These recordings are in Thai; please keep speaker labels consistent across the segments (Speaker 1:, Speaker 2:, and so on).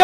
Speaker 1: ก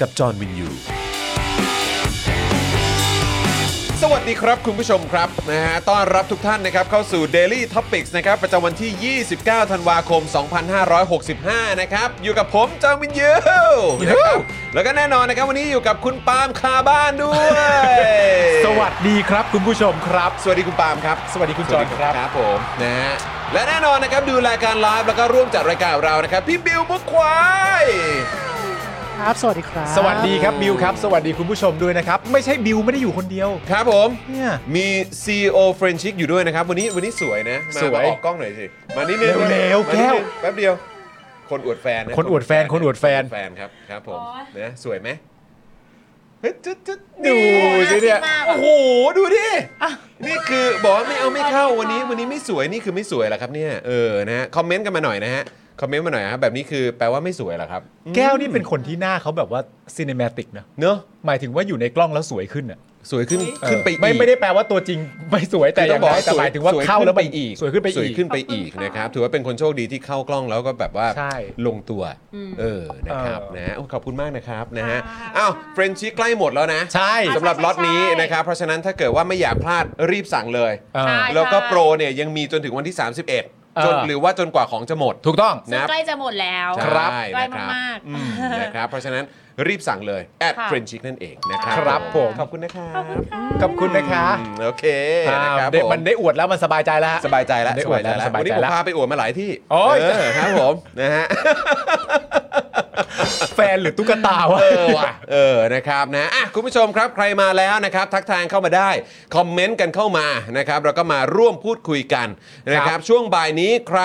Speaker 2: กับจอห์นวินยู
Speaker 3: สวัสดีครับคุณผู้ชมครับนะฮะต้อนรับทุกท่านนะครับเข้าสู่ Daily Topics นะครับประจำวันที่ 29 ธันวาคม 2565 นะครับ อยู่กับผมจางวินยูนะครับแล้วก็แน่นอนนะครับวันนี้อยู่กับคุณปาล์มคาบ้านด้วย
Speaker 2: สวัสดีครับคุณผู้ชมครับ
Speaker 3: สวัสดีคุณปาล์มครับ
Speaker 2: สวัสดีคุณจอห์นครับ
Speaker 3: ครับผมนะฮะและแน่นอนนะครับดูรายการไลฟ์แล้วก็ร่วมจัดรายการกับเรานะครับพี่บิวมุกควาย
Speaker 4: ครับ สวัสดีครับ
Speaker 2: สวัสดีครับบิวครับ สวัสดีคุณผู้ชมด้วยนะครับ ไม่ใช่บิวไม่ได้อยู่คนเดียว
Speaker 3: ครับผม
Speaker 2: เนี่ย
Speaker 3: มี CEO f r e n c h i อยู่ด้วยนะครับ วันนี้วันนี้สวยนะ มา
Speaker 2: สวย
Speaker 3: มาออกกล้องหน่อยสิ มานิดนึง
Speaker 2: เร็วๆ
Speaker 3: มานิดนึง
Speaker 2: แก้ว
Speaker 3: แป๊บเดียว คนอวดแฟนะ
Speaker 2: คนอวดแฟนคนอวดแฟน
Speaker 3: คแฟนครับครับผม
Speaker 5: โอ้ย
Speaker 3: นะสวยไหมเฮ้ยจุดจุด
Speaker 2: ดูสิเนี่ย
Speaker 3: โอ้โห ดูดิ นี่คือบอกว่าไม่เอาไม่เข้าวันนี้วันนี้ไม่สวยนี่คือไม่สวยเหรอครับเนี่ยเออนะฮะคอมเมนต์กันมาหน่อยนะฮะคอมเมนต์มาหน่อยนะครับแบบนี้คือแปลว่าไม่สวยเหรอครับ
Speaker 2: แก้วนี่เป็นคนที่หน้าเขาแบบว่าซีเนมาติกนะ
Speaker 3: เนอะ
Speaker 2: หมายถึงว่าอยู่ในกล้องแล้วสวยขึ้นอ่ะ
Speaker 3: สวยขึ้น
Speaker 2: เออ
Speaker 3: ขึ้นไปอีก
Speaker 2: ไม่ไม่ได้แปลว่าตัวจริงไม่สวยแต่อย่างไรแต่หมายถึงว่าเข้าแล้วมันสวยขึ้นไป
Speaker 3: สวย
Speaker 2: อีก
Speaker 3: ขึ้นไปอีกนะครับถือว่าเป็นคนโชคดีที่เข้ากล้องแล้วก็แบบว่า
Speaker 2: ใช่
Speaker 3: ลงตัวเออนะครับ
Speaker 2: เออ
Speaker 3: นะโอ้ขอบคุณมากนะครับนะฮะอ้าวเฟรนชิกใกล้หมดแล้วนะ
Speaker 2: ใช่
Speaker 3: สำหรับล็อตนี้นะครับเพราะฉะนั้นถ้าเกิดว่าไม่อยากพลาดรีบสั่งเลย
Speaker 2: เออ
Speaker 5: ใช่
Speaker 3: แล้วก็โปรเนี่ยยังมีจนถึงวันที่ 31 จน
Speaker 2: เออ
Speaker 3: หรือว่าจนกว่าของจะหมด
Speaker 2: ถูกต้อง
Speaker 5: ซึ่ง
Speaker 3: นะ
Speaker 5: ใกล้จะหมดแล้ว
Speaker 3: ใช่
Speaker 5: ใกล้
Speaker 3: นะครั
Speaker 5: มา
Speaker 3: บ
Speaker 5: ก
Speaker 3: อืมนะครับเพราะฉะนั้นรีบสั่งเลยแอด
Speaker 5: ค่ะ
Speaker 3: เฟรนชิกนั่นเองนะครับ
Speaker 2: ครับผม
Speaker 3: ขอบคุณนะครับ
Speaker 2: ขอบคุณนะคะ
Speaker 3: อืมโอเคนะครั
Speaker 2: อ่า
Speaker 3: บ
Speaker 2: ได้
Speaker 3: ผม
Speaker 2: มันได้อวดแล้วมันสบายใจแล้วฮะ
Speaker 3: สบายใจแล้ว
Speaker 2: ได้อวดแล้ว
Speaker 3: ส
Speaker 2: สบา
Speaker 3: บาย
Speaker 2: ใจ
Speaker 3: ยใจแล้ววันนี้ผม
Speaker 2: แล้ว
Speaker 3: พาไปอวดมาหลายที่
Speaker 2: โอ้ย
Speaker 3: เครับผมนะฮะ
Speaker 2: แฟนหรือตุ๊กตาวะ
Speaker 3: เออว่ะเออนะครับนะอ่ะคุณผู้ชมครับใครมาแล้วนะครับ ทักทายเข้ามาได้ คอมเมนต์กันเข้ามานะครับแล้วก็มาร่วมพูดคุยกันนะค
Speaker 2: ครั
Speaker 3: รับบ ช่วงบ่ายนี้ใคร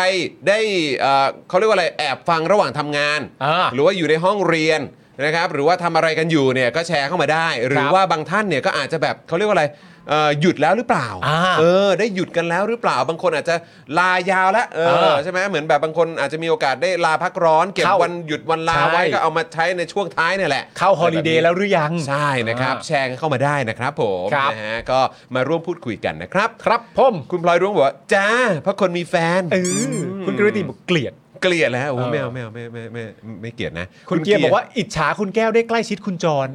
Speaker 3: ได้เอ่อเขาเรียกว่าอะไรแอบฟังระหว่างทำงาน
Speaker 2: อ่า
Speaker 3: หรือว่าอยู่ในห้องเรียนนะครับหรือว่าทำอะไรกันอยู่เนี่ยก็แชร์เข้ามาได้ หรื
Speaker 2: ค
Speaker 3: อ
Speaker 2: รับ
Speaker 3: ว่าบางท่านเนี่ยก็อาจจะแบบเขาเรียกว่าอะไรเอ่อหยุดแล้วหรือเปล่า
Speaker 2: อ่า
Speaker 3: เออได้หยุดกันแล้วหรือเปล่าบางคนอาจจะลายาวแล้วเอ
Speaker 2: เอ
Speaker 3: อ
Speaker 2: อ
Speaker 3: ใช่ไหมเหมือนแบบบางคนอาจจะมีโอกาสได้ลาพักร้อน เก็บ
Speaker 2: เข้า
Speaker 3: วันหยุดวันลา
Speaker 2: ใช่
Speaker 3: ไว้ก็เอามาใช้ในช่วงท้ายเนี่ยแหละ
Speaker 2: เข้าฮอลิเดย์แล้วหรือยัง
Speaker 3: ใช่นะครับ
Speaker 2: อ่า
Speaker 3: แชร์กันเข้ามาได้นะครับผม
Speaker 2: ครับ
Speaker 3: นะฮะก็มาร่วมพูดคุยกันนะครับ
Speaker 2: ครับผม
Speaker 3: คุณพลอยรุ้งบอกว่า จ้าเพราะคนมีแฟน
Speaker 2: เออคุณกฤติบอกเกลียด
Speaker 3: เกลียดแล้วโอ้
Speaker 2: เออ
Speaker 3: ไม่เอาไม่เอาไม่ไม่ไม่ไม่ไม่เกลียดนะ
Speaker 2: คุณเกียร์บอกว่าอิจฉาคุณแก้วได้ใกล้ชิดคุณจร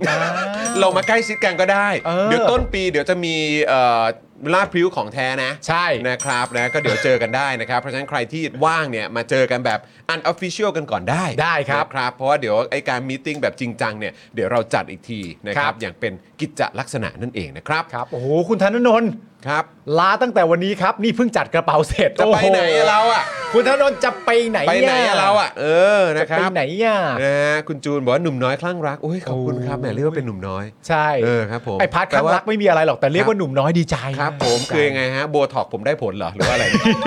Speaker 3: เรามาใกล้ชิดกันก็ได้
Speaker 2: เออ
Speaker 3: เดี๋ยวต้นปีเดี๋ยวจะมีเอ่อลาดพริ้วของแท้นะ
Speaker 2: ใช่
Speaker 3: นะครับนะก็เดี๋ยวเจอกันได้นะครับ เพราะฉะนั้นใครที่ว่างเนี่ย มาเจอกันแบบอันออฟฟิเชียลกันก่อนได้
Speaker 2: ได้ครับ
Speaker 3: นะครับ เพราะว่าเดี๋ยวไอการมีติ้งแบบจริงจังเนี่ย เดี๋ยวเราจัดอีกทีนะค
Speaker 2: ครั
Speaker 3: รับ
Speaker 2: บ
Speaker 3: อย่างเป็นกิจลักษณะนั่นเองนะครับ
Speaker 2: ครับโอ้โหคุณธนนนท์
Speaker 3: ครับ
Speaker 2: ลาตั้งแต่วันนี้ครับ นี่เพิ่งจัดกระเป๋าเสร็จ
Speaker 3: จะไป
Speaker 2: โอ้โ
Speaker 3: ไหนอะเราอ่ะ
Speaker 2: คุณธนนท์จะไปไหน
Speaker 3: ไปไหนอะเราอ่ะ เออ
Speaker 2: จะ
Speaker 3: นะค
Speaker 2: ไป
Speaker 3: รับ
Speaker 2: ไหนอ่ะ
Speaker 3: นะฮะคุณจูนบอกว่าหนุ่มน้อยคลั่งรักโอ้ยขอบคุณครับแหมเรียกว่าเป็นหนุ่มน้อย
Speaker 2: ใช่
Speaker 3: เออครับผม
Speaker 2: ไอพาร์ท
Speaker 3: แปล
Speaker 2: ข้าง
Speaker 3: ว่า
Speaker 2: รักไม่มีอะไรหรอกแต่เรียกว่าหนุ่มน้อยดีใจ
Speaker 3: ครับ ผมคือยังไงฮะโบท็อกผมได้ผลเหรอหรือว่าอะไร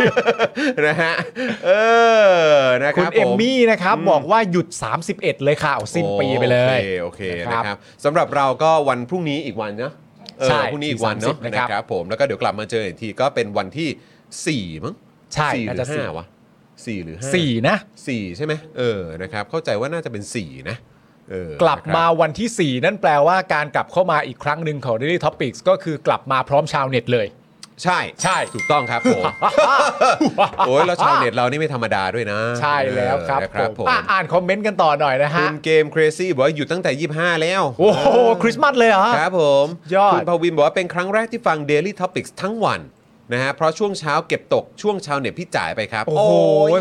Speaker 3: นะฮะเออนะค
Speaker 2: คุณ
Speaker 3: รับ
Speaker 2: เอ
Speaker 3: ผม ม
Speaker 2: มี่นะครับบอกว่าหยุด 31 เลยค่ะเอาสิ้นปีไปเลย
Speaker 3: โอเคโอเค
Speaker 2: นะครับ
Speaker 3: นะครับสำหรับเราก็วันพรุ่งนี้อีกวันเนาะเออ
Speaker 2: ใช่
Speaker 3: พรุ่งนี้อีกวันเนาะ
Speaker 2: 30นะ
Speaker 3: นะครับ ครับผมแล้วก็เดี๋ยวกลับมาเจออีกทีก็เป็นวันที่ 4 มั้ง
Speaker 2: ใช่
Speaker 3: สี่ห
Speaker 2: น่า
Speaker 3: รื
Speaker 2: จะ
Speaker 3: อ
Speaker 2: สี่
Speaker 3: ห้าวะสี่หรือห้า
Speaker 2: สี่นะ
Speaker 3: สี่ใช่ไหมเออนะครับเข้าใจว่าน่าจะเป็น 4 นะเออก
Speaker 2: ลับมา
Speaker 3: นะครั
Speaker 2: วันที่ 4 นั่นแปลว่าการกลับเข้ามาอีกครั้งหนึ่งของ Daily Topics ก็คือกลับมาพร้อมชาวเน็ตเลย
Speaker 3: ใช่
Speaker 2: ใช่
Speaker 3: ถูกต้องครับผม โอ้ยแล้วชาวเน็ตเรานี่ไม่ธรรมดาด้วยนะ
Speaker 2: ใช่แล้วครับ
Speaker 3: เออนะ
Speaker 2: ผมอ่ะอ่านคอมเมนต์กันต่อหน่อยนะฮะ
Speaker 3: คุณเกม Crazy บอกว่าอยู่ตั้งแต่ 25 แล้ว
Speaker 2: โอ้โหคริสต์มาสเลยเหรอ
Speaker 3: ครับผม
Speaker 2: ยอด
Speaker 3: คุณพวินบอกว่าเป็นครั้งแรกที่ฟัง Daily Topics ทั้งวัน นะฮะเพราะช่วงเช้าเก็บตกช่วงชาวเน็ตพี่จ่ายไปครับ
Speaker 2: โอ้โห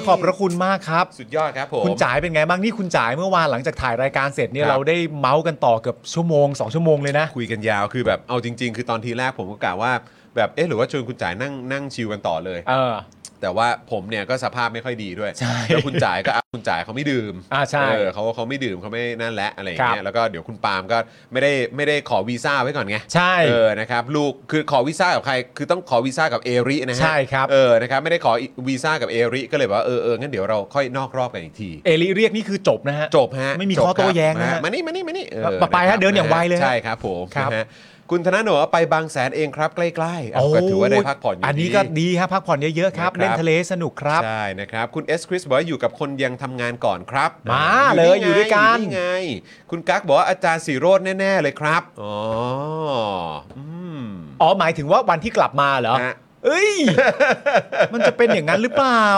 Speaker 2: ขอบพระคุณมากครับ
Speaker 3: สุดยอดครับผม
Speaker 2: คุณจ๋ายเป็นไงบ้างนี่คุณจ๋ายเมื่อวานหลังจากถ่ายรายการเสร็จเนี่
Speaker 3: ค
Speaker 2: ย
Speaker 3: รับ
Speaker 2: เราได้เมาส์กันต่อเกือบชั่วโมงสองชั่วโมงเลยนะ
Speaker 3: คุยกันยาวคือแบบเอาจริง ๆ คือตอนทีแรกผมก็กะว่าแบบเอ๊ะหรือว่าชวนคุณจ่ายนั่งนั่งชิวกันต่อเลย
Speaker 2: เออ
Speaker 3: แต่ว่าผมเนี่ยก็สภาพไม่ค่อยดีด้วย
Speaker 2: ใช่
Speaker 3: แล้วคุณจ่ายก็อ่ะคุณจ่ายเขาไม่ดื่ม
Speaker 2: อ่าใช่
Speaker 3: เออเขาเขาไม่ดื่มเขาไม่นั่นแหละอะไรอย่าง
Speaker 2: ค
Speaker 3: เงี้
Speaker 2: รั
Speaker 3: ย
Speaker 2: บ
Speaker 3: แล้วก็เดี๋ยวคุณปาล์มก็ไม่ได้ไม่ได้ขอวีซ่าไว้ก่อนไง
Speaker 2: ใช่
Speaker 3: เออ นะครับ ลูก คือขอวีซ่ากับใคร คือต้องขอวีซ่ากับเอรินะฮะ
Speaker 2: ใช่ครับ
Speaker 3: เออ นะครับ ไม่ได้ขอวีซ่ากับเอริ ก็เลยบอกว่าเออเอองั้นเดี๋ยวเราค่อยนอกรอบกันอีกที
Speaker 2: เอลิเรียกนี่คือจบนะฮะ
Speaker 3: จบฮะ
Speaker 2: ไม่มี
Speaker 3: จบ
Speaker 2: ข้อโต้
Speaker 3: รับ
Speaker 2: แย้งนะฮะ
Speaker 3: มานี่มานี่มานี่เออ
Speaker 2: ไป
Speaker 3: ค
Speaker 2: ฮะ
Speaker 3: รับ
Speaker 2: เดินอย่างไวเลยฮะ
Speaker 3: ใช่ครับผม
Speaker 2: ครับ
Speaker 3: นะฮะคุณธนาหนูไปบางแสนเองครับ ใกล้ๆอ่ะก็ถือว่าได้พักผ่อนอยู่
Speaker 2: อันนี้
Speaker 3: ดี
Speaker 2: ก็ดีครับพักผ่อนเยอะๆครับ
Speaker 3: นะครับ
Speaker 2: เล่นทะเลสนุกครับ
Speaker 3: ใช่นะครับ คุณเอสคริสบอกว่าอยู่กับคนยังทำงานก่อนครับ
Speaker 2: มา
Speaker 3: อ่
Speaker 2: เลย
Speaker 3: ไง
Speaker 2: อยู่ด้วยกัน
Speaker 3: อยู่ไง คุณกั๊กบอกว่าอาจารย์สีโรดแน่ๆเลยครับ อ๋อ อืม
Speaker 2: อ๋อหมายถึงว่าวันที่กลับมาเหรอ
Speaker 3: ฮะ
Speaker 2: เอ้ย มันจะเป็นอย่างนั้นหรือเปล่า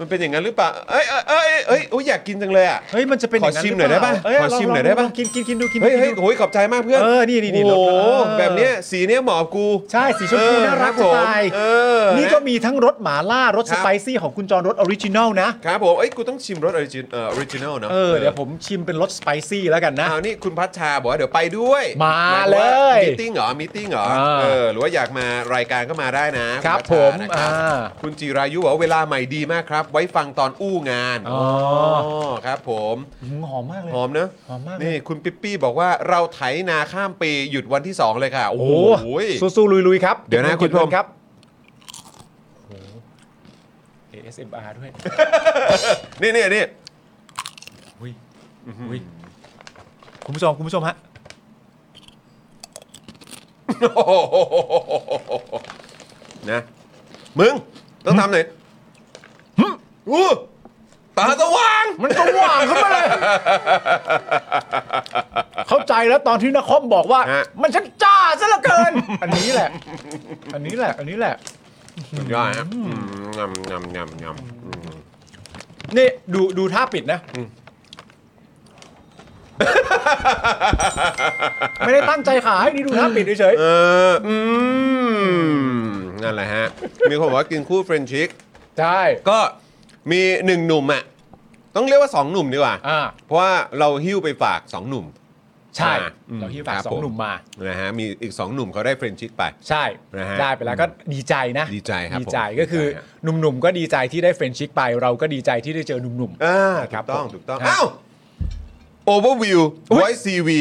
Speaker 3: มันเป็นอย่างนั้นหรือเปล่า เอ้ยเอ้ยเอ้ยเอ้ยโอ้ยอยากกินจังเลยอ่ะ
Speaker 2: เฮ้ยมันจะเป็นอย่างนั้น
Speaker 3: ขอชิมหน่อยได้ปะ
Speaker 2: รือเป
Speaker 3: ข
Speaker 2: ล่า
Speaker 3: อ
Speaker 2: เล
Speaker 3: ชิมหน่อยได้ปะ
Speaker 2: ลงกินกินกินดูกิน
Speaker 3: เฮ้ย
Speaker 2: กิน
Speaker 3: เฮ้ย
Speaker 2: ดู
Speaker 3: โอ้ยขอบใจมากเพื่อน
Speaker 2: เออนี่นี่นี่
Speaker 3: โอ้
Speaker 2: ร
Speaker 3: โห
Speaker 2: ถเออ
Speaker 3: แบบเนี้ยสีเนี้ยเหมาะกับกู
Speaker 2: ใช่สีชมพูน่ารักจะตาย
Speaker 3: เออครับผมเออ
Speaker 2: นี่ก็
Speaker 3: ะ
Speaker 2: มีทั้งรสหมาล่ารส
Speaker 3: ครั
Speaker 2: ส
Speaker 3: บ
Speaker 2: ไปซี่ของคุณจอนรสออริจินอลนะครับ
Speaker 3: ผมเอ้ยกูต้องชิมรสออริจินเออออริจินอลเนาะ
Speaker 2: เออเดี๋ยวผมชิมเป็นรสสไปซี่แล้วกันนะ
Speaker 3: อ้าวนี่คุณพัชชาบอกว่าเดี๋ยวไปด้วย
Speaker 2: มา
Speaker 3: หยถึงว่
Speaker 2: เลย
Speaker 3: มีติ้งเหรอมีติ้งเหรอ
Speaker 2: อ่า
Speaker 3: เออหรือว่าอยากมารายการก็มาได้นะณ
Speaker 2: ครับ
Speaker 3: พัชชา
Speaker 2: ผม
Speaker 3: นะครับ
Speaker 2: อ่า
Speaker 3: คุณจิรายุบอกว่าเวลาใหม่ดีมากครับ ไว้ฟังตอนอู้งาน
Speaker 2: อ๋ออ๋
Speaker 3: ครับผม
Speaker 2: หืมหอมมากเลย
Speaker 3: หอมเนอะ
Speaker 2: หอมมากเลย
Speaker 3: นี่คุณปิ๊ปปี้บอกว่าเราไถนาข้ามปีหยุดวันที่ 2 เลยค่ะ โอ้
Speaker 2: โอ้โ
Speaker 3: โห
Speaker 2: หสู้ๆลุยๆครับ
Speaker 3: เดี๋ยวนะ
Speaker 2: ติมือ
Speaker 3: คุณผู้ชม
Speaker 2: ติอครับโอ้โห ASMR ด้วย
Speaker 3: นี่นี่นี่
Speaker 2: อุ้ยอุ้ยคุณผู้ชมคุณผู้ชมฮะ
Speaker 3: โอ้โหนะ มึง ต้องทำหน่อยอู้ตาสว่าง
Speaker 2: มันสว่างขึ้นมาเลย เข้าใจแล้วตอนที่นครบอกว่า
Speaker 3: ฮะ
Speaker 2: มันช่างจ้าซะเหลือเกิน อันนี้แหละ อันนี้แหละ อันนี้แหละ
Speaker 3: สุดยอดนะงำงำงำงำอืม
Speaker 2: นี่ดูดูท่าปิดนะ ไม่ได้ตั้งใจขายนี่ดูท่าปิดเฉย
Speaker 3: เอออืมนั่นแหละฮะ มีคนบอกว่ากินคู่เฟรนชิก
Speaker 2: ๆใช่
Speaker 3: ก็มีหนึ่งหนุ่มอ่ะ ต้องเรียกว่าสองหนุ่มดีกว่า
Speaker 2: อ่า
Speaker 3: เพราะว่าเราหิ้วไปฝาก 2 หนุ่ม
Speaker 2: ใช่
Speaker 3: อ่าอืม
Speaker 2: เราที่ฝาก
Speaker 3: ครับ
Speaker 2: สอ
Speaker 3: ผ
Speaker 2: ง
Speaker 3: ม
Speaker 2: หนุ่มมา
Speaker 3: นะฮะมีอีก 2 หนุ่มเขาได้เฟรนด์ชิกไป
Speaker 2: ใช่
Speaker 3: นะฮะ
Speaker 2: ได้ไปแล้วก็ดีใจนะ
Speaker 3: ดีใจครับ
Speaker 2: ดีใจ
Speaker 3: ผม
Speaker 2: ก็คือ
Speaker 3: ดีใจฮะ
Speaker 2: หนุ่มๆก็ดีใจที่ได้เฟรนด์ชิกไปเราก็ดีใจที่ได้เจอหนุ่ม
Speaker 3: อ่า
Speaker 2: ค
Speaker 3: ถู
Speaker 2: รับ
Speaker 3: กต้อง
Speaker 2: ผม
Speaker 3: ถูกต้อง
Speaker 2: ครับ
Speaker 3: อ้าวโอเวอร์วิวไวซี วี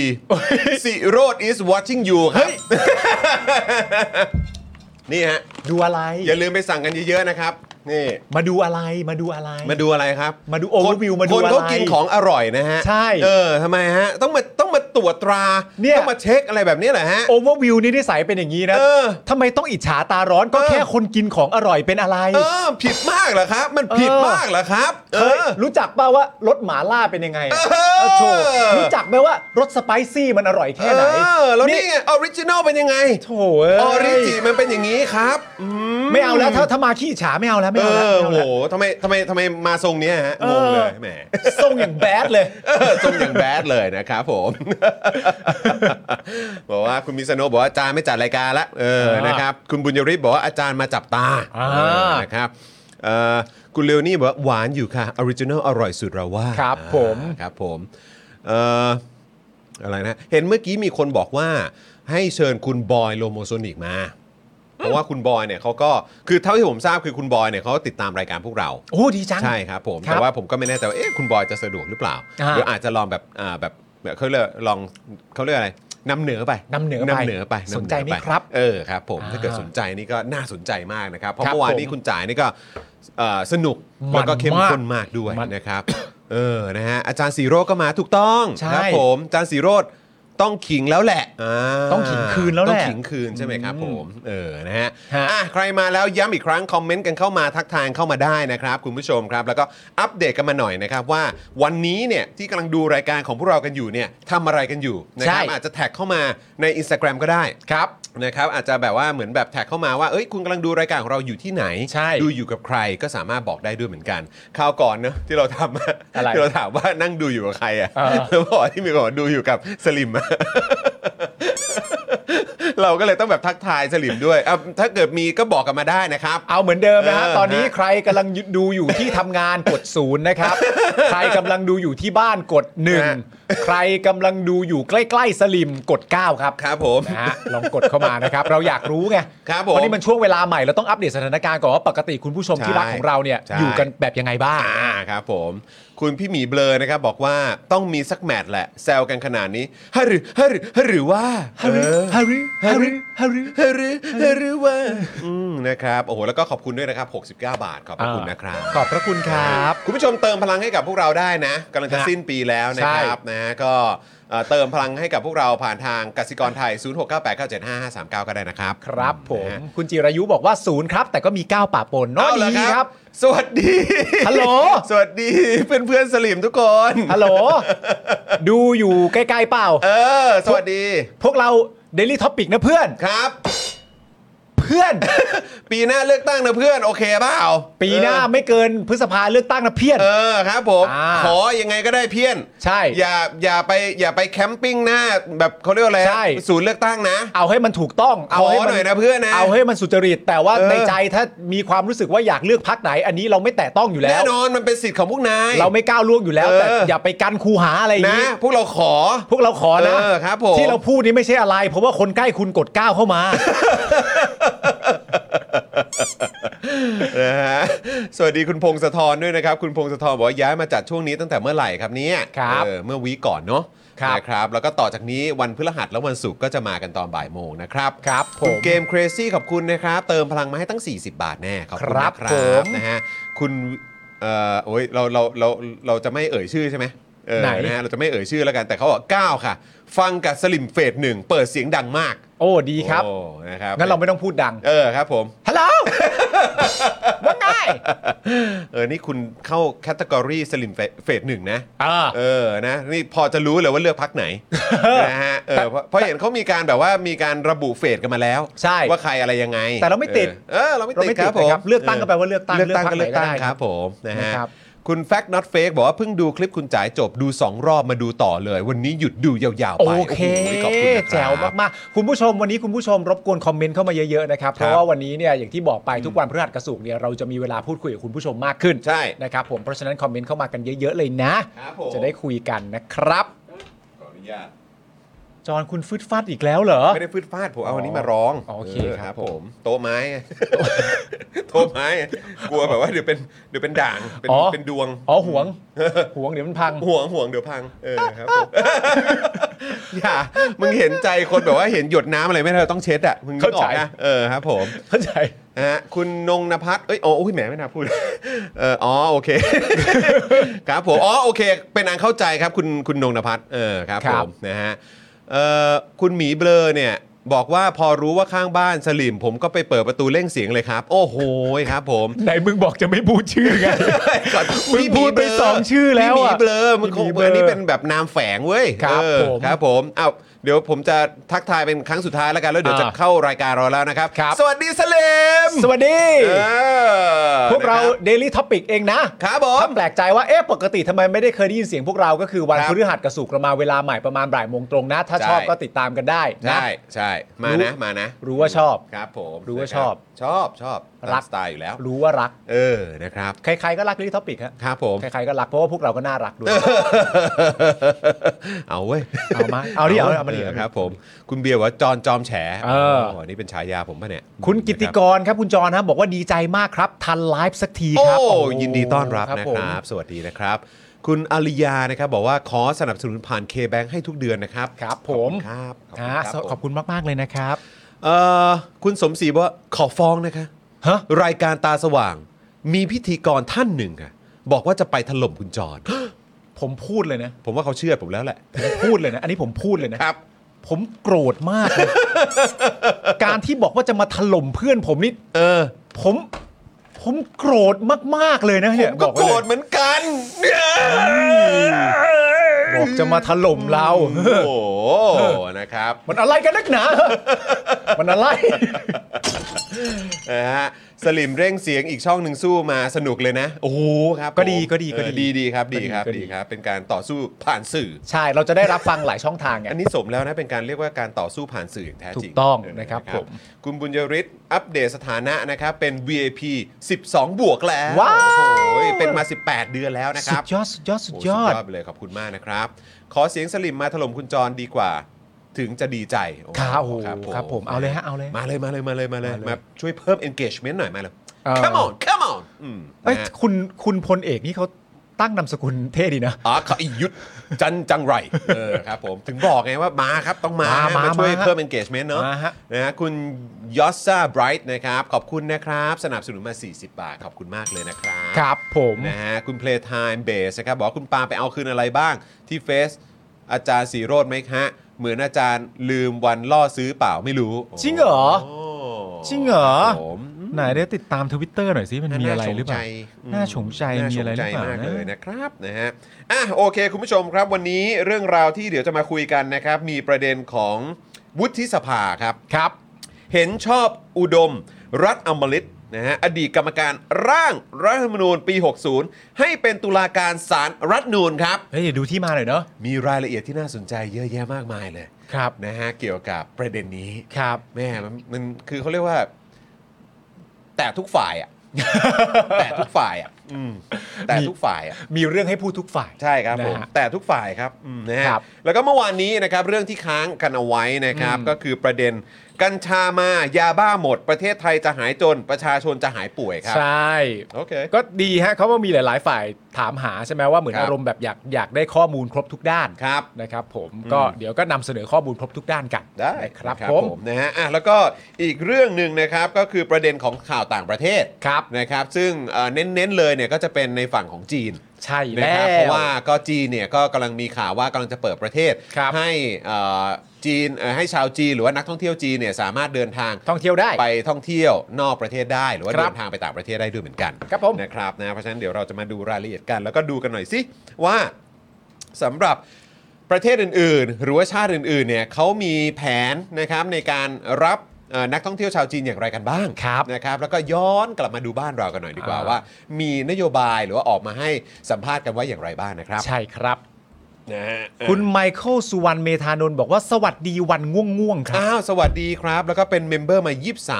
Speaker 3: สิโรด is watching you ครับ นี่ฮะ
Speaker 2: ๆดูอะไร
Speaker 3: อย่าลืมไปสั่งกันเยอะๆนะครับ นี่
Speaker 2: มาดูอะไรมาดูอะไร
Speaker 3: มาดูอะไรครับ
Speaker 2: มาดู overview มาดู
Speaker 3: คน
Speaker 2: อะไร
Speaker 3: เขากินของอร่อยนะฮะ
Speaker 2: ใช่
Speaker 3: เออทำไมฮะ ต้องมาต้องมาตรวจตรา
Speaker 2: เนี่ย
Speaker 3: ต้องมาเช็คอะไรแบบนี้เหรอฮะ
Speaker 2: โอเวอร์วิวนี่นิสัยเป็นอย่างนี้นะ
Speaker 3: เออ
Speaker 2: ทำไมต้องอิจฉาตาร้อนก็
Speaker 3: เออ
Speaker 2: แค่คนกินของอร่อยเป็นอะไร
Speaker 3: เออผิดมากเหรอครับ มันผิด
Speaker 2: เออ
Speaker 3: มากเหรอครับ เอ
Speaker 2: เคย
Speaker 3: อ
Speaker 2: รู้จักเปล่าว่ารสหมาล่าเป็นยังไง
Speaker 3: เออ
Speaker 2: เออโถรู้จักไหมว่ารสสไปซี่มันอร่อยแค่ไหน
Speaker 3: เออแล้วนี่ไงออริจินอลเป็นยังไง
Speaker 2: โถเอ้ย
Speaker 3: ออริจิมันเป็นอย่างนี้ครับอืม
Speaker 2: ไม่เอาแล้วถ้าถ้ามาขี้อิจฉาไม่เอาแล้วไม่
Speaker 3: เอ
Speaker 2: เอาแล้ว
Speaker 3: อ
Speaker 2: ไม่
Speaker 3: โอ้
Speaker 2: เอา
Speaker 3: โห
Speaker 2: แล้ว
Speaker 3: ทำไมทำไมทำไมมาทรงเนี้ยฮะ
Speaker 2: เออ
Speaker 3: งงเลยแหม
Speaker 2: ทรงอย่างแบดเลย
Speaker 3: เออทรงอย่างแบดเลยนะครับผม บอกว่าคุณมิสโนะบอกว่าอาจารย์ไม่จัดรายการละเออ
Speaker 2: อ่าน
Speaker 3: นะครับคุณบุญยริศบอกว่าอาจารย์มาจับตา
Speaker 2: อ่า
Speaker 3: เออนะครับเอ่อคุณเลวนี่บอกว่าหวานอยู่ค่ะออริจินอลอร่อยสุดเราว่า
Speaker 2: ครับ
Speaker 3: อ่า
Speaker 2: ผม
Speaker 3: ครับผมเอ่อ อะไรนะ เห็นเมื่อกี้มีคนบอกว่าให้เชิญคุณบอยโลโมโซนิกมา เพราะว่าคุณบอยเนี่ยเขาก็คือเท่าที่ผมทราบคือคุณบอยเนี่ยเขาติดตามรายการพวกเรา
Speaker 2: โอ้ดีจัง
Speaker 3: ใช่ครับผม
Speaker 2: ครับ
Speaker 3: แต่ว่าผมก็ไม่แน่ใจว่าเอ๊ะคุณบอยจะสะดวกหรือเปล่า
Speaker 2: อ่า
Speaker 3: หรืออาจจะลองแบบอ่าแบบแบบเขาเรียกลองเขาเรียกอะไรนำเหนือไป
Speaker 2: นำเหนือไป
Speaker 3: เหนือไปำเอป
Speaker 2: สนใจไหมครับ
Speaker 3: เออครับผม
Speaker 2: อ่า
Speaker 3: ถ้าเกิดสนใจนี่ก็น่าสนใจมากนะครับเพราะ
Speaker 2: ครับ
Speaker 3: เมื่อวานนี้
Speaker 2: ผม
Speaker 3: คุณจ่ายนี่ก็เอ่อสนุก
Speaker 2: มัน
Speaker 3: แล้วก็เข้มข้นมากด้วย
Speaker 2: มัน
Speaker 3: นะครับเออนะฮะอาจารย์สีโรจน์ก็มาถูกต้อง
Speaker 2: ใช่
Speaker 3: ครับผมอาจารย์สีโรจน์ต้องขิงแล้วแหละา
Speaker 2: ต้องขิงคืนแล้วแหละ
Speaker 3: ต้องขิงคืนใช่ไหมครับผมเออนะฮะ
Speaker 2: ฮะ
Speaker 3: อ่ะ อ่ะใครมาแล้วย้ำอีกครั้ง คอมเมนต์กันเข้ามาทักทายเข้ามาได้นะครับ คุณผู้ชมครับ แล้วก็อัปเดตกันมาหน่อยนะครับ ว่าวันนี้เนี่ยที่กำลังดูรายการของพวกเรากันอยู่เนี่ยทำอะไรกันอยู่นะครับ
Speaker 2: ใช่
Speaker 3: อาจจะแท็กเข้ามาใน Instagram ก็ได้
Speaker 2: ครับ
Speaker 3: นะครับอาจจะแบบว่าเหมือนแบบแท็กเข้ามาว่าเอ้ยคุณกำลังดูรายการของเราอยู่ที่ไหน
Speaker 2: ใช่
Speaker 3: ดูอยู่กับใครก็สามารถบอกได้ด้วยเหมือนกันข่าวก่อนเนอะที่เราทำ อะ
Speaker 2: อะไร
Speaker 3: ที่เราถามว่านั่งดูอยู่กับใครอะ
Speaker 2: เออ
Speaker 3: แล้วบอกที่มีคนบอกดูอยู่กับสลิมอะ เราก็เลยต้องแบบทักทายสลิมด้วยอ่ะถ้าเกิดมีก็บอกกันมาได้นะครับ
Speaker 2: เอาเหมือนเดิมนะฮะ
Speaker 3: เออ
Speaker 2: ตอนนี้
Speaker 3: ฮะ
Speaker 2: ใครกำลังดูอยู่ที่ทำงาน กดศูนย์นะครับ ใครกำลังดูอยู่ที่บ้านกดหนึ่งใครกำลังดูอยู่ใกล้ๆสลิมกด 9 ครับ
Speaker 3: ครับผม
Speaker 2: นะฮะลองกดเข้ามานะครับ เราอยากรู้ไง
Speaker 3: ครับผม
Speaker 2: เพราะนี่มันช่วงเวลาใหม่เราต้องอัปเดตสถานการณ์ก่อนว่าปกติคุณผู้ชมที่รัก
Speaker 3: ใช่
Speaker 2: ของเราเนี่ย
Speaker 3: ใช่
Speaker 2: อยู่กันแบบยังไงบ้าง
Speaker 3: อ่าครับผม คุณพี่หมีเบลอนะครับบอกว่าต้องมีสักแมตช์แหละ แซวกันขนาดนี้ฮะหรือฮะหรือฮะหรือว่า
Speaker 2: ฮะหรือ
Speaker 3: เออ
Speaker 2: ฮะหรือ
Speaker 3: ฮะหรือ
Speaker 2: ฮะหรือ
Speaker 3: ฮะหรือฮะหรือว่าอืมนะครับโอ้โหแล้วก็ขอบคุณด้วยนะครับ 69 บาทขอบพระคุณ
Speaker 2: อ่าน
Speaker 3: นะครับ
Speaker 2: ขอบพระคุณครับ
Speaker 3: คุณผู้ชมเติมพลังให้กับพวกเราได้นะกำลังจะ
Speaker 2: ฮะ
Speaker 3: สิ้นปีแล้วนะครับนะฮะก็เอ่อเติมพลังให้กับพวกเราผ่านทางกสิกรไทย 0698975539 ก็ได้นะครับ
Speaker 2: ครับผม
Speaker 3: นะฮะ
Speaker 2: คุณจิรายุบอกว่าศูนย์ครับ แต่ก็มี9ก้าป่าปนเนาะ
Speaker 3: เอาล่ะ
Speaker 2: ดีครับ
Speaker 3: สวัสดี
Speaker 2: ฮัลโหล
Speaker 3: สวัสดีเพื่อนเพื่อนๆสลิมทุกคน
Speaker 2: ฮัลโหล ดูอยู่ใกล้ๆเปล่า
Speaker 3: เออ สวัสดี
Speaker 2: พวกเรา Daily Topic นะเพื่อน
Speaker 3: ครับ
Speaker 2: เพื่อน
Speaker 3: ปีหน้าเลือกตั้งนะเพื่อนโอเคเปล่า
Speaker 2: ปีหน้า
Speaker 3: เออ
Speaker 2: ไม่เกินพฤษภาเลือกตั้งนะเพี้ยน
Speaker 3: เออครับผม
Speaker 2: อ่า
Speaker 3: ขอยังไงก็ได้เพี้ยน
Speaker 2: ใช่
Speaker 3: อย่าอย่าไปอย่าไปแคมปิ้งหน้าแบบเขาเรียกว่าอะไรอะ
Speaker 2: ใช่
Speaker 3: ศูนย์เลือกตั้งนะ
Speaker 2: เอาให้มันถูกต้อง เอาให้
Speaker 3: ขอหน่อยนะเพื่อนนะ
Speaker 2: เอาให้มันสุจริต แต่ว่า
Speaker 3: เออ
Speaker 2: ในใจถ้ามีความรู้สึกว่าอยากเลือกพักไหน อันนี้เราไม่แตะต้องอยู่แล้
Speaker 3: แน่
Speaker 2: ว
Speaker 3: นอนมันเป็นสิทธิ์ของพวกนาย
Speaker 2: เราไม่ก้าวล่วงอยู่แล้ว แต่
Speaker 3: เอออ
Speaker 2: อย่าไปกันคูหาอะไรอย่าง
Speaker 3: นะ
Speaker 2: นี้
Speaker 3: พวกเราขอ
Speaker 2: พวกเราขอนะ
Speaker 3: เออครับผม
Speaker 2: ที่เราพูดนี้ไม่ใช่อะไร เพราะว่าคนใกล้คุณกดก้าวเข้ามา
Speaker 3: นะฮะสวัสดีคุณพงศธรด้วยนะครับ คุณพงศธรบอกว่าย้ายมาจัดช่วงนี้ตั้งแต่เมื่อไหร่ครับเนี่ย
Speaker 2: ครับ
Speaker 3: เออเมื่อวีคก่อนเนาะ
Speaker 2: ครับ
Speaker 3: นะครับ แล้วก็ต่อจากนี้วันพฤหัสและวันศุกร์ก็จะมากันตอนบ่ายโมงนะครับ
Speaker 2: ครับผ
Speaker 3: คุณ
Speaker 2: ม
Speaker 3: เกม Crazy ขอบคุณนะครับ เติมพลังมาให้ตั้ง 40 บาทแน่ขอบคุณนะครับ
Speaker 2: ผม
Speaker 3: นะฮะคุณเอ่อโอ้ยเราเราเราเราจะไม่เอ่ยชื่อใช่ไหมเออ
Speaker 2: ไหน
Speaker 3: นะฮะเราจะไม่เอ่ยชื่อแล้วกันแต่เขาบอก9ค่ะ ฟังกับสลิมเฟสหนึ่งเปิดเสียงดังมาก
Speaker 2: โอ้ดีครับ
Speaker 3: โอ้นะครับ
Speaker 2: งั้นเราไม่ต้องพูดดัง
Speaker 3: เออครับผม
Speaker 2: ฮัลโหล ว่าไง
Speaker 3: เออนี่คุณเข้าแคตตากรีสลิมเฟสหนึ่งนะ
Speaker 2: อ่า
Speaker 3: เออนะนี่พอจะรู้เลยว่าเลือก พักไหน นะฮะเออเพราะเพราะเห็นเขามีการแบบว่ามีการระบุเฟสกันมาแล้ว
Speaker 2: ใช่
Speaker 3: ว่าใครอะไรยังไง
Speaker 2: แต่เราไม่ติด
Speaker 3: เออเราไม่
Speaker 2: เรา
Speaker 3: ติด
Speaker 2: ไม่
Speaker 3: ค
Speaker 2: ติด
Speaker 3: รับผม
Speaker 2: นะครับเลือกตั้งก็แปลว่าเลือกตั้ง
Speaker 3: เลือกตั้ง
Speaker 2: พรร
Speaker 3: ก็
Speaker 2: ค
Speaker 3: เลือกตั้ง
Speaker 2: ไหนได้
Speaker 3: ครับผมนะฮะ
Speaker 2: นะครับ
Speaker 3: คุณ Fact Not Fake บอกว่าเพิ่งดูคลิปคุณจ๋ายจบดู 2 รอบมาดูต่อเลย วันนี้หยุดดูยาวๆ
Speaker 2: โอ
Speaker 3: ไป
Speaker 2: เค
Speaker 3: โอ้โหขอบคุณนะครับ
Speaker 2: แจ๋วมากๆ คุณผู้ชมวันนี้คุณผู้ชมรบกวนคอมเมนต์เข้ามาเยอะๆนะครับ เพ
Speaker 3: ครั
Speaker 2: ราะ
Speaker 3: บ
Speaker 2: ว่าวันนี้เนี่ยอย่างที่บอกไปทุกวันพฤหัสกระสุกร์เนี่ยเราจะมีเวลาพูดคุยกับคุณผู้ชมมากขึ้น
Speaker 3: ใช่
Speaker 2: นะครับผมเพราะฉะนั้นคอมเมนต์เข้ามากันเยอะๆเลยนะ
Speaker 3: ครับผม
Speaker 2: จะได้คุยกันนะครับ
Speaker 3: ขออนุญาต
Speaker 2: จอห์นคุณฟึดฟัดอีกแล้วเหรอ
Speaker 3: ไม่ได้ฟืดฟาดผมเอาวันนี้มาร้อง
Speaker 2: โอเค
Speaker 3: อ
Speaker 2: ครับ
Speaker 3: โต๊ะไม้ ไงโต๊ะไม้ไงกลัวแบบว่าเดี๋ยวเป็นเดี๋ยวเป็นด่างเป็น
Speaker 2: อ๋อ
Speaker 3: เป็นดวง
Speaker 2: อ๋อห่วงห่วงเดี๋ยวมันพัง
Speaker 3: ห่วงห่วงเดี๋ยวพังเออครับผม อย่ามึงเห็นใจคนแบบว่าเห็นหยดน้ำอะไรไม่ได้เราต้องเช็ดอ่ะมึงนึกออก
Speaker 2: เข้าใจ
Speaker 3: นะเออครับผม
Speaker 2: เข้าใจ
Speaker 3: นะฮะคุณนงนภัสเอ้ยโออุ้ยแหมไม่น่าพูด เอออ๋อโอเค ครับผมอ๋อโอเค เป็นอันเข้าใจครับคุณคุณนงนภัสเออครับ
Speaker 2: ค
Speaker 3: ผ
Speaker 2: รับ
Speaker 3: มนะฮะเอ่อคุณหมีเบลอเนี่ย บอกว่าพอรู้ว่าข้างบ้านสลิมผมก็ไปเปิดประตูเร่งเสียงเลยครับ โอ้โหครับผม
Speaker 2: ไหนมึงบอกจะไม่พูดชื่อไง มึงพูดไปสองชื่อแล้ว
Speaker 3: พี่หมี
Speaker 2: อะ
Speaker 3: เบลอมึงคง
Speaker 2: พี่หมีเบลอ
Speaker 3: อันนี้เป็นแบบนามแฝงเว้ย
Speaker 2: ครับ
Speaker 3: เออ
Speaker 2: ผม
Speaker 3: ครับผมเอ้าเดี๋ยวผมจะทักทายเป็นครั้งสุดท้ายแล้วกันแล้วเดี๋ยวจะ
Speaker 2: อ่า
Speaker 3: เข้ารายการเราแล้วนะครับ
Speaker 2: ครับ
Speaker 3: สวัสดีสลิม
Speaker 2: สวัสดี
Speaker 3: เออ
Speaker 2: พวกเรา
Speaker 3: นะคบ
Speaker 2: Daily Topic เองนะครับ
Speaker 3: ผม
Speaker 2: ถ้าแปลกใจว่า เอ๊ะ ปกติทำไมไม่ได้เคยได้ยินเสียงพวกเรา ก็คือวัน
Speaker 3: ครับ
Speaker 2: พฤหัสกับศุกร์เรามาเวลาใหม่ประมาณบ่ายโมงตรงนะ ถ้า
Speaker 3: ใช่
Speaker 2: ชอบก็ติดตามกันได้นะ
Speaker 3: ใช่ใช่มานะมานะ
Speaker 2: รู้ว่าชอบ
Speaker 3: ครับผม
Speaker 2: รู้ว่า
Speaker 3: นะค
Speaker 2: ชอบ
Speaker 3: ชอบชอบตาม
Speaker 2: รัก
Speaker 3: สไตล์อยู่แล้ว
Speaker 2: รู้ว่ารัก
Speaker 3: เออนะครับ
Speaker 2: ใครๆก็รัก Daily Topic ฮะ
Speaker 3: ครับผม
Speaker 2: ใครๆก็รัก เพราะว่าพวกเราก็น่ารักด้วย
Speaker 3: เอาเว้ย
Speaker 2: เอามาเอาดิเอาเอามาดิ
Speaker 3: ครับผมคุณเบียร์บอกว่าจอนจอมแฉ
Speaker 2: เออ
Speaker 3: โอันนี้เป็นฉายาผมปะเนี่ย
Speaker 2: คุณกิตติกรครับ คุณจรครับบอกว่าดีใจมากครับ ทันไลฟ์สักที
Speaker 3: โอ้
Speaker 2: ครับ
Speaker 3: ยินดีต้อนรับนะ
Speaker 2: ผม
Speaker 3: ครับ สวัสดีนะครับ คุณอาริยานะครับบอกว่าขอสนับสนุนผ่าน K-Bank ให้ทุกเดือนนะครับ
Speaker 2: ครับผม
Speaker 3: ขอบคุณค
Speaker 2: ฮะ
Speaker 3: รับ
Speaker 2: ขอบคุณมากๆเลยนะครับ
Speaker 3: เอ่อคุณสมศรีบอกว่าขอฟ้องนะคะ
Speaker 2: ฮะ
Speaker 3: รายการตาสว่างมีพิธีกรท่านหนึ่งอะบอกว่าจะไปถล่มคุณจร
Speaker 2: ผมพูดเลยนะ
Speaker 3: ผมว่าเขาเชื่อผมแล้วแหละ
Speaker 2: ผมพูดเลยนะ อันนี้ผมพูดเลยนะ
Speaker 3: ครับ
Speaker 2: ผมโกรธมาก เลย การที่บอกว่าจะมาถล่มเพื่อนผมนี่
Speaker 3: เออ
Speaker 2: ผม ผมโกรธมาก ๆ เลยนะเนี่ย
Speaker 3: ก็
Speaker 2: บอไว้
Speaker 3: โกร
Speaker 2: เลย
Speaker 3: ธเหมือนกัน
Speaker 2: บอกจะมาถล่มเรา
Speaker 3: โอ้โหนะครับ
Speaker 2: มันอะไรกันนักหนา มันอะไร
Speaker 3: นะฮะสลิมเร่งเสียงอีกช่องหนึ่งสู้มาสนุกเลยนะ โอ้โหครับ
Speaker 2: ก็ดี
Speaker 3: ผม
Speaker 2: ก็ดีก็ดี
Speaker 3: เออดีดีครับ ดีครับ
Speaker 2: ก็ดี
Speaker 3: ดีครับ เป็นการต่อสู้ผ่านสื่อ
Speaker 2: ใช่เราจะได้รับฟังหลายช่องทางไง
Speaker 3: อันนี้สมแล้วนะ เป็นการเรียกว่าการต่อสู้ผ่านสื่ออย่างแท้จริง
Speaker 2: ถูกต้องนะครับผม
Speaker 3: คุณบุญยริศอัปเดตสถานะนะครับ เป็น VIP 12 บวกแล้ว
Speaker 2: ว้าว
Speaker 3: โอ้ยเป็นมา 18 เดือนแล้วนะค
Speaker 2: สุ
Speaker 3: รับ
Speaker 2: ดยอดสุดยอดสุด
Speaker 3: โอ้
Speaker 2: ยอด
Speaker 3: สุดไปเลยขอบคุณมากนะครับ ขอเสียงสลิมมาถล่มคุณจรดีกว่า ถึงจะดีใจโอ้
Speaker 2: ครับโอ้โหครับผมเอาเลยฮะเอาเลย
Speaker 3: มาเลยมาเลยมาเลยมาเลย
Speaker 2: มาเลย
Speaker 3: มาช่วยเพิ่ม engagement หน่อยมาเลย
Speaker 2: เอ่อ
Speaker 3: come on come on อืม
Speaker 2: เอ้ย
Speaker 3: นะฮะ
Speaker 2: คุณคุณพลเอกนี่เขาตั้งนามสกุลเท่ดีนะ
Speaker 3: อ๋อขออียุทธจันจังไรเออครับผมถึงบอกไงว่ามาครับต้องมา
Speaker 2: มา
Speaker 3: มา
Speaker 2: มา
Speaker 3: ช่วย
Speaker 2: มาฮะ
Speaker 3: เพิ่ม engagement เนอะ
Speaker 2: มาฮะ
Speaker 3: นะฮะคุณยอสซาไบรท์นะครับ ขอบคุณนะครับ สนับสนุนมา 40 บาท ขอบคุณมากเลยนะครับ
Speaker 2: ครับผม
Speaker 3: นะฮะคุณ Playtime Base นะครับบอกว่าคุณปาไปเอาคืนอะไรบ้าง ที่เฟซอาจารย์สีโรดไหมฮะ เหมือนอาจารย์ลืมวันล่อซื้อเปล่าไม่รู้
Speaker 2: จริงเหรอ
Speaker 3: โอ้
Speaker 2: จริงเหรอ
Speaker 3: ครับผม
Speaker 2: ไหนได้ติดตามทวิตเตอร์หน่อยสิมันมีอะไรหรือเปล่า น่าฉงใจ
Speaker 3: น่า
Speaker 2: มี
Speaker 3: ฉง
Speaker 2: อะไรห
Speaker 3: ใจ
Speaker 2: รือเปล่าม
Speaker 3: าก
Speaker 2: นะ
Speaker 3: เลยนะครับนะฮะอ่ะโอเค คุณผู้ชมครับวันนี้เรื่องราวที่เดี๋ยวจะมาคุยกันนะครับ มีประเด็นของวุฒิสภาครับ
Speaker 2: ครับ
Speaker 3: เห็นชอบอุดม รัฐอมฤตนะฮะอดีตกรรมการร่างรัฐธรรมนูญปี 60 ให้เป็นตุลาการศาลรรัฐธรรมนูญครับ
Speaker 2: เฮ้ยเดี๋ยวดูที่มาหน่อยเนาะ
Speaker 3: มีรายละเอียดที่น่าสนใจเยอะแยะมากมายเลย
Speaker 2: ครับ
Speaker 3: นะฮะเกี่ยวกับประเด็นนี้
Speaker 2: ครับ
Speaker 3: แม่มันมันคือเขาเรียกว่า แต่ทุกฝ่ายอะ แต่ทุกฝ่ายอะอืมแต่ทุกฝ่ายอะ
Speaker 2: มีเรื่องให้พูดทุกฝ่าย
Speaker 3: ใช่ครับผม
Speaker 2: นะฮะ
Speaker 3: แต่ทุกฝ่ายครับอืมนะฮะ
Speaker 2: ครับ
Speaker 3: แล้วก็เมื่อวานนี้นะครับเรื่องที่ค้างกันเอาไว้นะครับ ก็คือประเด็นกัญชามายาบ้าหมด ประเทศไทยจะหายจนประชาชนจะหายป่วยครั
Speaker 2: ใช่
Speaker 3: โอเค
Speaker 2: ก็ดีฮะเขาว่ามีหลาย ๆ ฝ่ายถามหาใช่ไหมว่าเหมือน
Speaker 3: ครับ
Speaker 2: อารมณ์แบบอยากอยากได้ข้อมูลครบทุกด้าน
Speaker 3: ครับ
Speaker 2: นะครับผมก็เดี๋ยวก็นำเสนอข้อมูลครบทุกด้านกัน
Speaker 3: ได้
Speaker 2: นะครับ
Speaker 3: นะ
Speaker 2: ผม
Speaker 3: นะฮะอ่ะแล้วก็อีกเรื่องหนึ่งนะครับก็คือประเด็นของข่าวต่างประเทศ
Speaker 2: ครับ
Speaker 3: นะครับซึ่งเอ่อเน้นๆเลยเนี่ยก็จะเป็นในฝั่งของจีน
Speaker 2: ใช่
Speaker 3: นะ
Speaker 2: แล้
Speaker 3: คว รับเพราะว่าก็จีนเนี่ยก็กำลังมีข่าวว่ากำลังจะเปิดประเทศ
Speaker 2: ครับ
Speaker 3: ให้เอ่อจีนเอ่อให้ชาวจีนหรือว่านักท่องเที่ยวจีนเนี่ยสามารถเดินทาง
Speaker 2: ท่องเที่ยวได้
Speaker 3: ไปท่องเที่ยวนอกประเทศได้ หรือว่า
Speaker 2: ครับ
Speaker 3: เดินทางไปต่างประเทศได้ด้วยเหมือนกัน
Speaker 2: ครับผม
Speaker 3: นะครับนะเพราะฉะนั้นเดี๋ยวเราจะมาดูรายละเอียดกัน แล้วก็ดูกันหน่อยสิว่าสำหรับประเทศอื่น ๆ หรือว่าชาติอื่นๆเนี่ยเขามีแผนนะครับในการรับเอ่อนักท่องเที่ยวชาวจีนอย่างไรกันบ้าง
Speaker 2: ครับ
Speaker 3: นะครับแล้วก็ย้อนกลับมาดูบ้านเรากันหน่อยดีกว่า
Speaker 2: อ่า
Speaker 3: ว่า มีนโยบายหรือว่าออกมาให้สัมภาษณ์กันว่าอย่างไรบ้างนะครับ
Speaker 2: ใช่ครับ
Speaker 3: นะฮะ
Speaker 2: คุณไมเคิลสุวรรณเมธานนท์บอกว่าสวัสดีวันง่วงๆครับ
Speaker 3: อ้าว สวัสดีครับ แล้วก็เป็นเมมเบอร์มา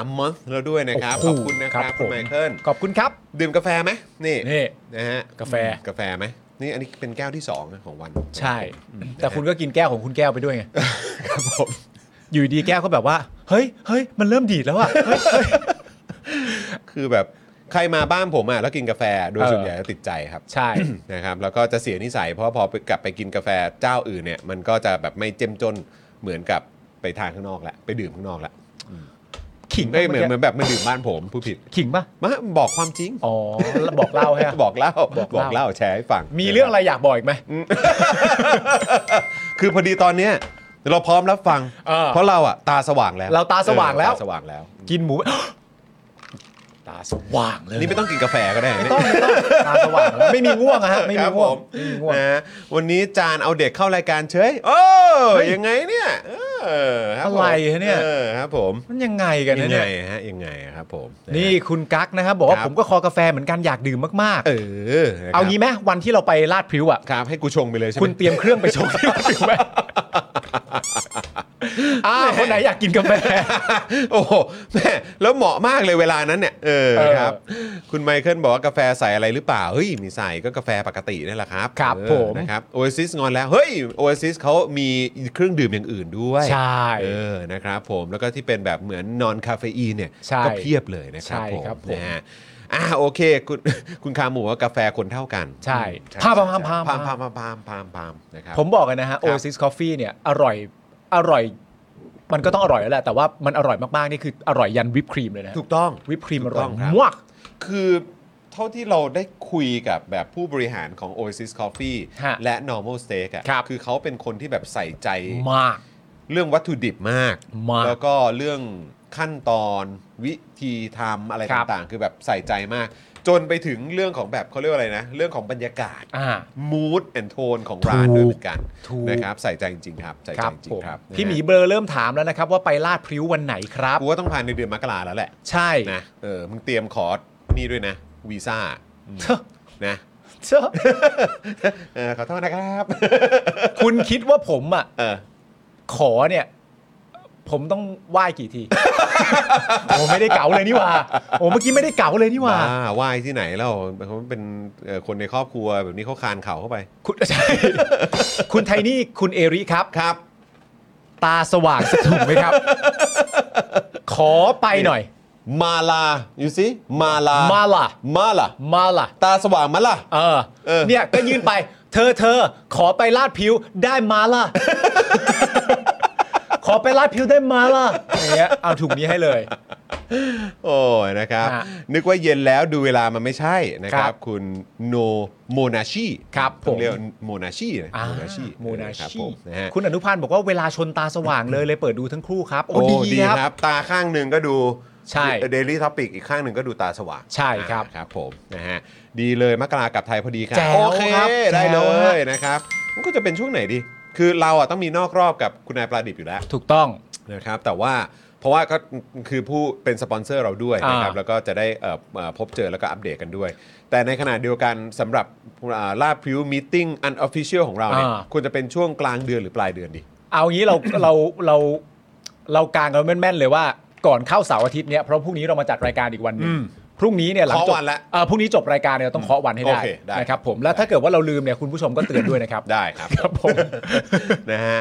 Speaker 3: 23 month แล้วด้วยนะครับ ข
Speaker 2: โโห
Speaker 3: อบคุณนะครับ คุณ
Speaker 2: ผม
Speaker 3: ไมเคิล
Speaker 2: ขอบคุณครับ
Speaker 3: ดื่มกาแฟไหมนี่
Speaker 2: นี่
Speaker 3: นะฮะ
Speaker 2: กาแฟ
Speaker 3: กาแฟไหมนี่อันนี้เป็นแก้วที่ 2 ของวัน
Speaker 2: ใช่ แต่คุณก็กินแก้วของคุณแก้วไปด้วยไง
Speaker 3: ครับผม
Speaker 2: อยู่ดีแก้วก็แบบว่า เฮ้ยเฮ้ยมันเริ่มดีดแล้ว อ่ะเฮ้ยเฮ้ย
Speaker 3: คือแบบใครมาบ้านผมอ่ะแล้วกินกาแฟโดย
Speaker 2: เออ
Speaker 3: ส่วนใหญ่จะติดใจครับ
Speaker 2: ใช่
Speaker 3: นะครับแล้วก็จะเสียนิสัยเพราะพอไปกลับไปกินกาแฟเจ้าอื่นเนี่ยมันก็จะแบบไม่เจ้มจนเหมือนกับไปทานข้างนอกละไปดื่มข้างนอกละ
Speaker 2: ขิง
Speaker 3: ไม่
Speaker 2: ปะ
Speaker 3: เหมือนเหมือนแบบมาดื่มบ้านผมผู้ผิด
Speaker 2: ขิงปะ
Speaker 3: มาบอกความจริง
Speaker 2: อ๋อแล้วบอกเล่าให้อะ
Speaker 3: บอกเล่า
Speaker 2: บอกเล่า
Speaker 3: บอกเล่าแชร์ให้ฟัง
Speaker 2: มีเรื่องอะไรอยากบอกอีกไหม
Speaker 3: คือพอดีตอนเนี้ยเราพร้อมรับฟัง
Speaker 2: เออ
Speaker 3: เพราะเราอะตาสว่างแล้ว
Speaker 2: เราตาสว่างแล้ว
Speaker 3: เออตาสว่างแล้ว
Speaker 2: กินหมู ตาสว่างเลย
Speaker 3: นี่ไม่ต้องกินกาแฟก็ได้นะ
Speaker 2: ไม่
Speaker 3: เนี่ย
Speaker 2: ต้องไม่ต้องตาสว่างแล้วไม่มีง่วงอะฮะไม่
Speaker 3: ค
Speaker 2: มี
Speaker 3: รับ
Speaker 2: ง่
Speaker 3: ผ
Speaker 2: วง
Speaker 3: ม
Speaker 2: ไม่มีง่วง
Speaker 3: นะฮะวันนี้จานเอาเด็กเข้ารายการเฉยโอ้ยังไงเนี่ยเออคบผ
Speaker 2: อะ
Speaker 3: ม
Speaker 2: ไรฮะเนี่ย
Speaker 3: ออครับผม
Speaker 2: มันยังไงกัน
Speaker 3: ยั
Speaker 2: นะ
Speaker 3: ง
Speaker 2: เนี่
Speaker 3: ไง
Speaker 2: ย
Speaker 3: ฮะยังไงครับผม
Speaker 2: นี่
Speaker 3: ะฮะ
Speaker 2: คุณกั๊กนะครับบอกว่า
Speaker 3: ครับ
Speaker 2: ผมก็คอกาแฟเหมือนกันอยากดื่มมาก
Speaker 3: เออ
Speaker 2: ๆ เอางี้ไหมวันที่เราไปลาดพริ้วอ่ะ
Speaker 3: ครับให้กูชงไปเลยใช่ไหม
Speaker 2: คุณเตรียมเครื่องไปช งที่ลาดพริ้วไหมอ้าวคนไหนอยากกินกาแฟ
Speaker 3: โอ้โหแม่แล้วเหมาะมากเลยเวลานั้นเนี่ยเออ
Speaker 2: เออ
Speaker 3: ครับ คุณไมเคิลบอกว่ากาแฟใส่อะไรหรือเปล่าเฮ้ยมีใส่ก็กาแฟปกตินี่แหละครับ
Speaker 2: ครับ
Speaker 3: เออ
Speaker 2: ผม
Speaker 3: นะครับโอเอซิสงอนแล้วเฮ้ยโอเอซิสเขามีเครื่องดื่มอย่างอื่นด้วย
Speaker 2: ใช่
Speaker 3: เออนะครับผมแล้วก็ที่เป็นแบบเหมือนนอนคาเฟอีนเนี่ย
Speaker 2: ใช่
Speaker 3: ก็เพียบเลยนะครับ
Speaker 2: ใช่
Speaker 3: ผม
Speaker 2: ครับผม
Speaker 3: นะฮะอ่าโอเค คุณ คุณคาหมูว่ากาแฟคนเท่ากัน
Speaker 2: ใช่
Speaker 3: ใช่
Speaker 2: พามพามพาม
Speaker 3: พามพาม
Speaker 2: พาม
Speaker 3: พามพามพามนะครับ
Speaker 2: ผมบอกกันนะฮะ Oasis Coffee เนี่ยอร่อยอร่อย มันก็ต้องอร่อยแล้วแหละ แต่ว่ามันอร่อยมากๆ นี่คืออร่อยยันวิปครีมเลยนะ
Speaker 3: ถูกต้อง
Speaker 2: วิปครีม
Speaker 3: ถู
Speaker 2: อก
Speaker 3: ต้
Speaker 2: ร่อ
Speaker 3: อย งครับ
Speaker 2: มาก
Speaker 3: คือเท่าที่เราได้คุยกับแบบผู้บริหารของ Oasis Coffee
Speaker 2: ฮะ
Speaker 3: และ Normal Steak อะ
Speaker 2: ครับ
Speaker 3: คือเขาเป็นคนที่แบบใส่ใจ
Speaker 2: มาก
Speaker 3: เรื่องวัตถุดิบมาก
Speaker 2: มาก
Speaker 3: แล้วก็เรื่องขั้นตอนวิธีทำอะไร
Speaker 2: ครับ
Speaker 3: ต่างๆ คือแบบใส่ใจมาก จนไปถึงเรื่องของแบบเขาเรียกว่าอะไรนะ เรื่องของบรรยากาศ
Speaker 2: อ่า
Speaker 3: mood and tone ของร้านด้วยเหมือนกัน
Speaker 2: ถูก
Speaker 3: นะครับใส่ใจจริงๆครับใส่
Speaker 2: ค
Speaker 3: ใจ
Speaker 2: รับ
Speaker 3: จริ
Speaker 2: ผ
Speaker 3: ง
Speaker 2: ม
Speaker 3: ๆครับ
Speaker 2: พี่หมี
Speaker 3: นะฮะ
Speaker 2: เบลอเริ่มถามแล้วนะครับ ว่าไปลาดพริ้ววันไหนครับ
Speaker 3: กูว่าต้องผ่านในเดือนมกราแล้วแหละ
Speaker 2: ใช่
Speaker 3: นะเออมึงเตรียมขอนี่ด้วยนะวีซ่าอืม
Speaker 2: เธอ
Speaker 3: นะ
Speaker 2: เธอ
Speaker 3: เออขอโทษนะครับ
Speaker 2: คุณคิดว่าผมอ่ะ
Speaker 3: เออ
Speaker 2: ขอเนี่ย ผมต้องไหว้กี่ที ผมไม่ได้เก๋าเลยนี่หว่าโอ้เมื่อกี้ไม่ได้เก๋าเลยนี่หว่า
Speaker 3: บ้าไหว้ที่ไหนแล้วเขาเป็นเอ่อคนในครอบครัวแบบนี้เขาคานเข่าเข้าไป
Speaker 2: คุณ ใช่ คุณไทนี่คุณเอริครับ
Speaker 3: ครับ
Speaker 2: ตาสว่างสะถุงไหมครับ ขอไปหน่อย
Speaker 3: มาลา you see มาลา
Speaker 2: มา
Speaker 3: มา
Speaker 2: ล่ะ
Speaker 3: มาลา
Speaker 2: มาล่ะ
Speaker 3: ตาสว่างมาล่ะ
Speaker 2: เออ
Speaker 3: เออ
Speaker 2: เนี่ยก็ยื่นไป เธอเธอ ขอไปลาดผิวได้มาล่ะ ขอไปลาดผิวได้มาล่ะอย่างเงี้ยเอาถุงนี้ให้เลย
Speaker 3: โอ้ยนะครับ
Speaker 2: ฮะ
Speaker 3: นึกว่าเย็นแล้วดูเวลามันไม่ใช่นะค
Speaker 2: ครั
Speaker 3: รับ
Speaker 2: บ
Speaker 3: คุณโนโมนาชี
Speaker 2: ครับผม
Speaker 3: เรียกโมนาชีนะ
Speaker 2: อ่า
Speaker 3: โมนาชี
Speaker 2: โมนา
Speaker 3: ครับ
Speaker 2: ชี
Speaker 3: ผมนะฮะ
Speaker 2: คุณอนุพันธ์บอกว่าเวลาชนตาสว่างเลยเลยเปิดดูทั้งคู่ครับ โอ้
Speaker 3: โอ้
Speaker 2: ดี
Speaker 3: ดี
Speaker 2: ครับ
Speaker 3: ครับ ตาข้างหนึ่งก็ดู
Speaker 2: ใช่
Speaker 3: เดลี่ท็อปิกอีกข้างหนึ่งก็ดูตาสว่าง
Speaker 2: ใช่ครับ
Speaker 3: อ่าครับผมนะฮะดีเลยมกรากลับไทยพอดีครับ
Speaker 2: แจ๋ว
Speaker 3: โอเค
Speaker 2: ครับ
Speaker 3: ได้
Speaker 2: แจ๋
Speaker 3: เล
Speaker 2: วฮะ
Speaker 3: ยนะครับมันก็จะเป็นช่วงไหนดี คือเราอ่ะต้องมีนอกรอบกับคุณนายปลาดิบอยู่แล้ว
Speaker 2: ถูกต้อง
Speaker 3: นะครับแต่ว่าเพราะว่าก็คือผู้เป็นสปอนเซอร์เราด้วยนะครับ
Speaker 2: อ่า
Speaker 3: แล้วก็จะได้เอ่อเอ่อพบเจอแล้วก็อัปเดตกันด้วย แต่ในขณะเดียวกันสำหรับอ่าลาบพริ้วมีติ้งอันออฟฟิเชียลของเราเนี่ย
Speaker 2: อ่า
Speaker 3: ควรจะเป็นช่วงกลางเดือนหรือปลายเดือนดี
Speaker 2: เอางี้เรา เราเราเรากางกันแม่นๆเลยว่าก่อนเข้าเสาร์อาทิตย์เนี่ยเพราะพรุ่งนี้เรามาจัดรายการอีกวันหนึงพรุ่งนี้เนี่ยหลังจบ
Speaker 3: เคาะวันละ
Speaker 2: เอ่อพรุ่งนี้จบรายการเนี่ยเราต้องเคาะวันให้ได้
Speaker 3: โอเคได้
Speaker 2: นะครับผมแล้วถ้าเกิดว่าเราลืมเนี่ยคุณผู้ชมก็เตือนด้วยนะครับ
Speaker 3: ได้ครับ
Speaker 2: ครับผม
Speaker 3: นะฮะ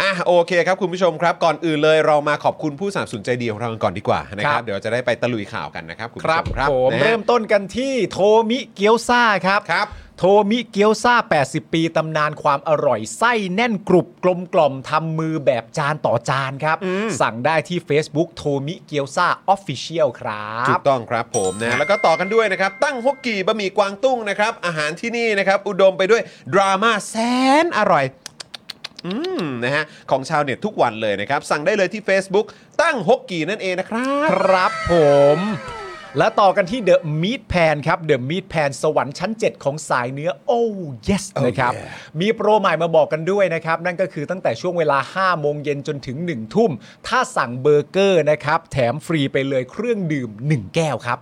Speaker 3: อ่ะโอเคครับคุณผู้ชมครับ ก่อนอื่นเลยเรามาขอบคุณผู้สนับสนุนใจดีของเรากันก่อนดีกว่านะค
Speaker 2: ค
Speaker 3: รั
Speaker 2: รั
Speaker 3: บบ เดี๋ยวจะได้ไปตะลุยข่าวกันนะครับคุณ
Speaker 2: ค
Speaker 3: ผู้
Speaker 2: รั
Speaker 3: ช
Speaker 2: บ
Speaker 3: มครับ
Speaker 2: ผม
Speaker 3: นะฮะ
Speaker 2: เริ่มต้นกันที่โทมิเกียวซ่าครับ
Speaker 3: ครับ
Speaker 2: โทมิเกียวซ่า 80 ปีตำนานความอร่อยไส้แน่นกรุบกลมกล่อมทำมือแบบจานต่อจานครับ สั่งได้ที่ Facebook โทมิเกียวซ่าออฟฟิเชียลครั
Speaker 3: ถู
Speaker 2: บ
Speaker 3: กต้องครับผมนะแล้วก็ต่อกันด้วยนะครับ ตั้งฮกกีบะหมี่กวางตุ้งนะครับ อาหารที่นี่นะครับ อุดมไปด้วย ดราม่าแสนอร่อย อืมนะฮะของชาวเน็ตทุกวันเลยนะครับ สั่งได้เลยที่ Facebook ตั้งฮกกีนั่นเองนะครับ
Speaker 2: ครับผม และต่อกันที่เดอะมีทแพนครับเดอะมีทแพนสวรรค์ชั้น 7 ของสายเนื้อ โอ้ yes นะครับ มีโปรใหม่มาบอกกันด้วยนะครับ นั่นก็คือตั้งแต่ช่วงเวลา 5 โมงเย็นจนถึง 1 ทุ่ม ถ้าสั่งเบอร์เกอร์นะครับ แถมฟรีไปเลยเครื่องดื่ม 1 แก้วครับ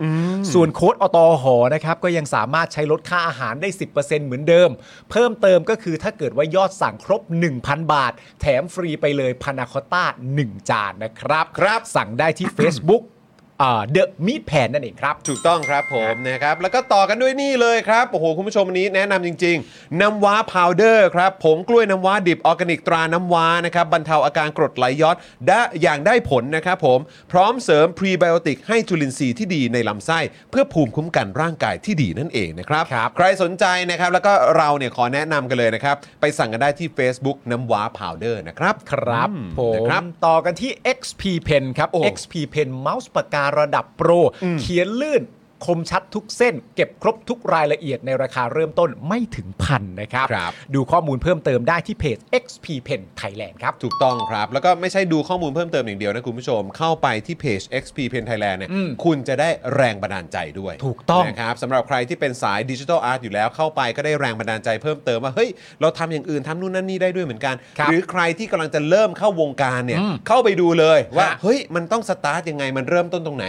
Speaker 2: ส่วนโค้ดอตอหอนะครับ ก็ยังสามารถใช้ลดค่าอาหารได้ 10%เหมือนเดิม เพิ่มเติมก็คือถ้าเกิดว่ายอดสั่งครบ 1,000 บาท แถมฟรีไปเลยพานาคอต้า1จานนะครับ
Speaker 3: ครับ
Speaker 2: สั่งได้ที่ Facebook เดอะมีดแผนนั่นเองครับ
Speaker 3: ถูกต้องครับผมนะครับ แล้วก็ต่อกันด้วยนี่เลยครับ โอ้โห คุณผู้ชมวันนี้แนะนำจริง ๆ น้ำว้าพาวเดอร์ครับ ผงกล้วยน้ำว้าดิบออร์แกนิกตราน้ำว้านะครับ บรรเทาอาการกรดไหลย้อนได้อย่างได้ผลนะครับผม พร้อมเสริมพรีไบโอติกให้จุลินทรีย์ที่ดีในลำไส้ เพื่อภูมิคุ้มกันร่างกายที่ดีนั่นเองนะครับ
Speaker 2: ครับ
Speaker 3: ใครสนใจนะครับ แล้วก็เราเนี่ยขอแนะนำกันเลยนะครับ ไปสั่งกันได้ที่ Facebook น้ำว้าพาวเดอร์นะครับ
Speaker 2: ครับ
Speaker 3: อื
Speaker 2: ผ
Speaker 3: นะ
Speaker 2: ม
Speaker 3: ครับ
Speaker 2: ต่อกันที่ XP Pen ครับ
Speaker 3: โอ้
Speaker 2: XP Pen เมาส์ปากการะดับโปร เขียนลื่น คมชัดทุกเส้น เก็บครบทุกรายละเอียดในราคาเริ่มต้นไม่ถึงพันนะครับ
Speaker 3: ครับ
Speaker 2: ดูข้อมูลเพิ่มเติมได้ที่เพจ XP Pen Thailand ครับ
Speaker 3: ถูกต้องครับ แล้วก็ไม่ใช่ดูข้อมูลเพิ่มเติมอย่างเดียวนะคุณผู้ชม เข้าไปที่เพจ XP Pen Thailand เนี่ย
Speaker 2: อืม
Speaker 3: คุณจะได้แรงบันดาลใจด้วย
Speaker 2: ถูกต้อง
Speaker 3: นะครับสำหรับใครที่เป็นสายดิจิทัลอาร์ตอยู่แล้วเข้าไปก็ได้แรงบันดาลใจเพิ่มเติมว่า เฮ้ย เราทำอย่างอื่นทำนู่นนั่นนี่ได้ด้วยเหมือนกัน
Speaker 2: ครับ
Speaker 3: หรือใครที่กำลังจะเริ่มเข้าวงการเนี่ย
Speaker 2: อืม
Speaker 3: เข้าไปดูเลยว่า
Speaker 2: ฮะ
Speaker 3: เฮ้ย มันต้องสตาร์ทยังไงมันเริ่มต้นตรงไหน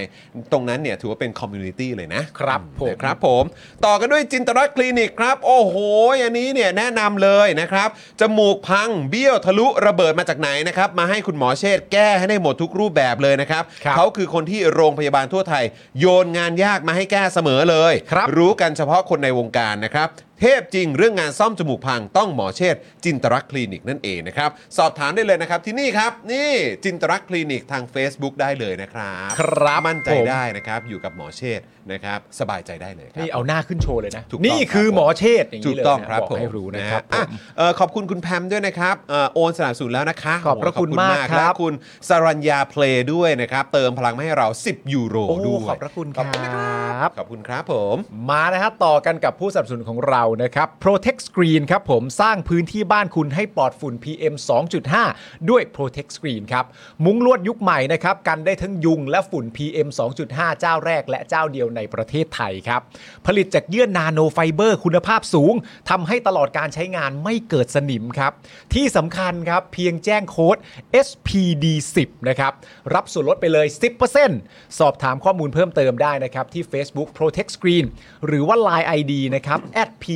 Speaker 3: ตรงนั้นเนี่ยถือว่าเป็นคอมมูนิตี้เลยนะครับ
Speaker 2: ผม
Speaker 3: นะครับ ครับผมต่อกันด้วยจินตรักษณ์คลินิกครับ โอ้โห อันนี้เนี่ยแนะนำเลยนะครับ จมูกพังเบี้ยวทะลุระเบิดมาจากไหนนะครับ มาให้คุณหมอเชษฐ์แก้ให้ได้หมดทุกรูปแบบเลยนะครับ
Speaker 2: ครับ
Speaker 3: เขาคือคนที่โรงพยาบาลทั่วไทย โยนงานยากมาให้แก้เสมอเลย
Speaker 2: ครับ
Speaker 3: รู้กันเฉพาะคนในวงการนะครับ เทพจริงเรื่องงานซ่อมจมูกพังต้องหมอเชษฐ์จินตรักษณ์คลินิกนั่นเองนะครับ สอบถามได้เลยนะครับที่นี่ครับ นี่จินตรักษณ์คลินิกทาง Facebook ได้เลยนะครับ
Speaker 2: ครับ
Speaker 3: มั่นใจ
Speaker 2: ผม
Speaker 3: ได้นะครับอยู่กับหมอเชษฐ์นะครับสบายใจได้เลยครับ
Speaker 2: นี่เอาหน้าขึ้นโชว์เลยนะ
Speaker 3: ถูกต้อง
Speaker 2: นี่คือ
Speaker 3: รับ
Speaker 2: หมอเชษฐ์อย่าง
Speaker 3: ถู
Speaker 2: นี้
Speaker 3: ก
Speaker 2: เลย
Speaker 3: ต้อง
Speaker 2: นะครับ บอก
Speaker 3: ผม
Speaker 2: ให้รู้นะครับ
Speaker 3: อ่
Speaker 2: ผม
Speaker 3: เอ่อขอบคุณคุณแพมด้วยนะครับเอ่อโอนสนับสนุนแล้วนะคะ
Speaker 2: ขอบพระ
Speaker 3: โโห
Speaker 2: คุณมากครับ
Speaker 3: และคุณสรัญญาเพลย์ด้วยนะครับ เติมพลังมาให้เรา 10 ยูโร
Speaker 2: โอ้
Speaker 3: ด้วย
Speaker 2: ขอบพระคุณ
Speaker 3: ขอบคุณนะครับ ขอบคุณครับผม
Speaker 2: มานะฮะต่อกันกับผู้สนับสนุนของเรา นะครับ Protect Screen ครับผมสร้างพื้นที่บ้านคุณให้ปลอดฝุ่น PM 2.5 ด้วย Protect Screen ครับ มุ้งลวดยุคใหม่นะครับ กันได้ทั้งยุงและฝุ่น PM 2.5 เจ้าแรกและเจ้าเดียวในประเทศไทยครับ ผลิตจากเยื่อนาโนไฟเบอร์คุณภาพสูงทำให้ตลอดการใช้งานไม่เกิดสนิมครับ ที่สำคัญครับ เพียงแจ้งโค้ด SPD10 นะครับ รับส่วนลดไปเลย 10%สอบถามข้อมูลเพิ่มเติมได้นะครับ ที่ Facebook Protect Screen หรือว่า Line ID นะครับ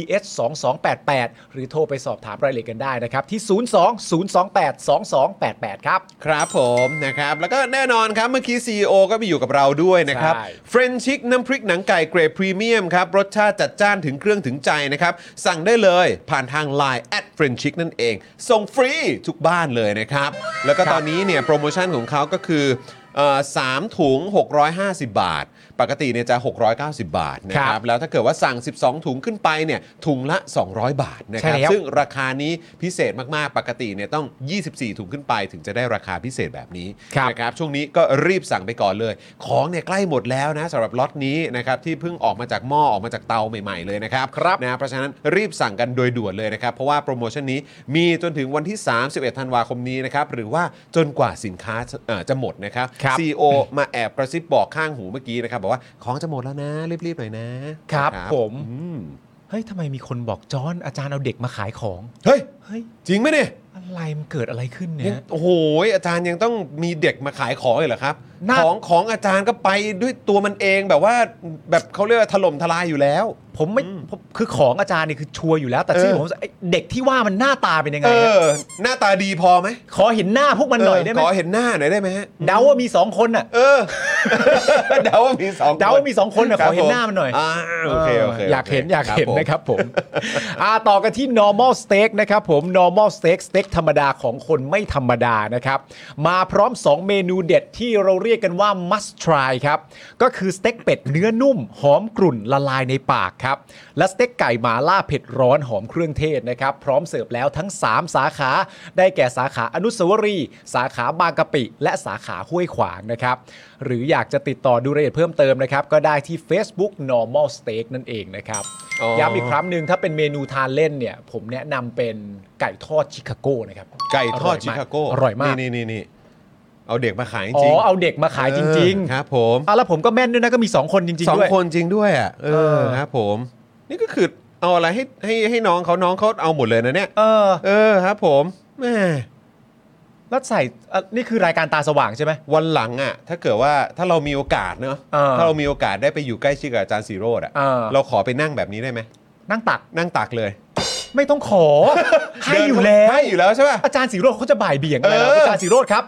Speaker 2: @ps2288 หรือโทรไปสอบถามรายละเอียดกันได้นะครับ ที่ 020282288 ครับ
Speaker 3: ครับผมนะครับ แล้วก็แน่นอนครับเมื่อกี้ CEO ก็มีอยู่กับเราด้วยนะครับ
Speaker 2: ใช่
Speaker 3: เฟรนชิกน้ำพริกหนังไก่เกรดพรีเมียมครับ รสชาติจัดจ้านถึงเครื่องถึงใจนะครับ สั่งได้เลยผ่านทาง Line แอดเฟรนชิกนั่นเอง ส่งฟรีทุกบ้านเลยนะครับ แล้วก็ตอนนี้เนี่ยโปรโมชั่นของเขาก็คือเอ่อสามถุง 650 บาท ปกติเนี่ยจะ 690 บาทนะ
Speaker 2: ค
Speaker 3: ครั
Speaker 2: รั
Speaker 3: บบ แล้วถ้าเกิดว่าสั่ง 12 ถุงขึ้นไปเนี่ยถุงละ 200 บาทนะครับ
Speaker 2: ใช่แล้ว
Speaker 3: ซึ่ง ราคานี้พิเศษมาก ๆ ปกติเนี่ยต้อง 24 ถุงขึ้นไปถึงจะได้ราคาพิเศษแบบนี้
Speaker 2: ครับ
Speaker 3: นะครับ ช่วงนี้ก็รีบสั่งไปก่อนเลย ของเนี่ยใกล้หมดแล้วนะสำหรับล็อตนี้นะครับที่เพิ่งออกมาจากหม้อออกมาจากเตาใหม่ ๆ เลยนะครับครับนะเพราะฉะนั้นรีบสั่งกันโดยด่วนเลยนะครับ เพราะว่าโปรโมชั่นนี้มีจนถึงวันที่ 31 ธันวาคมนี้นะครับ หรือว่าจนกว่าสินค้าจะเอ่อจะหมดนะครับ
Speaker 2: ครับ
Speaker 3: CEO มาแอบกระซิบบอกข้างหูเมื่อกี้นะครับบอกว่าของจะหมดแล้วนะรีบๆหน่อยนะครับ
Speaker 2: ผม
Speaker 3: อืม
Speaker 2: เฮ้ยทำไมมีคนบอกจอนอาจารย์เอาเด็กมาขายของ
Speaker 3: เฮ้ย
Speaker 2: เฮ้ย
Speaker 3: จริงไหมเนี่ย
Speaker 2: อะไรมันเกิดอะไรขึ้นเนี่
Speaker 3: ยัง
Speaker 2: ย
Speaker 3: โอ้โหอาจารย์ยังต้องมีเด็กมาขายของเลยเหรอครับ
Speaker 2: น่า
Speaker 3: ของของอาจารย์ก็ไปด้วยตัวมันเองแบบว่าแบบเขาเรียกว่าถล่มทลายอยู่แล้ว
Speaker 2: ผมไม่ผมคือของอาจารย์นี่คือชัวร์อยู่แล้ว แต่ที่
Speaker 3: เออ
Speaker 2: ผมสงสัยไอ้เด็กที่ว่ามันหน้าตาเป็นยังไง
Speaker 3: เอ
Speaker 2: ฮะ
Speaker 3: อ หน้าตาดีพอไหม
Speaker 2: ขอเห็นหน้าพวกมันหน่อยได้ไหม
Speaker 3: ขอเห็นหน้าหน่อยได้ไหมฮะ
Speaker 2: เดาว่ามีสองคนน่ะ
Speaker 3: เออ เดาว่ามีสองคน
Speaker 2: เดาว่ามีสองคนน่ะ
Speaker 3: ค
Speaker 2: ข
Speaker 3: รับ
Speaker 2: อเห็นหน้า
Speaker 3: ผ
Speaker 2: มันหน่อย
Speaker 3: าโอเคโอเค
Speaker 2: อยากเห็นอยากเห็น
Speaker 3: ผม
Speaker 2: นะครับผม อ่าต่อกันที่ normal steak นะครับผม normal steak สเต็กธรรมดาของคนไม่ธรรมดานะครับ มาพร้อม 2 เมนูเด็ดที่เราเรียกกันว่า must try ครับ ก็คือสเต็กเป็ดเนื้อนุ่ม หอมกรุ่นละลายในปากครับ และสเต็กไก่หมาล่าเผ็ดร้อนหอมเครื่องเทศนะครับ พร้อมเสิร์ฟแล้วทั้ง 3 สาขา ได้แก่สาขาอนุสาวรีย์สาขาบางกะปิ และสาขาห้วยขวางนะครับ หรืออยากจะติดต่อดูรายละเอียดเพิ่มเติมนะครับ ก็ได้ที่ Facebook normal steak นั่นเองนะครับ
Speaker 3: อ๋อ
Speaker 2: ย้ำอีกครั้งหนึ่งถ้าเป็นเมนูทานเล่นเนี่ย ผมแนะนำเป็นไก่ทอดชิคาโก้นะครับ
Speaker 3: ไก่ทอ
Speaker 2: ร่ย
Speaker 3: ด
Speaker 2: ม
Speaker 3: ชิคาโก
Speaker 2: อร่อยมาก
Speaker 3: นี่นี่นี่เอาเด็กมาขายจริง
Speaker 2: อ๋อ
Speaker 3: ๆ
Speaker 2: เอาเด็กมาขายจริง
Speaker 3: เออ
Speaker 2: ๆ
Speaker 3: ครับ ผม
Speaker 2: อ่ะแล้วผมก็แม่นด้วยนะก็มี 2 คนจริง
Speaker 3: สอ
Speaker 2: ๆ
Speaker 3: ง
Speaker 2: ด้วย
Speaker 3: คนจริงด้วยอ่ะเอ
Speaker 2: เอ
Speaker 3: อ
Speaker 2: อ
Speaker 3: ครับผม นี่ก็คือเอาอะไรให้ให้ให้น้องเขาน้องเขาเอาหมดเลยนะเนี่ย
Speaker 2: เออ
Speaker 3: เออครับผมแม่
Speaker 2: แล้วใส่อ่ะนี่คือรายการตาสว่างใช่ไหม
Speaker 3: วันหลังอะถ้าเกิดว่าถ้าเรามีโอกาสเนอะ
Speaker 2: เออ
Speaker 3: ถ้าเรามีโอกาสได้ไปอยู่ใกล้ชิดกับอาจารย์สีโรดอะ
Speaker 2: เออ
Speaker 3: เราขอไปนั่งแบบนี้ได้ไหม
Speaker 2: นั่งตัก
Speaker 3: นั่งตักเลย
Speaker 2: ไม่ต้อง ขอ ให้อยู่
Speaker 3: เดิน
Speaker 2: แล้ว
Speaker 3: เข้าให้อยู่แล้วใช่ป่ะ
Speaker 2: อาจารย์สีโรดเขาจะบ่ายเบี่ยงอะไรนะ
Speaker 3: เออ
Speaker 2: อาจารย์สีโรดครับ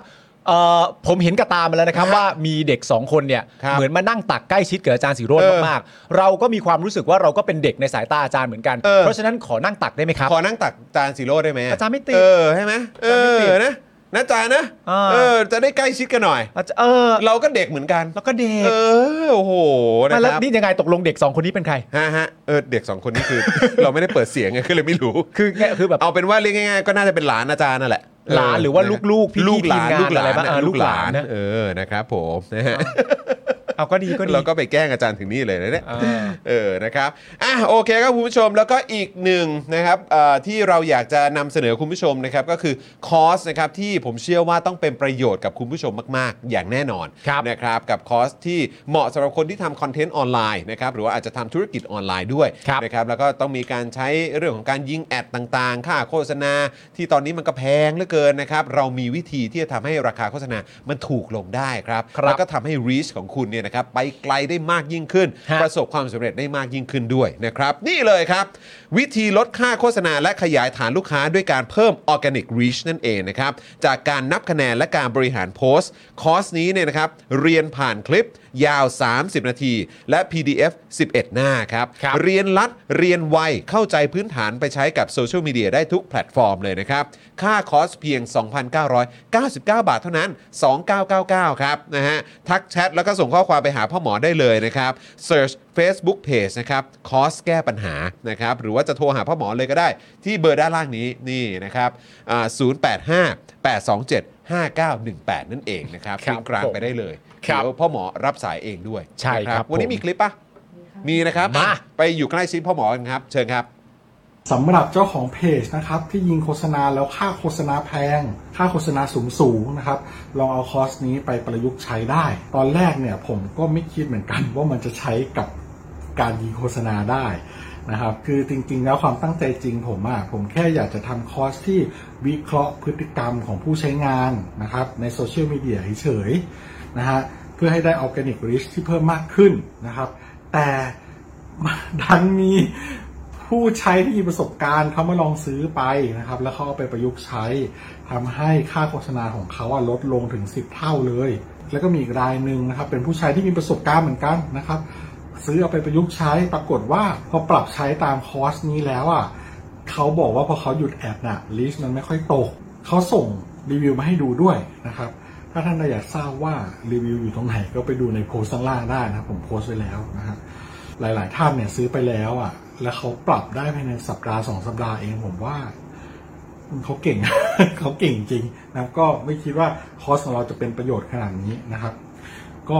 Speaker 2: เอ่อผมเห็นกับตามาแล้วนะครับ
Speaker 3: ฮะ
Speaker 2: ว่ามีเด็ก 2 คนเนี่ย
Speaker 3: ครับ
Speaker 2: เหมือนมานั่งตักใกล้ชิดกับอาจารย์สีโรด
Speaker 3: เออ
Speaker 2: มากๆเราก็มีความรู้สึกว่าเราก็เป็นเด็กในสายตาอาจารย์เหมือนกัน
Speaker 3: เออ
Speaker 2: เพราะฉะนั้นขอนั่งตักได้ไหมครับ
Speaker 3: ขอนั่งตักอาจารย์สีโรดได้ไหม
Speaker 2: อาจารย์ไม่ติด
Speaker 3: เออใช่ไหมเอ
Speaker 2: อาจารย์ไม่ติด
Speaker 3: อนะนะอาจารย์นะ
Speaker 2: อ่า
Speaker 3: เออจะได้ใกล้ชิดกันหน่อย
Speaker 2: อาจารย์เออ
Speaker 3: เราก็เด็กเหมือนกัน
Speaker 2: แล้วก็เด็ก
Speaker 3: เออโอ้โหนะ
Speaker 2: มาแล้ว
Speaker 3: ครับ
Speaker 2: นี่ยังไงตกลงเด็ก 2 คนนี้เป็นใคร
Speaker 3: ฮะฮะเออเด็กสองคนนี้คือ เราไม่ได้เปิดเสียงไงก็เลยไม่รู้
Speaker 2: คือไงคือแบบ
Speaker 3: เอาเป็นว่าเรียกง่ายๆก็น่าจะเป็นหลานอาจารย์นั่นแหละ
Speaker 2: หลานหรือว่า
Speaker 3: ะฮะ
Speaker 2: ลูกๆพี่ๆ
Speaker 3: ลูกหลาน
Speaker 2: ทีมงาน
Speaker 3: ลูกหลา
Speaker 2: อะไร
Speaker 3: น
Speaker 2: บ้าง
Speaker 3: น่ะ
Speaker 2: เออ
Speaker 3: ลูกหลาน
Speaker 2: ลูกหลานนะ
Speaker 3: เออนะครับผมนะฮะ
Speaker 2: เอาก็ดีก็ดี
Speaker 3: เราก็ไปแกล้งอาจารย์ถึงนี่เลยนะเนี่ย
Speaker 2: เออ
Speaker 3: เออ นะครับ อ่ะ โอเคครับคุณผู้ชม แล้วก็อีกหนึ่งนะครับเอ่อที่เราอยากจะนำเสนอคุณผู้ชมนะครับ ก็คือคอร์สนะครับที่ผมเชื่อว่าต้องเป็นประโยชน์กับคุณผู้ชมมาก ๆ อย่างแน่นอน
Speaker 2: ครับ
Speaker 3: นะครับ กับคอร์สที่เหมาะสำหรับคนที่ทำคอนเทนต์ออนไลน์นะครับ หรือว่าอาจจะทำธุรกิจออนไลน์ด้วย
Speaker 2: ครับ
Speaker 3: นะครับ แล้วก็ต้องมีการใช้เรื่องของการยิงแอดต่าง ๆ ค่าโฆษณา ที่ตอนนี้มันก็แพงเหลือเกินนะครับ เรามีวิธีที่จะทำให้ราคาโฆษณา มันถูกลงได้ครับ
Speaker 2: ครับ
Speaker 3: แล้วก็ทำให้ reach ของคุณเนี่ยนะครับไปไกลได้มากยิ่งขึ้น
Speaker 2: ฮะ
Speaker 3: ประสบความสำเร็จได้มากยิ่งขึ้นด้วยนะครับ นี่เลยครับ วิธีลดค่าโฆษณาและขยายฐานลูกค้าด้วยการเพิ่ม Organic Reach นั่นเองนะครับ จากการนับคะแนนและการบริหารโพสต์ คอร์สนี้เนี่ยนะครับ เรียนผ่านคลิปยาว 30 นาที และ PDF 11 หน้าครับ
Speaker 2: ครับ
Speaker 3: เรียนรัดเรียนไวเข้าใจพื้นฐานไปใช้กับโซเชียลมีเดียได้ทุกแพลตฟอร์มเลยนะครับ ค่าคอร์สเพียง 2,999 บาทเท่านั้น 2999 ครับนะฮะ ทักแชทแล้วก็ส่งข้อความไปหาพ่อหมอได้เลยนะครับ Search Facebook Page นะครับคอร์สแก้ปัญหานะครับ หรือว่าจะโทรหาพ่อหมอเลยก็ได้ ที่เบอร์ด้านล่างนี้นี่นะครับอ่า085 827 5918 นั่นเองนะครับ
Speaker 2: ครับ
Speaker 3: ลิกกลางไปได้เลย
Speaker 2: ครับ
Speaker 3: เดี๋ยวพ่อหมอรับสายเองด้วย
Speaker 2: ใช่
Speaker 3: นะครับ
Speaker 2: ผม
Speaker 3: วันนี้มีคลิปปะ มีนะครับ
Speaker 2: มา
Speaker 3: ไปอยู่ใกล้ชิดพ่อหมอกันครับ เชิญครับ
Speaker 6: สำหรับเจ้าของเพจนะครับ ที่ยิงโฆษณาแล้วค่าโฆษณาแพง ค่าโฆษณาสูงสูงๆนะครับ ลองเอาคอร์สนี้ไปประยุกต์ใช้ได้ ตอนแรกเนี่ยผมก็ไม่คิดเหมือนกัน ว่ามันจะใช้กับการยิงโฆษณาได้นะครับ คือจริงๆ แล้วความตั้งใจจริงผมอะผมแค่อยากจะทำคอร์สที่วิเคราะห์พฤติกรรมของผู้ใช้งานนะครับ ในโซเชียลมีเดียเฉยๆนะฮะเพื่อให้ได้ออร์แกนิกริชที่เพิ่มมากขึ้นนะครับ แต่ ดันมีผู้ใช้ที่มีประสบการณ์เขามาลองซื้อไปนะครับ แล้วเขาเอาไปประยุกต์ใช้ทำให้ค่าโฆษณาของเขาอะลดลงถึง 10 เท่าเลย แล้วก็มีอีกรายหนึ่งนะครับ เป็นผู้ใช้ที่มีประสบการณ์เหมือนกันนะครับ ซื้อเอาไปประยุกต์ใช้ปรากฏว่าพอปรับใช้ตามคอร์สนี้แล้วอ่ะเขาบอกว่าพอเขาหยุดแอดน่ะลิสต์มันไม่ค่อยตกเขาส่งรีวิวมาให้ดูด้วยนะครับ ถ้าท่านอยากทราบว่ารีวิวอยู่ตรงไหนก็ไปดูในโพสต์ข้างล่างได้นะครับผมโพสต์ไว้แล้วนะครับ หลาย ๆ ท่านเนี่ยซื้อไปแล้วอ่ะ แล้วเขาปรับได้ภายในสัปดาห์สองสัปดาห์เองผมว่า เขาเก่ง เขาเก่งจริงนะครับก็ไม่คิดว่าคอร์สของเราจะเป็นประโยชน์ขนาดนี้นะครับ ก็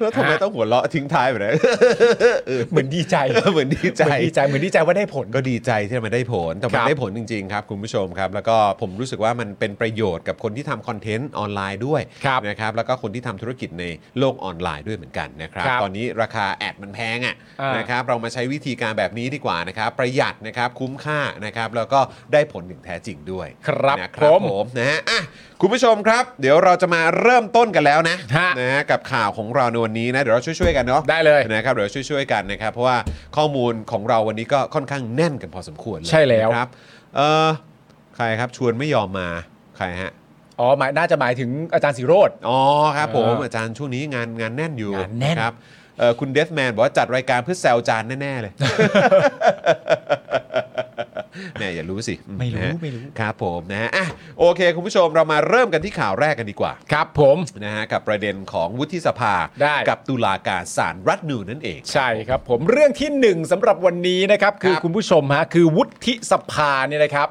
Speaker 3: แล้วทำไมต้องหัวเราะทิ้งท้ายแบบนี้น เออ
Speaker 2: เหมือนดีใจ
Speaker 3: เออเหมือนดีใจ
Speaker 2: เหมือนดีใจเหมือนดีใจว่าได้ผล
Speaker 3: ก็ดีใจที่มันได้ผล แต่
Speaker 2: ค
Speaker 3: มั
Speaker 2: รั
Speaker 3: น
Speaker 2: บ
Speaker 3: ได้ผลจริงๆครับคุณผู้ชมครับ แล้วก็ผมรู้สึกว่ามันเป็นประโยชน์กับคนที่ทำคอนเทนต์ออนไลน์ด้วย
Speaker 2: ครับ
Speaker 3: นะครับ แล้วก็คนที่ทำธุรกิจในโลกออนไลน์ด้วยเหมือนกันนะครับ
Speaker 2: ครับ
Speaker 3: ตอนนี้ราคาแอดมันแพงอ่ะ
Speaker 2: อ่าน
Speaker 3: นะครับ เรามาใช้วิธีการแบบนี้ดีกว่านะครับ ประหยัดนะครับ คุ้มค่านะครับ แล้วก็ได้ผลอย่างแท้จริงด้วย
Speaker 2: ครับ
Speaker 3: นะ
Speaker 2: ผม
Speaker 3: ผมนะฮะอ่ะคุณผู้ชมครับ เดี๋ยวเราจะมาเริ่มต้นกันแล้วนะ
Speaker 2: ฮะ
Speaker 3: นะฮะกับข่าวของเราในวันนี้นะ เดี๋ยวเราช่วยๆกันเนาะ
Speaker 2: ได้เลย
Speaker 3: นะครับเดี๋ยวช่วยๆกันนะครับ เพราะว่าข้อมูลของเราวันนี้ก็ค่อนข้างแน่นกันพอสมควรเลย
Speaker 2: ใช่แล้ว
Speaker 3: นะครับเออใครครับชวนไม่ยอมมาใครฮะ
Speaker 2: อ๋อหมายน่าจะหมายถึงอาจารย์สิโรธ
Speaker 3: อ๋อครับผม
Speaker 2: เอออ
Speaker 3: อาจารย์ช่วงนี้งานงานแน่นอยู่
Speaker 2: งานแน่น
Speaker 3: ครับเอ่อคุณเดฟแมนบอกว่าจัดรายการเพื่อแซวอาจารย์แน่ ๆ เลย แม่อย่ารู้สิ
Speaker 2: ไม่รู้
Speaker 3: นะฮะ
Speaker 2: ไม่รู้
Speaker 3: ครับผมนะฮะอ่ะโอเค คุณผู้ชมเรามาเริ่มกันที่ข่าวแรกกันดีกว่า
Speaker 2: ครับผม
Speaker 3: นะฮะกับประเด็นของวุฒิสภา
Speaker 2: ได้
Speaker 3: กับตุลาการศาลรัฐธรรมนูญนั่นเอง
Speaker 2: ใช่ครับผมเรื่องที่หนึ่งสำหรับวันนี้นะครับ คือ
Speaker 3: ครับ
Speaker 2: คุณผู้ชมฮะคือวุฒิสภาเนี่ยนะครับ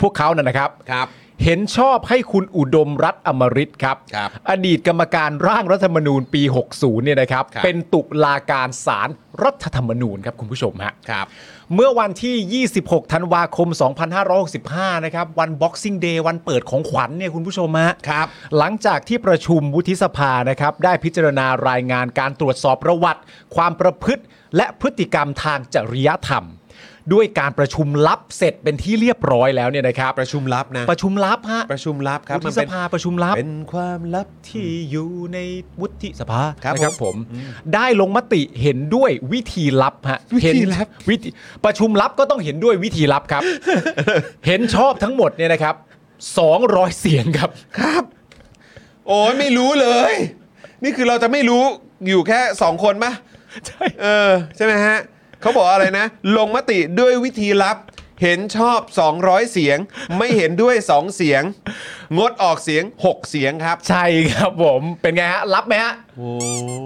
Speaker 2: พวกเขาน่ะนะครับ
Speaker 3: ครับ
Speaker 2: เห็นชอบให้คุณอุดมรัฐอมริตครับ
Speaker 3: ครับ
Speaker 2: อดีตกรรมการร่างรัฐธรรมนูญปี 60 เนี่ยนะครับ
Speaker 3: ครับ
Speaker 2: เป็นตุลาการศาลรรัฐธรรมนูญครับคุณผู้ชมฮะ
Speaker 3: ครับ
Speaker 2: เมื่อวันที่ 26 ธันวาคม 2565 นะครับ วัน Boxing Day วันเปิดของขวัญเนี่ยคุณผู้ชมฮะ
Speaker 3: ครับ
Speaker 2: หลังจากที่ประชุมวุฒิสภานะครับ ได้พิจารณารายงานการตรวจสอบประวัติ ความประพฤติ และพฤติกรรมทางจริยธรรม ด้วยการประชุมลับเสร็จเป็นที่เรียบร้อยแล้วเนี่ยนะครับ
Speaker 3: ประชุมลับนะ
Speaker 2: ประชุมลับฮะ
Speaker 3: ประชุมลับครับ
Speaker 2: วุฒิ
Speaker 3: มันเป็น
Speaker 2: สภาประชุมลับ
Speaker 3: เป็นความลับที่
Speaker 2: ที่อยู่ในวุฒิสภา
Speaker 3: ครับ
Speaker 2: นะครับ
Speaker 3: ผ
Speaker 2: ผม ม ได้ลงมติเห็นด้วยวิธีลับฮะ
Speaker 3: วิธี
Speaker 2: เห็น
Speaker 3: ลับ
Speaker 2: วิธีประชุมลับก็ต้องเห็นด้วยวิธีลับ ครับ เห็นชอบทั้งหมดเนี่ยนะครับ 200 เสียงครับ
Speaker 3: ครับ โอ้ยไม่รู้เลย นี่คือเราจะไม่รู้อยู่แค่สองคนปะ
Speaker 2: ใช่
Speaker 3: เออ ใช่ไหมฮะเขาบอกอะไรนะ ลงมติด้วยวิธีลับ เห็นชอบ 200 เสียง ไม่เห็นด้วย 2 เสียง งดออกเสียง 6 เสียงครับ
Speaker 2: ใช่ครับผมเป็นไงฮะรับไหมฮะ
Speaker 3: โอ้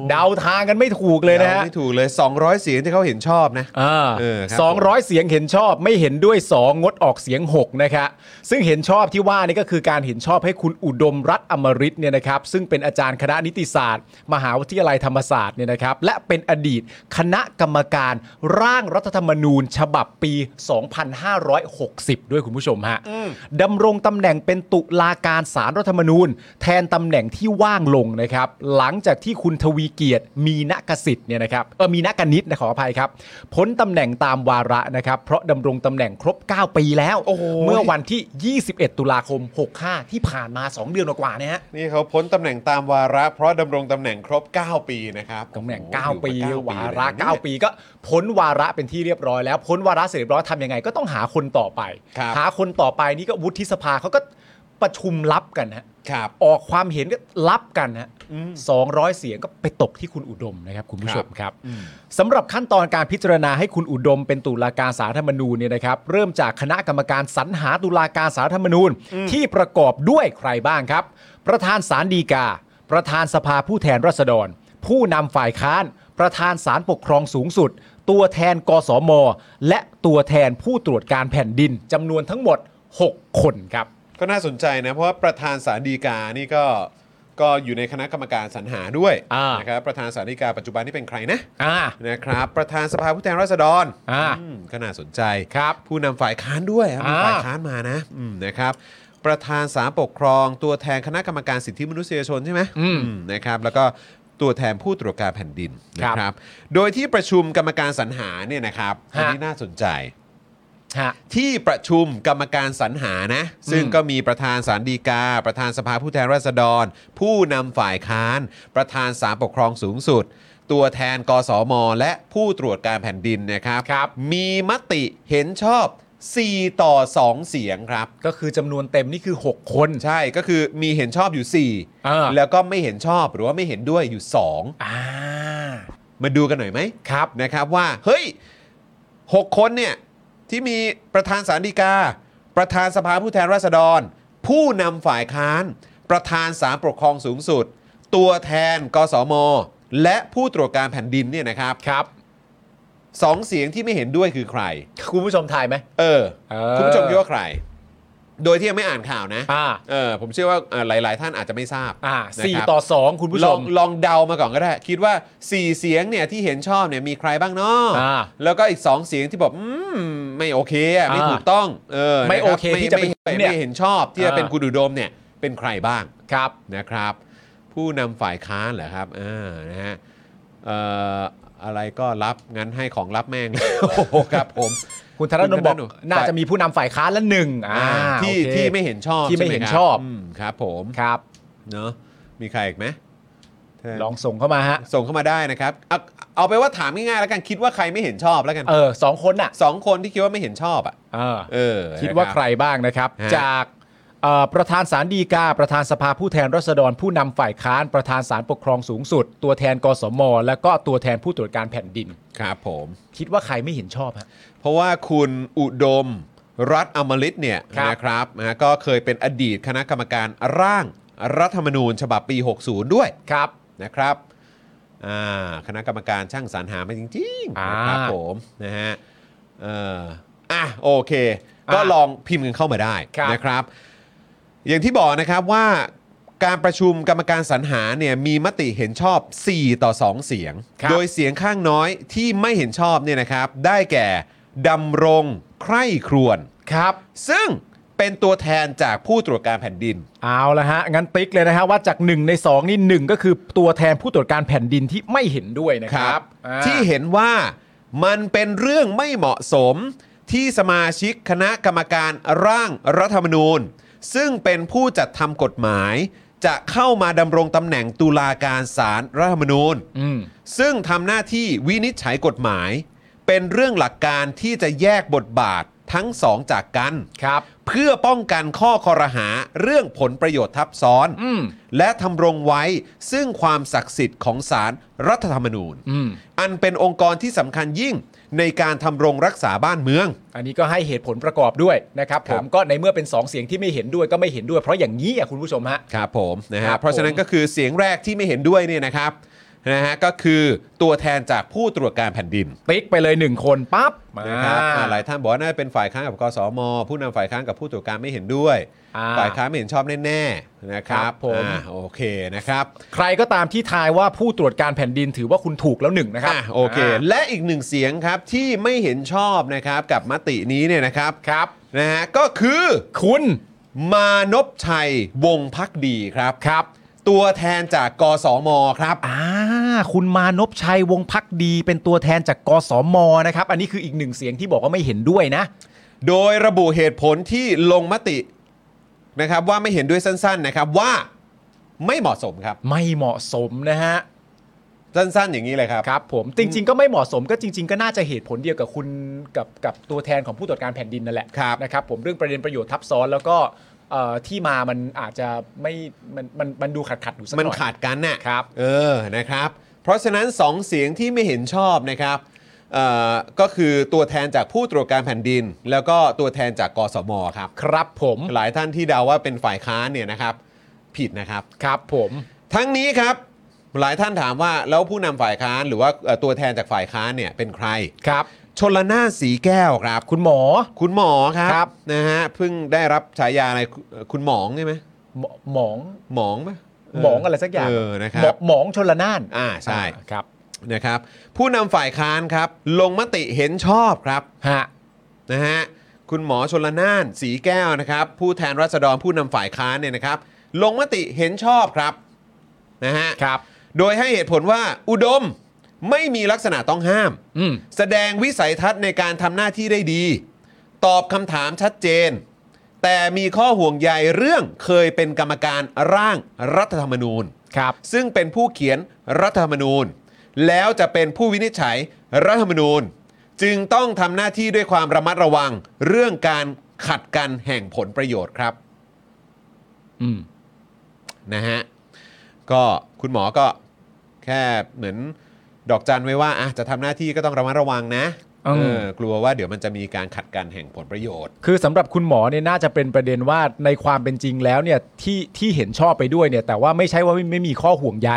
Speaker 2: เดาทางกันไม่ถูกเลยนะฮะ
Speaker 3: ไม่ถูกเลย 200 เสียงที่เขาเห็นชอบนะ
Speaker 2: อ่า
Speaker 3: เออครับ
Speaker 2: สองร้อยเสียงเห็นชอบไม่เห็นด้วย 2 งดออกเสียง 6 นะครับซึ่งเห็นชอบที่ว่านี่ก็คือการเห็นชอบให้คุณอุดมรัฐอมริตเนี่ยนะครับ ซึ่งเป็นอาจารย์คณะนิติศาสตร์ มหาวิทยาลัยธรรมศาสตร์เนี่ยนะครับ และเป็นอดีตคณะกรรมการร่างรัฐธรรมนูญ ฉบับปี 2560 ด้วยคุณผู้ชมฮะดำรงตำแหน่งเป็นตุลาการสารรัฐธรรมนูญ แทนตำแหน่งที่ว่างลงนะครับ หลังจากที่คุณทวีเกียรติมีนกสิทธิ์เนี่ยนะครับเออมีนกนิตนะขออภัยครับพ้นตำแหน่งตามวาระนะครับ เพราะดำรงตำแหน่งครบ 9 ปีแล้ว
Speaker 3: โอ้โห
Speaker 2: เมื่อวันที่ 21 ตุลาคม 65 ที่ผ่านมา 2 เดือนกว่าๆเนี่ยฮะ
Speaker 3: นี่เขาพ้นตำแหน่งตามวาระเพราะดำรงตำแหน่งครบ 9 ปีนะครับ
Speaker 2: ตำแหน่ง
Speaker 3: โอ้โอยู่
Speaker 2: 9
Speaker 3: ม
Speaker 2: ปี
Speaker 3: เก้
Speaker 2: วา
Speaker 3: เลยน
Speaker 2: ระ
Speaker 3: เนี่ย
Speaker 2: 9 ปีก็พ้นวาระเป็นที่เรียบร้อยแล้ว พ้นวาระเสร็จเรียบร้อยทำยังไงก็ต้องหาคนต่อไป
Speaker 3: ครับ
Speaker 2: หาคนต่อไปนี่ก็วุฒิสภาเขาก็ ประชุมลับกันฮะ
Speaker 3: ครับ
Speaker 2: ออกความเห็นก็รับกันฮะสองร้อยเสียงก็ไปตกที่คุณอุดมนะครับคุณผู้ชมครับสำหรับขั้นตอนการพิจารณาให้คุณอุดมเป็นตุลาการสารธรรมนูญเนี่ยนะครับ เริ่มจากคณะกรรมการสรรหาตุลาการสารธรรมนูญ ที่ประกอบด้วยใครบ้างครับ ประธานสารดีกา ประธานสภาผู้แทนราษฎร ผู้นำฝ่ายค้าน ประธานสารปกครองสูงสุด ตัวแทนกสม และตัวแทนผู้ตรวจการแผ่นดินจำนวนทั้งหมด 6 คนครับ
Speaker 3: ก็น่าสนใจนะเพราะว่าประธานสารดีกานี่ก็ก็อยู่ในคณะกรรมการสรรหาด้วย
Speaker 2: อ่าน
Speaker 3: นะครับประธานสารดีกาปัจจุบันนี่เป็นใครนะ
Speaker 2: อ่า
Speaker 3: นะครับ ประธานสภาผู้แทนราษฎร
Speaker 2: อ่า
Speaker 3: อืมก็น่าสนใจ
Speaker 2: ครับ
Speaker 3: ผู้นำฝ่ายค้านด้วยครับมี
Speaker 2: อ่า
Speaker 3: ฝ่ายค้านมานะอืมนะครับ ประธานสารปกครอง ตัวแทนคณะกรรมการสิทธิมนุษยชนใช่ไหมอืมนะครับ แล้วก็ตัวแทนผู้ตรวจการแผ่นดินนะครับ โดยที่ประชุมกรรมการสรรหาเนี่ยนะครับอันนี้น่าสนใจ
Speaker 2: ฮะ
Speaker 3: ที่ประชุมกรรมการสรรหานะ ซึ่งก็มีประธานสารดีกา ประธานสภาผู้แทนราษฎร ผู้นำฝ่ายค้าน ประธานสารปกครองสูงสุด ตัวแทนกสม และผู้ตรวจการแผ่นดินนะครับ
Speaker 2: ครับ
Speaker 3: มีมติเห็นชอบ 4 ต่อ 2 เสียงครับ
Speaker 2: ก็คือจำนวนเต็มนี่คือ 6 คน
Speaker 3: ใช่ก็คือมีเห็นชอบอยู่
Speaker 2: เออ
Speaker 3: 4 แล้วก็ไม่เห็นชอบหรือว่าไม่เห็นด้วยอยู่
Speaker 2: อ่า
Speaker 3: 2 มาดูกันหน่อยไหม
Speaker 2: ครับ
Speaker 3: นะครับว่าเฮ้ย 6 คนเนี่ย ที่มีประธานสารดีกา ประธานสภาผู้แทนราษฎร ผู้นำฝ่ายค้าน ประธานสารปกครองสูงสุด ตัวแทนกสม และผู้ตรวจการแผ่นดินเนี่ยนะครับ
Speaker 2: ครับ
Speaker 3: สองเสียงที่ไม่เห็นด้วยคือใคร
Speaker 2: คุณผู้ชมทายไหม
Speaker 3: เออ
Speaker 2: เออ
Speaker 3: คุณผู้ชมคิดว่าใคร โดยที่ยังไม่อ่านข่าวนะ
Speaker 2: อ่า
Speaker 3: เออผมเชื่อว่าเอ่อหลาย ๆ ท่านอาจจะไม่ทราบ
Speaker 2: อ่าสี่
Speaker 3: นะครับ
Speaker 2: ต่อสองคุณผู้ช
Speaker 3: ลอ
Speaker 2: ม
Speaker 3: งลองเดามาก่อนก็ได้ คิดว่า 4 เสียงเนี่ยที่เห็นชอบเนี่ยมีใครบ้างเนาะ
Speaker 2: อ่า
Speaker 3: แล้วก็อีก 2 เสียงที่บอกอืมไม่โอเคอะไม่
Speaker 2: อ่า
Speaker 3: ถูกต้องเออ
Speaker 2: ไม่
Speaker 3: นรับ
Speaker 2: โอเคที่จะเป็น
Speaker 3: ไม่
Speaker 2: เนี่ย
Speaker 3: ไม่เห็นชอบที่จะ
Speaker 2: อ่า
Speaker 3: เป็นคุณอุดมเนี่ยเป็นใครบ้าง
Speaker 2: ครับ
Speaker 3: นะครับ ผู้นำฝ่ายค้านเหรอครับอ่านะฮะเอ่ออะไรก็รับงั้นให้ของรับแม่ง โอ้โหครับผม
Speaker 2: คุณธนนท์บอก
Speaker 3: คุณธนนท์
Speaker 2: น่าจะมีผู้นำฝ่ายค้านละหนึ่งอ่า
Speaker 3: ที่
Speaker 2: โอเค
Speaker 3: ที่ไม่เห็นชอบ
Speaker 2: ที่ไม่
Speaker 3: ใค
Speaker 2: เห็น
Speaker 3: รับ
Speaker 2: ชอบ
Speaker 3: มครับผม
Speaker 2: ครับ
Speaker 3: เนาะมีใครอีกไหม
Speaker 2: ลองส่งเข้ามาฮะ
Speaker 3: ส่งเข้ามาได้นะครับเอาเอาไปนว่าถามง่ายๆแล้วกันคิดว่าใครไม่เห็นชอบแล้วกัน
Speaker 2: เออสองคนอ่ะ
Speaker 3: สองคนที่คิดว่าไม่เห็นชอบอ่ะ
Speaker 2: เออ
Speaker 3: เออ
Speaker 2: คิดว่า
Speaker 3: นะ
Speaker 2: ใคร
Speaker 3: รับ
Speaker 2: บ้างนะครับ
Speaker 3: ฮะ
Speaker 2: จากเอ่อประธานสารดีกา ประธานสภาผู้แทนราษฎร ผู้นำฝ่ายค้าน ประธานสารปกครองสูงสุด ตัวแทนกสม และก็ตัวแทนผู้ตรวจการแผ่นดิน
Speaker 3: ครับผม
Speaker 2: คิดว่าใครไม่เห็นชอบฮะ
Speaker 3: เพราะว่าคุณอุดมรัฐอมฤตเนี่ย
Speaker 2: ครับ
Speaker 3: นะครับนะก็เคยเป็นอดีตคณะกรรมการร่างรัฐธรรมนูญฉบับปี 60 ด้วย
Speaker 2: ครับ
Speaker 3: นะครับอ่าคณะกรรมการช่างสรรหามาจริงๆนะครับ
Speaker 2: อ่า
Speaker 3: ผมนะฮะเอ่ออ่ะโอเค ก็
Speaker 2: อ่า
Speaker 3: ลองพิมพ์กันเข้ามาได้
Speaker 2: ครับ
Speaker 3: นะครับ อย่างที่บอกนะครับว่าการประชุมกรรมการสรรหาเนี่ยมีมติเห็นชอบ 4 ต่อ 2 เสียง
Speaker 2: ครับ
Speaker 3: โดยเสียงข้างน้อยที่ไม่เห็นชอบเนี่ยนะครับ ได้แก่ดำรงใคร่ครวน
Speaker 2: ครับ
Speaker 3: ซึ่งเป็นตัวแทนจากผู้ตรวจการแผ่นดิน
Speaker 2: เอาละฮะ งั้นติ๊กเลยนะฮะว่าจาก 1 ใน 2 นี่ 1 ก็คือตัวแทนผู้ตรวจการแผ่นดินที่ไม่เห็นด้วยนะ
Speaker 3: ค
Speaker 2: ค
Speaker 3: รั
Speaker 2: รั
Speaker 3: บบ
Speaker 2: อ่า
Speaker 3: ที่เห็นว่ามันเป็นเรื่องไม่เหมาะสมที่สมาชิกคณะกรรมการร่างรัฐธรรมนูญ ซึ่งเป็นผู้จัดทำกฎหมาย จะเข้ามาดำรงตำแหน่งตุลาการศาลรัฐธรรมนูญ
Speaker 2: อืม
Speaker 3: ซึ่งทำหน้าที่วินิจฉัยกฎหมาย เป็นเรื่องหลักการที่จะแยกบทบาททั้งสองจากกัน
Speaker 2: ครับ
Speaker 3: เพื่อป้องกันข้อคอรหาเรื่องผลประโยชน์ทับซ้อน
Speaker 2: อืม
Speaker 3: และทำรงไว้ซึ่งความศักดิ์สิทธิ์ของศาลรรัฐธรรมนูญ
Speaker 2: อืม
Speaker 3: อันเป็นองค์กรที่สำคัญยิ่งในการทำรงรักษาบ้านเมือง
Speaker 2: อันนี้ก็ให้เหตุผลประกอบด้วยนะครับ
Speaker 3: ค
Speaker 2: ผ
Speaker 3: รับ
Speaker 2: มก็ในเมื่อเป็น 2 เสียงที่ไม่เห็นด้วยก็ไม่เห็นด้วยเพราะอย่างนี้อ่ะคุณผู้ชมฮะ
Speaker 3: ครับผมนะ
Speaker 2: ครั
Speaker 3: ฮะ
Speaker 2: บ
Speaker 3: เพราะฉะนั้น
Speaker 2: ผม
Speaker 3: ก็คือเสียงแรกที่ไม่เห็นด้วยเนี่ยนะครับนะฮะก็คือตัวแทนจากผู้ตรวจการแผ่นดิน
Speaker 2: ติ๊กไปเลย 1 คนปั๊บมา
Speaker 3: นะครับอ่าหลายท่านบอกว่าน่าจะเป็นฝ่ายค้านกับกสม ผู้นำฝ่ายค้านกับผู้ตรวจการไม่เห็นด้วย
Speaker 2: อ่า
Speaker 3: ฝ่ายค้านไม่เห็นชอบแน่ๆนะครั
Speaker 2: ครับ บผม
Speaker 3: อ่าโอเคนะครับ
Speaker 2: ใครก็ตามที่ทายว่าผู้ตรวจการแผ่นดินถือว่าคุณถูกแล้วหนึ่งนะครับ
Speaker 3: อ่ะโอเค
Speaker 2: า
Speaker 3: และอีกหนึ่งเสียงครับที่ไม่เห็นชอบนะครับกับมตินี้เนี่ยนะครับ
Speaker 2: ครับ
Speaker 3: นะฮะก็คือ
Speaker 2: คุณ
Speaker 3: มานพชัยวงศ์พักดีครับ
Speaker 2: ครับ
Speaker 3: ตัวแทนจากกสมครับ
Speaker 2: อ่าคุณมานพชัยวงศ์พักดีเป็นตัวแทนจากกสมนะครับ อันนี้คืออีกหนึ่งเสียงที่บอกว่าไม่เห็นด้วยนะ
Speaker 3: โดยระบุเหตุผลที่ลงมตินะครับว่าไม่เห็นด้วยสั้นๆนะครับว่าไม่เหมาะสมครับ
Speaker 2: ไม่เหมาะสมนะฮะ
Speaker 3: สั้นๆอย่างนี้เลยครับ
Speaker 2: ครับผมจริง ๆ ก็ไม่เหมาะสมก็จริง ๆ ก็น่าจะเหตุผลเดียวกับคุณกับกับตัวแทนของผู้ตรวจการแผ่นดินนั่นแหละ
Speaker 3: ครับ
Speaker 2: นะครับผมเรื่องประเด็นประโยชน์ทับซ้อนแล้วก็ เอ่อที่มามันอาจจะไม่มันมันมันดูขัดขัดๆอยู่สักหน่
Speaker 3: มั
Speaker 2: อย
Speaker 3: นขาดกันน่ะ
Speaker 2: ครับ
Speaker 3: เออ นะครับ เพราะฉะนั้น 2 เสียงที่ไม่เห็นชอบนะครับเอ่อก็คือตัวแทนจากผู้ตรวจการแผ่นดิน แล้วก็ตัวแทนจากกสมครับ
Speaker 2: ครับผม
Speaker 3: หลายท่านที่เดาว่าเป็นฝ่ายค้านเนี่ยนะครับ ผิดนะครับ
Speaker 2: ครับผม
Speaker 3: ทั้งนี้ครับ หลายท่านถามว่าแล้วผู้นำฝ่ายค้านหรือว่าเอ่อตัวแทนจากฝ่ายค้านเนี่ยเป็นใคร
Speaker 2: ครับ
Speaker 3: ชนละนานสีแก้วครับ
Speaker 2: คุณหมอ
Speaker 3: คุณหมอ
Speaker 2: ค
Speaker 3: ค
Speaker 2: รั
Speaker 3: รับ นะฮะเพิ่งได้รับฉายาอะไรเอ่อคุณหมองใช่ไหม
Speaker 2: หมอหมอง
Speaker 3: หมองไหมเห
Speaker 2: มองอะไรสักอย่าง
Speaker 3: เออนะ
Speaker 2: ห
Speaker 3: ค
Speaker 2: ม
Speaker 3: รั
Speaker 2: อบ หมองชนละนาน
Speaker 3: อ่าใช่
Speaker 2: อ่าครับ
Speaker 3: นะครับผู้นำฝ่ายค้านครับ ลงมติเห็นชอบครับ
Speaker 2: ฮะ
Speaker 3: นะฮะคุณหมอชนละนานสีแก้วนะครับ ผู้แทนราษฎรผู้นำฝ่ายค้านเนี่ยนะครับ ลงมติเห็นชอบครับนะฮะ
Speaker 2: ครับ
Speaker 3: โดยให้เหตุผลว่าอุดมไม่มีลักษณะต้องห้าม
Speaker 2: อืม
Speaker 3: แสดงวิสัยทัศน์ในการทำหน้าที่ได้ดี ตอบคำถามชัดเจน แต่มีข้อห่วงใยเรื่องเคยเป็นกรรมการร่างรัฐธรรมนูญ
Speaker 2: ครับ
Speaker 3: ซึ่งเป็นผู้เขียนรัฐธรรมนูญ แล้วจะเป็นผู้วินิจฉัยรัฐธรรมนูญ จึงต้องทำหน้าที่ด้วยความระมัดระวัง เรื่องการขัดกันแห่งผลประโยชน์ครับ
Speaker 2: อืม
Speaker 3: นะฮะก็คุณหมอก็แค่เหมือนดอกจันไว้ว่าอ่ะจะทำหน้าที่ก็ต้องระมัดระวังนะเออกลัวว่าเดี๋ยวมันจะมีการขัดกันแห่งผลประโยชน์
Speaker 2: คือสำหรับคุณหมอเนี่ยน่าจะเป็นประเด็นว่าในความเป็นจริงแล้วเนี่ยที่ที่เห็นชอบไปด้วยเนี่ย แต่ว่าไม่ใช่ว่าไม่ไม่มีข้อห่วงใย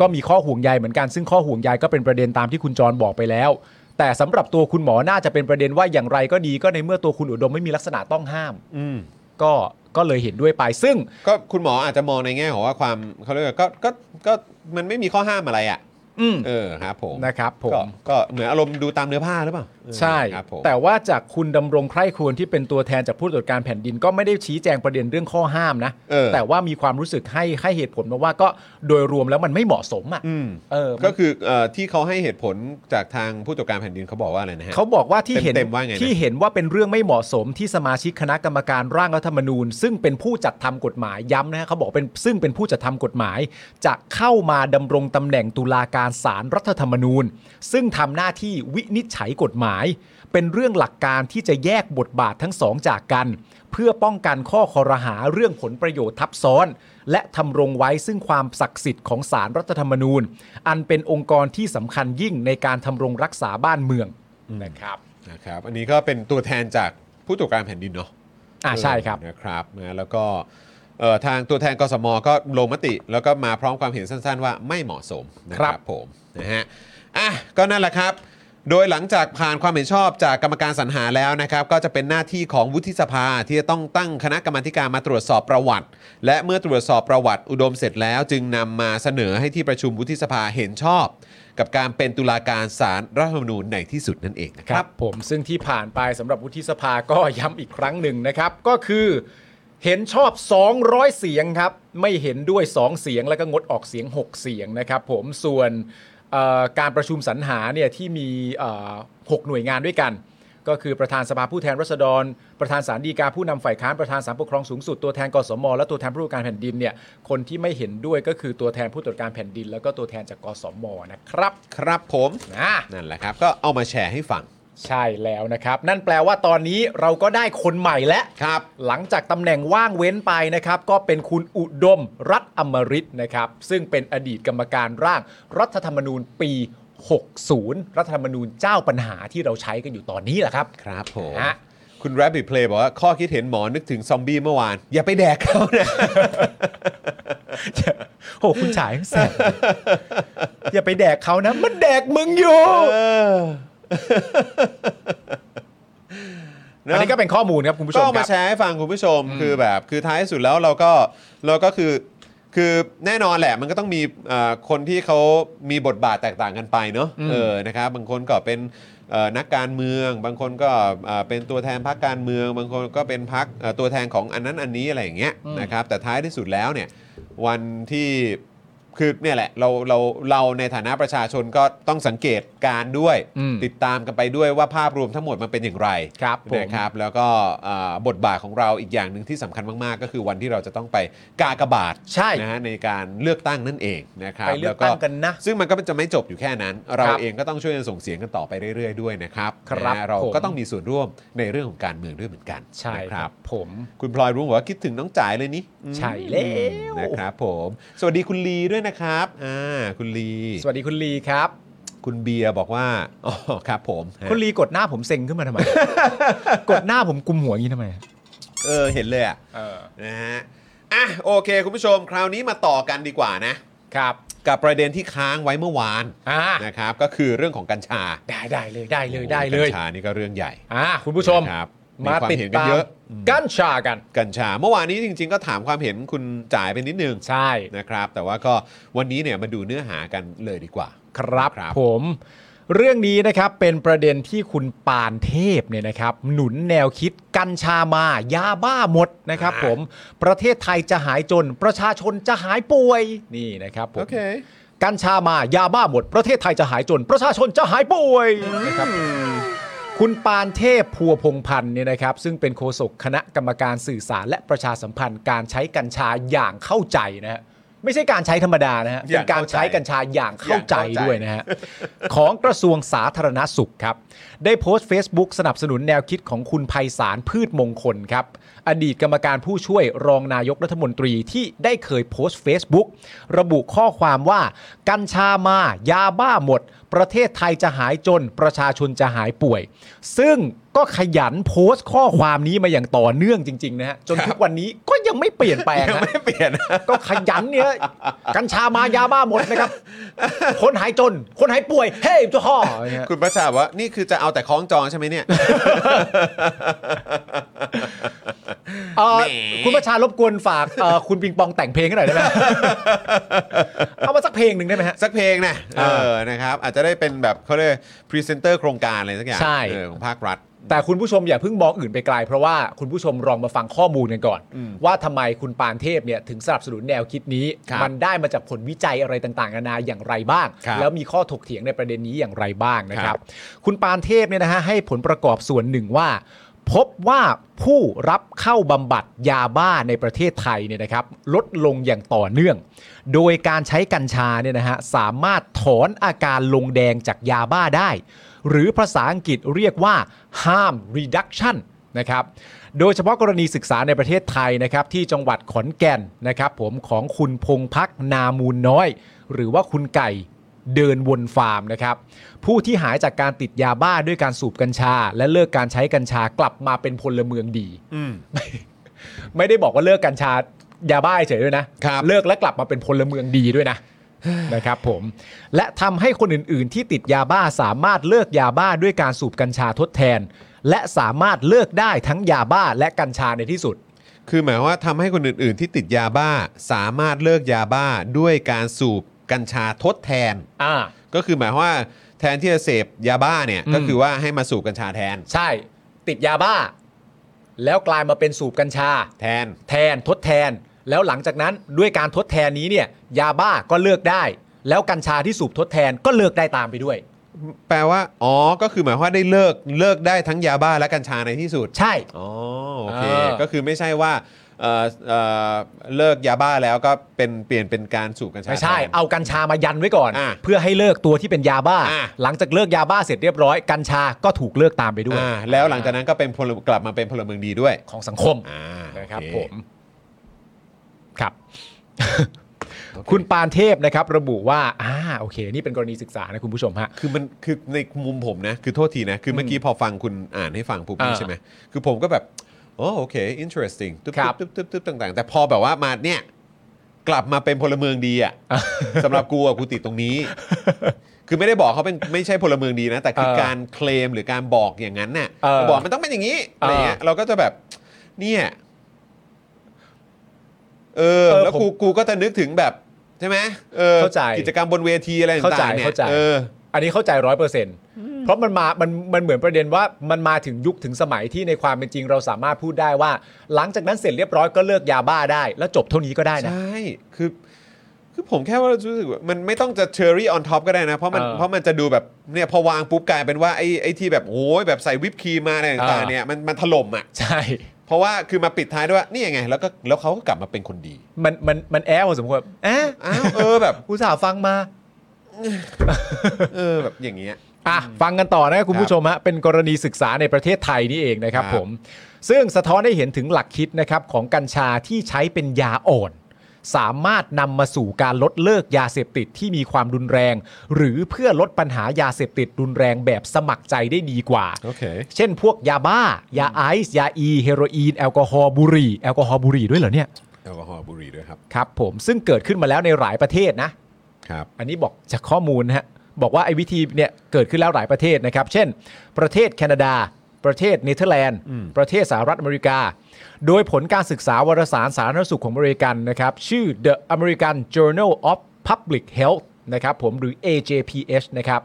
Speaker 2: ก็มีข้อห่วงใยเหมือนกันซึ่งข้อห่วงใยก็เป็นประเด็นตามที่คุณจรบอกไปแล้ว แต่สำหรับตัวคุณหมอน่าจะเป็นประเด็นว่าอย่างไรก็ดีก็ในเมื่อตัวคุณอุดมไม่มีลักษณะต้องห้าม
Speaker 3: อืม
Speaker 2: ก็ก็เลยเห็นด้วยไปซึ่ง
Speaker 3: ก็คุณหมออาจจะมองในแง่ของว่าความเขาเรียกว่าก็ก็ก็มันไม่มีข้อห้ามอะไรอ่ะ
Speaker 2: อืม
Speaker 3: เออครับผม
Speaker 2: นะครับผม
Speaker 3: ก็ก็เหมือนอารมณ์ดูตามเนื้อผ้าหรือเปล่า
Speaker 2: ใช่
Speaker 3: ครับผม
Speaker 2: แต่ว่าจากคุณดำรงใคร่ครวญที่เป็นตัวแทนจากผู้ตรวจการแผ่นดินก็ไม่ได้ชี้แจงประเด็นเรื่องข้อห้ามนะ
Speaker 3: เออ
Speaker 2: แต่ว่ามีความรู้สึกให้ให้เหตุผลมาว่าก็โดยรวมแล้วมันไม่เหมาะสมอ่ะ
Speaker 3: อืม
Speaker 2: เออ
Speaker 3: ก็คือเอ่อที่เขาให้เหตุผลจากทางผู้ตรวจการแผ่นดินเขาบอกว่าอะไรนะฮะ
Speaker 2: เขาบอกว่าที่เห็น
Speaker 3: เต็มๆว่าไงนะ
Speaker 2: ที่เห็นว่าเป็นเรื่องไม่เหมาะสมที่สมาชิกคณะกรรมการร่างรัฐธรรมนูญ ซึ่งเป็นผู้จัดทำกฎหมายย้ำนะฮะเขาบอกเป็นซึ่งเป็นผู้จัดทำกฎหมาย จะเข้ามาดำรงตำแหน่งตุลาการศาลรรัฐธรรมนูญ ซึ่งทำหน้าที่วินิจฉัยกฎหมาย เป็นเรื่องหลักการที่จะแยกบทบาททั้งสองจากกัน เพื่อป้องกันข้อคอรหาเรื่องผลประโยชน์ทับซ้อน และทำรงไว้ซึ่งความศักดิ์สิทธิ์ของศาลรรัฐธรรมนูญ อันเป็นองค์กรที่สำคัญยิ่งในการทำรงรักษาบ้านเมืองนะครับ
Speaker 3: นะครับอันนี้ก็เป็นตัวแทนจากผู้ตรวจการแผ่นดินเนาะ
Speaker 2: อ่าใช่ครับ
Speaker 3: เออนะครับนะแล้วก็เอ่อทางตัวแทนกสมก็ลงมติ แล้วก็มาพร้อมความเห็นสั้นๆ ว่าไม่เหมาะสมนะค
Speaker 2: ครั
Speaker 3: รับบ ผมนะฮะอ่ะก็นั่นแหละครับ โดยหลังจากผ่านความเห็นชอบจากกรรมการสรรหาแล้วนะครับ ก็จะเป็นหน้าที่ของวุฒิสภาที่จะต้องตั้งคณะกรรมาธิการมาตรวจสอบประวัติ และเมื่อตรวจสอบประวัติอุดมเสร็จแล้ว จึงนำมาเสนอให้ที่ประชุมวุฒิสภาเห็นชอบ กับการเป็นตุลาการศาลรัฐธรรมนูญในที่สุดนั่นเองนะค
Speaker 2: ค
Speaker 3: รั
Speaker 2: รับ บผมซึ่งที่ผ่านไปสำหรับวุฒิสภาก็ย้ำอีกครั้งหนึ่งนะครับ ก็คือเห็นชอบ 200 เสียงครับ ไม่เห็นด้วย 2 เสียงแล้วก็งดออกเสียง 6 เสียงนะครับ ผมส่วนเอ่อการประชุมสรรหาเนี่ยที่มีเอ่อ6หน่วยงานด้วยกัน ก็คือประธานสภาผู้แทนราษฎร ประธานสารดีกาผู้นำฝ่ายค้านประธานสารปกครองสูงสุดตัวแทนกสมและตัวแทนผู้ตรวจการแผ่นดินเนี่ยคนที่ไม่เห็นด้วยก็คือตัวแทนผู้ตรวจการแผ่นดิน แล้วก็ตัวแทนจากกสมนะครับ
Speaker 3: ครับผม
Speaker 2: นะ
Speaker 3: นั่นแหละครับก็เอามาแชร์ให้ฟัง
Speaker 2: ใช่แล้วนะครับ นั่นแปลว่าตอนนี้เราก็ได้คนใหม่แล้ว
Speaker 3: ครับ
Speaker 2: หลังจากตำแหน่งว่างเว้นไปนะครับ ก็เป็นคุณอุดมรัฐอมริตนะครับ ซึ่งเป็นอดีตกรรมการร่างรัฐธรรมนูญปี 60 รัฐธรรมนูญเจ้าปัญหาที่เราใช้กันอยู่ตอนนี้แหละครับ
Speaker 3: ครับผม
Speaker 2: ฮะ
Speaker 3: คุณ Rabbit Play บอกว่า ข้อคิดเห็นหมอนึกถึงซอมบี้เมื่อวาน อย่าไปแดกเขานะ
Speaker 2: โอ้คุณฉายแสบอย่าไปแดกเขานะ มันแดกมึงอยู่อันนี้ก็เป็นข้อมูลครับคุณผู้ช
Speaker 3: ก็
Speaker 2: ม
Speaker 3: เอา
Speaker 2: ค
Speaker 3: มา
Speaker 2: รับ
Speaker 3: แชร์ให้ฟังคุณผู้ชมคือแบบคือท้ายสุดแล้วเราก็เราก็คือคือแน่นอนแหละมันก็ต้องมีเอ่อคนที่เขามีบทบาทแตกต่างกันไปเนาะเออนะครับบางคนก็เป็นเอ่อนักการเมือง บางคนก็เอ่อเป็นตัวแทนพรรคการเมือง บางคนก็เป็นพรรคเอ่อตัวแทนของอันนั้นอันนี้อะไรอย่างเงี้ยนะครับแต่ท้ายที่สุดแล้วเนี่ยวันที่ คือเนี่ยแหละเราเราเราในฐานะประชาชนก็ต้องสังเกตการณ์ด้วย
Speaker 2: อืม
Speaker 3: ติดตามกันไปด้วยว่าภาพรวมทั้งหมดมันเป็นอย่างไร
Speaker 2: ครับผม
Speaker 3: นะครับ แล้วก็อ่าบทบาทของเราอีกอย่างหนึ่งที่สำคัญมากๆ ก็คือวันที่เราจะต้องไปกากบาท
Speaker 2: ใช่
Speaker 3: นะฮะในการเลือกตั้งนั่นเองนะครับ
Speaker 2: ไปเลือกตั้ง
Speaker 3: แว
Speaker 2: กันนะ
Speaker 3: ซึ่งมันก็จะไม่จบอยู่แค่นั้น เรา
Speaker 2: ครับ
Speaker 3: เองก็ต้องช่วยกันส่งเสียงกันต่อไปเรื่อยๆด้วยนะครับ
Speaker 2: ครับ
Speaker 3: นะฮะเรา
Speaker 2: ผม
Speaker 3: ก็ต้องมีส่วนร่วมในเรื่องของการเมืองด้วยเหมือนกัน
Speaker 2: ใช่
Speaker 3: นะ
Speaker 2: ค
Speaker 3: ค
Speaker 2: รั
Speaker 3: รั
Speaker 2: บบ ผม
Speaker 3: คุณพลอยรุ้งบอกว่าคิดถึงน้องจ๋ายเลยนี่อืม
Speaker 2: ใช่แล้ว
Speaker 3: นะครับผมสวัสดีคุณลีด้วยนะครับอ่าคุณลี
Speaker 2: สวัสดีคุณลีครับ
Speaker 3: คุณเบียร์บอกว่าอ๋อครับผมฮะ
Speaker 2: คุณลีกดหน้าผมเซ็งขึ้นมาท ำไม กดหน้าผมกุมหัวอย่างนี้ทำไม
Speaker 3: เออเห็นเลยอ่ะ
Speaker 2: เออ
Speaker 3: นะฮะอ่ะโอเค คุณผู้ชมคราวนี้มาต่อกันดีกว่านะครับ กับประเด็นที่ค้างไว้เมื่อวาน
Speaker 2: อ่า
Speaker 3: นะครับก็คือเรื่องของกัญชา
Speaker 2: ได้ได้เลยได้เลยได้เลย
Speaker 3: กัญชานี่ก็เรื่องใหญ่
Speaker 2: อ่าคุณผู้ชม
Speaker 3: นะครับ
Speaker 2: มา
Speaker 3: คว
Speaker 2: ติด
Speaker 3: เห็นกัน
Speaker 2: ตาม
Speaker 3: เยอะ
Speaker 2: กัญชากัน
Speaker 3: กัญชาเมื่อวานนี้จริง ๆ ก็ถามความเห็นคุณจ่ายไปนิดนึง
Speaker 2: ใช่
Speaker 3: นะครับ แต่ว่าก็วันนี้เนี่ยมาดูเนื้อหากันเลยดีกว่า
Speaker 2: ครับ
Speaker 3: ครับ
Speaker 2: ผม เรื่องนี้นะครับเป็นประเด็นที่คุณปานเทพเนี่ยนะครับ หนุนแนวคิดกัญชามายาบ้าหมดนะครับผมประเทศไทยจะหายจนประชาชนจะหายป่วยนี่นะครับผม กัญชามายาบ้าหมด ประเทศไทยจะหายจน ประชาชนจะหายป่วยนะครับคุณปานเทพพัวพงพันธ์เนี่ยนะครับซึ่งเป็นโฆษกคณะกรรมการสื่อสารและประชาสัมพันธ์การใช้กัญชาอย่างเข้าใจนะฮะไม่ใช่การใช้ธรรมดานะฮะ
Speaker 3: อ
Speaker 2: เป็
Speaker 3: ย่าง
Speaker 2: นการ
Speaker 3: เข้าใจ
Speaker 2: ใช้กัญชาอย่างเข้าใจด้วยนะฮะ ของกระทรวงสาธารณสุขครับ ได้โพสต์ Facebook สนับสนุนแนวคิดของคุณไพศาลพืชมงคลครับ อดีตกรรมการผู้ช่วยรองนายกรัฐมนตรีที่ได้เคยโพสต์ Facebook ระบุข้อความว่า กัญชามายาบ้าหมด ประเทศไทยจะหายจน ประชาชนจะหายป่วย ซึ่งก็ขยันโพสต์ข้อความนี้มาอย่างต่อเนื่องจริง ๆ นะฮะจนทุกวันนี้ก็ยังไม่เปลี่ยนแปลง
Speaker 3: ยัง
Speaker 2: นะ
Speaker 3: ไม่เปลี่ยน นะ
Speaker 2: ก็ขยันเนี่ยกัญชามายาบ้าหมดนะครับ คนหายจน คนหายป่วย เฮ้ยเจ้าพ่ออย่างเงี้ย
Speaker 3: คุณประชาบอกว่านี่คือจะเอาแต่คล้องจองใช่ไหมเนี่ย
Speaker 2: เอ่อ
Speaker 3: แหม
Speaker 2: คุณประชารบกวนฝากเอ่อคุณปิงปองแต่งเพลงให้หน่อยได้ไหม เอามาสักเพลงหนึ่งได้ไหมฮะ
Speaker 3: สักเพลงนะเออนะครับอาจจะได้เป็นแบบเขาเรียกพรีเซนเตอร์โครงการอะไรสักอย่าง
Speaker 2: ใช่
Speaker 3: เออของภาครัฐ
Speaker 2: แต่คุณผู้ชมอย่าเพิ่งมองอื่นไปไกล เพราะว่าคุณผู้ชมลองมาฟังข้อมูลกันก่อน ว่าทำไมคุณปานเทพเนี่ยถึงสนับสนุนแนวคิดนี้
Speaker 3: ครับ
Speaker 2: มันได้มาจากผลวิจัยอะไรต่างๆนานาอย่างไรบ้าง
Speaker 3: ครับ
Speaker 2: แล้วมีข้อถกเถียงในประเด็นนี้อย่างไรบ้างนะค
Speaker 3: ครั
Speaker 2: รับ
Speaker 3: บ
Speaker 2: คุณปานเทพเนี่ยนะฮะให้ผลประกอบส่วนหนึ่งว่า พบว่าผู้รับเข้าบำบัดยาบ้าในประเทศไทยเนี่ยนะครับ ลดลงอย่างต่อเนื่อง โดยการใช้กัญชาเนี่ยนะฮะสามารถถอนอาการลงแดงจากยาบ้าได้ หรือภาษาอังกฤษเรียกว่า harm reduction นะครับ โดยเฉพาะกรณีศึกษาในประเทศไทยนะครับที่จังหวัดขอนแก่นนะครับ ผมของคุณพงพักนามูลน้อย หรือว่าคุณไก่ เดินวนฟาร์มนะครับ ผู้ที่หายจากการติดยาบ้าด้วยการสูบกัญชา และเลิกการใช้กัญชากลับมาเป็นพลเมืองดี
Speaker 3: อืม
Speaker 2: ไม่ได้บอกว่าเลิกกัญชายาบ้าเฉยด้วยนะครับ เลิกและกลับมาเป็นพลเมืองดีด้วยนะ นะครับผมและทำให้คนอื่น ๆ ที่ติดยาบ้าสามารถเลิกยาบ้าด้วยการสูบกัญชาทดแทน และสามารถเลิกได้ทั้งยาบ้าและกัญชาในที่สุด
Speaker 3: คือหมายความว่าทำให้คนอื่น ๆ ที่ติดยาบ้าสามารถเลิกยาบ้าด้วยการสูบกัญชาทดแทน
Speaker 2: อ่า
Speaker 3: ก็คือหมายความว่าแทนที่จะเสพยาบ้าเนี่ย
Speaker 2: อืม
Speaker 3: ก็คือว่าให้มาสูบกัญชาแทน
Speaker 2: ใช่ติดยาบ้า แล้วกลายมาเป็นสูบกัญชา
Speaker 3: แทน
Speaker 2: แทนทดแทนแล้วหลังจากนั้นด้วยการทดแทนนี้เนี่ยยาบ้าก็เลิกได้ แล้วกัญชาที่สูบทดแทนก็เลิกได้ตามไปด้วย
Speaker 3: แปลว่า อ๋อ ก็คือหมายความว่าได้เลิกเลิกได้ทั้งยาบ้าและกัญชาในที่สุด
Speaker 2: ใช่
Speaker 3: อ๋อ โอเค
Speaker 2: อ่า
Speaker 3: ก็คือไม่ใช่ว่าเอ่อเอ่อเลิกยาบ้าแล้วก็เป็นเปลี่ยนเป็นการสูบกัญชา
Speaker 2: ไม่ใช่
Speaker 3: แทน
Speaker 2: เอากัญชามายันไว้ก่อน
Speaker 3: อ่ะ
Speaker 2: เพื่อให้เลิกตัวที่เป็นยาบ้า
Speaker 3: อ่ะ
Speaker 2: หลังจากเลิกยาบ้าเสร็จเรียบร้อย กัญชาก็ถูกเลิกตามไปด้วย
Speaker 3: อ่าแล้วหลังจากนั้นก็เป็นพลกลับมาเป็นพลเมืองดีด้วย
Speaker 2: ของสังคม
Speaker 3: อ่า
Speaker 2: นะครับ
Speaker 3: โอเ
Speaker 2: ผมครับ
Speaker 3: โอเ
Speaker 2: คุณปานเทพนะครับ ระบุว่าอ่าโอเค นี่เป็นกรณีศึกษานะคุณผู้ชมฮะ
Speaker 3: คือมันคือในมุมผมนะคือโทษทีนะ คือเมื่อกี้พอฟังคุณอ่านให้ฟังปุ๊บ
Speaker 2: อ่า
Speaker 3: นี่ใช่ไหมคือผมก็แบบโอ้โอเค interesting ตุ๊บ
Speaker 2: ครับ
Speaker 3: ตุ๊บตุ๊บตุ๊บต่างๆ แต่พอแบบว่ามาเนี่ย กลับมาเป็นพลเมืองดี อ่ะ
Speaker 2: อ่ะ
Speaker 3: สำหรับกูอ่ะกูติดตรงนี้ คือไม่ได้บอกเขาเป็นไม่ใช่พลเมืองดีนะ แต่คือ
Speaker 2: เออ
Speaker 3: การเคลมหรือการบอกอย่างนั้นน่ะ
Speaker 2: เออ
Speaker 3: บอกมันต้องเป็นอย่างนี้อะไรเงี้ยเราก็จะแบบ เนี่ย เออ
Speaker 2: เออ
Speaker 3: แล้วกูกูก็จะนึกถึงแบบใช่ไหมเออ
Speaker 2: เข้าใจ
Speaker 3: กิจกรรมบนเวทีอะไร
Speaker 2: เข้าใจ
Speaker 3: ต่างๆเนี่ย
Speaker 2: เข้าใจ
Speaker 3: เออ
Speaker 2: อันนี้เข้าใจร้อยเปอร์เซ็นต์เพราะมันมา มัน มันเหมือนประเด็นว่ามันมาถึงยุคถึงสมัยที่ในความเป็นจริงเราสามารถพูดได้ว่า หลังจากนั้นเสร็จเรียบร้อยก็เลิกยาบ้าได้ แล้วจบเท่านี้ก็ได้นะ
Speaker 3: ใช่ คือ คือผมแค่ว่ารู้สึกว่ามันไม่ต้องจะเชอรี่ออนท็อปก็ได้นะ เพราะมัน
Speaker 2: เออ
Speaker 3: เพราะมันจะดูแบบเนี่ยพอวางปุ๊บกลายเป็นว่าไอ้ไอ้ที่แบบโอ้ยแบบใส่วิปครีมมาอะไรต่าง
Speaker 2: อ่า
Speaker 3: ๆเนี่ยมันมันถล่มอ่ะ
Speaker 2: ใช่
Speaker 3: เพราะว่าคือมาปิดท้ายด้วยว่านี่ยังไง แล้วก็แล้วเขาก็กลับมาเป็นคนดี
Speaker 2: มันมันมันแอบพอสมควรแอบ
Speaker 3: อ้าวเออแบบ
Speaker 2: อุตส่าห์ฟังมา
Speaker 3: เออแบบอย่างเงี้ย
Speaker 2: อ่ะฟังกันต่อนะครับคุณ
Speaker 3: ครับ
Speaker 2: ผู้ชมฮะเป็นกรณีศึกษาในประเทศไทยนี่เองนะครับ
Speaker 3: ครับ
Speaker 2: ผม ซึ่งสะท้อนให้เห็นถึงหลักคิดนะครับของกัญชาที่ใช้เป็นยาอ่อน สามารถนำมาสู่การลดเลิกยาเสพติดที่มีความรุนแรง หรือเพื่อลดปัญหายาเสพติดรุนแรงแบบสมัครใจได้ดีกว่า
Speaker 3: โอเค
Speaker 2: เช่นพวกยาบ้า ยาไอซ์ยาอีเฮโรอีน แอลกอฮอล์บุหรี่แอลกอฮอล์บุหรี่ด้วยเหรอเนี่ย
Speaker 3: แอลกอฮอล์บุหรี่ด้วยครับ
Speaker 2: ครับผมซึ่งเกิดขึ้นมาแล้วในหลายประเทศนะ
Speaker 3: ครับ
Speaker 2: อันนี้บอกจากข้อมูลนะฮะบอกว่าไอ้วิธีเนี่ยเกิดขึ้นแล้วหลายประเทศนะครับ เช่น ประเทศแคนาดา ประเทศเนเธอร์แลนด์ ประเทศสหรัฐอเมริกา โดยผลการศึกษาวารสารสาธารณสุขของอเมริกันนะครับ ชื่อ The American Journal of Public Health นะครับผมหรือ AJPH นะครับ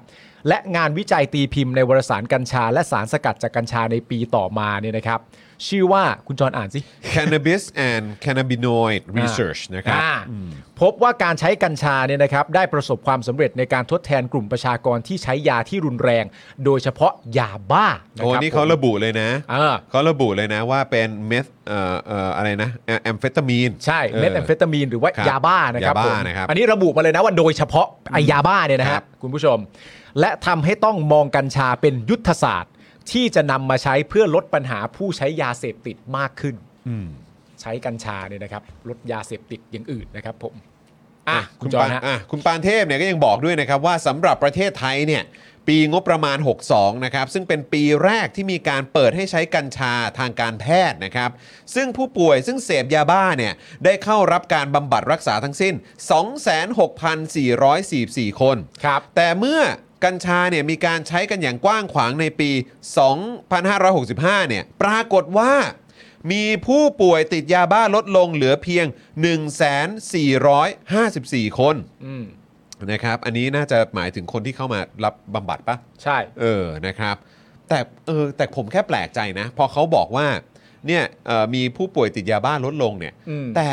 Speaker 2: และงานวิจัยตีพิมพ์ในวารสารกัญชา และสารสกัดจากกัญชาในปีต่อมาเนี่ยนะครับ ชื่อว่าคุณจรอ่านสิ
Speaker 3: Cannabis and Cannabinoid Research นะครับ
Speaker 2: อ่าพบว่าการใช้กัญชาเนี่ยนะครับได้ประสบความสำเร็จในการทดแทนกลุ่มประชากรที่ใช้ยาที่รุนแรง โดยเฉพาะยาบ้าะ
Speaker 3: โอ้
Speaker 2: ครับ
Speaker 3: นี่เขา
Speaker 2: ผม
Speaker 3: ระบุเลยนะ
Speaker 2: อ่า
Speaker 3: เขาระบุเลยนะว่าเป็นเมทเอ่อเอ่ออะไรนะแอแอมเฟตามีน
Speaker 2: ใช่เมทแอมเฟตามีนหรือว่า
Speaker 3: ครับ
Speaker 2: ยาบ้านะครับ
Speaker 3: ยาบ้า
Speaker 2: ผม
Speaker 3: นะครับ
Speaker 2: อันนี้ระบุมาเลยนะว่าโดยเฉพาะไอยาบ้าเนี่ยนะ
Speaker 3: ครั
Speaker 2: ฮะ
Speaker 3: บ
Speaker 2: คุณผู้ชม และทำให้ต้องมองกัญชาเป็นยุทธศาสตร์ ที่จะนำมาใช้เพื่อลดปัญหาผู้ใช้ยาเสพติดมากขึ้น ใช้กัญชาเนี่ยนะครับลดยาเสพติดอย่างอื่นนะครับผมอ่ะคุณจอห์นฮะ
Speaker 3: อ่ะคุณปานเทพเนี่ยก็ยังบอกด้วยนะครับว่าสำหรับประเทศไทยเนี่ยปีงบประมาณ 62 นะครับ ซึ่งเป็นปีแรกที่มีการเปิดให้ใช้กัญชาทางการแพทย์นะครับ ซึ่งผู้ป่วยซึ่งเสพยาบ้าเนี่ยได้เข้ารับการบำบัดรักษาทั้งสิ้น 26,444 คน
Speaker 2: ครับ
Speaker 3: แต่เมื่อกัญชาเนี่ยมีการใช้กันอย่างกว้างขวางในปี 2565 เนี่ยปรากฏว่า มีผู้ป่วยติดยาบ้าลดลงเหลือเพียง 1,454 คน
Speaker 2: อืม
Speaker 3: นะครับ อันนี้น่าจะหมายถึงคนที่เข้ามารับบำบัดปะ
Speaker 2: ใช่
Speaker 3: เออ นะครับ แต่เออแต่ผมแค่แปลกใจนะ พอเขาบอกว่า เนี่ยเอ่อมีผู้ป่วยติดยาบ้าลดลงเนี่ย
Speaker 2: อืม
Speaker 3: แต่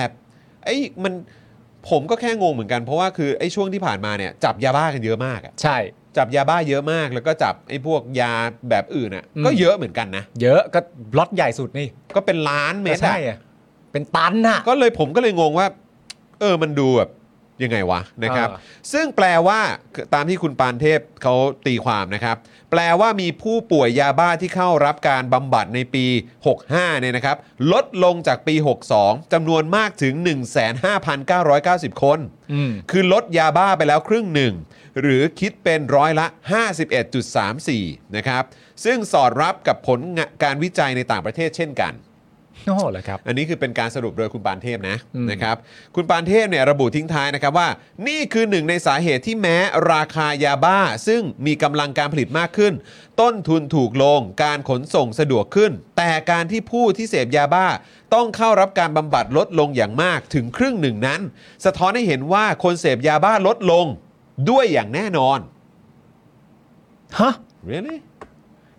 Speaker 3: ไอ้มันผมก็แค่งงเหมือนกัน เพราะว่าคือไอ้ช่วงที่ผ่านมาเนี่ยจับยาบ้ากันเยอะมากอะ
Speaker 2: ใช่
Speaker 3: จับยาบ้าเยอะมาก แล้วก็จับไอ้พวกยาแบบอื่นอ่ะ
Speaker 2: อืม
Speaker 3: ก็เยอะเหมือนกันนะ
Speaker 2: เยอะก็ล็อตใหญ่สุดนี่
Speaker 3: ก็เป็นล้านเม็ด
Speaker 2: ใช่
Speaker 3: อะ
Speaker 2: อะเป็นตันน่ะ
Speaker 3: ก็เลยผมก็เลยงงว่า เออ มันดูแบบยังไงวะนะครับ
Speaker 2: เออ
Speaker 3: ซึ่งแปลว่าตามที่คุณปานเทพเขาตีความนะครับ แปลว่ามีผู้ป่วยยาบ้าที่เข้ารับการบำบัดในปี 65 เนี่ยนะครับ ลดลงจากปี 62จำนวนมากถึง 15,990 คน
Speaker 2: อืม
Speaker 3: คือลดยาบ้าไปแล้วครึ่งหนึ่ง หรือคิดเป็นร้อยละ 51.34 นะครับ ซึ่งสอดรับกับผลงานการวิจัยในต่างประเทศเช่นกัน
Speaker 2: โอ้เหรอครับ
Speaker 3: อันนี้คือเป็นการสรุปโดยคุณปานเทพนะ
Speaker 2: อืม
Speaker 3: นะครับคุณปานเทพเนี่ยระบุทิ้งท้ายนะครับว่า นี่คือหนึ่งในสาเหตุที่แม้ราคายาบ้า ซึ่งมีกำลังการผลิตมากขึ้น ต้นทุนถูกลงการขนส่งสะดวกขึ้น แต่การที่ผู้ที่เสพยาบ้า ต้องเข้ารับการบำบัดลดลงอย่างมากถึงครึ่งหนึ่งนั้น สะท้อนให้เห็นว่าคนเสพยาบ้าลดลงด้วยอย่างแน่นอน
Speaker 2: ฮะ
Speaker 3: really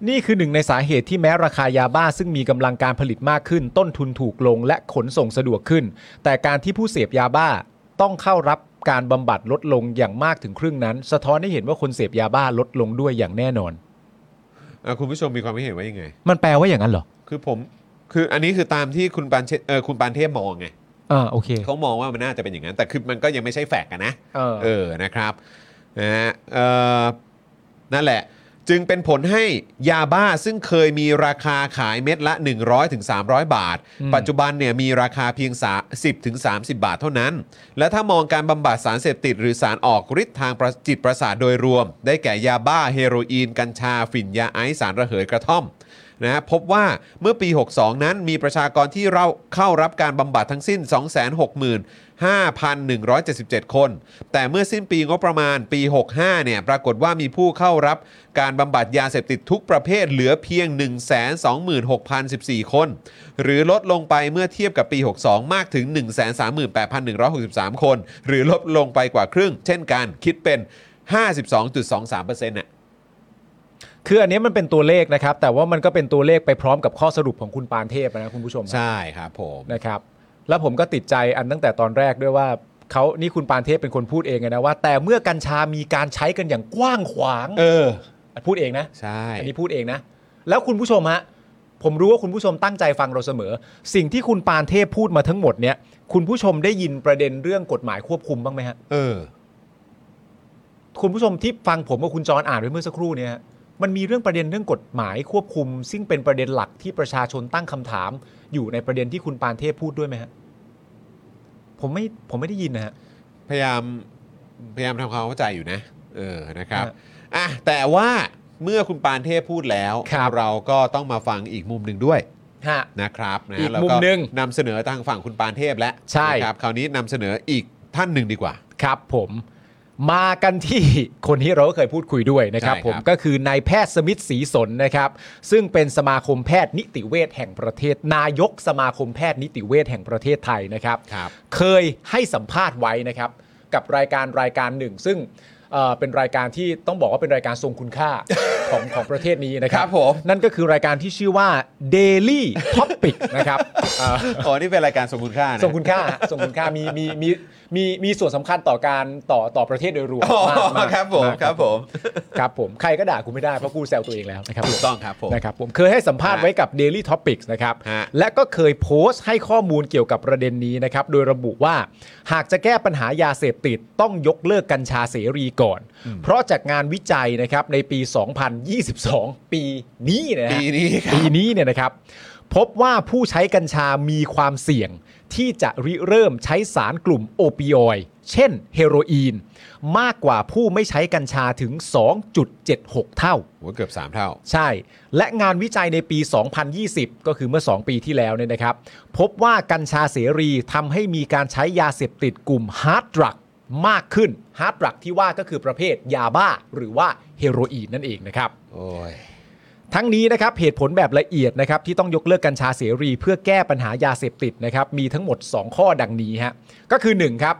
Speaker 2: นี่คือหนึ่งในสาเหตุที่แม้ราคายาบ้า ซึ่งมีกำลังการผลิตมากขึ้น ต้นทุนถูกลงและขนส่งสะดวกขึ้น แต่การที่ผู้เสพยาบ้าต้องเข้ารับการบำบัดลดลงอย่างมากถึงครึ่งนั้น สะท้อนให้เห็นว่าคนเสพยาบ้าลดลงด้วยอย่างแน่นอน
Speaker 3: อ่ะคุณผู้ชมมีความคิดเห็นว่ายังไง
Speaker 2: มันแปลว่าอย่างนั้นเหรอ
Speaker 3: คือผมคืออันนี้คือตามที่คุณปานเชเออคุณปานเทพมองไง
Speaker 2: อ่าโอเค
Speaker 3: เขามองว่ามันน่าจะเป็นอย่างนั้น แต่คือมันก็ยังไม่ใช่แฟกต์อะนะ
Speaker 2: เออ
Speaker 3: เออ นะครับนะฮะเอ่อนั่นแหละ จึงเป็นผลให้ยาบ้าซึ่งเคยมีราคาขายเม็ดละ 100-300ถึง300 บาท ปัจจุบันเนี่ยมีราคาเพียง 10-30ถึง30 บาทเท่านั้น และถ้ามองการบำบัดสารเสพติด หรือสารออกฤทธิ์ทางประจิตประสาทโดยรวม ได้แก่ยาบ้าเฮโรอีน กัญชา ฝิ่นยาไอซ์สารระเหยกระท่อม นะฮะพบว่าเมื่อปี 62 นั้นมีประชากรที่เราเข้ารับการบำบัดทั้งสิ้น 265,177 คน แต่เมื่อสิ้นปีงบประมาณปี 65 เนี่ย ปรากฏว่ามีผู้เข้ารับการบำบัดยาเสพติดทุกประเภทเหลือเพียง 126,014 คน หรือลดลงไปเมื่อเทียบกับปี 62 มากถึง 138,163 คน หรือลดลงไปกว่าครึ่ง เช่นกันคิดเป็น 52.23%น่ะ
Speaker 2: คืออันนี้มันเป็นตัวเลขนะครับ แต่ว่ามันก็เป็นตัวเลขไปพร้อมกับข้อสรุปของคุณปานเทพนะคุณผู้ชม
Speaker 3: ใช่ครับผม
Speaker 2: นะครับแล้วผมก็ติดใจอันตั้งแต่ตอนแรกด้วยว่า เขานี่คุณปานเทพเป็นคนพูดเองไงนะว่า แต่เมื่อกัญชามีการใช้กันอย่างกว้างขวาง
Speaker 3: เออ
Speaker 2: พูดเองนะ
Speaker 3: ใช่
Speaker 2: อันนี้พูดเองนะ แล้วคุณผู้ชมฮะ ผมรู้ว่าคุณผู้ชมตั้งใจฟังเราเสมอ สิ่งที่คุณปานเทพพูดมาทั้งหมดเนี่ย คุณผู้ชมได้ยินประเด็นเรื่องกฎหมายควบคุมบ้างไหมฮะ
Speaker 3: เออ
Speaker 2: คุณผู้ชมที่ฟังผมกับคุณจรอ่านไปเมื่อสักครู่เนี่ยฮะมันมีเรื่องประเด็นเรื่องกฎหมายควบคุม ซึ่งเป็นประเด็นหลักที่ประชาชนตั้งคำถาม อยู่ในประเด็นที่คุณปานเทพพูดด้วยไหมฮะ ผมไม่ผมไม่ได้ยินนะฮะ
Speaker 3: พยายามพยายามทำความเข้าใจอยู่นะเออนะครับ
Speaker 2: ฮะ
Speaker 3: อ่ะแต่ว่าเมื่อคุณปานเทพพูดแล้ว
Speaker 2: ครับ
Speaker 3: เราก็ต้องมาฟังอีกมุมหนึ่งด้วย
Speaker 2: ฮะ
Speaker 3: นะครับนะ
Speaker 2: อีก
Speaker 3: แล้ว
Speaker 2: มุมหนึ่ง
Speaker 3: นำเสนอทางฝั่งคุณปานเทพแล้ว
Speaker 2: ใช่
Speaker 3: นะครับคราวนี้นำเสนออีกท่านหนึ่งดีกว่า
Speaker 2: ครับผมมากันที่ คนที่เราก็เคยพูดคุยด้วยนะครับ
Speaker 3: ใช่ครับ
Speaker 2: ผมก็คือนายแพทย์สมิทธ์ศรีสนนะครับ ซึ่งเป็นสมาคมแพทย์นิติเวชแห่งประเทศ นายกสมาคมแพทย์นิติเวชแห่งประเทศไทยนะครับ
Speaker 3: ครับ
Speaker 2: เคยให้สัมภาษณ์ไว้นะครับ กับรายการรายการหนึ่ง ซึ่งเอ่อเป็นรายการที่ต้องบอกว่าเป็นรายการทรงคุณค่า ของของประเทศนี้นะครั
Speaker 3: ครับ บผม
Speaker 2: นั่นก็คือรายการที่ชื่อว่า Daily Topic นะครับเอ่อ
Speaker 3: อ๋อนี่เป็นรายการสมคุณค่านะ
Speaker 2: ส่งคุณค่าฮะส่งคุณค่ามีมีมีมีมีส่วนสำคัญต่อการต่อต่อประเทศโดยรวม
Speaker 3: อ๋อ
Speaker 2: มากาก
Speaker 3: ครับผม
Speaker 2: าก
Speaker 3: ครับผม
Speaker 2: ครับผมใครก็ด่ากูไม่ได้ เพราะกูแซวตัวเองแล้วนะครับ
Speaker 3: ถูกต้องครับผม
Speaker 2: นะครับผมเคยให้สัมภาษณ์ไว้กับ Daily Topics นะครับ
Speaker 3: ฮะ
Speaker 2: และก็เคยโพสต์ให้ข้อมูลเกี่ยวกับประเด็นนี้นะครับ โดยระบุว่า หากจะแก้ปัญหายาเสพติดต้องยกเลิกกัญชาเสรีก่อน เพราะจากงานวิจัยนะครับในปี 2022 ปีนี้นะฮะ
Speaker 3: ปีนี้ครับ
Speaker 2: ปีนี้เนี่ยนะครับ พบว่าผู้ใช้กัญชามีความเสี่ยง ที่จะริเริ่มใช้สารกลุ่มโอปิออยด์เช่นเฮโรอีน มากกว่าผู้ไม่ใช้กัญชาถึง 2.76 เท่า
Speaker 3: โหัวเกือบ 3 เท่า
Speaker 2: ใช่ และงานวิจัยในปี 2020 ก็คือเมื่อ 2 ปีที่แล้วเนี่ยนะครับ พบว่ากัญชาเสรีทำให้มีการใช้ยาเสพติดกลุ่มฮาร์ดดรักมากขึ้นฮาร์ดดรักที่ว่าก็คือประเภทยาบ้า หรือว่าเฮโรอีนนั่นเองนะครับ
Speaker 3: โอ้ย
Speaker 2: ทั้งนี้นะครับเหตุผลแบบละเอียดนะครับที่ต้องยกเลิกกัญชาเสรีเพื่อแก้ปัญหายาเสพติดนะครับมีทั้งหมด 2 ข้อดังนี้ฮะก็คือ 1 ครับ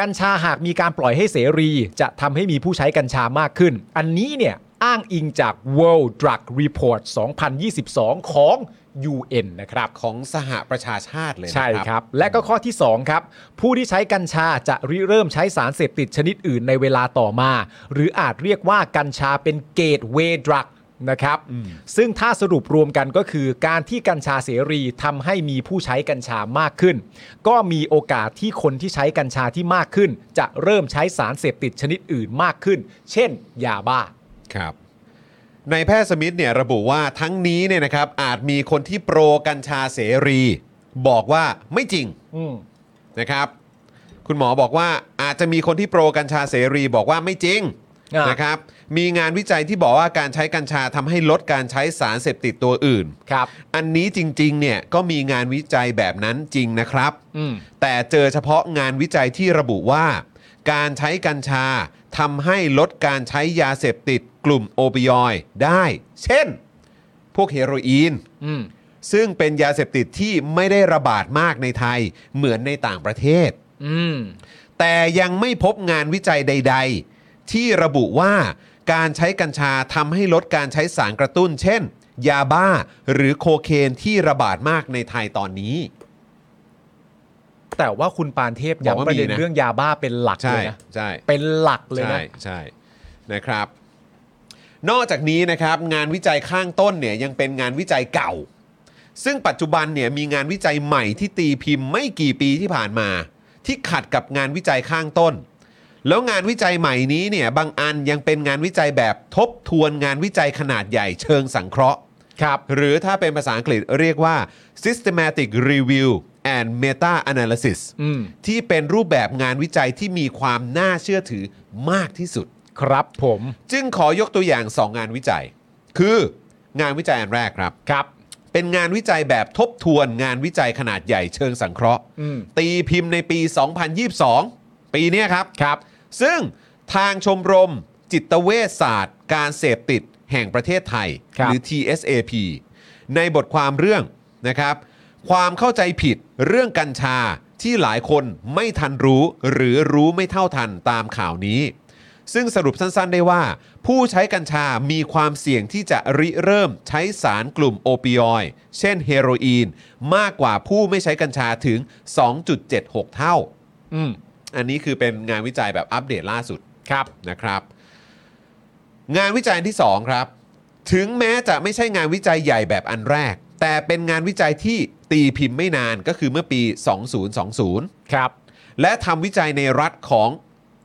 Speaker 2: กัญชาหากมีการปล่อยให้เสรี จะทำให้มีผู้ใช้กัญชามากขึ้น อันนี้เนี่ยอ้างอิงจาก World Drug Report 2022 ของ UN นะครับ
Speaker 3: ของสหประชาชาติเลยนะ
Speaker 2: ใช่ครับ และก็ข้อที่ 2 ครับ ผู้ที่ใช้กัญชาจะริเริ่มใช้สารเสพติดชนิดอื่นในเวลาต่อมา หรืออาจเรียกว่ากัญชาเป็นเกตเวดรักนะครับ ซึ่งถ้าสรุปรวมกันก็คือการที่กัญชาเสรีทำให้มีผู้ใช้กัญชามากขึ้น ก็มีโอกาสที่คนที่ใช้กัญชาที่มากขึ้น จะเริ่มใช้สารเสพติดชนิดอื่นมากขึ้น เช่น ยาบ้า
Speaker 3: ครับ ในแพทย์สมิธเนี่ยระบุว่าทั้งนี้เนี่ยนะครับอาจมีคนที่โปรกัญชาเสรี บอกว่าไม่จริง
Speaker 2: อืม
Speaker 3: นะครับคุณหมอบอกว่าอาจจะมีคนที่โปรกัญชาเสรีบอกว่าไม่จริง
Speaker 2: อ่าน
Speaker 3: นะครับมีงานวิจัยที่บอกว่าการใช้กัญชาทำให้ลดการใช้สารเสพติดตัวอื่น
Speaker 2: ครับ
Speaker 3: อันนี้จริงๆเนี่ยก็มีงานวิจัยแบบนั้นจริงนะครับ
Speaker 2: อืม
Speaker 3: แต่เจอเฉพาะงานวิจัยที่ระบุว่า การใช้กัญชาทำให้ลดการใช้ยาเสพติดกลุ่มโอปิออยด์ได้ เช่น พวกเฮโรอีน
Speaker 2: อืม
Speaker 3: ซึ่งเป็นยาเสพติดที่ไม่ได้ระบาดมากในไทยเหมือนในต่างประเทศ
Speaker 2: อืม
Speaker 3: แต่ยังไม่พบงานวิจัยใด ๆ ที่ระบุว่าการใช้กัญชาทำให้ลดการใช้สารกระตุ้น เช่น ยาบ้าหรือโคเคนที่ระบาดมากในไทยตอนนี้
Speaker 2: แต่ว่าคุณปานเทพ
Speaker 3: บอกว่า
Speaker 2: ย้ำประเด็น
Speaker 3: มีนะ
Speaker 2: เรื่องยาบ้าเป็นหลักเล
Speaker 3: ใช่
Speaker 2: ยนะ
Speaker 3: ใช่
Speaker 2: เป็นหลักเลย
Speaker 3: ใช่
Speaker 2: นะ
Speaker 3: ใช่นะครับ นอกจากนี้นะครับงานวิจัยข้างต้นเนี่ยยังเป็นงานวิจัยเก่า ซึ่งปัจจุบันเนี่ยมีงานวิจัยใหม่ที่ตีพิมพ์ไม่กี่ปีที่ผ่านมา ที่ขัดกับงานวิจัยข้างต้น แล้วงานวิจัยใหม่นี้เนี่ยบางอันยังเป็นงานวิจัยแบบทบทวนงานวิจัยขนาดใหญ่เชิงสังเคราะห์
Speaker 2: ครับ
Speaker 3: หรือถ้าเป็นภาษาอังกฤษเรียกว่า systematic review and meta analysis
Speaker 2: อืม
Speaker 3: ที่เป็นรูปแบบงานวิจัยที่มีความน่าเชื่อถือมากที่สุด
Speaker 2: ครับผม
Speaker 3: จึงขอยกตัวอย่าง 2 งานวิจัย คืองานวิจัยอันแรกครับ
Speaker 2: ครับ
Speaker 3: เป็นงานวิจัยแบบทบทวนงานวิจัยขนาดใหญ่เชิงสังเคราะห์
Speaker 2: อืม
Speaker 3: ตีพิมพ์ในปี 2022 ปีเนี้ยครับ
Speaker 2: ครับ
Speaker 3: ซึ่งทางชมรมจิตเวชศาสตร์ การเสพติดแห่งประเทศไทย
Speaker 2: ครั
Speaker 3: ห
Speaker 2: บ
Speaker 3: รือ TSAP ในบทความเรื่องนะครับ ความเข้าใจผิดเรื่องกัญชาที่หลายคนไม่ทันรู้หรือรู้ไม่เท่าทันตามข่าวนี้ ซึ่งสรุปสั้นๆได้ว่า ผู้ใช้กัญชามีความเสี่ยงที่จะริเริ่มใช้สารกลุ่มโอปิออยด์เช่นเฮโรอีน มากกว่าผู้ไม่ใช้กัญชาถึง 2.76 เท่า
Speaker 2: อืม
Speaker 3: อันนี้คือเป็นงานวิจัยแบบอัปเดตล่าสุด
Speaker 2: ครับ
Speaker 3: นะครับ งานวิจัยอันที่ 2 ครับ ถึงแม้จะไม่ใช่งานวิจัยใหญ่แบบอันแรก แต่เป็นงานวิจัยที่ตีพิมพ์ไม่นานก็คือเมื่อปี 2020
Speaker 2: ครับ
Speaker 3: และทำวิจัยในรัฐของ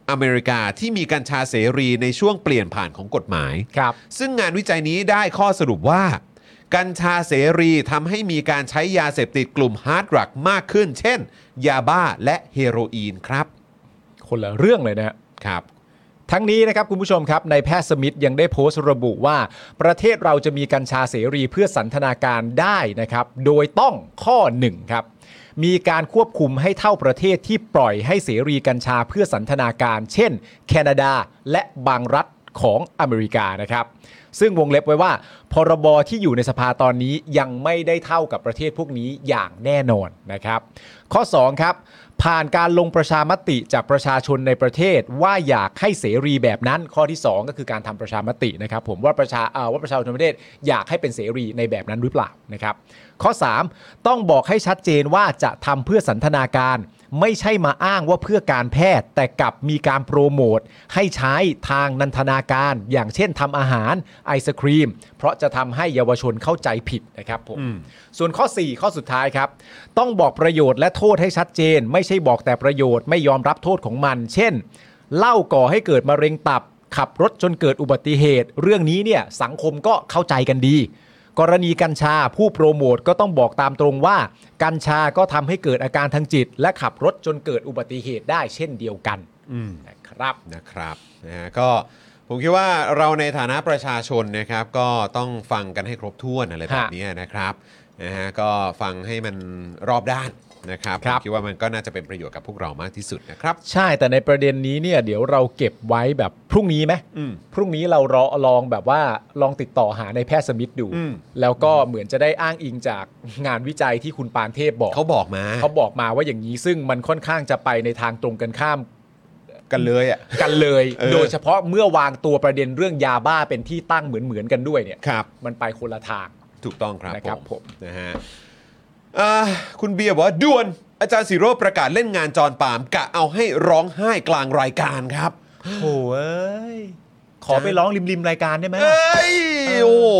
Speaker 3: อเมริกาที่มีกัญชาเสรีในช่วงเปลี่ยนผ่านของกฎหมาย
Speaker 2: ครับ
Speaker 3: ซึ่งงานวิจัยนี้ได้ข้อสรุปว่า กัญชาเสรีทำให้มีการใช้ยาเสพติดกลุ่มฮาร์ดดรักมากขึ้น เช่น ยาบ้าและเฮโรอีนครับ
Speaker 2: คนละเรื่องเลยนะฮะ
Speaker 3: ครับ
Speaker 2: ทั้งนี้นะครับคุณผู้ชมครับในายแพทย์สมิธยังได้โพสต์ระบุว่า ประเทศเราจะมีกัญชาเสรีเพื่อสันทนาการได้นะครับ โดยต้องข้อ 1 ครับ มีการควบคุมให้เท่าประเทศที่ปล่อยให้เสรีกัญชาเพื่อสันทนาการ เช่น แคนาดาและบางรัฐของอเมริกานะครับ ซึ่งวงเล็บไว้ว่า พรบที่อยู่ในสภาตอนนี้ยังไม่ได้เท่ากับประเทศพวกนี้อย่างแน่นอนนะครับ ข้อ 2 ครับ ผ่านการลงประชามติจากประชาชนในประเทศว่าอยากให้เสรีแบบนั้น ข้อที่ 2 ก็คือการทำประชามตินะครับ ผมว่าประชาเอ่อว่าประชาชนในประเทศอยากให้เป็นเสรีในแบบนั้นหรือเปล่านะครับ ข้อ 3 ต้องบอกให้ชัดเจนว่าจะทำเพื่อสันทนาการ ไม่ใช่มาอ้างว่าเพื่อการแพทย์ แต่กลับมีการโปรโมท ให้ใช้ทางนันทนาการ อย่างเช่นทำอาหารไอศครีม เพราะจะทำให้เยาวชนเข้าใจผิดนะครับผมส่วนข้อ 4 ข้อสุดท้ายครับ ต้องบอกประโยชน์และโทษให้ชัดเจน ไม่ใช่บอกแต่ประโยชน์ไม่ยอมรับโทษของมัน เช่นเหล้าก่อให้เกิดมะเร็งตับ ขับรถจนเกิดอุบัติเหตุ เรื่องนี้เนี่ยสังคมก็เข้าใจกันดี กรณีกัญชาผู้โปรโมทก็ต้องบอกตามตรงว่า กัญชาก็ทำให้เกิดอาการทางจิต และขับรถจนเกิดอุบัติเหตุได้เช่นเดียวกันนะครับ
Speaker 3: นะครับนะฮะก็ผมคิดว่าเราในฐานะประชาชนนะครับ ก็ต้องฟังกันให้ครบถ้วนอะไรแบบ
Speaker 2: ฮะ
Speaker 3: นี้นะครับนะฮะก็ฟังให้มันรอบด้านนะครับ
Speaker 2: ครับ
Speaker 3: ผมคิดว่ามันก็น่าจะเป็นประโยชน์กับพวกเรามากที่สุดนะครับ
Speaker 2: ใช่แต่ในประเด็นนี้เนี่ยเดี๋ยวเราเก็บไว้แบบพรุ่งนี้ไหม
Speaker 3: อืม
Speaker 2: พรุ่งนี้เรารอลองแบบว่าลองติดต่อหาในแพทย์สมิธดู
Speaker 3: อืม
Speaker 2: แล้วก็เหมือนจะได้อ้างอิงจากงานวิจัยที่คุณปานเทพบอก
Speaker 3: เขาบอกมา
Speaker 2: เขาบอกมาว่าอย่างนี้ซึ่งมันค่อนข้างจะไปในทางตรงกันข้าม
Speaker 3: กันเลยอ่ะ
Speaker 2: กันเลย
Speaker 3: เออ
Speaker 2: โดยเฉพาะเมื่อวางตัวประเด็นเรื่องยาบ้าเป็นที่ตั้งเหมือนเหมือนๆกันด้วยเนี่ย
Speaker 3: ครับ
Speaker 2: มันไปคนละทาง
Speaker 3: ถูกต้องครับ
Speaker 2: นะครับผม
Speaker 3: นะฮะอ่าคุณเบียร์บอกว่าด่วนอาจารย์สิโรจน์ประกาศเล่นงานจอนปามกะเอาให้ร้องไห้กลางรายการครับ
Speaker 2: โอ้ย ขอไปร้องริมริมๆรายการได้ไหม
Speaker 3: เอ้ยโอ้โห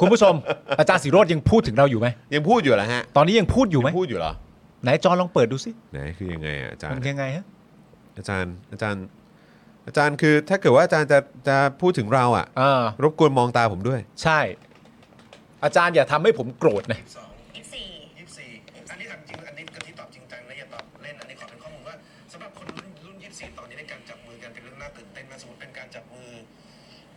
Speaker 2: คุณผู้ชม อาจารย์สิโรธยังพูดถึงเราอยู่ไหม
Speaker 3: ยังพูดอยู่เหรอฮะ
Speaker 2: ตอนนี้ยังพูดอยู่ไหม
Speaker 3: ยังพูดอยู่เหรอ
Speaker 2: ไหนจอลองเปิดดูสิ
Speaker 3: ไหนคือยังไงอ่ะอาจาร
Speaker 2: มั
Speaker 3: ย์
Speaker 2: นยังไงฮะ
Speaker 3: อาจารย์อาจารย์ อาจารย์คือถ้าเกิดว่าอาจารย์จะจะพูดถึงเราอ่ะ
Speaker 2: อ่า
Speaker 3: รบกวนมองตาผมด้วย
Speaker 2: ใช่ อาจารย์อย่าทำให้ผมโกรธนะ
Speaker 7: ยี่สิบสี่ยี่สิบสี่อันนี้ถามจริง อันนี้กะทิตอบจริงจังนะอย่าตอบเล่น อันนี้ขอเป็นข้อมูลว่าสำหรับคนรุ่นรุ่นยี่สิบสี่ตอนนี้ในการจับมือกันเป็นเรื่องน่าตื่นเต้นมากสมมติเป็นการจับมือ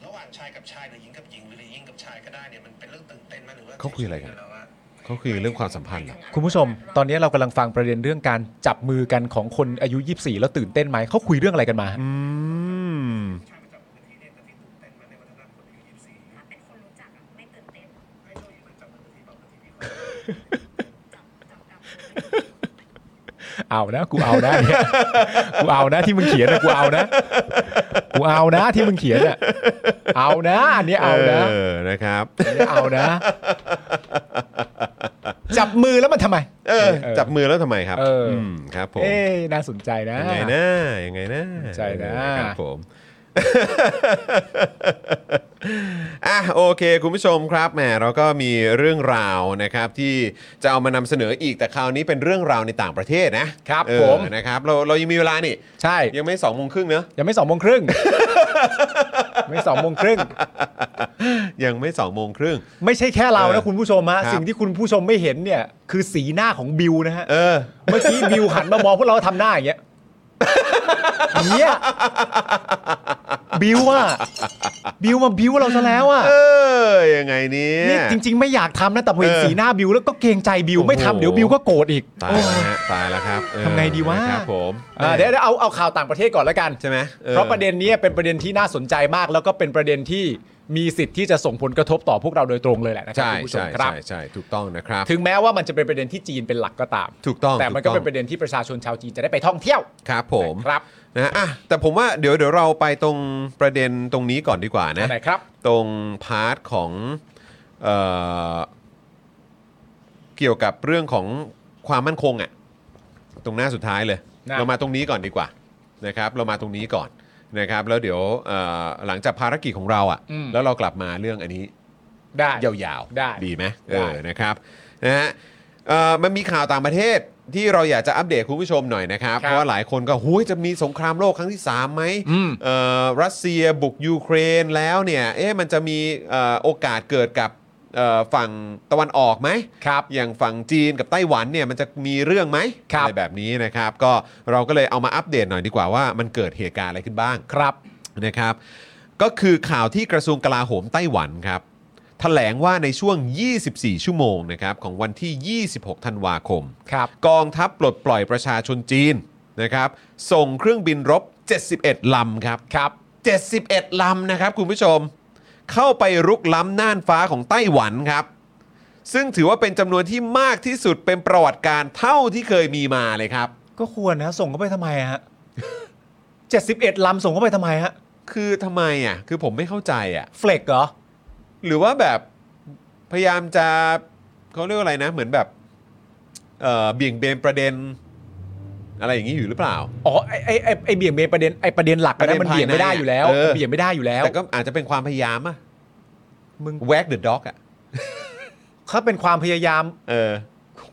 Speaker 7: ระหว่างชายกับชายหรือหญิงกับหญิงหรือหญิงกับชายก็ได้เนี่ยมันเป็นเรื่องตื่นเต้นมากหรือว่า
Speaker 3: เขาคุยอะไรกัน
Speaker 7: แล้วอะ
Speaker 3: เขาคือเรื่องความสัมพันธ์เหรอ
Speaker 2: คุณผู้ชม ตอนนี้เรากำลังฟังประเด็นเรื่องการจับมือกันของคนอายุ 24 แล้วตื่นเต้นไหม เขาคุยเรื่องอะไรกันมาฮะ
Speaker 3: อืม
Speaker 8: ถ้าเป็นคนรู้จักอะไม่ตื่นเต้นจับจับจับเลย
Speaker 2: เอานะกูเอานะ เนี่ยกูเอานะที่มึงเขียนนะกูเอานะกูเอานะที่มึงเขียนอ่ะเอานะอันนี้เอานะ
Speaker 3: เออนะครับ
Speaker 2: อันนี้เอานะ จับมือแล้วมันทำไม
Speaker 3: เออ
Speaker 2: เออ
Speaker 3: จับมือแล้วทำไมครับ
Speaker 2: เอออื
Speaker 3: มครับผม
Speaker 2: เอ๊ะน่าสนใจนะ
Speaker 3: ยังไงนะ ยังไงนะ
Speaker 2: ใจนะ
Speaker 3: ครับผม อ่ะโอเค คุณผู้ชมครับแหมเราก็มีเรื่องราวนะครับ ที่จะเอามานำเสนออีกแต่คราวนี้เป็นเรื่องราวในต่างประเทศนะครับ เออ
Speaker 2: ผม
Speaker 3: นะครับเราเรายังมีเวลานี่
Speaker 2: ใช่
Speaker 3: ยังไม่สองโมงครึ่งเนอะ
Speaker 2: ยังไม่สองโมงครึ่ง ไม่สองโมงครึ่ง
Speaker 3: ยังไม่สองโมงครึ่ง
Speaker 2: ไม่ใช่แค่เรานะคุณผู้ชมฮะ
Speaker 3: ครับ
Speaker 2: สิ่งที่คุณผู้ชมไม่เห็นเนี่ย คือสีหน้าของบิวนะฮะ
Speaker 3: เออ
Speaker 2: เมื่อกี้บิวหันมามองพวกเราทำหน้าอย่างเงี้ยอย่างเนี้ยบิวอ่ะบิวมาบิวเราซะแล้วอ่ะ
Speaker 3: เออ ยังไงเนี่ย
Speaker 2: นี่จริง ๆ ไม่อยากทำนะแต่พอเห็น
Speaker 3: เออ
Speaker 2: สีหน้าบิวแล้วก็เกรงใจบิว
Speaker 3: โอ้โห
Speaker 2: ไม่ทำเดี๋ยวบิวก็โกรธอีก
Speaker 3: ตายแล้วฮะตายแล้วครับเออ
Speaker 2: ทำไงดีวะ
Speaker 3: ครับผม
Speaker 2: อ่าเดี๋ยวเดี๋ยวเอาเอาข่าวต่างประเทศก่อนแล้วกัน
Speaker 3: ใช่ไหมออ
Speaker 2: เพราะประเด็นนี้เป็นประเด็นที่น่าสนใจมาก แล้วก็เป็นประเด็นที่มีสิทธิ์ที่จะส่งผลกระทบต่อพวกเราโดยตรงเลยแหละนะครั
Speaker 3: ใช่
Speaker 2: คุณผู้ชม
Speaker 3: ใช่
Speaker 2: ครับ
Speaker 3: ใช่ใช่ถูกต้องนะครับ
Speaker 2: ถึงแม้ว่ามันจะเป็นประเด็นที่จีนเป็นหลักก็ตาม
Speaker 3: ถูกต้อง
Speaker 2: แต่มันก็
Speaker 3: ถู
Speaker 2: เป็
Speaker 3: ต้อน ง
Speaker 2: ประเด็นที่ประชาชนชาวจีนจะได้ไปท่องเที่ยว
Speaker 3: ครับผม
Speaker 2: ครับ
Speaker 3: นะอ่ะแต่ผมว่าเดี๋ยวเดี๋ยวเราไปตรงประเด็นตรงนี้ก่อนดีกว่านะ
Speaker 2: อันไหนครับ
Speaker 3: ตรงพาร์ทของเอ่อเกี่ยวกับเรื่องของความมั่นคงอะ่ะต รงหน้าสุดท้ายเลย
Speaker 2: นะ
Speaker 3: เรามาตรงนี้ก่อนดีกว่านะครับเรามาตรงนี้ก่อนนะครับ แล้วเดี๋ยวเอ่อหลังจากภารกิจของเราอ่ะ
Speaker 2: อืม
Speaker 3: แล้วเรากลับมาเรื่องอันนี้
Speaker 2: ได้
Speaker 3: ยาวๆ
Speaker 2: ได้
Speaker 3: ดีไหมเอ
Speaker 2: ได้
Speaker 3: อนะครับนะฮะเอ่อมันมีข่าวต่างประเทศที่เราอยากจะอัปเดตคุณผู้ชมหน่อยนะครับ เพราะว่าหลายคนก็หูยจะมีสงครามโลกครั้งที่ 3 ไหม
Speaker 2: อืม
Speaker 3: เอ่อรัสเซียบุกยูเครนแล้วเนี่ยเอ๊ะมันจะมีเอ่อโอกาสเกิดกับเอ่อฝั่งตะวันออกไหม
Speaker 2: ครับ
Speaker 3: อย่างฝั่งจีนกับไต้หวันเนี่ยมันจะมีเรื่องไหม
Speaker 2: ครับ
Speaker 3: อะไรแบบนี้นะครับ ก็เราก็เลยเอามาอัปเดตหน่อยดีกว่าว่ามันเกิดเหตุการณ์อะไรขึ้นบ้าง
Speaker 2: ครับ
Speaker 3: นะครับก็คือข่าวที่กระทรวงกลาโหมไต้หวันครับแถลงว่าในช่วง 24 ชั่วโมงนะครับของวันที่ 26 ธันวาคม
Speaker 2: ครับ
Speaker 3: กองทัพปลดปล่อยประชาชนจีนนะครับส่งเครื่องบินรบ 71 ลำครับ
Speaker 2: ครับ
Speaker 3: 71 ลำนะครับคุณผู้ชม เข้าไปรุกล้ำน่านฟ้าของไต้หวันครับ ซึ่งถือว่าเป็นจำนวนที่มากที่สุดเป็นประวัติการเท่าที่เคยมีมาเลยครับ
Speaker 2: ก็ควรนะ ส่งเข้าไปทำไมอะฮะ 71 ลำส่งเข้าไปทำไมฮะ
Speaker 3: คือทำไมอ่ะคือผมไม่เข้าใจอ่ะ
Speaker 2: เฟลกเหรอ
Speaker 3: หรือว่าแบบพยายามจะเขาเรียกว่าอะไรนะ เหมือนแบบเอ่อเบี่ยงเบนประเด็น อะไรอย่างนี้อยู่หรือเปล่า
Speaker 2: อ๋อไอไอไอ้ไอเบี่ยงเบนประเด็นไอประเด็นหลักอันนั้นมัน
Speaker 3: ประเด็น
Speaker 2: เบี่ยง
Speaker 3: ภาย
Speaker 2: ไม่ได้อยู่แล้ว
Speaker 3: ในอะเออ
Speaker 2: เบี่ยงไม่ได้อยู่แล้ว
Speaker 3: แต่ก็อาจจะเป็นความพยายามอะ
Speaker 2: มึง
Speaker 3: แวกเดอะด็อกอะ
Speaker 2: เขาเป็นความพยายาม
Speaker 3: เออ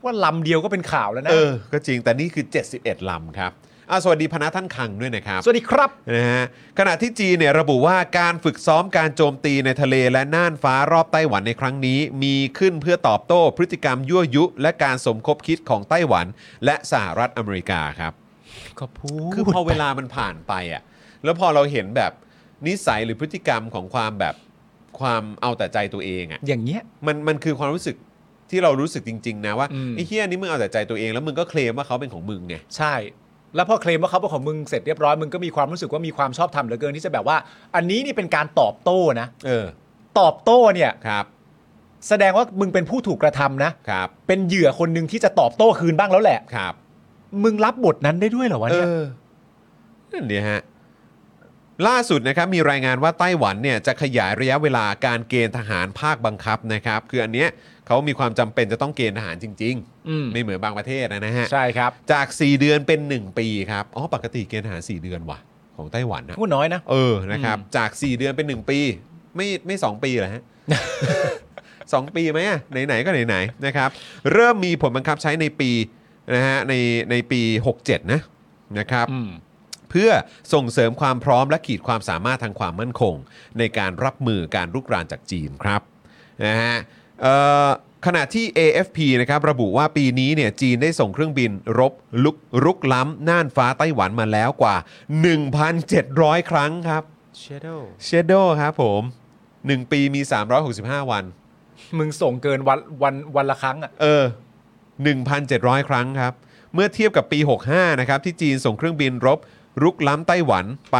Speaker 2: ว่าลำเดียวก็เป็นข่าวแล้วนะ
Speaker 3: เออ ก็จริงแต่นี่คือ 71 ลำครับอ่ะสวัสดีพนักท่านคังด้วยนะครับ
Speaker 2: สวัสดีครับ
Speaker 3: นะฮะขณะที่จีนเนี่ยระบุว่าการฝึกซ้อมการโจมตีในทะเลและน่านฟ้ารอบไต้หวันในครั้งนี้ มีขึ้นเพื่อตอบโต้พฤติกรรมยั่วยุ และการสมคบคิดของไต้หวัน และสหรัฐอเมริกาครับ
Speaker 2: ขอบพู
Speaker 3: คือพอเวลามันผ่านไปอ่ะแล้วพอเราเห็นแบบนิสัยหรือพฤติกรรมของความแบบความเอาแต่ใจตัวเองอ่ะ
Speaker 2: อย่างเงี้ย
Speaker 3: มันมันคือความรู้สึกที่เรารู้สึกจริง ๆ นะว่า
Speaker 2: อืม
Speaker 3: ไอ้เฮียนี่มึงเอาแต่ใจตัวเองแล้วมึงก็เคลมว่าเขาเป็นของมึงไง
Speaker 2: ใช่ แล้วพอเคลมว่าเขาเป็นของมึงเสร็จเรียบร้อยมึงก็มีความรู้สึกว่ามีความชอบธรรมเหลือเกินที่จะแบบว่า อันนี้นี่เป็นการตอบโต้นะ
Speaker 3: เออ
Speaker 2: ตอบโต้เนี่ย
Speaker 3: ครับ
Speaker 2: แสดงว่ามึงเป็นผู้ถูกกระทำนะ
Speaker 3: ครับ
Speaker 2: เป็นเหยื่อคนหนึ่งที่จะตอบโต้คืนบ้างแล้วแหละ
Speaker 3: ครับ
Speaker 2: มึงรับบทนั้นได้ด้วยเหรอวะ
Speaker 3: เอ
Speaker 2: เนี่ย
Speaker 3: อนั่นดีฮะ ล่าสุดนะครับมีรายงานว่าไต้หวันเนี่ยจะขยายระยะเวลาการเกณฑ์ทหารภาคบังคับนะครับ คืออันเนี้ยเขามีความจำเป็นจะต้องเกณฑ์ทหารจริง
Speaker 2: อืม
Speaker 3: ไม่เหมือนบางประเทศนะฮะ
Speaker 2: ใช่ครับ
Speaker 3: จาก 4 เดือนเป็น 1 ปีครับ อ๋อ ปกติเกณฑ์ทหาร 4 เดือนว่ะ ของไต้หวันนะ
Speaker 2: พูดน้อยนะ
Speaker 3: เออนะครับ จาก 4 เดือนเป็น 1 ปี ไม่ไม่สองปี เหรอฮะ สองปีไหมอะไหนๆก็ไหนๆนะครับ เริ่มมีผลบังคับใช้ในปีนะฮะในในปี 67 นะนะครับ
Speaker 2: อืม
Speaker 3: เพื่อส่งเสริมความพร้อมและขีดความสามารถทางความมั่นคง ในการรับมือการรุกรานจากจีนครับนะฮะเอ่อขณะที่ AFP นะครับระบุว่าปีนี้เนี่ยจีนได้ส่งเครื่องบินรบลุกรุกล้ำน่านฟ้าไต้หวันมาแล้วกว่า 1,700 ครั้งครับ
Speaker 2: Shadow
Speaker 3: เชโดครับผม 1 ปีมี 365 วัน
Speaker 2: มึงส่งเกินวันวันวันละครั้งอ่ะ
Speaker 3: เออ 1,700 ครั้งครับ เมื่อเทียบกับปี 65 นะครับ ที่จีนส่งเครื่องบินรบ รุกล้ำไต้หวันไป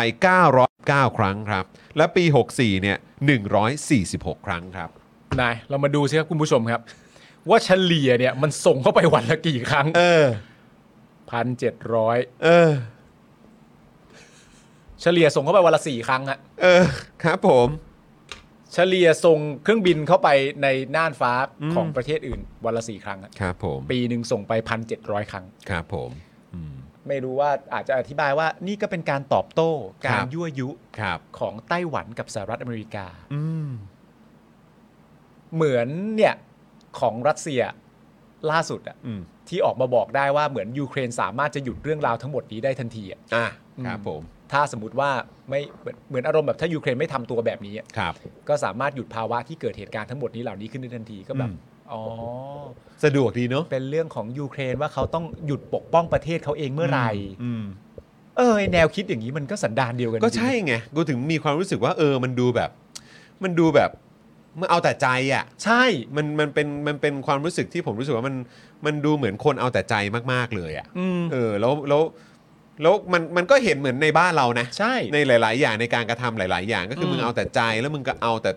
Speaker 3: 909 ครั้งครับ และปี 64 เนี่ย 146 ครั้งครับ
Speaker 2: นาย เรามาดูสิครับคุณผู้ชมครับ ว่าเฉลี่ยเนี่ยมันส่งเข้าไปวันละกี่ครั้ง
Speaker 3: เออ
Speaker 2: พันเจ็ดร้อย
Speaker 3: เออ
Speaker 2: เฉลี่ยส่งเข้าไปวันละสี่ครั้งฮะ
Speaker 3: เออ ครับผม
Speaker 2: เฉลี่ยส่งเครื่องบินเข้าไปในน่านฟ้าของประเทศอื่น วันละสี่ครั้งฮะ
Speaker 3: ครับผม
Speaker 2: ปีหนึ่งส่งไปพันเจ็ดร้อยครั้ง
Speaker 3: ครับผม
Speaker 2: ไม่รู้ว่าอาจจะอธิบายว่านี่ก็เป็นการตอบโต้กา
Speaker 3: ครั
Speaker 2: ร
Speaker 3: บ
Speaker 2: ยั่วยุ
Speaker 3: ครับ
Speaker 2: ของไต้หวันกับสหรัฐอเมริกา
Speaker 3: อืม
Speaker 2: เหมือนเนี่ยของรัสเซียล่าสุดอะ
Speaker 3: อืม
Speaker 2: ที่ออกมาบอกได้ว่าเหมือนยูเครนสามารถจะหยุดเรื่องราวทั้งหมดนี้ได้ทันทีอะ
Speaker 3: อ่ะ
Speaker 2: อืม
Speaker 3: ครับผม
Speaker 2: ถ้าสมมติว่าไม่เหมือนเหมือนอารมณ์แบบถ้ายูเครนไม่ทำตัวแบบนี้อะ
Speaker 3: ครับ
Speaker 2: ก็สามารถหยุดภาวะที่เกิดเหตุการณ์ทั้งหมดนี้เหล่านี้ขึ้นได้ทันทีก็แบบ
Speaker 3: อืม
Speaker 2: อ๋อ
Speaker 3: สะดวกดีเนอะ
Speaker 2: เป็นเรื่องของยูเครนว่าเขาต้องหยุดปกป้องประเทศเขาเองเมื่อไหร่
Speaker 3: อืม
Speaker 2: เออไอ้แนวคิดอย่างนี้มันก็สันดานเดียวกัน
Speaker 3: ก็ใช่
Speaker 2: จริง
Speaker 3: ไง กูถึงมีความรู้สึกว่า เออ มันดูแบบ มันดูแบบ มันเอาแต่ใจอ่ะ
Speaker 2: ๆใช่
Speaker 3: มันมันเป็นมันเป็นความรู้สึกที่ผมรู้สึกว่ามันมันดูเหมือนคนเอาแต่ใจมากๆเลยอะ่ะ
Speaker 2: อืม
Speaker 3: เออแล้วแล้วแล้วมันมันก็เห็นเหมือนในบ้านเรานะ
Speaker 2: ใช่
Speaker 3: ในหลาย ๆ อย่างในการกระทำหลาย ๆ อย่างก็คืออ
Speaker 2: ม
Speaker 3: มึงเอาแต่ใจแล้วมึงก็เอาแต่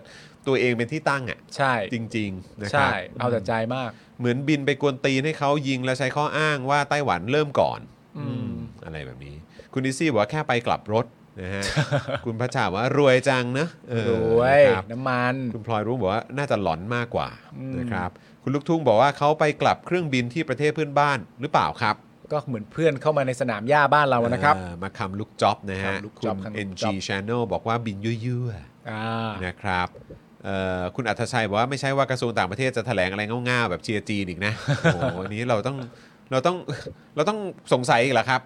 Speaker 3: ตัวเองเป็นที่ตั้งอะ่ะ
Speaker 2: ใช่
Speaker 3: จริง ๆ นะค
Speaker 2: ใช่
Speaker 3: รับ
Speaker 2: เอาแต่ใจมาก
Speaker 3: เหมือนบินไปกวนตีนให้เขายิงแล้วใช้ข้ออ้างว่าไต้หวันเริ่มก่อน
Speaker 2: อืม
Speaker 3: อะไรแบบนี้ คุณดิซี่บอกว่าแค่ไปกลับรถนะ ฮะ คุณพระชาบอกว่ารวยจังนะเออ
Speaker 2: รวย
Speaker 3: นะครับ
Speaker 2: น้ำมัน
Speaker 3: คุณพลอยรุ้งบอกว่าน่าจะหลอนมากกว่า
Speaker 2: อืม
Speaker 3: นะครับ คุณลูกทุ่งบอกว่าเขาไปกลับเครื่องบินที่ประเทศเพื่อนบ้านหรือเปล่าครับ
Speaker 2: ก็เหมือนเพื่อนเข้ามาในสนามหญ้าบ้านเรานะครับ
Speaker 3: อ่ามาคำลุกจ็อบนะฮะ
Speaker 2: คำลุก
Speaker 3: คุ
Speaker 2: จ๊อบ
Speaker 3: ณ
Speaker 2: คำลุก
Speaker 3: NG
Speaker 2: จ๊อบ
Speaker 3: Channel บอกว่าบินยั่ว
Speaker 2: อ่า
Speaker 3: ๆนะครับเอ่อคุณอัธชัยบอกว่าไม่ใช่ว่ากระทรวงต่างประเทศจะแถลงอะไรง่าวๆแบบเชียร์จี นอีกนะ โอ้โหวันนี้เราต้องเราต้องเราต้องสงสัยอีกเหรอครับ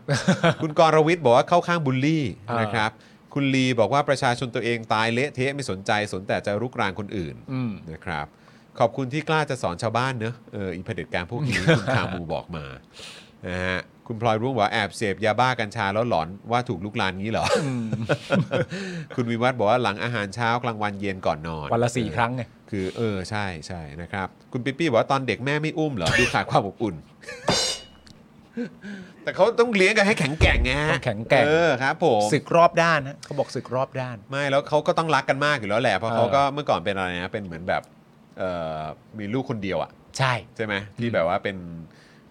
Speaker 3: คุณกรวิทย์บอกว่าเข้าข้างบุลลี่
Speaker 2: อ่าน
Speaker 3: นะครับ คุณลีบอกว่าประชาชนตัวเองตายเละเทะไม่สนใจสนแต่จะรุกรานคนอื่น
Speaker 2: อืม
Speaker 3: นะครับขอบคุณที่กล้าจะสอนชาวบ้านเนอะเอออีเผด็จการพวก นี้ คุณคามูบอกมานะฮะคุณพลอยรุ่งบอกว่าแอบเสพยาบ้ากัญชาแล้วหลอนว่าถูกลุกลานงี้เหร ออ คุณวิวัฒน์บอกว่าหลังอาหารเช้ากลางวันเย็นก่อนนอน
Speaker 2: วันละสี่ครั้งไง
Speaker 3: คือเออใช่ใช่นะครับ คุณปิ๊ปปี้บอกว่าตอนเด็กแม่ไม่อุ้มเหรอ ดูขาดความอบอุ่น แต่เขาต้องเลี้ยงกันให้แข็งแกร่งไงฮะ
Speaker 2: ต้องแข็งแกร่ง
Speaker 3: เออครับผม
Speaker 2: ศึกรอบด้านนะเขาบอกศึกรอบด้าน
Speaker 3: ไม่แล้วเขาก็ต้องรักกันมากอยู่แล้วแหละเพราะ
Speaker 2: เออ
Speaker 3: เขาก็เมื่อก่อนเป็นอะไรนะเป็นเหมือนแบบเอ่อมีลูกคนเดียวอะ
Speaker 2: ใช่
Speaker 3: ใช่ไหมที่แบบว่าเป็น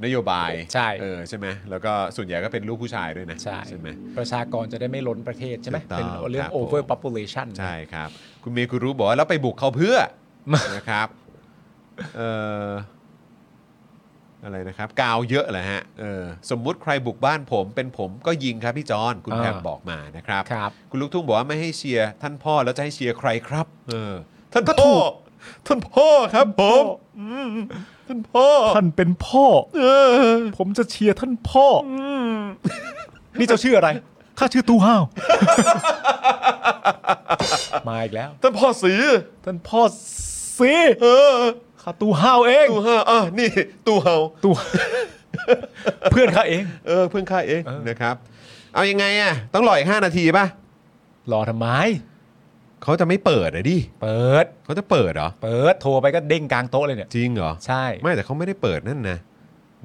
Speaker 3: นโยบาย
Speaker 2: ใช่
Speaker 3: เออใช่ไหมแล้วก็ส่วนใหญ่ก็เป็นลูกผู้ชายด้วยนะ
Speaker 2: ใช่
Speaker 3: ไหม
Speaker 2: ประชากรจะได้ไม่ล้นประเทศใช่ไหม
Speaker 3: ถูกต้อง
Speaker 2: เป็นเรื่อ
Speaker 3: ครั
Speaker 2: ง
Speaker 3: บผม
Speaker 2: over population
Speaker 3: ใช่ครับ คุณเมกุรู้บอกว่าแล้วไปบุกเขาเพื่อ นะครับเอ่ออะไรนะครับ กาวเยอะเหรอฮะเออสมมุติใครบุกบ้านผมเป็นผมก็ยิงครับพี่จอนคุณ
Speaker 2: อ่า
Speaker 3: แพมบอกมานะครับ
Speaker 2: ครับ
Speaker 3: คุณลูกทุ่งบอกว่าไม่ให้เชียร์ท่านพ่อแล้วจะให้เชียร์ใครครับ เออ ท่าน
Speaker 2: ก็ถู
Speaker 3: พ่อก ท่านพ่อครับผมอืมท่านพ่อ
Speaker 2: ท่านเป็นพ่อ
Speaker 3: เออ
Speaker 2: ผมจะเชียร์ท่านพ่ออนี่เจ้าชื่ออะไร ข้าชื่อตู้ห้าว มาอีกแล้ว
Speaker 3: ท่านพ่อสี
Speaker 2: ท่านพ่อซี
Speaker 3: เออ
Speaker 2: ข้าตู้ห้าวเอง
Speaker 3: ตู่เฮาอ่ะนี่ตู่เฮา
Speaker 2: ตู้ เพื่อนข้าเอง
Speaker 3: เออเพื่อนข้าเองนะครับ เอายังไงอ่ะต้องรออีกห้านาทีป่ะ
Speaker 2: รอทำไม
Speaker 3: เขาจะไม่เปิดอะดิ
Speaker 2: เปิด
Speaker 3: เขาจะเปิดเหรอ
Speaker 2: เปิด โทรไปก็เด้งกลางโต๊ะเลยเนี่ย
Speaker 3: จริงเหรอ
Speaker 2: ใช่
Speaker 3: ไม่แต่เขาไม่ได้เปิดนั่นนะ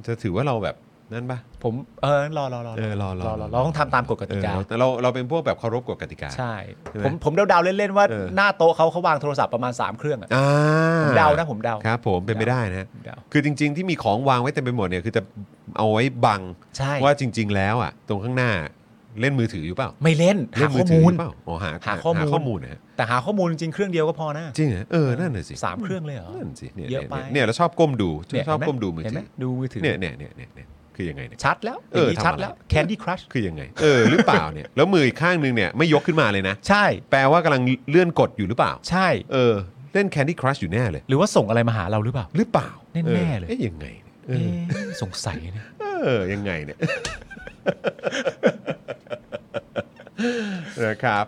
Speaker 3: จะถือว่าเราแบบนั่นป่ะ
Speaker 2: ผม เออ รอรอรอ
Speaker 3: เออรอรอรอ
Speaker 2: รอเราต้องทำตามกฎก
Speaker 3: เออก
Speaker 2: ติา
Speaker 3: เราเราเราเป็นพวกแบบเคารพกฎกติกา
Speaker 2: ใช่
Speaker 3: ใช่ไหม
Speaker 2: ผมผมเดาๆเล่น ๆ ว่า
Speaker 3: เออ
Speaker 2: หน้าโต๊ะเขาเขาวางโทรศัพท์ประมาณ 3 เครื่องอะ
Speaker 3: อ่า
Speaker 2: ผมเดานะผมเดา
Speaker 3: ครับผมเป็นไม่ได้นะฮะ
Speaker 2: ผมเดา
Speaker 3: คือจริง ๆ ที่มีของวางไว้เต็มไปหมดเนี่ยคือจะเอาไว้บัง
Speaker 2: ใช่
Speaker 3: ว่าจริง ๆ แล้วอ่ะ ตรงข้างหน้าเล่นมือถืออยู่เปล่า
Speaker 2: ไม่เล่นหา
Speaker 3: เล่นมื
Speaker 2: ข้อ
Speaker 3: ถื
Speaker 2: มูล
Speaker 3: ยู่เปล่าอ๋อหา
Speaker 2: หาข้อมูล
Speaker 3: ข้อมูลนะฮะ
Speaker 2: แต่หาข้อมูลจริงๆเครื่องเดียวก็พอนะ
Speaker 3: จริงเหรอเออนั่นน่ะสิ
Speaker 2: สามเครื่องเลยเหรอ
Speaker 3: นั่นสิเนี่ย
Speaker 2: เยอะไป
Speaker 3: เนี่ยเนี่ยเราชอบก้มดู
Speaker 2: เนี่ย
Speaker 3: ชอบ
Speaker 2: เห็นไหม
Speaker 3: ก้มดูมือถื
Speaker 2: เห็นไหมดูมือถือ
Speaker 3: เนี่ยเนี่ยเนี่ยเนี่ยเนี่ยคือยังไงเนี่ย
Speaker 2: ชัดแล้ว
Speaker 3: เออ
Speaker 2: เดี๋ยวนี้ชัด
Speaker 3: ทำอะไร
Speaker 2: แล้ว Candy Crush
Speaker 3: คือยังไง เออหรือเปล่าเนี่ยแล้วมืออีกข้างนึงเนี่ยไม่ยกขึ้นมาเลยนะ
Speaker 2: ใช่
Speaker 3: แปลว่ากำลังเลื่อนกดอยู่หรือเปล่า
Speaker 2: ใช่
Speaker 3: เออเล่น Candy Crush อยู่แน่เลย
Speaker 2: หรือว่าส่งอะไรมาหาเราหรือเปล่า
Speaker 3: หรือเปล่า
Speaker 2: แน่ๆ
Speaker 3: ออ
Speaker 2: เลย
Speaker 3: เอ๊ะยังไงเนี่ยเอ
Speaker 2: เอ๊
Speaker 3: อะ
Speaker 2: สงสัยนะ
Speaker 3: เออยังไง เนี่ย นะครับ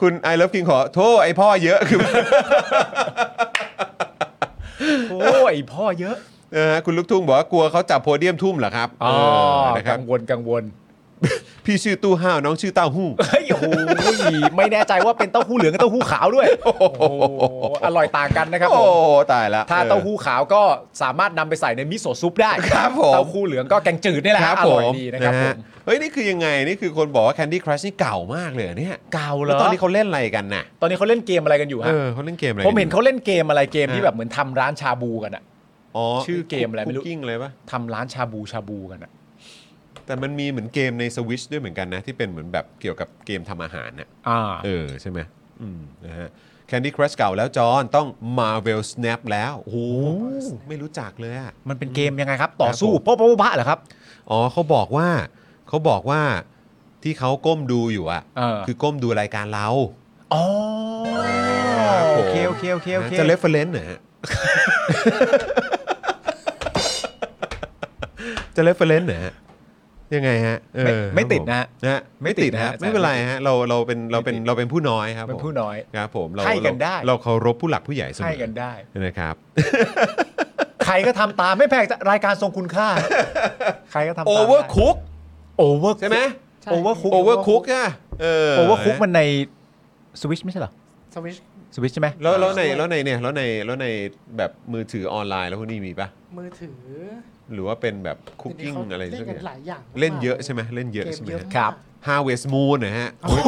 Speaker 3: คุณไอ o v ฟกิงขอโทษไอพ่อเยอะคือ
Speaker 2: โอ้ยพ่อเยอะ
Speaker 3: เออคุณลูกทุ่งบอกว่ากลัวเขาจับโพเดียมทุ่มเหรอครับ
Speaker 2: อ๋อ
Speaker 3: เออนะครั
Speaker 2: กับ งวลกังวล
Speaker 3: พี่ชื่อตู้ห้าวน้องชื่อเต้าหู้
Speaker 2: เฮ้ยโอ้โหไม่แน่ใจว่าเป็นเต้าหู้เหลืองกับเต้าหู้ขาวด้วยโอ้โหอร่อยต่างกันนะครับผ
Speaker 3: โอ้
Speaker 2: ม
Speaker 3: ตายละ
Speaker 2: ถ้าเต้าหู้ขาวก็สามารถนำไปใส่ในมิโซะซุปได้
Speaker 3: ครับผม
Speaker 2: เต้าหู้เหลืองก็แกงจืดนี่แหละ
Speaker 3: ครับ
Speaker 2: อ
Speaker 3: ผ
Speaker 2: ร่อย
Speaker 3: ม
Speaker 2: ดีนะครับผ
Speaker 3: ฮ
Speaker 2: ม
Speaker 3: เฮ้ย นี่คือยังไง นี่คือคนบอกว่า Candy Crush นี่เก่ามากเลยเหรอเนี่ย
Speaker 2: เก่าเหร
Speaker 3: แล้ว
Speaker 2: อ
Speaker 3: ตอนนี้เขาเล่นอะไรกันน่ะ
Speaker 2: ตอนนี้เขาเล่นเกมอะไรกันอยู่
Speaker 3: เอ
Speaker 2: ฮะ
Speaker 3: อเขาเล่นเกมอะไรกั
Speaker 2: ผ
Speaker 3: ยู่
Speaker 2: มเห็นเขาเล่นเกมอะไรเกมที่
Speaker 3: อ่า
Speaker 2: แบบเหมือนทำร้านชาบูกันอะ
Speaker 3: อ๋อ
Speaker 2: ชื่อเกมอะไรไม่รู้
Speaker 3: คุกกิ้งอะไรปะ
Speaker 2: ทำร้านชาบูชาบูกันอะ
Speaker 3: แต่มันมีเหมือนเกมในสวิชด้วยเหมือนกันนะ ที่เป็นเหมือนแบบเกี่ยวกับเกมทำอาหารน่ะ
Speaker 2: อ่า
Speaker 3: เออ ใช่ไหมอืมนะฮะ Candy Crush เก่าแล้วจอนต้อง Marvel Snap แล้ว โอ้โหไม่รู้จักเลยอะ
Speaker 2: มันเป็นเกมยังไงครับ ต่อ
Speaker 3: ครับ
Speaker 2: สู้
Speaker 3: ผม
Speaker 2: โป๊ะโป๊ะโป๊ะโป๊ะเหรอครับ
Speaker 3: อ๋อเขาบอกว่าเขาบอกว่าที่เขาก้มดูอยู่อะ
Speaker 2: เออ
Speaker 3: คือก้มดูรายการเรา
Speaker 2: อ๋อโอเค
Speaker 3: รั
Speaker 2: โอบ
Speaker 3: ผม
Speaker 2: เคโอเคโอเค
Speaker 3: นะจะเลฟเฟลเลนนะฮะ จะเลฟเฟลเลนนะฮะยังไงฮะเออ
Speaker 2: ไม่ไม่
Speaker 3: ครับ
Speaker 2: ติด
Speaker 3: ผม
Speaker 2: นะฮะ
Speaker 3: นะฮะ
Speaker 2: ไม่
Speaker 3: ไม่
Speaker 2: ติ
Speaker 3: ติด
Speaker 2: ดนะ
Speaker 3: นะ
Speaker 2: ฮะ
Speaker 3: ไม่เป็นไรฮะเราเราเป็นเราเป็นเราเป็นผู้น้อยครับ
Speaker 2: เป็น
Speaker 3: ผม
Speaker 2: ผู้น้อย
Speaker 3: ครับผมเรา
Speaker 2: ให้กันได้
Speaker 3: เราเราเคารพผู้หลักผู้ใหญ่เสมอ
Speaker 2: ให้กันได้
Speaker 3: นะครับ
Speaker 2: ใครก็ทำตามไม่แพงรายการทรงคุณค่า ใครก็ทำตาม
Speaker 3: โอเวอร์คุก
Speaker 2: โอเวอร์
Speaker 3: ใช่ไหม
Speaker 2: โอเวอร์คุก
Speaker 3: โอเวอร์คุกอ่ะเออ
Speaker 2: โอเวอร์คุกมันในสวิชไม่ใช่เหรอ
Speaker 4: สวิช
Speaker 2: สวิชใช่ไหม
Speaker 3: แล้วแล้วในแล้วในเนี่ยแล้วในแล้วในแบบมือถือออนไลน์แล้วพวกนี้มีปะ
Speaker 4: มือถือ
Speaker 3: หรือว่าเป็นแบบคุกกิ้งอะไร
Speaker 4: เล่
Speaker 3: สั
Speaker 4: น
Speaker 3: ก
Speaker 4: กันห
Speaker 3: อย่าง
Speaker 4: ลายอย่าง
Speaker 3: เล่นเยอะใช่ไหมเล่นเยอะใช่ไหม
Speaker 4: กเยอะมาก
Speaker 2: ครับ
Speaker 3: ฮาเวสมูนนะฮะโอ้ย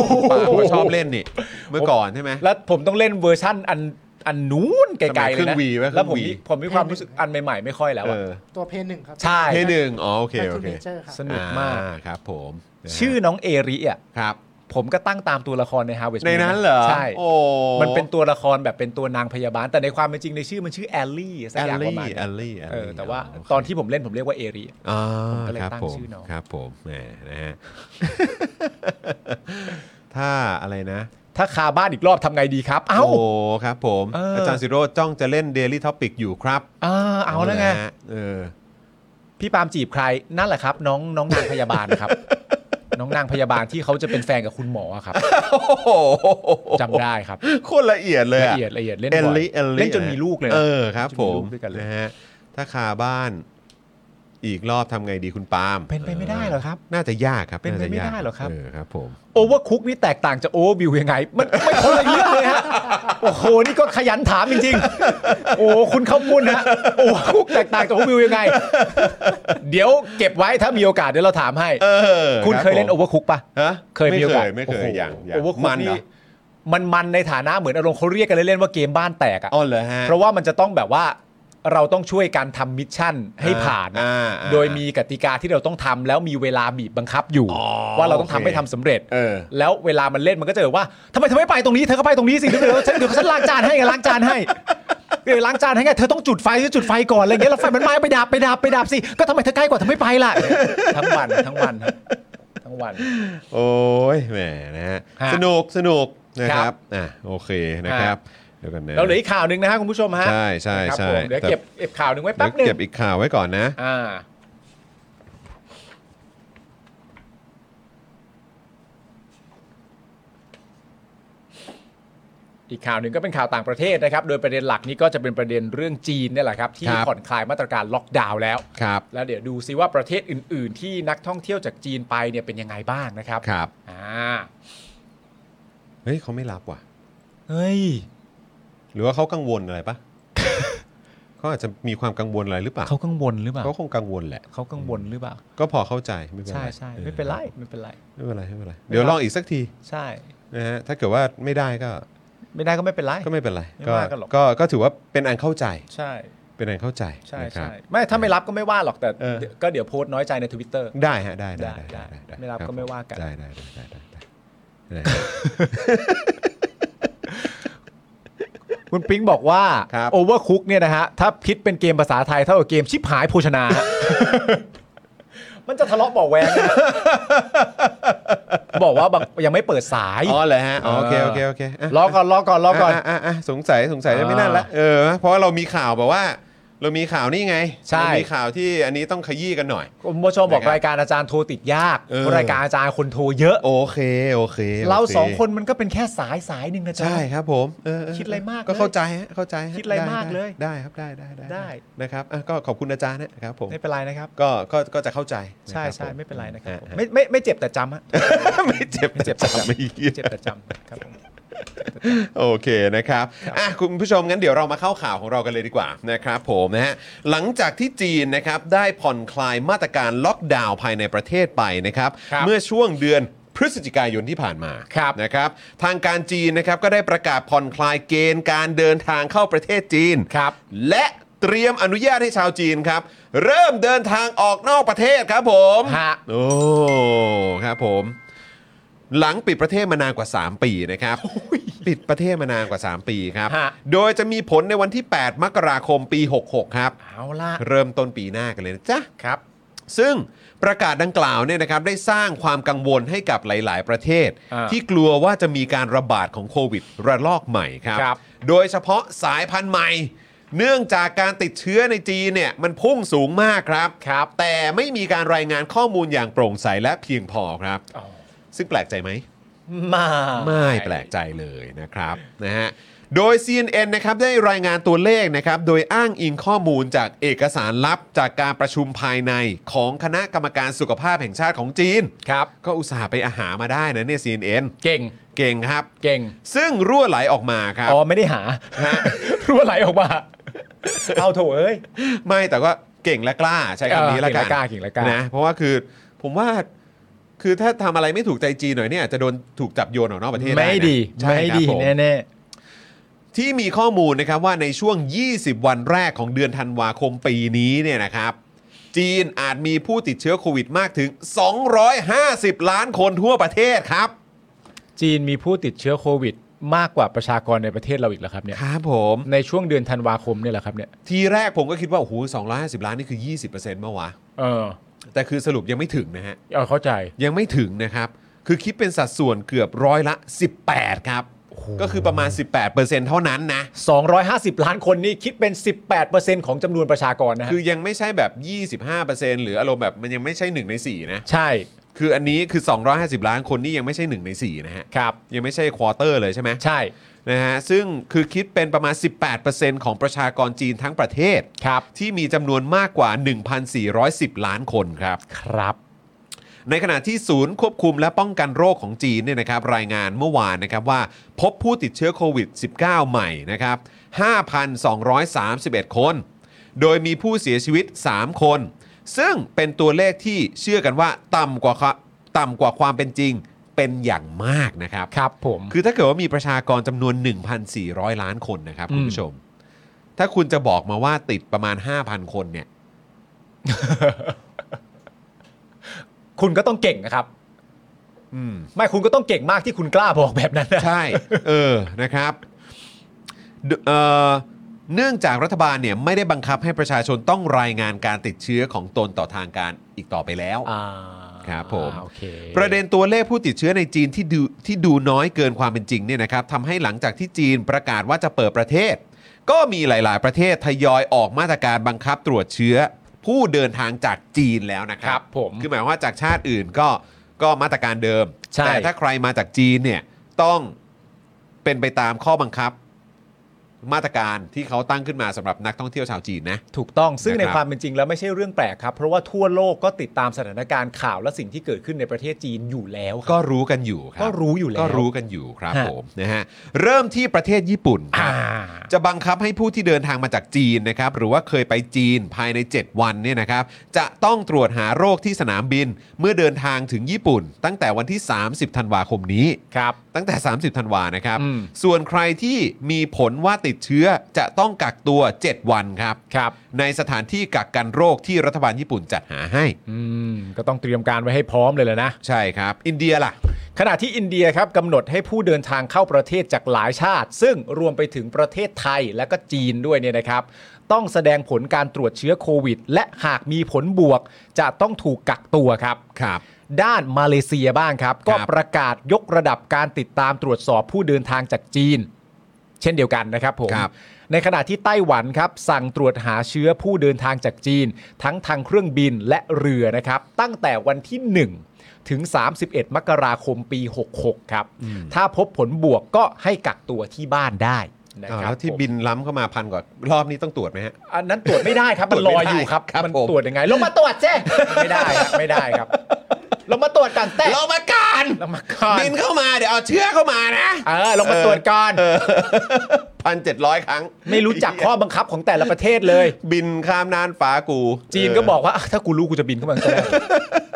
Speaker 3: คุณปาเขาชอบเล่นนี่เมื่อก่อนใช่ไหม
Speaker 2: แล้วผมต้องเล่นเวอร์ชั่นอันอันนู้นไกลๆ
Speaker 3: ทำไม
Speaker 2: เล
Speaker 3: เครื่
Speaker 2: ย
Speaker 3: อง
Speaker 2: นะ
Speaker 3: Wii ไหมเครื่อง
Speaker 2: แล้วผม
Speaker 3: Wii
Speaker 2: ผมมีความรู้สึกอันใหม่ๆไม่ค่อยแล้ว
Speaker 3: เอ
Speaker 2: อะ
Speaker 3: อ
Speaker 4: ตัวเพย์หนึ่งครับ
Speaker 2: ใช่
Speaker 3: เพลงหนึ่งอ๋อโอเค
Speaker 4: แบ็ค
Speaker 3: โอ
Speaker 4: ทู
Speaker 3: เค
Speaker 4: เนเจอร์ครับ
Speaker 2: สนุกมาก
Speaker 3: อ่ครับผมนะฮะ
Speaker 2: ชื่อน้องเอริอ่ะ
Speaker 3: ครับ
Speaker 2: ผมก็ตั้งตามตัวละครใน Harvest
Speaker 3: ใน
Speaker 2: Moon
Speaker 3: นั้นเหรอ
Speaker 2: ใช่
Speaker 3: โอ้
Speaker 2: มันเป็นตัวละครแบบเป็นตัวนางพยาบาล แต่ในความเป็นจริงในชื่อมันชื่อแอลลี่สัก
Speaker 3: แอ
Speaker 2: อ
Speaker 3: ล
Speaker 2: ย่างประ
Speaker 3: ลี่
Speaker 2: มาณ
Speaker 3: แอ
Speaker 2: นั้น
Speaker 3: ลลี่แล
Speaker 2: เออ
Speaker 3: ลี่
Speaker 2: แต่ว่า
Speaker 3: โเค
Speaker 2: ตอนที่ผมเล่นผมเรียกว่าเอริ
Speaker 3: อ่า
Speaker 2: ผมก็เลย
Speaker 3: ครับ
Speaker 2: ตั้ง
Speaker 3: ผม
Speaker 2: ชื่อน้อง
Speaker 3: ครับผมแหมนะฮ ะ ถ้าอะไรนะ
Speaker 2: ถ้าคาบ้านอีกรอบทำไงดีครับ เอ้า
Speaker 3: โอ้ครับผม
Speaker 2: เอออ
Speaker 3: อาจารย์สิโรจน์จ้องจะเล่น Daily Topic อยู่ครับ
Speaker 2: อ่าเอาแล้วไง
Speaker 3: ฮะเออ
Speaker 2: พี่ปาล์มจีบใครนั่นแหละครับ น้องน้องนางพยาบาล ครับ น้องนางพยาบาลที่เขาจะเป็นแฟนกับคุณหมอครับ
Speaker 3: โอ้โห
Speaker 2: จำได้ครับ
Speaker 3: โคตรละเอียดเลย
Speaker 2: ละ
Speaker 3: อะ
Speaker 2: เอียดละเอียดเล่น
Speaker 3: เอล
Speaker 2: บ่อย
Speaker 3: ลี่เอลลี่
Speaker 2: เล่นจนมีลูกเลยนะ
Speaker 3: เออครับ
Speaker 2: เล่นจ
Speaker 3: ผ
Speaker 2: นมี
Speaker 3: ม
Speaker 2: ลูกด้วยกันเลย
Speaker 3: นะฮะถ้าคาบ้านอีกรอบทำไงดีคุณปาล์ม
Speaker 2: เป็นไปไม่ได้เหรอครับ
Speaker 3: น่าจะยากครับ
Speaker 2: เป็นไป
Speaker 3: าจะยาก
Speaker 2: ไม่ได้เหรอครับ
Speaker 3: เออครับผม
Speaker 2: โอเวอร์คุกนี่แตกต่างจากโอเวอร์บิวยังไง มันไม่คนละเรื่องเลยฮะ โอ้โห นี่ก็ขยันถามจริงๆ โอ้คุณเข้ามุ่นนะโอเวอร์คุกแตกต่างจากโอเวอร์บิวยังไง เดี๋ยวเก็บไว้ถ้ามีโอกาสเดี๋ยวเราถามให้
Speaker 3: เออ
Speaker 2: คุณเคยเล่นโอเวอร์คุกปะ
Speaker 3: ฮะ
Speaker 2: เคยมีโอกาส
Speaker 3: ไม่เคยไม่เคยอย่างย่าง
Speaker 2: โอเวอร์คุก
Speaker 3: มันเหรอ
Speaker 2: นี่มันมันในฐานะเหมือนอารมณ์เขาเรียกกันเล่นๆว่าเกมบ้านแตกอะ
Speaker 3: อ๋อเหรอฮะ
Speaker 2: เพราะว่ามันจะต้องแบบว่าเราต้องช่วยการทำมิชชั่นให้ผ่านอะ
Speaker 3: อ่อ่า
Speaker 2: โดยมีกติกาที่เราต้องทำแล้วมีเวลาบีบบังคับอยู่
Speaker 3: อ๋อ
Speaker 2: ว่าเราต้องทำ
Speaker 3: โอเค
Speaker 2: ให้ทำสำเร็จ
Speaker 3: เออ
Speaker 2: แล้วเวลามันเล่นมันก็จะแบบว่าทำไมเธอไม่ไปตรงนี้เธอก็ไปตรงนี้สิเดี๋ยวเดี๋ยวฉันเดี๋ยวฉันล้างจานให้ไงล้างจานให้เดี๋ยวล้างจานให้ไงเธอต้องจุดไฟเธอจุดไฟก่อนอะไรเงี้ยแล้วไฟมันไหม้ไปดับไปดับไปดับสิก็ทำไมเธอใกล้กว่าทำไมไปล่ะทั้งวันทั้งวันครับทั้งวัน
Speaker 3: โอ้ยแหมนะฮะ
Speaker 2: ฮะ
Speaker 3: สนุกสนุกนะค
Speaker 2: ครั
Speaker 3: รับบ อ่ะโอเคนะครับเดี๋ยวกันนะ
Speaker 2: แล้วเหลืออีกข่าวหนึ่งนะฮะคุณผู้ชมฮะ
Speaker 3: ใช่ใช่ใช่
Speaker 2: ครับผมเดี๋ยวเก็บเก็บข่าวหนึ่งไว้แป๊บหนึ
Speaker 3: เดี๋ยว
Speaker 2: ง
Speaker 3: เก็บอีกข่าวไว้ก่อนนะ
Speaker 2: อ่า อีกข่าวหนึ่งก็เป็นข่าวต่างประเทศนะครับ โดยประเด็นหลักนี้ก็จะเป็นประเด็นเรื่องจีนเนี่ยแหละครับ ที่
Speaker 3: ครับ
Speaker 2: ผ่อนคลายมาตรการล็อกดาวน์แล้ว
Speaker 3: ครับ
Speaker 2: แล้วเดี๋ยวดูซิว่าประเทศอื่น ๆ ที่นักท่องเที่ยวจากจีนไปเนี่ยเป็นยังไงบ้างนะครับ
Speaker 3: ครับ
Speaker 2: อ่า
Speaker 3: เฮ้ยเขาไม่รับว่ะ
Speaker 2: เฮ้ย
Speaker 3: หรือว่าเขากังวลอะไรปะ เขาอาจจะมีความกังวลอะไรหรือเปล่า
Speaker 2: เขากังวลหรือเปล่า
Speaker 3: เขาคงกังวลแหละ
Speaker 2: เขากังวลหรือเปล่า
Speaker 3: ก็พอเข้าใจไม่เป็นไร
Speaker 2: ใช่ใช่ไม่เป็นไรไม่เป็นไร
Speaker 3: เออไม่เป็นไรไม่เป็นไรเดี๋ยวลองอีกสักที
Speaker 2: ใช่
Speaker 3: นะฮะถ้าเกิดว่าไม่ได้ก็
Speaker 2: ไม่ได้ก็ไม่เป็นไร
Speaker 3: ก็ไม่เป็นไร
Speaker 2: ไม่ว่ากันหรอก
Speaker 3: ก็ก็ถือว่าเป็นอันเข้าใจ
Speaker 2: ใช่
Speaker 3: เป็นอันเข้าใจ
Speaker 2: ใช่
Speaker 3: นะครับ
Speaker 2: ใช่ไม่ถ้าไม่รับก็ไม่ว่าหรอกแต่
Speaker 3: เออ
Speaker 2: ก็เดี๋ยวโพสต์น้อยใจในทวิตเตอร์
Speaker 3: ได้ฮะได้ได้
Speaker 2: ได้
Speaker 3: ได้ด้
Speaker 2: ไม่รับ
Speaker 3: ค
Speaker 2: ก็ไม่ว่ากัน
Speaker 3: ผได้ได้ได้ได้ได้ได้
Speaker 2: คุณปิ๊งบอกว่า
Speaker 3: ครับ
Speaker 2: โอเวอร์คุกเนี่ยนะฮะ ถ้าคิดเป็นเกมภาษาไทยเท่ากับเกมชิบหายโภชนา มันจะทะเลาะเบอกแวงนะ บอกว่าบางยังไม่เปิดสาย
Speaker 3: อ๋อเหรอฮะอ๋อโอเค
Speaker 2: เออ
Speaker 3: โอเคโอเคะ
Speaker 2: รอก่อนรอก่อนรอก่อน
Speaker 3: ะะะสงสัยสงสัยจะไม่น่าละเออเพราะว่าเรามีข่าวแบบว่า เรามีข่าวนี่ไง
Speaker 2: ใช่
Speaker 3: เรามีข่าวที่อันนี้ต้องขยี้กันหน่อย
Speaker 2: คุณผู้ชมบอก
Speaker 3: นะครับ
Speaker 2: รายการอาจารย์โทรติดยาก
Speaker 3: เออ
Speaker 2: เพราะรายการอาจารย์คนโทรเยอะ
Speaker 3: โอเคโอเคโ
Speaker 2: เราสองคนมันก็เป็นแค่สายสายหนึ่งนะจ๊ะ
Speaker 3: ใช่ครับผมเเ
Speaker 2: คิดอะไรมาก
Speaker 3: ก็
Speaker 2: เลย
Speaker 3: เข้าใจฮะเข้าใจฮ
Speaker 2: คิดอะไรมาก
Speaker 3: ด้
Speaker 2: เลย
Speaker 3: ได้ครับได้ได้ได้
Speaker 2: ได้
Speaker 3: นะครับอ่ะก็ขอบคุณอาจารย์นะครับผม
Speaker 2: ไม่เป็นไรนะครับ
Speaker 3: ก็ก็ก็จะเข้าใจ
Speaker 2: ใช่
Speaker 3: นะครับ
Speaker 2: ใช่
Speaker 3: ผ
Speaker 2: ไม่เป็นไรนะครับ
Speaker 3: อ่
Speaker 2: ไม่ไม่ไม่เจ็บแต่จำฮะ
Speaker 3: ไม่เจ็บ
Speaker 2: ไม่เจ็บ
Speaker 3: แต่
Speaker 2: แต่
Speaker 3: จำ
Speaker 2: จำ
Speaker 3: ไม่เหี้ย
Speaker 2: เจ็บแต่จำครับผม
Speaker 3: โอเคนะครับอ่ะคุณผู้ชมงั้นเดี๋ยวเรามาเข้าข่าวของเรากันเลยดีกว่านะครับผมนะฮะหลังจากที่จีนนะครับได้ผ่อนคลายมาตรการล็อกดาวน์ภายในประเทศไปนะครับ
Speaker 2: ครับ
Speaker 3: เมื่อช่วงเดือนพฤศจิกายนที่ผ่านมา
Speaker 2: ครับ
Speaker 3: นะครับทางการจีนนะครับก็ได้ประกาศผ่อนคลายเกณฑ์การเดินทางเข้าประเทศจีน
Speaker 2: ครับ
Speaker 3: และเตรียมอนุญาตให้ชาวจีนครับ เริ่มเดินทางออกนอกประเทศครับผม
Speaker 2: ฮะ
Speaker 3: โอ้ครับผม หลังปิดประเทศมานานกว่า 3 ปีนะครับ ปิดประเทศมานานกว่า 3 ปีครับ
Speaker 2: ฮะ
Speaker 3: โดยจะมีผลในวันที่ 8 มกราคมปี 66 ครับ
Speaker 2: เอาละ
Speaker 3: เริ่มต้นปีหน้ากันเลยนะจ๊ะ
Speaker 2: ครับ
Speaker 3: ซึ่งประกาศดังกล่าวเนี่ยนะครับได้สร้างความกังวลให้กับหลาย ๆ ประเทศ
Speaker 2: อ่า
Speaker 3: ที่กลัวว่าจะมีการระบาดของโควิดระลอกใหม่ครับ
Speaker 2: ครับ
Speaker 3: โดยเฉพาะสายพันธุ์ใหม่ เนื่องจากการติดเชื้อในจีนเนี่ยมันพุ่งสูงมากครับ
Speaker 2: ครับ
Speaker 3: แต่ไม่มีการรายงานข้อมูลอย่างโปร่งใสและเพียงพอครับ ซึ่งแปลกใจไหม
Speaker 2: มา
Speaker 3: ไม่แปลกใจเลยนะครับนะฮะโดย CNN นะครับได้รายงานตัวเลขนะครับโดยอ้างอิงข้อมูลจากเอกสารลับจากการประชุมภายในของคณะกรรมการสุขภาพแห่งชาติของจีน
Speaker 2: ครับ
Speaker 3: ก็อุตส่าห์ไปอาหามาได้นะเนี่ย CNN
Speaker 2: เก่ง
Speaker 3: เก่งครับ
Speaker 2: เก่ง
Speaker 3: ซึ่งรั่วไหลออกมาครับ
Speaker 2: อ๋อไม่ได้หา
Speaker 3: ฮะ
Speaker 2: รั่วไหลออกมาเอาโถเอ้ย
Speaker 3: ไม่แต่ว่าเก่งและกล้าใช้คำนี้
Speaker 2: เออ
Speaker 3: ละกั
Speaker 2: เก่ง
Speaker 3: น
Speaker 2: และกล้าเก่งและกล้าน
Speaker 3: เพราะว่าคือผมว่าคือถ้าทำอะไรไม่ถูกใจจีนหน่อยเนี่ยอาจจะโดนถูกจับโยนออกนอกประเทศ
Speaker 2: ไม่
Speaker 3: นะ
Speaker 2: ดี
Speaker 3: ใช่
Speaker 2: ไม่
Speaker 3: ครับ
Speaker 2: ดี
Speaker 3: ผม
Speaker 2: แน่แน่
Speaker 3: ที่มีข้อมูลนะครับว่าในช่วง 20 วันแรกของเดือนธันวาคมปีนี้เนี่ยนะครับ จีนอาจมีผู้ติดเชื้อโควิดมากถึง 250 ล้านคนทั่วประเทศครับ
Speaker 2: ๆ จีนมีผู้ติดเชื้อโควิด มากกว่าประชากรในประเทศเราอีกแล้วครับเนี่ย
Speaker 3: ครับผม
Speaker 2: ในช่วงเดือนธันวาคมเนี่ยแหละครับเนี่ย
Speaker 3: ทีแรกผมก็คิดว่า โอ้โห250 ล้านนี่คือ 20%เมื่อวะ
Speaker 2: เออ
Speaker 3: แต่คือสรุปยังไม่ถึงนะฮะ
Speaker 2: เอาเข้าใจ
Speaker 3: ยังไม่ถึงนะครับ คือคิดเป็นสัดส่วนเกือบร้อยละ 18 ครับ ก็คือประมาณ 18%เท่านั้นนะ
Speaker 2: 250 ล้านคนนี่คิดเป็น 18%ของจำนวนประชากรนะฮะ
Speaker 3: คือยังไม่ใช่แบบ 25%หรืออารมณ์แบบมันยังไม่ใช่ 1 ใน 4 นะ
Speaker 2: ใช่
Speaker 3: คืออันนี้คือ 250 ล้านคนนี่ยังไม่ใช่ 1 ใน 4 นะฮะ
Speaker 2: ครับ
Speaker 3: ยังไม่ใช่ควอเตอร์เลยใช่ไหม
Speaker 2: ใช่
Speaker 3: นะฮะ ซึ่งคือคิดเป็นประมาณ 18%ของประชากรจีนทั้งประเทศ
Speaker 2: ครับ
Speaker 3: ที่มีจำนวนมากกว่า 1,410 ล้านคนครับ
Speaker 2: ครับ
Speaker 3: ในขณะที่ศูนย์ควบคุมและป้องกันโรคของจีนเนี่ยนะครับรายงานเมื่อวานนะครับว่า พบผู้ติดเชื้อโควิด -19 ใหม่นะครับ 5,231 คน โดยมีผู้เสียชีวิต 3 คน ซึ่งเป็นตัวเลขที่เชื่อกันว่าต่ำกว่าค่ะต่ำกว่าความเป็นจริงเป็นอย่างมากนะครับ
Speaker 2: ครับผม
Speaker 3: คือถ้าเกิดว่ามีประชากรจำนวน 1,400 ล้านคนนะครับคุณผู้ชม ถ้าคุณจะบอกมาว่าติดประมาณ 5,000 คนเนี่ย
Speaker 2: คุณก็ต้องเก่งนะครับ
Speaker 3: อืม
Speaker 2: ไม่คุณก็ต้องเก่งมากที่คุณกล้าบอกแบบนั้นนะ
Speaker 3: ใช่ เออ นะครับเดเอ่อเนื่องจากรัฐบาลเนี่ยไม่ได้บังคับให้ประชาชนต้องรายงานการติดเชื้อของตนต่อทางการอีกต่อไปแล้ว
Speaker 2: อ่า
Speaker 3: ครับผม
Speaker 2: โอเค
Speaker 3: ประเด็นตัวเลขผู้ติดเชื้อในจีนที่ดูที่ดูน้อยเกินความเป็นจริงเนี่ยนะครับทำให้หลังจากที่จีนประกาศว่าจะเปิดประเทศ ก็มีหลาย ๆ ประเทศทยอยออกมาตรการบังคับตรวจเชื้อ ผู้เดินทางจากจีนแล้วนะค
Speaker 2: ค
Speaker 3: รั
Speaker 2: รับ บผม
Speaker 3: คือหมายความว่าจากชาติอื่นก็ก็มาตรการเดิม
Speaker 2: ใช่
Speaker 3: แต่ถ้าใครมาจากจีนเนี่ยต้องเป็นไปตามข้อบังคับ มาตรการที่เขาตั้งขึ้นมาสำหรับนักท่องเที่ยวชาวจีนนะ
Speaker 2: ถูกต้องซึ่ง
Speaker 3: นะครับ
Speaker 2: ในความเป็นจริงแล้วไม่ใช่เรื่องแปลกครับ เพราะว่าทั่วโลกก็ติดตามสถานการณ์ข่าวและสิ่งที่เกิดขึ้นในประเทศจีนอยู่แล้วค
Speaker 3: ก็
Speaker 2: รับ
Speaker 3: รู้กันอยู่ครับ
Speaker 2: ก็รู้อยู่แล้ว
Speaker 3: ก็รู้กันอยู่ครับ
Speaker 2: ฮะ
Speaker 3: ผมนะฮะเริ่มที่ประเทศญี่ปุ่นค
Speaker 2: อ่า
Speaker 3: รับ จะบังคับให้ผู้ที่เดินทางมาจากจีนนะครับหรือว่าเคยไปจีนภายใน 7 วันเนี่ยนะครับจะต้องตรวจหาโรคที่สนามบิน เมื่อเดินทางถึงญี่ปุ่น ตั้งแต่วันที่ 30 ธันวาคมนี้
Speaker 2: ครับ
Speaker 3: ตั้งแต่ 30 ธันวานะครับ
Speaker 2: อืม
Speaker 3: ส่วนใครที่มีผลว่าติดเชื้อจะต้องกักตัว 7 วันครับ
Speaker 2: ครับ
Speaker 3: ในสถานที่กักกันโรคที่รัฐบาลญี่ปุ่นจัดหาให้
Speaker 2: อืม ก็ต้องเตรียมการไว้ให้พร้อมเลยแหละนะ
Speaker 3: ใช่ครับ อินเดียล่ะ
Speaker 2: ขณะที่อินเดียครับกำหนดให้ผู้เดินทางเข้าประเทศจากหลายชาติ ซึ่งรวมไปถึงประเทศไทยและก็จีนด้วยเนี่ยนะครับ ต้องแสดงผลการตรวจเชื้อโควิด และหากมีผลบวก จะต้องถูกกักตัวครับ
Speaker 3: ครับ
Speaker 2: ด้านมาเลเซียบ้างครับ ก็ประกาศยกระดับการติดตามตรวจสอบผู้เดินทางจากจีน เช่นเดียวกันนะครับผม
Speaker 3: ครับ
Speaker 2: ในขณะที่ไต้หวันครับ สั่งตรวจหาเชื้อผู้เดินทางจากจีน ทั้งทางเครื่องบินและเรือนะครับ ตั้งแต่วันที่ 1 ถึง 31 มกราคมปี 66 ครับ ถ้าพบผลบวกก็ให้กักตัวที่บ้านได้นะ
Speaker 3: อ้าว
Speaker 2: ครับ
Speaker 3: แล้วที่
Speaker 2: ผม
Speaker 3: บินล้ำเข้ามาพันกว่ารอบนี้ต้องตรวจไหมฮะ
Speaker 2: อันนั้นตรวจไม่ได้ ครับมันลอยอยู่ครับ
Speaker 3: ครับ
Speaker 2: มัน
Speaker 3: ผม
Speaker 2: ตรวจยังไงลงมาตรวจเจ้ไม่ได้ครับไม่ได้ครับลงมาตรวจกันเต้
Speaker 3: เรามาการ
Speaker 2: ลงมาก่อน
Speaker 3: บินเข้ามาเดี๋ยวเอาเชื้อเข้ามานะ
Speaker 2: เออลงมาตรวจก่อน
Speaker 3: พันเจ็ดร้อยครั้ง
Speaker 2: ไม่รู้จักข้อบังคับของแต่ละประเทศเลย
Speaker 3: บินข้ามน่านฟ้ากู
Speaker 2: จีนก็บอกว่าอ่ะถ้ากูรู้กูจะบินเข้ามาตั้งแต่แร ก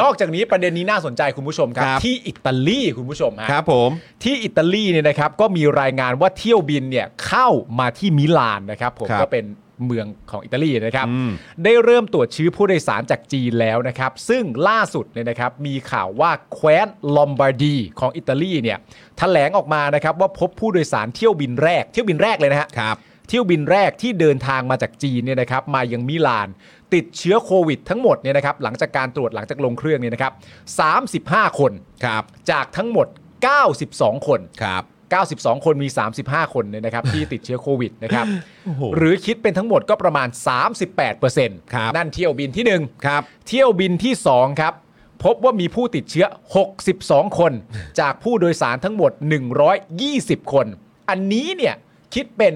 Speaker 2: นอกจากนี้ประเด็นนี้น่าสนใจคุณผู้ชมครับ ที่อิตาลีคุณผู้ชมฮะ
Speaker 3: ครับผม
Speaker 2: ที่อิตาลีเนี่ยนะครับ ก็มีรายงานว่าเที่ยวบินเนี่ยเข้ามาที่มิลานนะครับ ผม
Speaker 3: ครับ
Speaker 2: ก็เป็นเมืองของอิตาลีนะครับ
Speaker 3: อืม
Speaker 2: ได้เริ่มตรวจเชื้อผู้โดยสารจากจีนแล้วนะครับ ซึ่งล่าสุดเนี่ยนะครับ มีข่าวว่าแคว้นลอมบาร์ดีของอิตาลีเนี่ยแถลงออกมานะครับ ว่าพบผู้โดยสารเที่ยวบินแรก เที่ยวบินแรกเลยนะฮะ
Speaker 3: ครับ
Speaker 2: เที่ยวบินแรกที่เดินทางมาจากจีนเนี่ยนะครับมายังมิลาน ติดเชื้อโควิดทั้งหมดเนี่ยนะครับหลังจากการตรวจหลังจากลงเครื่องเนี่ยนะครับ35 คน
Speaker 3: ครับ
Speaker 2: จากทั้งหมด 92 คน
Speaker 3: ครับ
Speaker 2: 92 คนมี 35 คนเนี่ย นะครับที่ติดเชื้อโควิดนะครับ
Speaker 3: โอ้โห
Speaker 2: หรือคิดเป็นทั้งหมดก็ประมาณ 38%
Speaker 3: ครับ
Speaker 2: นั่นเที่ยวบินที่ 1
Speaker 3: ครับ
Speaker 2: เที่ยวบินที่ 2 ครับ พบว่ามีผู้ติดเชื้อ 62 คน จากผู้โดยสารทั้งหมด 120 คน อันนี้เนี่ยคิดเป็น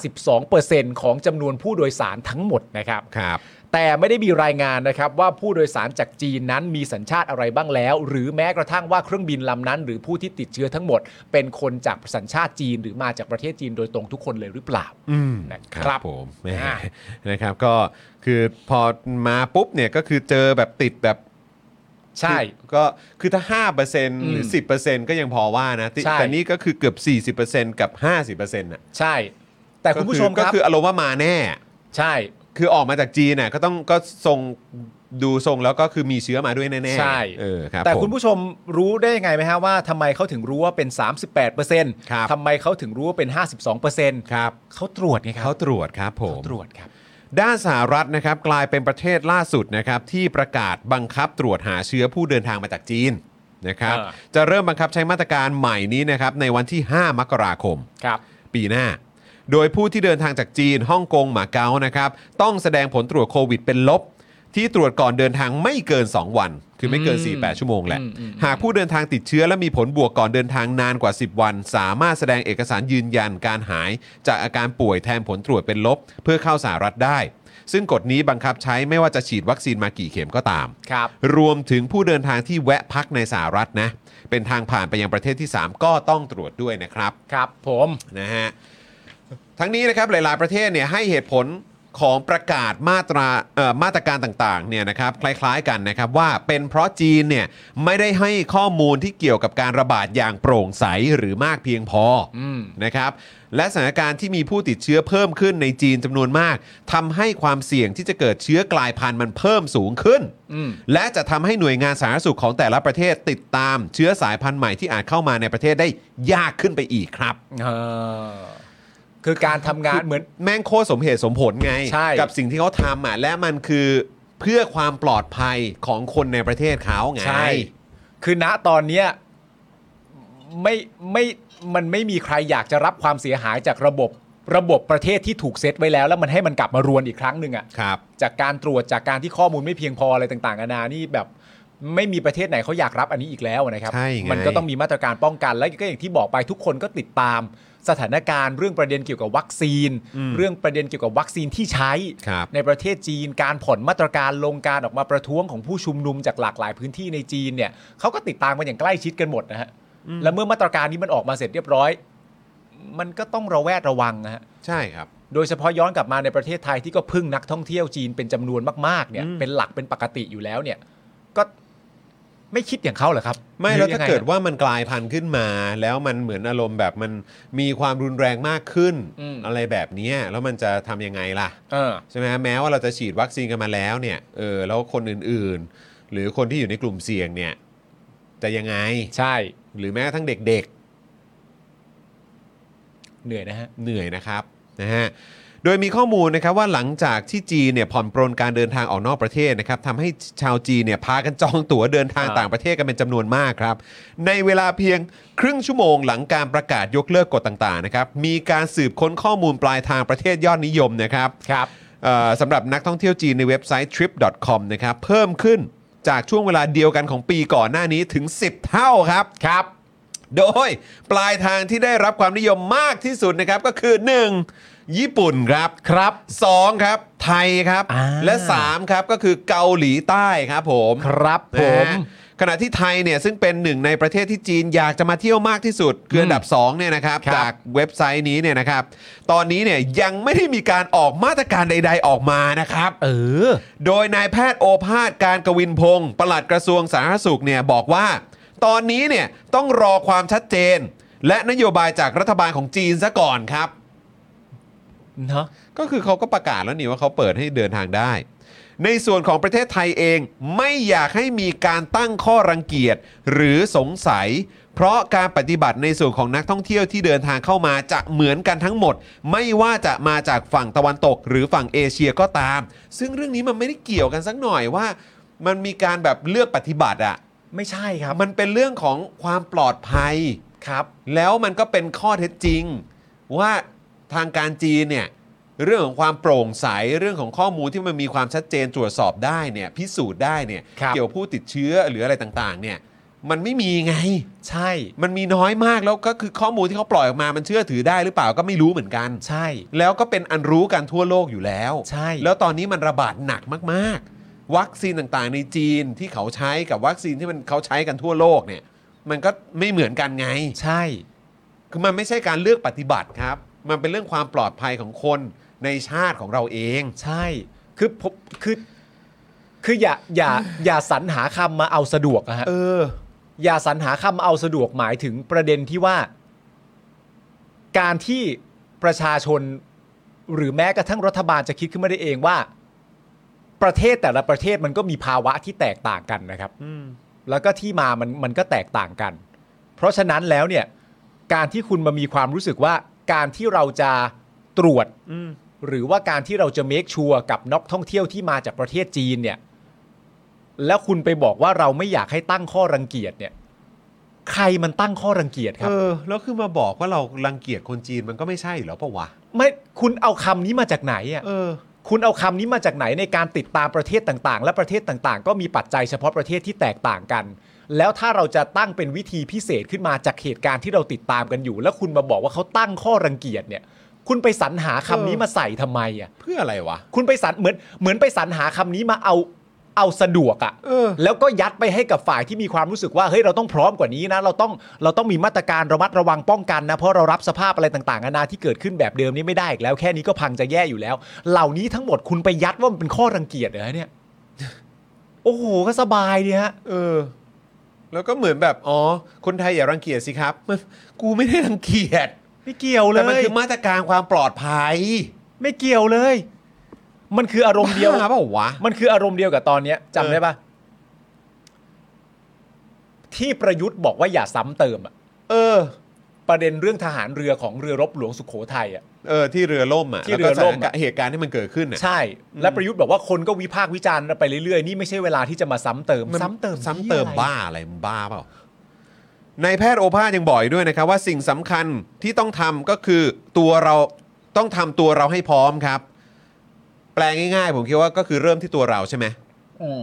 Speaker 2: 52%ของจำนวนผู้โดยสารทั้งหมดนะครับ
Speaker 3: ครับ
Speaker 2: แต่ไม่ได้มีรายงานนะครับว่าผู้โดยสารจากจีนนั้นมีสัญชาติอะไรบ้างแล้ว หรือแม้กระทั่งว่าเครื่องบินลำนั้น หรือผู้ที่ติดเชื้อทั้งหมด เป็นคนจากสัญชาติจีนหรือมาจากประเทศจีนโดยตรงทุกคนเลยหรือเปล่า
Speaker 3: อืม
Speaker 2: นะค
Speaker 3: ครั
Speaker 2: รั
Speaker 3: บบ ผมแหม
Speaker 2: อ่ะ
Speaker 3: นะครับ ก็คือพอมาปุ๊บเนี่ยก็คือเจอแบบติดแบบ
Speaker 2: ใช่
Speaker 3: ก็คือถ้า 5%หรือ
Speaker 2: อืม
Speaker 3: 10%ก็ยังพอว่านะติ
Speaker 2: ใช่
Speaker 3: แต่นี่ก็คือเกือบ 40%กับ 50%น่ะ
Speaker 2: ใช่ แต่คุณผู้ชม
Speaker 3: ก็
Speaker 2: ครับ
Speaker 3: คืออารมณ์ว่ามาแน่
Speaker 2: ใช่
Speaker 3: คือออกมาจากจีนน่ะก็ต้องก็ทรง ดูทรงแล้วก็คือมีเชื้อมาด้วยแน่ๆ
Speaker 2: ใช่
Speaker 3: เออครับ
Speaker 2: แต่
Speaker 3: ผม
Speaker 2: คุณผู้ชมรู้ได้ยังไงไหมฮะว่าทำไมเขาถึงรู้ว่าเป็น 38%
Speaker 3: ครับ
Speaker 2: ทำไมเขาถึงรู้ว่าเป็น 52%
Speaker 3: ครับ
Speaker 2: เขาตรวจไงครั
Speaker 3: เขาตรวจครับผม
Speaker 2: ตรวจครับ
Speaker 3: ด้านสหรัฐนะครับกลายเป็นประเทศล่าสุดนะครับที่ประกาศบังคับตรวจหาเชื้อผู้เดินทางมาจากจีนนะครับ
Speaker 2: เออ
Speaker 3: จะเริ่มบังคับใช้มาตรการใหม่นี้นะครับในวันที่ 5 มกราคม
Speaker 2: ครับ
Speaker 3: ปีหน้า โดยผู้ที่เดินทางจากจีนฮ่องกงหมาเก๊านะครับต้องแสดงผลตรวจโควิดเป็นลบ ที่ตรวจก่อนเดินทางไม่เกิน 2 วัน คือไม่เกิน
Speaker 2: อืม
Speaker 3: 48 ชั่วโมงแหละ
Speaker 2: อืมอืม
Speaker 3: หากผู้เดินทางติดเชื้อและมีผลบวกก่อนเดินทางนานกว่า 10 วัน สามารถแสดงเอกสารยืนยันการหาย จากอาการป่วยแทนผลตรวจเป็นลบ เพื่อเข้าสหรัฐได้ ซึ่งกฎนี้บังคับใช้ไม่ว่าจะฉีดวัคซีนมากี่เข็มก็ตาม
Speaker 2: ครับ
Speaker 3: รวมถึงผู้เดินทางที่แวะพักในสหรัฐนะเป็นทางผ่านไปยังประเทศที่สามก็ต้องตรวจด้วยนะครับ
Speaker 2: ครับผม
Speaker 3: นะฮะ ทั้งนี้นะครับหลาย ๆ ประเทศเนี่ยให้เหตุผลของประกาศมาตราเอ่อมาตรการต่าง ๆ เนี่ยนะครับคล้าย ๆ กันนะครับว่าเป็นเพราะจีนเนี่ยไม่ได้ให้ข้อมูลที่เกี่ยวกับการระบาดอย่างโปร่งใสหรือมากเพียงพออ
Speaker 2: ม
Speaker 3: นะครับ และสถานการณ์ที่มีผู้ติดเชื้อเพิ่มขึ้นในจีนจำนวนมากทำให้ความเสี่ยงที่จะเกิดเชื้อกลายพันธุ์มันเพิ่มสูงขึ้น
Speaker 2: อืม
Speaker 3: และจะทำให้หน่วยงานสาธารณสุขของแต่ละประเทศติดตามเชื้อสายพันธุ์ใหม่ที่อาจเข้ามาในประเทศได้ยากขึ้นไปอีกครับ
Speaker 2: เออคือการทำงานเหมือน
Speaker 3: แม่งโคตรสมเหตุสมผลไง
Speaker 2: ใช่
Speaker 3: กับสิ่งที่เขาทำอ่ะและมันคือเพื่อความปลอดภัยของคนในประเทศเขาไง
Speaker 2: ใช่ คือณตอนเนี้ยไม่ไม่มันไม่มีใครอยากจะรับความเสียหายจากระบบระบบประเทศที่ถูกเซตไว้แล้ว แล้วมันให้มันกลับมารวนอีกครั้งหนึ่งอะ
Speaker 3: ครับ
Speaker 2: จากการตรวจจากการที่ข้อมูลไม่เพียงพออะไรต่างๆนานานี่แบบไม่มีประเทศไหนเขาอยากรับอันนี้อีกแล้วนะครับ
Speaker 3: ใช่ไง
Speaker 2: มันก็ต้องมีมาตรการป้องกัน และก็อย่างที่บอกไปทุกคนก็ติดตาม สถานการณ์เรื่องประเด็นเกี่ยวกับวัคซีน เรื่องประเด็นเกี่ยวกับวัคซีนที่ใช้
Speaker 3: ครับ
Speaker 2: ในประเทศจีนการผ่อนมาตรการลงการออกมาประท้วงของผู้ชุมนุมจากหลากหลายพื้นที่ในจีนเนี่ยเขาก็ติดตามกันอย่างใกล้ชิดกันหมดนะฮะและเมื่อมาตรการนี้มันออกมาเสร็จเรียบร้อย มันก็ต้องระแวดระวังนะฮะ
Speaker 3: ใช่ครับ
Speaker 2: โดยเฉพาะย้อนกลับมาในประเทศไทยที่ก็พึ่งนักท่องเที่ยวจีนเป็นจำนวนมากๆเนี่ย
Speaker 3: อืม
Speaker 2: เป็นหลักเป็นปกติอยู่แล้วเนี่ยก็ไม่คิดอย่างเขาเหรอครับ
Speaker 3: ไม่
Speaker 2: หรือ
Speaker 3: แล้วถ้า
Speaker 2: ยังไง
Speaker 3: เกิด
Speaker 2: อะ
Speaker 3: ว่ามันกลายพันธุ์ขึ้นมา แล้วมันเหมือนอารมณ์แบบมันมีความรุนแรงมากขึ้น
Speaker 2: อืม
Speaker 3: อะไรแบบเนี้ยแล้วมันจะทำยังไงล่ะ
Speaker 2: เออ
Speaker 3: ใช่ไหมฮะแม้ว่าเราจะฉีดวัคซีนกันมาแล้วเนี่ยเออแล้วคนอื่นๆ หรือคนที่อยู่ในกลุ่มเสี่ยงเนี่ยจะยังไง
Speaker 2: ใช่
Speaker 3: หรือแม้กระทั่งเด็ก ๆ
Speaker 2: เหนื่อยนะฮะ
Speaker 3: เหนื่อยนะครับนะฮะ โดยมีข้อมูลนะครับว่าหลังจากที่จีนเนี่ยผ่อนปรนการเดินทางออกนอกประเทศนะครับทำให้ชาวจีนเนี่ยพากันจองตั๋วเดินทาง
Speaker 2: อ่า
Speaker 3: ต่างประเทศกันเป็นจำนวนมากครับ ในเวลาเพียงครึ่งชั่วโมงหลังการประกาศยกเลิกกฎต่างๆนะครับมีการสืบค้นข้อมูลปลายทางประเทศยอดนิยมนะครับ
Speaker 2: ครับ
Speaker 3: เอ่อสำหรับนักท่องเที่ยวจีนในเว็บไซต์ trip.com นะครับเพิ่มขึ้นจากช่วงเวลาเดียวกันของปีก่อนหน้านี้ถึง 10 เท่าครับครับ โดยปลายทางที่ได้รับความนิยมมากที่สุดนะครับก็คือ 1. ญี่ปุ่นครับ
Speaker 2: ครับ
Speaker 3: 2ครับ ไทยครับ
Speaker 2: อ่า
Speaker 3: และ 3 ครับก็คือเกาหลีใต้ครับผม
Speaker 2: ครับผ
Speaker 3: น
Speaker 2: ม
Speaker 3: ะฮะขณะที่ไทยเนี่ยซึ่งเป็นหนึ่งในประเทศที่จีนอยากจะมาเที่ยวมากที่สุดคืออันดับ2เนี่ยนะครับ
Speaker 2: ครับ
Speaker 3: จากเว็บไซต์นี้เนี่ยนะครับ ตอนนี้เนี่ยยังไม่ได้มีการออกมาตรการใด ๆออกมานะครับ
Speaker 2: เออ
Speaker 3: โดยนายแพทย์โอภาสการกวินพงศ์ปลัดกระทรวงสาธารณสุขเนี่ยบอกว่า ตอนนี้เนี่ยต้องรอความชัดเจน และนโยบายจากรัฐบาลของจีนซะก่อนครับ
Speaker 2: เนอะ
Speaker 3: ก็คือเขาก็ประกาศแล้วนี่ว่าเขาเปิดให้เดินทางได้ ในส่วนของประเทศไทยเองไม่อยากให้มีการตั้งข้อรังเกียจหรือสงสัย เพราะการปฏิบัติในส่วนของนักท่องเที่ยวที่เดินทางเข้ามาจะเหมือนกันทั้งหมด ไม่ว่าจะมาจากฝั่งตะวันตก หรือฝั่งเอเชียก็ตาม ซึ่งเรื่องนี้มันไม่ได้เกี่ยวกันสักหน่อยว่า มันมีการแบบเลือกปฏิบัติอะ
Speaker 2: ไม่ใช่ครับ
Speaker 3: มันเป็นเรื่องของความปลอดภัย
Speaker 2: ครับ
Speaker 3: แล้วมันก็เป็นข้อเท็จจริง ว่าทางการจีนเนี่ยเรื่องของความโปร่งใสเรื่องของข้อมูลที่มันมีความชัดเจนตรวจสอบได้เนี่ยพิสูจน์ได้เนี่ย
Speaker 2: ครับ
Speaker 3: เกี่ยวผู้ติดเชื้อหรืออะไรต่างๆเนี่ยมันไม่มีไง
Speaker 2: ใช่
Speaker 3: มันมีน้อยมากแล้วก็คือข้อมูลที่เขาปล่อยออกมามันเชื่อถือได้หรือเปล่าก็ไม่รู้เหมือนกัน
Speaker 2: ใช่
Speaker 3: แล้วก็เป็นอันรู้กันทั่วโลกอยู่แล้ว
Speaker 2: ใช่
Speaker 3: แล้วตอนนี้มันระบาดหนักมากๆ วัคซีนต่างๆ ในจีนที่เขาใช้กับวัคซีนที่มันเขาใช้กันทั่วโลกเนี่ยมันก็ไม่เหมือนกันไง
Speaker 2: ใช่
Speaker 3: คือมันไม่ใช่การเลือกปฏิบัติครับ มันเป็นเรื่องความปลอดภัยของคนในชาติของเราเอง
Speaker 2: ใช่ คือผมคือ คืออย่า อย่า อย่าสรรหาคำมาเอาสะดวกนะฮะ
Speaker 3: เออ
Speaker 2: อย่าสรรหาคำเอาสะดวกหมายถึงประเด็นที่ว่า การที่ประชาชนหรือแม้กระทั่งรัฐบาลจะคิดขึ้นมาได้เองว่า ประเทศแต่ละประเทศมันก็มีภาวะที่แตกต่างกันนะครับ แล้วก็ที่มามันมันก็แตกต่างกัน เพราะฉะนั้นแล้วเนี่ยการที่คุณมามีความรู้สึกว่าการที่เราจะตรวจ หรือว่าการที่เราจะเมคชัวร์กับนักท่องเที่ยวที่มาจากประเทศจีนเนี่ย แล้วคุณไปบอกว่าเราไม่อยากให้ตั้งข้อรังเกียจเนี่ย ใครมันตั้งข้อรังเกียจครั
Speaker 3: เอบ อ แล้วคือมาบอกว่าเรารังเกียจคนจีนมันก็ไม่ใช่อยู่แล้วปะวะ
Speaker 2: ไม่คุณเอาคำนี้มาจากไหนอ่ะ
Speaker 3: เออ
Speaker 2: คุณเอาคำนี้มาจากไหนในการติดตามประเทศต่างๆ และประเทศต่างๆ ก็มีปัจจัยเฉพาะประเทศที่แตกต่างกัน แล้วถ้าเราจะตั้งเป็นวิธีพิเศษขึ้นมาจากเหตุการณ์ที่เราติดตามกันอยู่ แล้วคุณมาบอกว่าเขาตั้งข้อรังเกียจเนี่ย คุณไปสรรหาคำนี้มาใส่ทำไมอ่ะ
Speaker 3: เพื่ออะไรวะ
Speaker 2: คุณไปสรรเหมือนเหมือนไปสรรหาคำนี้มาเอาเอาสะดวกอะ
Speaker 3: เออ
Speaker 2: แล้วก็ยัดไปให้กับฝ่ายที่มีความรู้สึกว่าเฮ้ยเราต้องพร้อมกว่านี้นะเราต้องเราต้องมีมาตรการระมัดระวังป้องกันนะเพราะเรารับสภาพอะไรต่างๆนานาที่เกิดขึ้นแบบเดิมนี้ไม่ได้อีกแล้วแค่นี้ก็พังจะแย่อยู่แล้ว เหล่านี้ทั้งหมดคุณไปยัดว่ามันเป็นข้อรังเกียจเหรอเนี่ย โอ้โหก็สบายดีฮะ
Speaker 3: เออ แล้วก็เหมือนแบบ อ๋อ คนไทยอย่ารังเกียจสิครับ มันกูไม่ได้รังเกียจ
Speaker 2: ไม่เกี่ยวเล
Speaker 3: แต่มัน
Speaker 2: ย
Speaker 3: คือมาตรการความปลอดภัย
Speaker 2: ไม่เกี่ยวเลย มันคืออารมณ์เดียว
Speaker 3: บ้าเปล่าวะ
Speaker 2: มันคืออารมณ์เดียวกับตอนเนี้ยจำ
Speaker 3: เออ
Speaker 2: ได้ปะที่ประยุทธ์บอกว่าอย่าซ้ำเติมอะ
Speaker 3: เออ
Speaker 2: ประเด็นเรื่องทหารเรือของเรือรบหลวงสุโขทัยอะ
Speaker 3: เออ ที่เรือล่มอ่ะ
Speaker 2: ที่เรือล่ม
Speaker 3: แว
Speaker 2: อะ
Speaker 3: ก็สถานการณ์เหตุการณ์ที่มันเกิดขึ้นอ่ะ
Speaker 2: ใช่ และประยุทธ์บอกว่าคนก็วิพากษ์วิจารณ์ไปเรื่อยๆ นี่ไม่ใช่เวลาที่จะมาซ้ำเติม
Speaker 3: น
Speaker 2: ซ้ำเติม
Speaker 3: ซ้ำเติม
Speaker 2: ที่อะไร
Speaker 3: บ้าอะไรมึงบ้าเปล่านายแพทย์โอภาสยังบอกอีกด้วยนะครับ ว่าสิ่งสำคัญที่ต้องทำก็คือตัวเราต้องทำตัวเราให้พร้อมครับ แปลง่ายๆ ผมคิดว่าก็คือเริ่มที่ตัวเราใช่ไหม
Speaker 2: อืม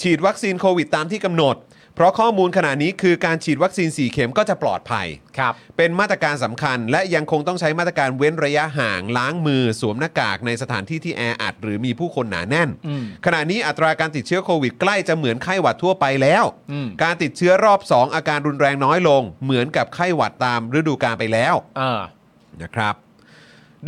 Speaker 3: ฉีดวัคซีนโควิดตามที่กำหนด เพราะข้อมูลขณะนี้คือการฉีดวัคซีน 4 เข็มก็จะปลอดภัย
Speaker 2: ครับ
Speaker 3: เป็นมาตรการสำคัญ และยังคงต้องใช้มาตรการเว้นระยะห่าง ล้างมือสวมหน้ากากในสถานที่ที่แออัดหรือมีผู้คนหนาแน่น
Speaker 2: อืม
Speaker 3: ขณะนี้อัตราการติดเชื้อโควิดใกล้จะเหมือนไข้หวัดทั่วไปแล้ว
Speaker 2: อืม
Speaker 3: การติดเชื้อรอบ 2 อาการรุนแรงน้อยลง เหมือนกับไข้หวัดตามฤดูกาลไปแล้ว
Speaker 2: อ่า
Speaker 3: นะครับ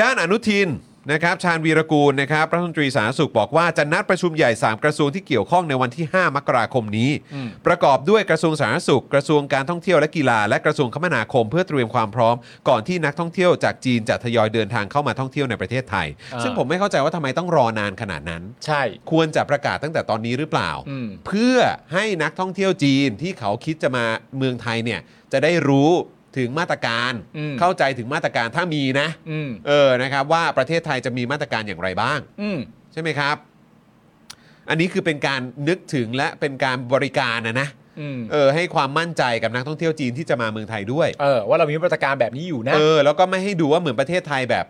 Speaker 3: ด้านอนุทินนะครับชาญวีรกูลนะครับรัฐมนตรีสาธารณสุขบอกว่าจะนัดประชุมใหญ่ 3 กระทรวงที่เกี่ยวข้องในวันที่ 5 มกราคมนี้
Speaker 2: อืม
Speaker 3: ประกอบด้วยกระทรวงสาธารณสุข กระทรวงการท่องเที่ยวและกีฬา และกระทรวงคมนาคม เพื่อเตรียมความพร้อม ก่อนที่นักท่องเที่ยวจากจีนจะทยอยเดินทางเข้ามาท่องเที่ยวในประเทศไทย ซึ่งผมไม่เข้าใจว่าทำไมต้องรอนานขนาดนั้น
Speaker 2: ใช่
Speaker 3: ควรจะประกาศตั้งแต่ตอนนี้หรือเปล่า
Speaker 2: อืม
Speaker 3: เพื่อให้นักท่องเที่ยวจีนที่เขาคิดจะมาเมืองไทยเนี่ยจะได้รู้ถึงมาตรการ
Speaker 2: อืม
Speaker 3: เข้าใจถึงมาตรการถ้ามีนะ
Speaker 2: อืม
Speaker 3: เออนะครับว่าประเทศไทยจะมีมาตรการอย่างไรบ้าง
Speaker 2: อืม
Speaker 3: ใช่ไหมครับ อันนี้คือเป็นการนึกถึงและเป็นการบริการนะนะ
Speaker 2: อืม
Speaker 3: เออให้ความมั่นใจกับนักท่องเที่ยวจีนที่จะมาเมืองไทยด้วย
Speaker 2: เออ ว่าเรามีมาตรการแบบนี้อยู่นะ
Speaker 3: เออ แล้วก็ไม่ให้ดูว่าเหมือนประเทศไทยแบบ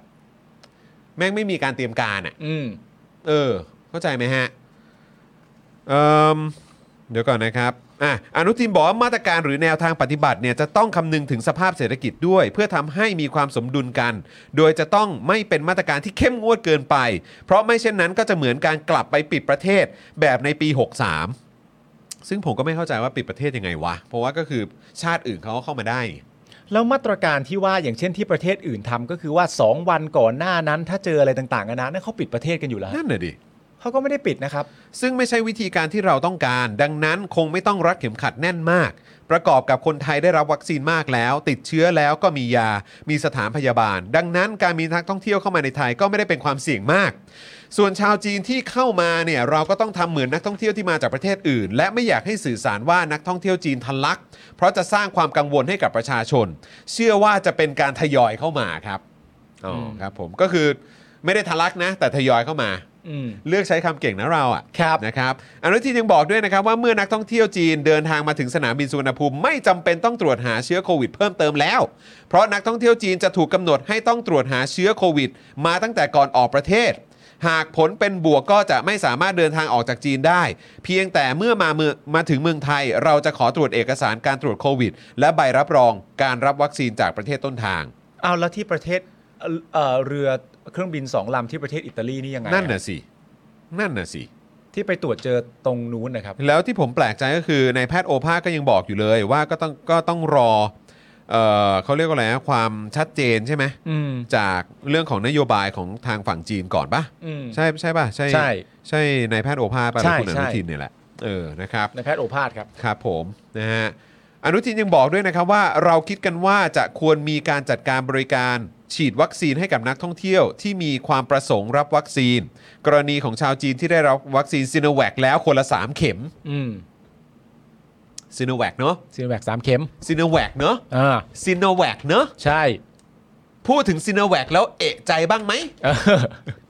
Speaker 3: แม่งไม่มีการเตรียมการอ่ะ
Speaker 2: อืม
Speaker 3: เออ เข้าใจไหมฮะเอิ่มเดี๋ยวก่อนนะครับอ่ะอนุทินบอกว่ามาตรการหรือแนวทางปฏิบัติเนี่ยจะต้องคำนึงถึงสภาพเศรษฐกิจด้วย เพื่อทำให้มีความสมดุลกัน โดยจะต้องไม่เป็นมาตรการที่เข้มงวดเกินไป เพราะไม่เช่นนั้นก็จะเหมือนการกลับไปปิดประเทศแบบในปี 63 ซึ่งผมก็ไม่เข้าใจว่าปิดประเทศยังไงวะ เพราะว่าก็คือชาติอื่นเขาก็เข้ามาได้นี่
Speaker 2: แล้วมาตรการที่ว่าอย่างเช่นที่ประเทศอื่นทำก็คือว่า 2 วันก่อนหน้านั้น ถ้าเจออะไรต่างๆกันานานั่นเขาปิดประเทศกันอยู่แล้วฮะ
Speaker 3: นั่นน่ะดิ
Speaker 2: เขาก็ไม่ได้ปิดนะครับ
Speaker 3: ซึ่งไม่ใช่วิธีการที่เราต้องการ ดังนั้นคงไม่ต้องรัดเข็มขัดแน่นมาก ประกอบกับคนไทยได้รับวัคซีนมากแล้ว ติดเชื้อแล้วก็มียา มีสถานพยาบาล ดังนั้นการมีนักท่องเที่ยวเข้ามาในไทยก็ไม่ได้เป็นความเสี่ยงมาก ส่วนชาวจีนที่เข้ามาเนี่ยเราก็ต้องทำเหมือนนักท่องเที่ยวที่มาจากประเทศอื่น และไม่อยากให้สื่อสารว่านักท่องเที่ยวจีนทะลัก เพราะจะสร้างความกังวลให้กับประชาชน เชื่อว่าจะเป็นการทยอยเข้ามาครับอ๋ออ
Speaker 2: ม
Speaker 3: ครับผมก็คือไม่ได้ทะลักนะ แต่ทยอยเข้ามา
Speaker 2: อืม
Speaker 3: เลือกใช้คำเก่งนะเราอ่ะ
Speaker 2: ครับ
Speaker 3: นะครับอนุทินยังบอกด้วยนะครับว่าเมื่อนักท่องเที่ยวจีนเดินทางมาถึงสนามบินสุวรรณภูมิไม่จำเป็นต้องตรวจหาเชื้อโควิดเพิ่มเติมแล้ว เพราะนักท่องเที่ยวจีนจะถูกกำหนดให้ต้องตรวจหาเชื้อโควิด มาตั้งแต่ก่อนออกประเทศ หากผลเป็นบวกก็จะไม่สามารถเดินทางออกจากจีนได้ เพียงแต่เมื่อมาเมืองมาถึงเมืองไทย เราจะขอตรวจเอกสารการตรวจโควิด และใบรับรองการรับวัคซีนจากประเทศต้นทาง
Speaker 2: เอาแล้วที่ประเทศเอ่อเอ่อเรือเครื่องบินสองลำที่ประเทศอิตาลีนี่ยังไงอะ
Speaker 3: นั่นน่ะสินั่นน่ะสิ
Speaker 2: ที่ไปตรวจเจอตรงนู้นนะครับ
Speaker 3: แล้วที่ผมแปลกใจก็คือนายแพทย์โอภาสก็ยังบอกอยู่เลยว่าก็ต้องก็ต้องรอเออเขาเรียกว่าอะไรนะความชัดเจนใช่ไหม
Speaker 2: อืม
Speaker 3: จากเรื่องของนโยบายของทางฝั่งจีนก่อนปะ
Speaker 2: อืม
Speaker 3: ใช่ใช่ปะใช่
Speaker 2: ใช่
Speaker 3: ใช่นายแพทย์โอภาสปะห
Speaker 2: ใช่
Speaker 3: รือคุณอนุ
Speaker 2: ใช่
Speaker 3: ทินเนี่ยแหละเออนะครับ
Speaker 2: นายแพทย์โอภาสครับ
Speaker 3: ครับผมนะฮะ อนุทินยังบอกด้วยนะครับว่าเราคิดกันว่าจะควรมีการจัดการบริการ ฉีดวัคซีนให้กับนักท่องเที่ยวที่มีความประสงค์รับวัคซีน กรณีของชาวจีนที่ได้รับวัคซีนซีโนแวคแล้วคนละ 3 เข็ม
Speaker 2: อืม
Speaker 3: ซีโนแวคเนาะ
Speaker 2: ซีโนแวคสามเข็ม
Speaker 3: ซีโนแวคเนาะ
Speaker 2: อ่า
Speaker 3: ซีโนแวคเนาะ
Speaker 2: ใช่
Speaker 3: พูดถึงซีโนแวคแล้วเอะใจบ้างไหม
Speaker 2: เออ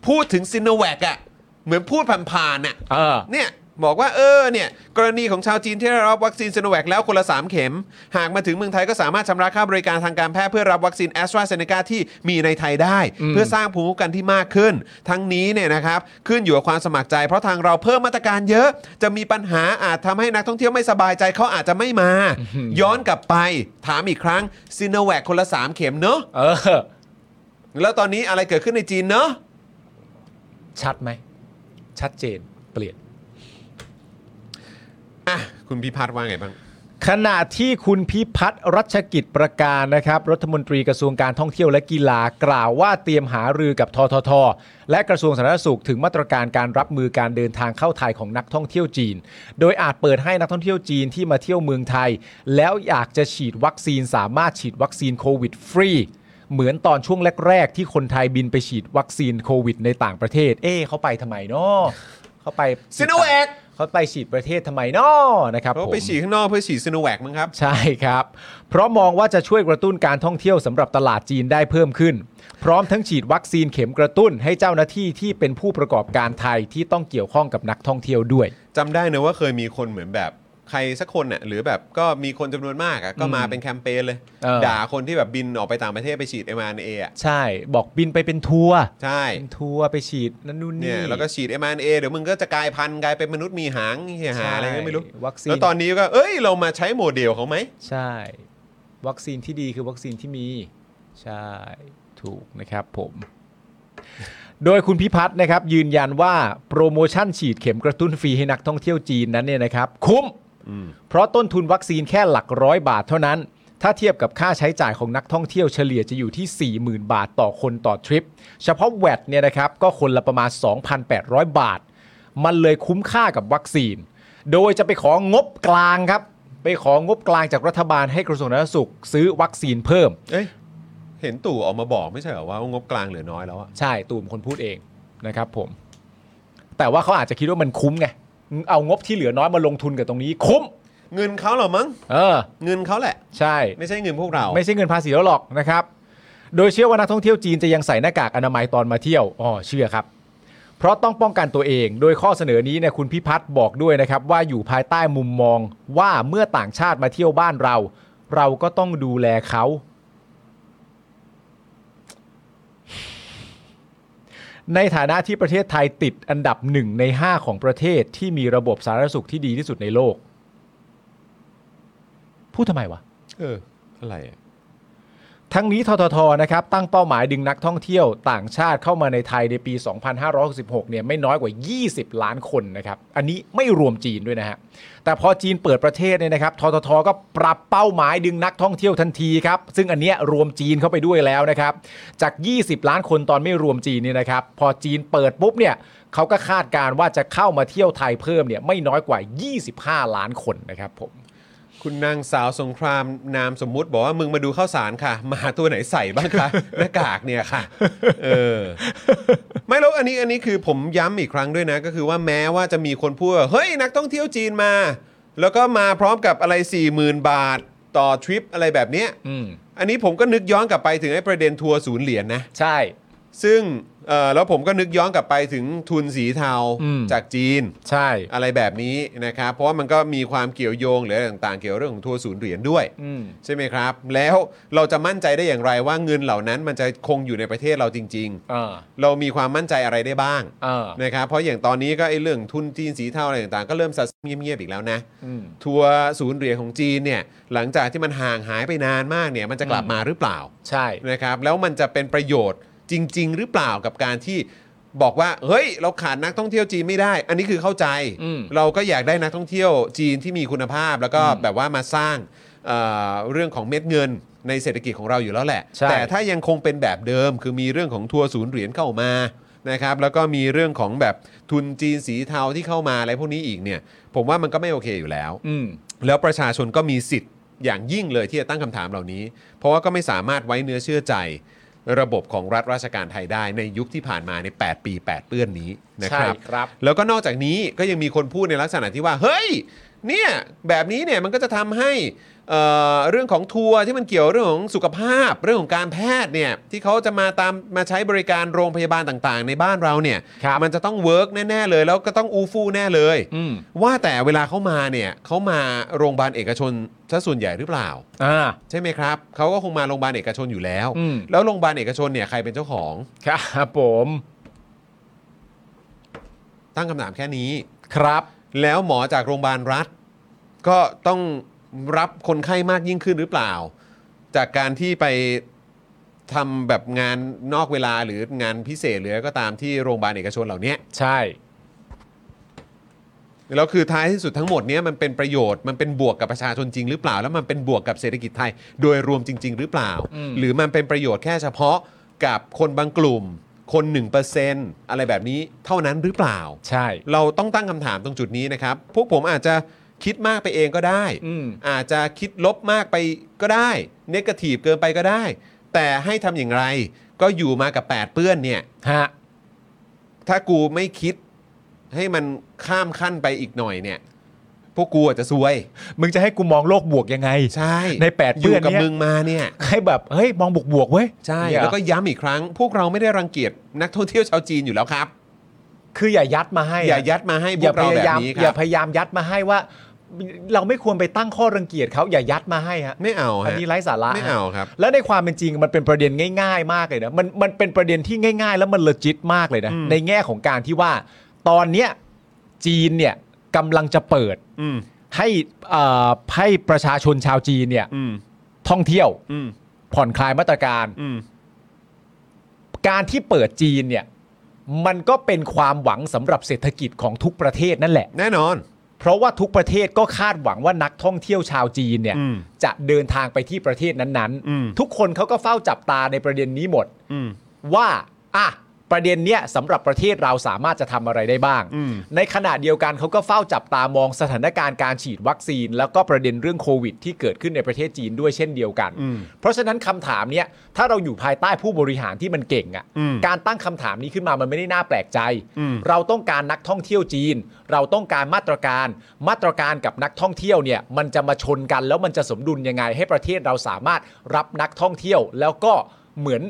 Speaker 3: พูดถึงซีโนแวคอะเหมือนพูดผ่านๆน่ะ
Speaker 2: เออ
Speaker 3: เนี่ยบอกว่าเออเนี่ยกรณีของชาวจีนที่ได้รับวัคซีนซ i โนแวคแล้วคนละ 3 เข็ม หากมาถึงเมืองไทยก็สามารถชำระค่าบริการทางการแพทย์เพื่อรับวัคซีนแอสตราเซเนกาที่มีในไทยได้
Speaker 2: อืม
Speaker 3: เพื่อสร้างภูมิคุ้มกันที่มากขึ้น ทั้งนี้เนี่ยนะครับขึ้นอยู่กับความสมัครใจเพราะทางเราเพิ่มมาตรการเยอะ จะมีปัญหาอาจทำให้นักท่องเที่ยวไม่สบายใจเขาอาจจะไม่มา ย้อนกลับไปถามอีกครั้งซ i โนแวคคนละ 3 เข็มเนอะ
Speaker 2: เออ
Speaker 3: แล้วตอนนี้อะไรเกิดขึ้นในจีนเนอะ
Speaker 2: ชัดไหม ชัดเจนเปลี่ยน
Speaker 3: อ่ะคุณพิพัฒน์ว่าไงบ้าง
Speaker 2: ขณะที่คุณพิพัฒน์รัชกิจประการนะครับ รัฐมนตรีกระทรวงการท่องเที่ยวและกีฬากล่าวว่าเตรียมหารือกับททท และกระทรวงสาธารณสุขถึงมาตรการการรับมือการเดินทางเข้าไทยของนักท่องเที่ยวจีน โดยอาจเปิดให้นักท่องเที่ยวจีนที่มาเที่ยวเมืองไทย แล้วอยากจะฉีดวัคซีนสามารถฉีดวัคซีนโควิดฟรี เหมือนตอนช่วงแรก ๆ ที่คนไทยบินไปฉีดวัคซีนโควิดในต่างประเทศ เอ๊ะเขาไปทำไมเนาะเขาไป
Speaker 3: Sinovac
Speaker 2: เขาไปฉีดประเทศทำไมเนาะนะครับ
Speaker 3: เขา
Speaker 2: ผม
Speaker 3: ไปฉีดข้างนอกเพื่อฉีดซ i โนแวคมั้งครับ
Speaker 2: ใช่ครับ เพราะมองว่าจะช่วยกระตุ้นการท่องเที่ยวสำหรับตลาดจีนได้เพิ่มขึ้น พร้อมทั้งฉีดวัคซีนเข็มกระตุ้นให้เจ้าหน้าที่ที่เป็นผู้ประกอบการไทยที่ต้องเกี่ยวข้องกับนักท่องเที่ยวด้วย
Speaker 3: จำได้นะว่าเคยมีคนเหมือนแบบใครสักคนน่ะหรือแบบก็มีคนจำนวนมากอะก็มาเป็นแคมเปญเลย
Speaker 2: เออ
Speaker 3: ด่าคนที่แบบบินออกไปต่างประเทศไปฉีด m อ n a อ่ะ
Speaker 2: ใช่ บอกบินไปเป็นทัวร์
Speaker 3: ใช่
Speaker 2: เป็นทัวร์ไปฉีดนั่นนู่น
Speaker 3: เนี่
Speaker 2: นี่
Speaker 3: ยแล้วก็ฉีด m อ n a เดี๋ยวมึงก็จะกลายพันธุ์กลายเป็นมนุษย์มีหางเหียหาอะไรก็ไม่รู้
Speaker 2: ใช่วัคซีน
Speaker 3: แล้วตอนนี้ก็เอ้ยเรามาใช้โมเดลเขาไหม
Speaker 2: ใช่ วัคซีนที่ดีคือวัคซีนที่มี ใช่ ถูกนะครับผม โดยคุณพิพัฒน์นะครับ ยืนยันว่าโปรโมชั่นฉีดเข็มกระตุ้นฟรีให้นักท่องเที่ยวจีนนั้นเนี่ยนะครับ คุ้ม เพราะต้นทุนวัคซีนแค่หลักร้อยบาทเท่านั้น ถ้าเทียบกับค่าใช้จ่ายของนักท่องเที่ยวเฉลี่ยจะอยู่ที่ 40,000 บาทต่อคนต่อทริป เฉพาะแวดเนี่ยนะครับ ก็คนละประมาณ 2,800 บาท มันเลยคุ้มค่ากับวัคซีน โดยจะไปของบกลางครับ ไปของบกลางจากรัฐบาลให้กระทรวงสาธารณสุข ซื้อวัคซีนเพิ่ม
Speaker 3: เอ้ยเห็นตู่ออกมาบอกไม่ใช่เหรอว่างบกลางเหลือน้อยแล้วอะ
Speaker 2: ใช่ตูมคนพูดเองนะครับผม แต่ว่าเขาอาจจะคิดว่ามันคุ้มไง เอางบที่เหลือน้อยมาลงทุนกับตรงนี้ คุ้ม
Speaker 3: เงินเขาเหรอมั้ง
Speaker 2: เออ
Speaker 3: เงินเขาแหละ
Speaker 2: ใช่
Speaker 3: ไม่ใช่เงินพวกเรา
Speaker 2: ไม่ใช่เงินภาษีแล้วหรอกนะครับ โดยเชื่อว่านักท่องเที่ยวจีนจะยังใส่หน้ากากอนามัยตอนมาเที่ยว อ๋อ เชื่อครับ เพราะต้องป้องกันตัวเอง โดยข้อเสนอนี้เนี่ยคุณพิพัฒน์บอกด้วยนะครับ ว่าอยู่ภายใต้มุมมองว่าเมื่อต่างชาติมาเที่ยวบ้านเรา เราก็ต้องดูแลเขา ในฐานะที่ประเทศไทยติดอันดับหนึ่งใน 5 ของประเทศที่มีระบบสาธารณสุขที่ดีที่สุดในโลก พูดทำไมวะ
Speaker 3: เอออะไรอะ
Speaker 2: ทั้งนี้ทททนะครับตั้งเป้าหมายดึงนักท่องเที่ยวต่างชาติเข้ามาในไทยในปี 2566เนี่ยไม่น้อยกว่า 20 ล้านคนนะครับ อันนี้ไม่รวมจีนด้วยนะฮะ แต่พอจีนเปิดประเทศเนี่ยนะครับทททก็ปรับเป้าหมายดึงนักท่องเที่ยวทันทีครับ ซึ่งอันเนี้ยรวมจีนเข้าไปด้วยแล้วนะครับ จาก 20 ล้านคนตอนไม่รวมจีนเนี่ยนะครับ พอจีนเปิดปุ๊บเนี่ยเขาก็คาดการณ์ว่าจะเข้ามาเที่ยวไทยเพิ่มเนี่ยไม่น้อยกว่า 25 ล้านคนนะครับผม
Speaker 3: คุณนางสาวสงครามนามสมมุติบอกว่ามึงมาดูข้าวสารค่ะ หมาตัวไหนใส่บ้าง คะ หน้ากากเนี่ยค่ะ เออ ไม่แล้วอันนี้อันนี้คือผมย้ำอีกครั้งด้วยนะ ก็คือว่าแม้ว่าจะมีคนพูดว่าเฮ้ยนักท่องเที่ยวจีนมา แล้วก็มาพร้อมกับอะไร4ี่หมื่นบาทต่อทริปอะไรแบบเนี้ย
Speaker 2: อืม
Speaker 3: อันนี้ผมก็นึกย้อนกลับไปถึงไอ้ประเด็นทัวร์ศูนย์เหรียญนะ
Speaker 2: ใช่
Speaker 3: ซึ่งเอ่อแล้วผมก็นึกย้อนกลับไปถึงทุนสีเทา
Speaker 2: อืม
Speaker 3: จากจีน
Speaker 2: ใช่
Speaker 3: อะไรแบบนี้นะครับ เพราะว่ามันก็มีความเกี่ยวโยงหรืออะไรต่างๆ เกี่ยวเรื่องของทัวร์ศูนย์เหรียญด้วย
Speaker 2: อืม
Speaker 3: ใช่ไหมครับ แล้วเราจะมั่นใจได้อย่างไรว่าเงินเหล่านั้นมันจะคงอยู่ในประเทศเราจริง
Speaker 2: อ่า
Speaker 3: ๆ เรามีความมั่นใจอะไรได้บ้าง
Speaker 2: อ่าน
Speaker 3: นะครับเพราะอย่างตอนนี้ก็ไอ้เรื่องทุนจีนสีเทาอะไรต่างๆ ก็เริ่มซาเงียบๆอีกแล้วนะ
Speaker 2: อืม
Speaker 3: ทัวร์ศูนย์เหรียญของจีนเนี่ยหลังจากที่มันห่างหายไปนานมากเนี่ยมันจะกลับมาหรือเปล่า
Speaker 2: ใช่
Speaker 3: นะครับแล้วมันจะเป็นประโยชน์จริง ๆ หรือเปล่ากับการที่บอกว่า เฮ้ย เราขาดนักท่องเที่ยวจีนไม่ได้ อันนี้คือเข้าใจ
Speaker 2: อืม
Speaker 3: เราก็อยากได้นักท่องเที่ยวจีนที่มีคุณภาพ แล้วก็
Speaker 2: อืม
Speaker 3: แบบว่ามาสร้างเอ่อเรื่องของเม็ดเงินในเศรษฐกิจของเราอยู่แล้วแหละ
Speaker 2: ใช่
Speaker 3: แต่ถ้ายังคงเป็นแบบเดิม คือมีเรื่องของทัวร์ศูนย์เหรียญเข้ามานะครับแล้วก็มีเรื่องของแบบทุนจีนสีเทาที่เข้ามาอะไรพวกนี้อีกเนี่ย ผมว่ามันก็ไม่โอเคอยู่แล้ว
Speaker 2: อืม
Speaker 3: แล้วประชาชนก็มีสิทธิ์ อย่างยิ่งเลยที่จะตั้งคำถามเหล่านี้ เพราะว่าก็ไม่สามารถไว้เนื้อเชื่อใจ ระบบของรัฐราชการไทยได้ในยุคที่ผ่านมาใน 8 ปี 8 เปื้อนนี้นะครับ
Speaker 2: ใช่ครับ
Speaker 3: แล้วก็นอกจากนี้ก็ยังมีคนพูดในลักษณะที่ว่า เฮ้ย เนี่ยแบบนี้เนี่ยมันก็จะทำให้เอ่อเรื่องของทัวร์ที่มันเกี่ยวเรื่องของสุขภาพ เรื่องของการแพทย์เนี่ยที่เขาจะมาตามมาใช้บริการโรงพยาบาลต่างๆ ในบ้านเราเนี่ย
Speaker 2: ครับ
Speaker 3: มันจะต้องเวิร์กแน่ๆเลย แล้วก็ต้องอูฟู่แน่เลย
Speaker 2: อืม
Speaker 3: ว่าแต่เวลาเขามาเนี่ยเขามาโรงพยาบาลเอกชนซะส่วนใหญ่หรือเปล่า
Speaker 2: อ่า
Speaker 3: ใช่ไหมครับเขาก็คงมาโรงพยาบาลเอกชนอยู่แล้ว
Speaker 2: อืม
Speaker 3: แล้วโรงพยาบาลเอกชนเนี่ยใครเป็นเจ้าของ
Speaker 2: ครับผม
Speaker 3: ตั้งคำถามแค่นี้
Speaker 2: ครับ
Speaker 3: แล้วหมอจากโรงพยาบาลรัฐ ก็ต้องรับคนไข้มากยิ่งขึ้นหรือเปล่า จากการที่ไปทำแบบงานนอกเวลาหรืองานพิเศษหรืออะไรก็ตามที่โรงพยาบาลเอกชนเหล่าเนี้ย
Speaker 2: ใช่
Speaker 3: แล้วคือท้ายที่สุดทั้งหมดเนี้ยมันเป็นประโยชน์มันเป็นบวกกับประชาชนจริงหรือเปล่า แล้วมันเป็นบวกกับเศรษฐกิจไทย โดยรวมจริง ๆ หรือเปล่า
Speaker 2: อืม
Speaker 3: หรือมันเป็นประโยชน์แค่เฉพาะกับคนบางกลุ่ม คน 1%อะไรแบบนี้เท่านั้นหรือเปล่า
Speaker 2: ใช่
Speaker 3: เราต้องตั้งคำถามตรงจุดนี้นะครับ พวกผมอาจจะคิดมากไปเองก็ได้
Speaker 2: อืม
Speaker 3: อาจจะคิดลบมากไปก็ได้ เนกาทีฟเกินไปก็ได้ แต่ให้ทำอย่างไร ก็อยู่มากับ 8 เปื้อนเนี่ย
Speaker 2: ฮะ
Speaker 3: ถ้ากูไม่คิดให้มันข้ามขั้นไปอีกหน่อยเนี่ย พวกกูอาจจะซวย
Speaker 2: มึงจะให้กูมองโลกบวกยังไง
Speaker 3: ใช่
Speaker 2: ในแปดเปื้อน
Speaker 3: ยู่กับ
Speaker 2: เนี่ย
Speaker 3: มึงมาเนี่ย
Speaker 2: ให้แบบ เฮ้ย มองบวกบวกๆเว้ย
Speaker 3: ใช่
Speaker 2: เนี่ย
Speaker 3: แล้วก็ย้ำอีกครั้ง พวกเราไม่ได้รังเกียจนักท่องเที่ยวชาวจีนอยู่แล้วครับ
Speaker 2: คืออย่ายัดมาให้
Speaker 3: อย่ายัดมาให้พ
Speaker 2: อย่าว
Speaker 3: กเรา
Speaker 2: พ
Speaker 3: แบ
Speaker 2: ยา
Speaker 3: บ
Speaker 2: ยาม
Speaker 3: นี้ค
Speaker 2: อย่า
Speaker 3: รับ
Speaker 2: พยายามยัดมาให้ว่า เราไม่ควรไปตั้งข้อรังเกียจเขาอย่ายัดมาให้ฮะ
Speaker 3: ไม่เอา
Speaker 2: อัน
Speaker 3: ฮะ
Speaker 2: นี้ไร้สาระ
Speaker 3: ไม่
Speaker 2: ฮะ
Speaker 3: เอาครับ
Speaker 2: แล้วในความเป็นจริงมันเป็นประเด็นง่าย ๆ มากเลยนะมันมันเป็นประเด็นที่ง่าย ๆ แล้วมันเลจิตมากเลยนะ
Speaker 3: อืม
Speaker 2: ในแง่ของการที่ว่า ตอนเนี้ยจีนเนี่ยกำลังจะเปิด
Speaker 3: อืม
Speaker 2: ให้เอ่อให้ประชาชนชาวจีนเนี่ย
Speaker 3: อืม
Speaker 2: ท่องเที่ยว
Speaker 3: อืม
Speaker 2: ผ่อนคลายมาตรการ
Speaker 3: อืม
Speaker 2: การที่เปิดจีนเนี่ยมันก็เป็นความหวังสำหรับเศรษฐกิจของทุกประเทศนั่นแหละ
Speaker 3: แน่นอน
Speaker 2: เพราะว่าทุกประเทศก็คาดหวังว่านักท่องเที่ยวชาวจีนเนี่ย
Speaker 3: อืม
Speaker 2: จะเดินทางไปที่ประเทศนั้น
Speaker 3: อืม
Speaker 2: ๆ ทุกคนเขาก็เฝ้าจับตาในประเด็นนี้หมด
Speaker 3: อืม
Speaker 2: ว่าอ่ะประเด็นเนี้ยสำหรับประเทศเราสามารถจะทำอะไรได้บ้าง
Speaker 3: อืม
Speaker 2: ในขณะเดียวกันเขาก็เฝ้าจับตามองสถานการณ์การฉีดวัคซีน แล้วก็ประเด็นเรื่องโควิด ที่เกิดขึ้นในประเทศจีนด้วยเช่นเดียวกัน
Speaker 3: อืม
Speaker 2: เพราะฉะนั้นคำถามเนี้ยถ้าเราอยู่ภายใต้ผู้บริหารที่มันเก่งอะ่ะ
Speaker 3: อืม
Speaker 2: การตั้งคำถามนี้ขึ้นมามันไม่ได้น่าแปลกใจ
Speaker 3: อืม
Speaker 2: เราต้องการนักท่องเที่ยวจีน เราต้องการมาตรการ มาตรการกับนักท่องเที่ยวเนี่ยมันจะมาชนกันแล้วมันจะสมดุลยังไง ให้ประเทศเราสามารถรับนักท่องเที่ยว แล้วก็เหมือน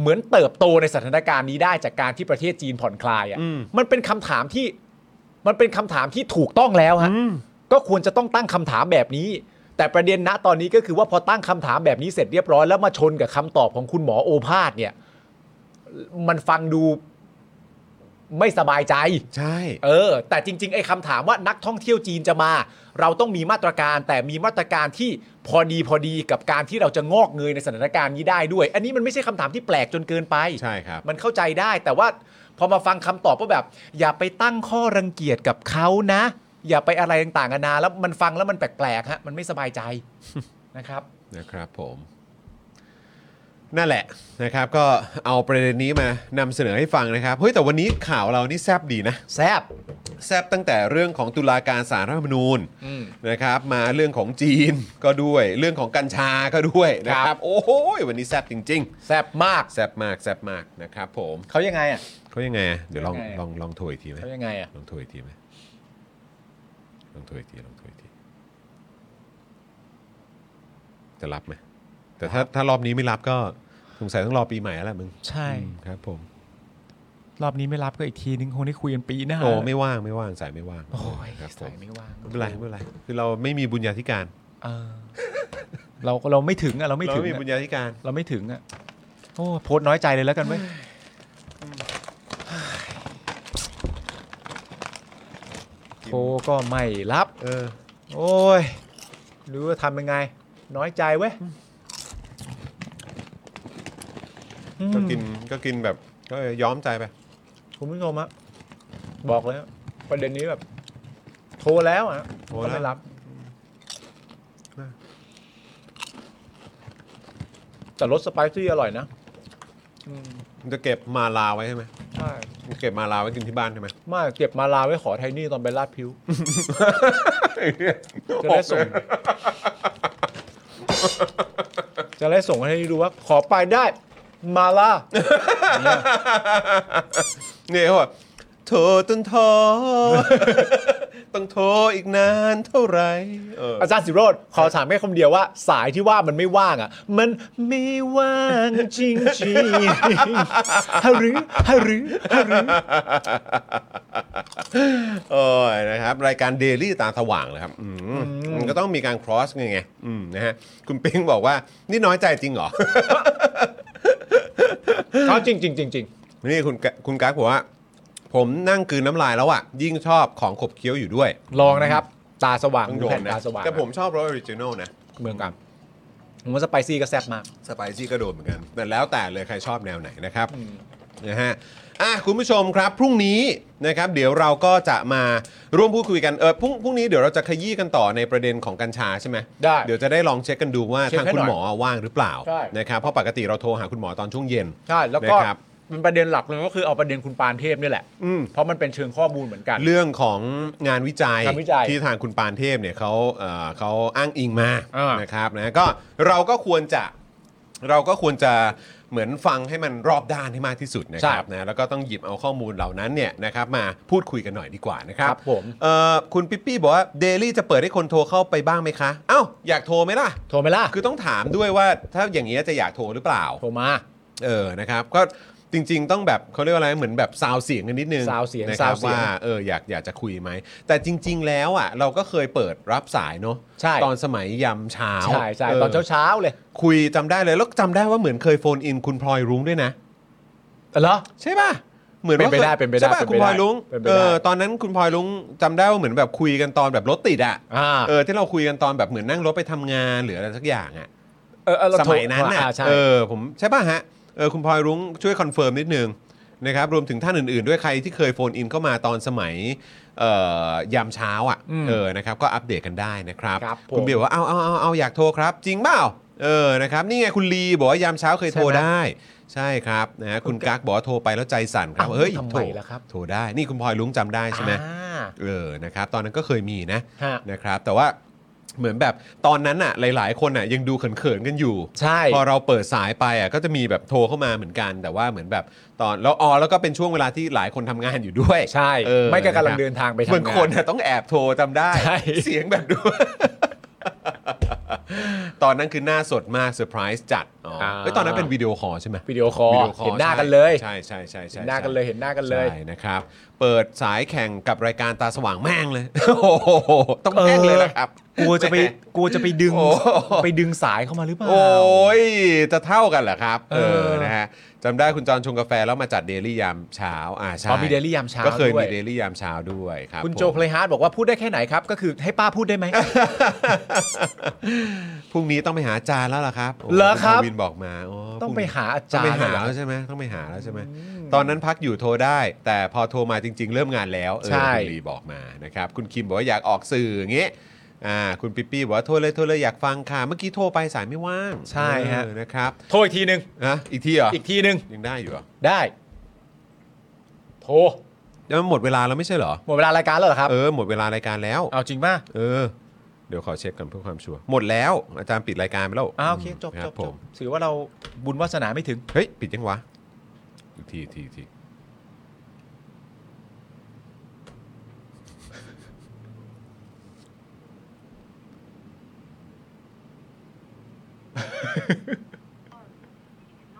Speaker 2: เหมือนเติบโตในสถานการณ์นี้ได้จากการที่ประเทศจีนผ่อนคลาย
Speaker 3: อืม
Speaker 2: อะ่ะมันเป็นคำถามที่มันเป็นคำถามที่ถูกต้องแล้วฮะ
Speaker 3: อืม
Speaker 2: ก็ควรจะต้องตั้งคำถามแบบนี้ แต่ประเด็นณตอนนี้ก็คือว่าพอตั้งคำถามแบบนี้เสร็จเรียบร้อยแล้วมาชนกับคำตอบของคุณหมอโอภาสเนี่ย มันฟังดูไม่สบายใจ
Speaker 3: ใช่
Speaker 2: เออ แต่จริง ๆ ไอ้คำถามว่านักท่องเที่ยวจีนจะมา เราต้องมีมาตรการแต่มีมาตรการที่พอดีพอดีกับการที่เราจะงอกเงยในสถานการณ์นี้ได้ด้วย อันนี้มันไม่ใช่คำถามที่แปลกจนเกินไป
Speaker 3: ใช่ครับ
Speaker 2: มันเข้าใจได้แต่ว่าพอมาฟังคำตอบว่าแบบ อย่าไปตั้งข้อรังเกียจกับเขานะ อย่าไปอะไรต่างๆนานาแล้วมันฟังแล้วมันแปลกๆฮะมันไม่สบ ายใจ นะครับ
Speaker 3: นะครับผม นั่นแหละนะครับ ก็เอาประเด็นนี้มานำเสนอให้ฟังนะครับ เฮ้ย แต่วันนี้ข่าวเรานี่แซบดีนะ
Speaker 2: แซบ
Speaker 3: แซบตั้งแต่เรื่องของตุลาการสารรัฐธรรมนูญ
Speaker 2: อืม
Speaker 3: นะครับ มาเรื่องของจีนก็ด้วย เรื่องของกัญชาก็ด้วยนะค
Speaker 2: ครั
Speaker 3: รับ
Speaker 2: บ
Speaker 3: โอ้โหวันนี้แซบจริง
Speaker 2: แซบมาก
Speaker 3: ๆ แซบมากแซบมากนะครับผม
Speaker 2: เขายังไงอ่ะ
Speaker 3: เขายังไงอะเดี๋ยวลอง
Speaker 2: ยังไงอะ
Speaker 3: ลองลองโทรอีกทีไหม
Speaker 2: เขายังไงอ่ะ
Speaker 3: ลองโทรอีกทีไหมลองโทรอีกทีลองโทรอีกที จะรับไหม แต่ถ้าถ้ารอบนี้ไม่รับก็สงสัยต้องรอปีใหม่แล้วแหละมึง
Speaker 2: ใช่
Speaker 3: อืมครับผม
Speaker 2: รอบนี้ไม่รับก็อีกทีนึงคงได้คุยกันปีหน้า
Speaker 3: โอ้ไม่ว่างไม่ว่างสายไม่ว่าง
Speaker 2: โอ้ย
Speaker 3: ครับผ
Speaker 2: สาย
Speaker 3: ม
Speaker 2: ไม่ว่าง
Speaker 3: ไม่เป็นไรไม่เป็นไร คือเราไม่มีบุญญาธิการ
Speaker 2: เออเราเราไม่ถึงอ่ะเราไม่
Speaker 3: เรา
Speaker 2: ถึง
Speaker 3: ไม่มี
Speaker 2: อะ
Speaker 3: บุญญาธิการ
Speaker 2: เราไม่ถึงอ่ะโอ้โพสต์น้อยใจเลยแล้วกันเว้ยโทรก็ไม่รับ
Speaker 3: เออ
Speaker 2: โอ้ยรู้ว่าทำยังไง น้อยใจเว้ย
Speaker 3: ก็กินก็กินแบบก็ย้อมใจไป
Speaker 2: คุณผู้ชมอะบอกเลยอะประเด็นนี้แบบ โทรแล้วอะ
Speaker 3: โทรแล้ว
Speaker 2: ก็ไม่รับ แต่รสสไปซี่อร่อยนะ
Speaker 3: มันจะเก็บมาลาไว้ใช่ไหม
Speaker 2: ใช่
Speaker 3: มันเก็บมาลาไว้กินที่บ้านใช่ไหม
Speaker 2: ไมาเก็บมาลาไว้ขอไทนี่ตอนไปลาดพริ้ว จะ
Speaker 3: โอ้
Speaker 2: ได้ส่ง จะได้ส่งให้ดูว่าขอไปได้ มาล่า
Speaker 3: เนี่ยเขาบอกโทรจนท้อ ต้องโทรอีกนานเท่าไหร่เออ
Speaker 2: อาจารย์สิโรธขอถามแค่คำเดียวว่าสายที่ว่ามันไม่ว่างอ่ะ มันไม่ว่างจริงจริง ๆฮะหรือฮะหรือฮะหรือ
Speaker 3: โอ้ยนะครับ รายการเดลี่ตาสว่างเลยครับอืมมันก็ต้องมีการ cross ไงไงอืมนะฮะคุณปิ๊งบอกว่า นี่น้อยใจจริงเหรอ
Speaker 2: เอาจริงจริงจริงจริง
Speaker 3: นี่คุณกะคุณกั๊กบอกว่า ผมนั่งกลืนน้ำลายแล้วอ่ะ ยิ่งชอบของขบเคี้ยวอยู่ด้วย
Speaker 2: ลองนะครับ ตาสว่าง
Speaker 3: ต้อง
Speaker 2: หรื
Speaker 3: โด
Speaker 2: อน แผ่น
Speaker 3: นะ
Speaker 2: ตาสว่าง
Speaker 3: แต่ผมชอบรสออริจินอลนะ
Speaker 2: เมืองกันผมว่าสไปซี่ก็แซ่บมาก
Speaker 3: สไปซี่ก็โดนเหมือนกัน แต่แล้วแต่เลยใครชอบแนวไหนนะครับ นะฮะอ่ะคุณผู้ชมครับ พรุ่งนี้นะครับ เดี๋ยวเราก็จะมาร่วมพูดคุยกันเออพรุ่งพรุ่งนี้เดี๋ยวเราจะขยี้กันต่อในประเด็นของกัญชาใช่ไหม
Speaker 2: ได้
Speaker 3: เดี๋ยวจะได้ลองเช็คกันดูว่า
Speaker 2: เช็ค
Speaker 3: ทาง
Speaker 2: ให้
Speaker 3: คุณ
Speaker 2: หน่อย
Speaker 3: หมอว่างหรือเปล่า
Speaker 2: ใช่
Speaker 3: นะครับเพราะปกติเราโทรหาคุณหมอตอนช่วงเย็น
Speaker 2: ใช่แล้วก็
Speaker 3: นะครับ
Speaker 2: เป็นประเด็นหลักเลยก็คือเอาประเด็นคุณปานเทพนี่แหละ
Speaker 3: อืม
Speaker 2: เพราะมันเป็นเชิงข้อมูลเหมือนกัน
Speaker 3: เรื่องของงานวิจัย
Speaker 2: งานวิจัย
Speaker 3: ที่ทางคุณปานเทพเนี่ยเขาเอ่อเขาอ้างอิงมา
Speaker 2: อ่าน
Speaker 3: นะครับนะก็เราก็ควรจะเราก็ควรจะเหมือนฟังให้มันรอบด้านให้มากที่สุดนะครับนะแล้วก็ต้องหยิบเอาข้อมูลเหล่านั้นเนี่ยนะครับมาพูดคุยกันหน่อยดีกว่านะครับ
Speaker 2: ผม
Speaker 3: เอ่อคุณปิ๊ปปี้บอกว่าเดลี่จะเปิดให้คนโทรเข้าไปบ้างไหมคะ เอ้า อยากโทรไหมล่ะ
Speaker 2: โทรไหมล่ะ
Speaker 3: คือต้องถามด้วยว่าถ้าอย่างเงี้ยจะอยากโทรหรือเปล่า
Speaker 2: โทรมา
Speaker 3: เออ นะครับ ก็จริง ๆ ต้องแบบเขาเรียกว่าอะไร เหมือนแบบซาวเสียงกันนิดนึง
Speaker 2: ซาวเสียง
Speaker 3: นะค
Speaker 2: ซา
Speaker 3: รับ
Speaker 2: วเสียง
Speaker 3: ว่าเอออยากอยากจะคุยไหม แต่จริง ๆ แล้วอ่ะเราก็เคยเปิดรับสายเนาะ
Speaker 2: ใช่
Speaker 3: ตอนสมัยยำเช้า
Speaker 2: ใช่ใช่ตอนเช้าๆเลย
Speaker 3: ๆคุยจำได้เลย แล้วจำได้ว่าเหมือนเคยโฟนอินคุณพลอยรุ้งด้วยนะ
Speaker 2: เหรอ
Speaker 3: ใช่ป่ะ เหมือนว่า
Speaker 2: เป็นไปได้
Speaker 3: คย
Speaker 2: เป็นไปได้
Speaker 3: ใช่ป่ะ
Speaker 2: เป็น
Speaker 3: คุ
Speaker 2: ไป
Speaker 3: ณพลอย
Speaker 2: ได้
Speaker 3: ลุง
Speaker 2: เป็นไป
Speaker 3: เอ
Speaker 2: ได้
Speaker 3: อตอนนั้นคุณพลอยลุงจำได้ว่าเหมือนแบบคุยกันตอนแบบรถติดอ่ะ
Speaker 2: อ่า
Speaker 3: เออที่เราคุยกันตอนแบบเหมือนนั่งรถไปทำงานหรืออะไรสักอย่างอะ
Speaker 2: เออเออเรา
Speaker 3: ส
Speaker 2: โทร
Speaker 3: มัยนั้นน่ะ
Speaker 2: อ่าใช่
Speaker 3: เออผมใช่ป่ะฮะเออคุณพลอยรุ้งช่วยคอนเฟิร์มนิดนึงนะครับรวมถึงท่านอื่นๆ ด้วยใครที่เคยโฟนอินเข้ามาตอนสมัยเอ่อยามเช้าอ่ะ
Speaker 2: อืม
Speaker 3: เออนะครับก็อัปเดตกันได้นะครับ
Speaker 2: ครับผม
Speaker 3: ณเบียร์บอกว่าเอาเอาเอาเอาอยากโทรครับ จริงเปล่าเออนะครับนี่ไงคุณลีบอกว่ายามเช้าเคยโทร
Speaker 2: ใช่ไหม
Speaker 3: ได้ ใช่ครับนะคุณกั๊กบอกว่าโทรไปแล้วใจสั่นครับ
Speaker 2: เอ้า
Speaker 3: เฮ้ย
Speaker 2: ทำไม
Speaker 3: โทร
Speaker 2: ล่ะครับ
Speaker 3: โทรได้นี่คุณพลอยลุงจำได้ใช่ไหม
Speaker 2: อ่า
Speaker 3: เออ นะครับ ตอนนั้นก็เคยมีนะ
Speaker 2: ฮะ
Speaker 3: นะครับ แต่ว่าเหมือนแบบตอนนั้นอ่ะ หลายๆ คนอ่ะยังดูเขินๆ กันอยู่
Speaker 2: ใช่
Speaker 3: พอเราเปิดสายไปอ่ะก็จะมีแบบโทรเข้ามาเหมือนกัน แต่ว่าเหมือนแบบตอนแล้วอ๋อแล้วก็เป็นช่วงเวลาที่หลายคนทำงานอยู่ด้วย
Speaker 2: ใช่
Speaker 3: เออ
Speaker 2: ไม่ก็กำลัง
Speaker 3: ะครับ
Speaker 2: เดินทางไปทำงาน
Speaker 3: บางคนน่ะต้องแอบโทรจำได้
Speaker 2: ใช่
Speaker 3: เสียงแบบดู ตอนนั้นคือหน้าสดมากเซอร์ไพรส์จัดอ๋อเฮ้ยตอนนั้นเป็นวิดีโอคอลใช่ไหม
Speaker 2: วิดีโอคอล
Speaker 3: วิดีโอคอล
Speaker 2: เห็นหน้ากันเลย
Speaker 3: ใช่ใช่ใช่ใช่
Speaker 2: เห็น
Speaker 3: ใช่
Speaker 2: หน้ากันเลยเห็นหน้ากันเลย
Speaker 3: ใช่นะครับ เปิดสายแข่งกับรายการตาสว่างแม่งเลย โอ้โหต้องแม่งเลยนะครับ
Speaker 2: กลัวจะไปกลัวจะไปดึง
Speaker 3: โอ้
Speaker 2: ไปดึงสายเข้ามาหรือเปล่า
Speaker 3: โอ้ย จะเท่ากันเหรอครับ เอ
Speaker 2: เอ
Speaker 3: อ
Speaker 2: อ
Speaker 3: นะฮะจำได้คุณจอนชงกาแฟแล้วมาจัดเดลี่ยามเช้า อ่าใช่
Speaker 2: อ๋อมีเดลี่ยามเช้า
Speaker 3: ก็เคย
Speaker 2: ด้ว
Speaker 3: มีเดลี่ยามเช้าด้วยครับ
Speaker 2: คุณ
Speaker 3: ผม
Speaker 2: โจเคลฮาร์ดบอกว่าพูดได้แค่ไหนครับ ก็คือให้ป้าพูดได้ไหม
Speaker 3: พรุ่งนี้ต้องไปหาอาจารย์แล้วล่ะครับโโ
Speaker 2: เหรอครับ
Speaker 3: ณวินบอกมาโ
Speaker 2: ต้องไปหาอา
Speaker 3: ต้อ
Speaker 2: จาง ร
Speaker 3: ไป
Speaker 2: ย์
Speaker 3: หา
Speaker 2: เหรอ
Speaker 3: แล้วใช่ไหมต้องไปหาแล้วใช่ไหมตอนนั้นพักอยู่โทรได้ แต่พอโทรมาจริง ๆ เริ่มงานแล้วเออ
Speaker 2: ใช่
Speaker 3: คุณลีบอกมานะครับคุณคิมบอกว่าอยากออกสื่ออย่างเงี้ยอ่าคุณปิ๊ปปี้บอกว่าโทรเลยโทรเลยอยากฟังค่ะ เมื่อกี้โทรไปสายไม่ว่าง
Speaker 2: ใช่ฮะ
Speaker 3: เออนะครับ
Speaker 2: โทรอีกทีหนึ่ง
Speaker 3: นะอีกทีเหรอ
Speaker 2: อีกทีหนึ่ง
Speaker 3: ยังได้อยู่เหรอ
Speaker 2: ได้ โทร
Speaker 3: แล้วมันหมดเวลาแล้วไม่ใช่เหรอ
Speaker 2: หมดเวลารายการแล้วเหรอครับ
Speaker 3: เออหมดเวลารายการแล้ว
Speaker 2: เอาจริงป่ะ
Speaker 3: เออ เดี๋ยวขอเช็คกันเพื่อความชัวร์หมดแล้ว อาจารย์ปิดรายการไปแล้ว
Speaker 2: อ้าวโอเคจบ
Speaker 3: นะ
Speaker 2: จ
Speaker 3: รับ ผ
Speaker 2: จ
Speaker 3: ม
Speaker 2: บถือว่าเราบุญวาสนาไม่ถึง
Speaker 3: เฮ้ยปิดยังวะอีกทีอีกทีอีกที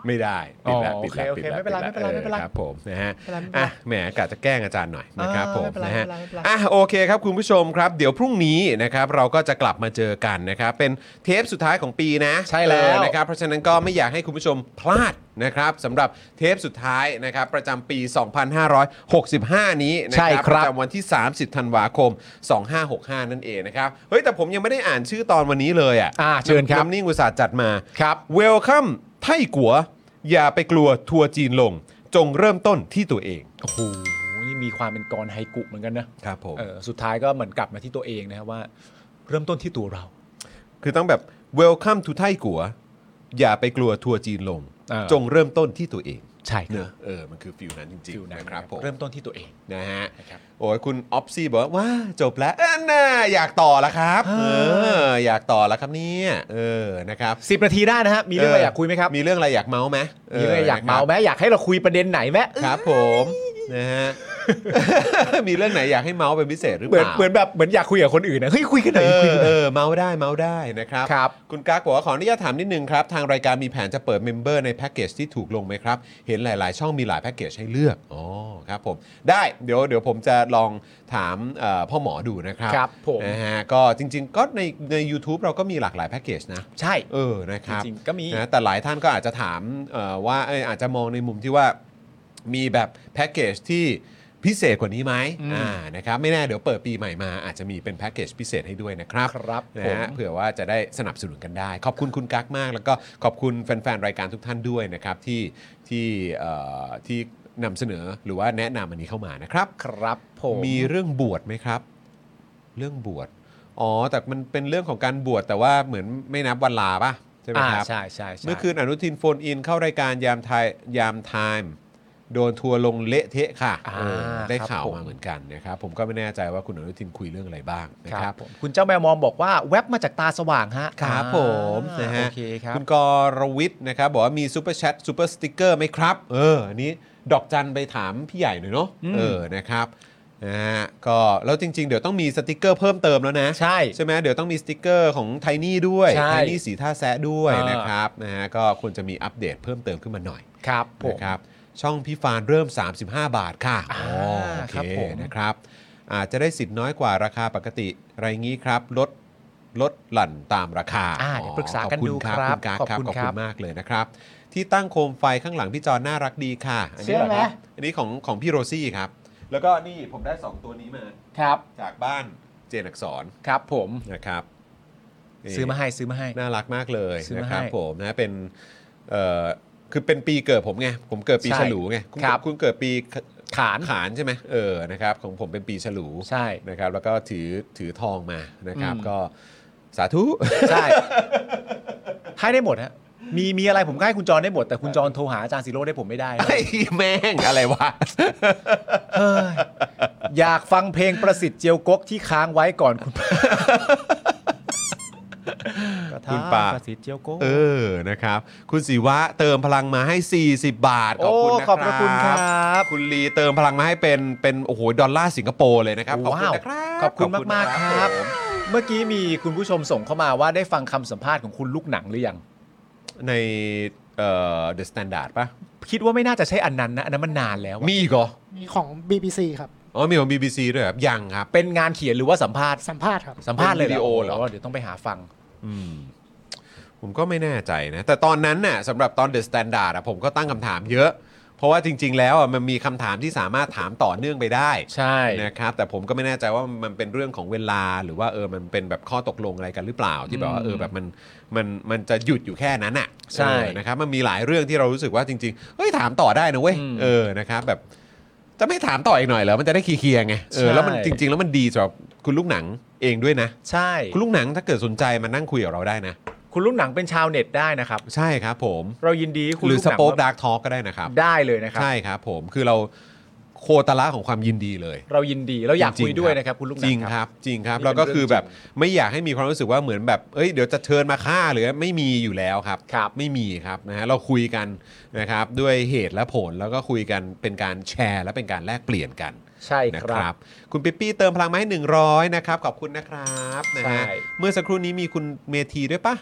Speaker 3: ไม่ได้ปิดแล้ว
Speaker 2: อ๋อ
Speaker 3: ปิดแล้ว
Speaker 2: โอเค
Speaker 3: ปิด
Speaker 2: โอเค
Speaker 3: แล้ว
Speaker 2: ไม่เป็นไรไม่เป็นไรไม่เป็นไร
Speaker 3: ออครับผมนะฮะ
Speaker 2: ไม่เป็นไรไม่เป็นไร
Speaker 3: อ่ะแหมกะจะแกล้งอาจารย์หน่อยนะครับ
Speaker 2: อ่า
Speaker 3: ผม
Speaker 2: ไม่เป็นไร
Speaker 3: นะฮะ
Speaker 2: ไม่เป็นไร
Speaker 3: อ่ะโอเคครับคุณผู้ชมครับ เดี๋ยวพรุ่งนี้นะครับเราก็จะกลับมาเจอกันนะครับ เป็นเทปสุดท้ายของปีนะ
Speaker 2: ใช่แล้ว
Speaker 3: เออนะครับเพราะฉะนั้นก็ไม่อยากให้คุณผู้ชมพลาดนะครับสำหรับเทปสุดท้ายนะครับ ประจำปี 2565 นี้นะ
Speaker 2: ใช่
Speaker 3: ป
Speaker 2: ครั
Speaker 3: ระ
Speaker 2: บ
Speaker 3: จำวันที่ 30ธันวาคม 2565 นั่นเองนะครับเฮ้ยแต่ผมยังไม่ได้อ่านชื่อตอนวันนี้เลยอ่ะ
Speaker 2: อ่าเชิญครับ
Speaker 3: น้ำนิ่งอุตสาห์จัดมา
Speaker 2: ครับ
Speaker 3: Welcome ไทกัว อย่าไปกลัวทัวร์จีนลง จงเริ่มต้นที่ตัวเอง
Speaker 2: โอ้โหนี่มีความเป็นกรไฮกุเหมือนกันนะครับ
Speaker 3: ผม
Speaker 2: เออสุดท้ายก็เหมือนกลับมาที่ตัวเองนะครับว่า เริ่มต้นที่ตัวเรา
Speaker 3: คือต้องแบบ Welcome to ไทกัว อย่าไปกลัวทัวร์จีนลง
Speaker 2: เออ
Speaker 3: จงเริ่มต้นที่ตัวเอง
Speaker 2: ใช่ค
Speaker 3: เน
Speaker 2: รับ
Speaker 3: อะเออมันคือฟิลนั้นจริง
Speaker 2: ฟิล
Speaker 3: ๆ
Speaker 2: นั้น
Speaker 3: นะครับผม
Speaker 2: เริ่มต้นที่ตัวเอง
Speaker 3: นะฮะ
Speaker 2: นะครับ
Speaker 3: โอ้ยคุณออฟซี่บอกว่าว้าจบแล้วอันน่าอยากต่อแล้วครับเอออยากต่อแล้วครับเนี่ยเออนะครับ
Speaker 2: สิบนาทีได้นะฮะมีเรื่องอะไรอยากคุยไหมครับ
Speaker 3: มีเรื่องอะไรอยากเมาส์ไหม
Speaker 2: มีเรื่องอะไรอยากเมาไหมอยากให้เราคุยประเด็นไหนไหมเอ้ย
Speaker 3: ครับผมนะฮะ มีเรื่องไหนอยากให้เมาส์เป็นพิเศษหรือ
Speaker 2: เห
Speaker 3: เป
Speaker 2: มือน
Speaker 3: ล่า
Speaker 2: เหมือนแบบเหมือนอยากคุยกับคนอื่นนะเฮ้ยคุยกันหน่
Speaker 3: เอ
Speaker 2: อยคุย
Speaker 3: อ
Speaker 2: กันห
Speaker 3: เอ
Speaker 2: น่อย
Speaker 3: อเมาได้เมาได้นะครับ
Speaker 2: ครับ
Speaker 3: คุณกั๊กบอกว่าขออนุญาตถามนิดนึงครับ ทางรายการมีแผนจะเปิดเมมเบอร์ในแพ็กเกจที่ถูกลงไหมครับ เห็นหลาย ๆ ช่องมีหลายแพ็กเกจให้เลือก อ๋อครับผม ได้เดี๋ยวเดี๋ยวผมจะลองถามเอ่อพ่อหมอดูนะครับ
Speaker 2: ครับผม
Speaker 3: นะฮะก็จริง ๆ ก็ในใน u t u b e เราก็มีหลากหลายแพ็กเกจนะ
Speaker 2: ใช่
Speaker 3: เออ นะครับ
Speaker 2: จริงๆก็มี
Speaker 3: นะแต่หลายท่านก็อาจจะถามเอ่อว่าเอยอาจจะมองในมุมที่ว่ามีแบบแพ็กเกจที่พิเศษกว่านี้ไหม
Speaker 2: อืม
Speaker 3: อ่า นะครับ ไม่แน่เดี๋ยวเปิดปีใหม่มา อาจจะมีเป็นแพ็กเกจพิเศษให้ด้วยนะครับ
Speaker 2: ครับ
Speaker 3: นะ
Speaker 2: ผม
Speaker 3: ฮะเผื่อว่าจะได้สนับสนุนกันได้ ขอบคุณคุณกั๊กมาก แล้วก็ขอบคุณแฟน ๆ รายการทุกท่านด้วยนะครับที่ที่เอ่อที่นำเสนอหรือว่าแนะนำอันนี้เข้ามานะครับ
Speaker 2: ครับผม
Speaker 3: มีเรื่องบวชไหมครับ เรื่องบวช อ๋อ แต่มันเป็นเรื่องของการบวชแต่ว่าเหมือนไม่นับวันลาป่ะ ใช่ไหม
Speaker 2: อ่า
Speaker 3: ครับ
Speaker 2: ใช่ใช่ใช่
Speaker 3: เมื่อคืนอนุทินโฟนอินเข้ารายการยามไทยยามไทม์โดนทัวร์ลงเละเทะค่ะ
Speaker 2: อ่า
Speaker 3: เออได้
Speaker 2: ครับ
Speaker 3: ข่าว
Speaker 2: ผม
Speaker 3: มาเหมือนกันนะครับ ผมก็ไม่แน่ใจว่าคุณอนุทินคุยเรื่องอะไรบ้างนะ
Speaker 2: ค
Speaker 3: ค
Speaker 2: รั
Speaker 3: รั
Speaker 2: บบ ผมคุณเจ้าแมวมองบอกว่าแว็บมาจากตาสว่างฮะ
Speaker 3: ครับผม
Speaker 2: อ่า
Speaker 3: นะฮะ
Speaker 2: โอเคครับ
Speaker 3: ณกรวิทย์นะครับ บอกว่ามีซูเปอร์แชทซูเปอร์สติกเกอร์ไหมครับ เอออันนี้ดอกจันไปถามพี่ใหญ่หน่อยเนาะ
Speaker 2: อืม
Speaker 3: เออนะครับนะฮะก็แล้วจริง ๆ เดี๋ยวต้องมีสติกเกอร์เพิ่มเติมแล้วนะ
Speaker 2: ใช่
Speaker 3: ใช่ไหมเดี๋ยวต้องมีสติกเกอร์ของไทนี่ด้วย
Speaker 2: ใช่
Speaker 3: ไทนี่สีท่าแซะด้วย
Speaker 2: อ่าน
Speaker 3: นะครับนะฮะก็ควรจะมีอัปเดตเพิ่มเติมขึ้นมาหน่อย
Speaker 2: ครับผม
Speaker 3: นะครับช่องพี่ฟานเริ่ม 35 บาทค่ะ
Speaker 2: อ่า
Speaker 3: อ๋อโอ
Speaker 2: ครับ
Speaker 3: เค
Speaker 2: ผม
Speaker 3: นะครับ อาจจะได้สิทธิ์น้อยกว่าราคาปกติไรงี้ครับลดลดหลั่นตามราคา
Speaker 2: อ่าเดี๋ยวปรึกษากันดู
Speaker 3: ขอณครับ
Speaker 2: ครับ
Speaker 3: ขอบคุณ
Speaker 2: ขอบคุณ
Speaker 3: ค
Speaker 2: ครั
Speaker 3: รับบ ขอบคุณมากเลยนะครับ ที่ตั้งโคมไฟข้างหลังพี่จอนน่ารักดีค่ะอันนี้เหรอ
Speaker 2: เชื่อไหม
Speaker 3: ครับอันนี้ของของพี่โรซี่ครับแล้วก็นี่ผมได้สองตัวนี้มา
Speaker 2: ครับ
Speaker 3: จากบ้านเจนอักษร
Speaker 2: ครับผม
Speaker 3: นะครับ
Speaker 2: ซื้อมาให้ซื้อมาให้
Speaker 3: น่ารักมากเลย
Speaker 2: ซื้อมา
Speaker 3: นะครับ
Speaker 2: ให้
Speaker 3: ผมนะเป็นเอ่อคือเป็นปีเกิดผมไง ผมเกิดปี
Speaker 2: ใช่
Speaker 3: ฉลูไงณ
Speaker 2: ครับ
Speaker 3: คุณเกิดปีข
Speaker 2: ขาน
Speaker 3: ขานใช่ไหมเออนะครับของผมเป็นปีฉลู
Speaker 2: ใช่
Speaker 3: นะครับแล้วก็ถือถือทองมานะครับ
Speaker 2: อืม
Speaker 3: ก็สาธุ
Speaker 2: ใช่ ให้ได้หมดฮะมีมีอะไรผมก็ให้คุณจรได้หมด แต่คุณจรโทรหาอาจารย์ศิโรจน์ได้ผมไม่ได้นะ
Speaker 3: ไอ้แม่งอะไรวะ
Speaker 2: เฮ้ย อยากฟังเพลงประสิทธิ์เจียวกกที่ค้างไว้ก่อนคุณ
Speaker 3: คุณปา
Speaker 2: ประสิทธิ์เจียวกก
Speaker 3: เออนะครับ คุณศิวะเติมพลังมาให้ 40 บาท ขอบคุณนะ
Speaker 2: โอ้ขอบพระคุณครับ
Speaker 3: คุณลีเติมพลังมาให้เป็นเป็นโอ้โหดอลลาร์สิงคโปร์เลยนะครับขอบคุณนะครับ
Speaker 2: ขอบคุณมาก ๆ ครับ เมื่อกี้มีคุณผู้ชมส่งเข้ามาว่าได้ฟังคำสัมภาษณ์ของคุณลูกหนังหรือยัง
Speaker 3: ในเอ่อ The Standard ปะ
Speaker 2: คิดว่าไม่น่าจะใช่อันนั้นนะ อันนั้นมันนานแล้วอะ
Speaker 3: มีอีกเหรอ
Speaker 4: มีของ BBC ครับ
Speaker 3: อ๋อมีของ BBC ด้วยครับ ยังครับ
Speaker 2: เป็นงานเขียนหรือว่าสัมภาษณ์
Speaker 4: สัมภาษณ์ครับ
Speaker 2: สัมภาษณ์เลย
Speaker 3: เป็นวิดีโอเหรอ
Speaker 2: เดี๋ยวต้องไปหาฟัง
Speaker 3: ผมก็ไม่แน่ใจนะ แต่ตอนนั้นน่ะสำหรับตอน The Standard อะผมก็ตั้งคำถามเยอะ เพราะว่าจริง ๆ แล้วอะมันมีคำถามที่สามารถถามต่อเนื่องไปได้
Speaker 2: ใช่
Speaker 3: นะครับ แต่ผมก็ไม่แน่ใจว่ามันเป็นเรื่องของเวลา หรือว่าเออมันเป็นแบบข้อตกลงอะไรกันหรือเปล่า ที่แบบ
Speaker 2: อื
Speaker 3: ว่า
Speaker 2: ม
Speaker 3: เออแบบมันมันมันจะหยุดอยู่แค่นั้นน่ะ
Speaker 2: ใช่
Speaker 3: เออนะครับ มันมีหลายเรื่องที่เรารู้สึกว่าจริงๆเฮ้ยถามต่อได้นะเว้ย
Speaker 2: อืม
Speaker 3: เออนะครับแบบ จะไม่ถามต่ออีกหน่อยเหรอมันจะได้เคลียร์ๆไงเออ
Speaker 2: ใช่
Speaker 3: แล้วมันจริง ๆ แล้วมันดีสำหรับคุณลูกหนังเองด้วยนะ
Speaker 2: ใช่
Speaker 3: คุณลูกหนังถ้าเกิดสนใจมานั่งคุยกับเราได้นะ
Speaker 2: คุณลูกหนังเป็นชาวเน็ตได้นะครับ
Speaker 3: ใช่ครับผม
Speaker 2: เรายินดีคุณ
Speaker 3: หรือ
Speaker 2: ลู
Speaker 3: ส
Speaker 2: หนัง
Speaker 3: ป็อคดาร์กทอก็ได้นะครับ
Speaker 2: ได้เลยนะครับ
Speaker 3: ใช่ครับผมคือเราโคตรละของความยินดีเลย
Speaker 2: เรายินดี เราอยาก
Speaker 3: จริ
Speaker 2: คุ
Speaker 3: ง
Speaker 2: ย
Speaker 3: ๆ
Speaker 2: ด้วยนะครับ คุณลูกหนั
Speaker 3: จ
Speaker 2: ง
Speaker 3: ริงครับจริงครับ
Speaker 2: นี่เป็น
Speaker 3: แล้วก็คือ
Speaker 2: เรื่องจริง
Speaker 3: แบบไม่อยากให้มีความรู้สึกว่าเหมือนแบบเอ้ยเดี๋ยวจะเชิญมาฆ่าหรือไม่มีอยู่แล้วครับ
Speaker 2: ครับ
Speaker 3: ไม่มีครับนะฮะเราคุยกันนะครับด้วยเหตุและผลแล้วก็คุยกันเป็นการแชร์ และเป็นการแลกเปลี่ยนกัน
Speaker 2: ใช่ครับ
Speaker 3: นะคุณปิ๊ปปี้เติมพลังมาให้100นะครับขอบคุณนะครับนะฮะ
Speaker 2: ใช่
Speaker 3: เมื่อสักครู่นี้มีคุณเมธีด้วยปะ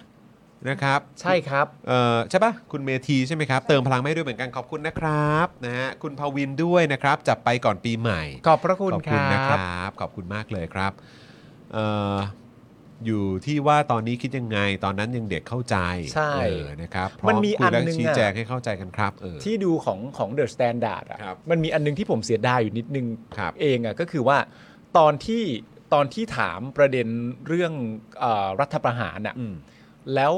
Speaker 3: นะครับ
Speaker 2: ใช่ครับ
Speaker 3: เอ่อใช่ปะคุณเมธีใช่ไหมครับ เติมพลังไม่ด้วยเหมือนกันขอบคุณนะครับนะฮะคุณภาวินด้วยนะครับ จับไปก่อนปีใหม่
Speaker 2: ขอบพระคุณ
Speaker 3: ขอบ
Speaker 2: ค
Speaker 3: คุณนะค
Speaker 2: รั
Speaker 3: ร
Speaker 2: บ
Speaker 3: ับ ขอบคุณมากเลยครับเอ่ออยู่ที่ว่าตอนนี้คิดยังไงตอนนั้นยังเด็กเข้าใจ
Speaker 2: ใช่
Speaker 3: เออนะครับพร้
Speaker 2: มันมี
Speaker 3: คุยและ
Speaker 2: อันนึง
Speaker 3: ชี้
Speaker 2: อะ
Speaker 3: แจงให้เข้าใจกันครับเออ
Speaker 2: ที่ดูของของเดอะสแตนดาร์ดอ่ะ
Speaker 3: ครับ
Speaker 2: มันมีอันนึงที่ผมเสียดายอยู่นิดนึง
Speaker 3: ครับ
Speaker 2: เองอ่ะก็คือว่าตอนที่ตอนที่ถามประเด็นเรื่องเออรัฐประหารอ่ะ
Speaker 3: อืม
Speaker 2: แล้ว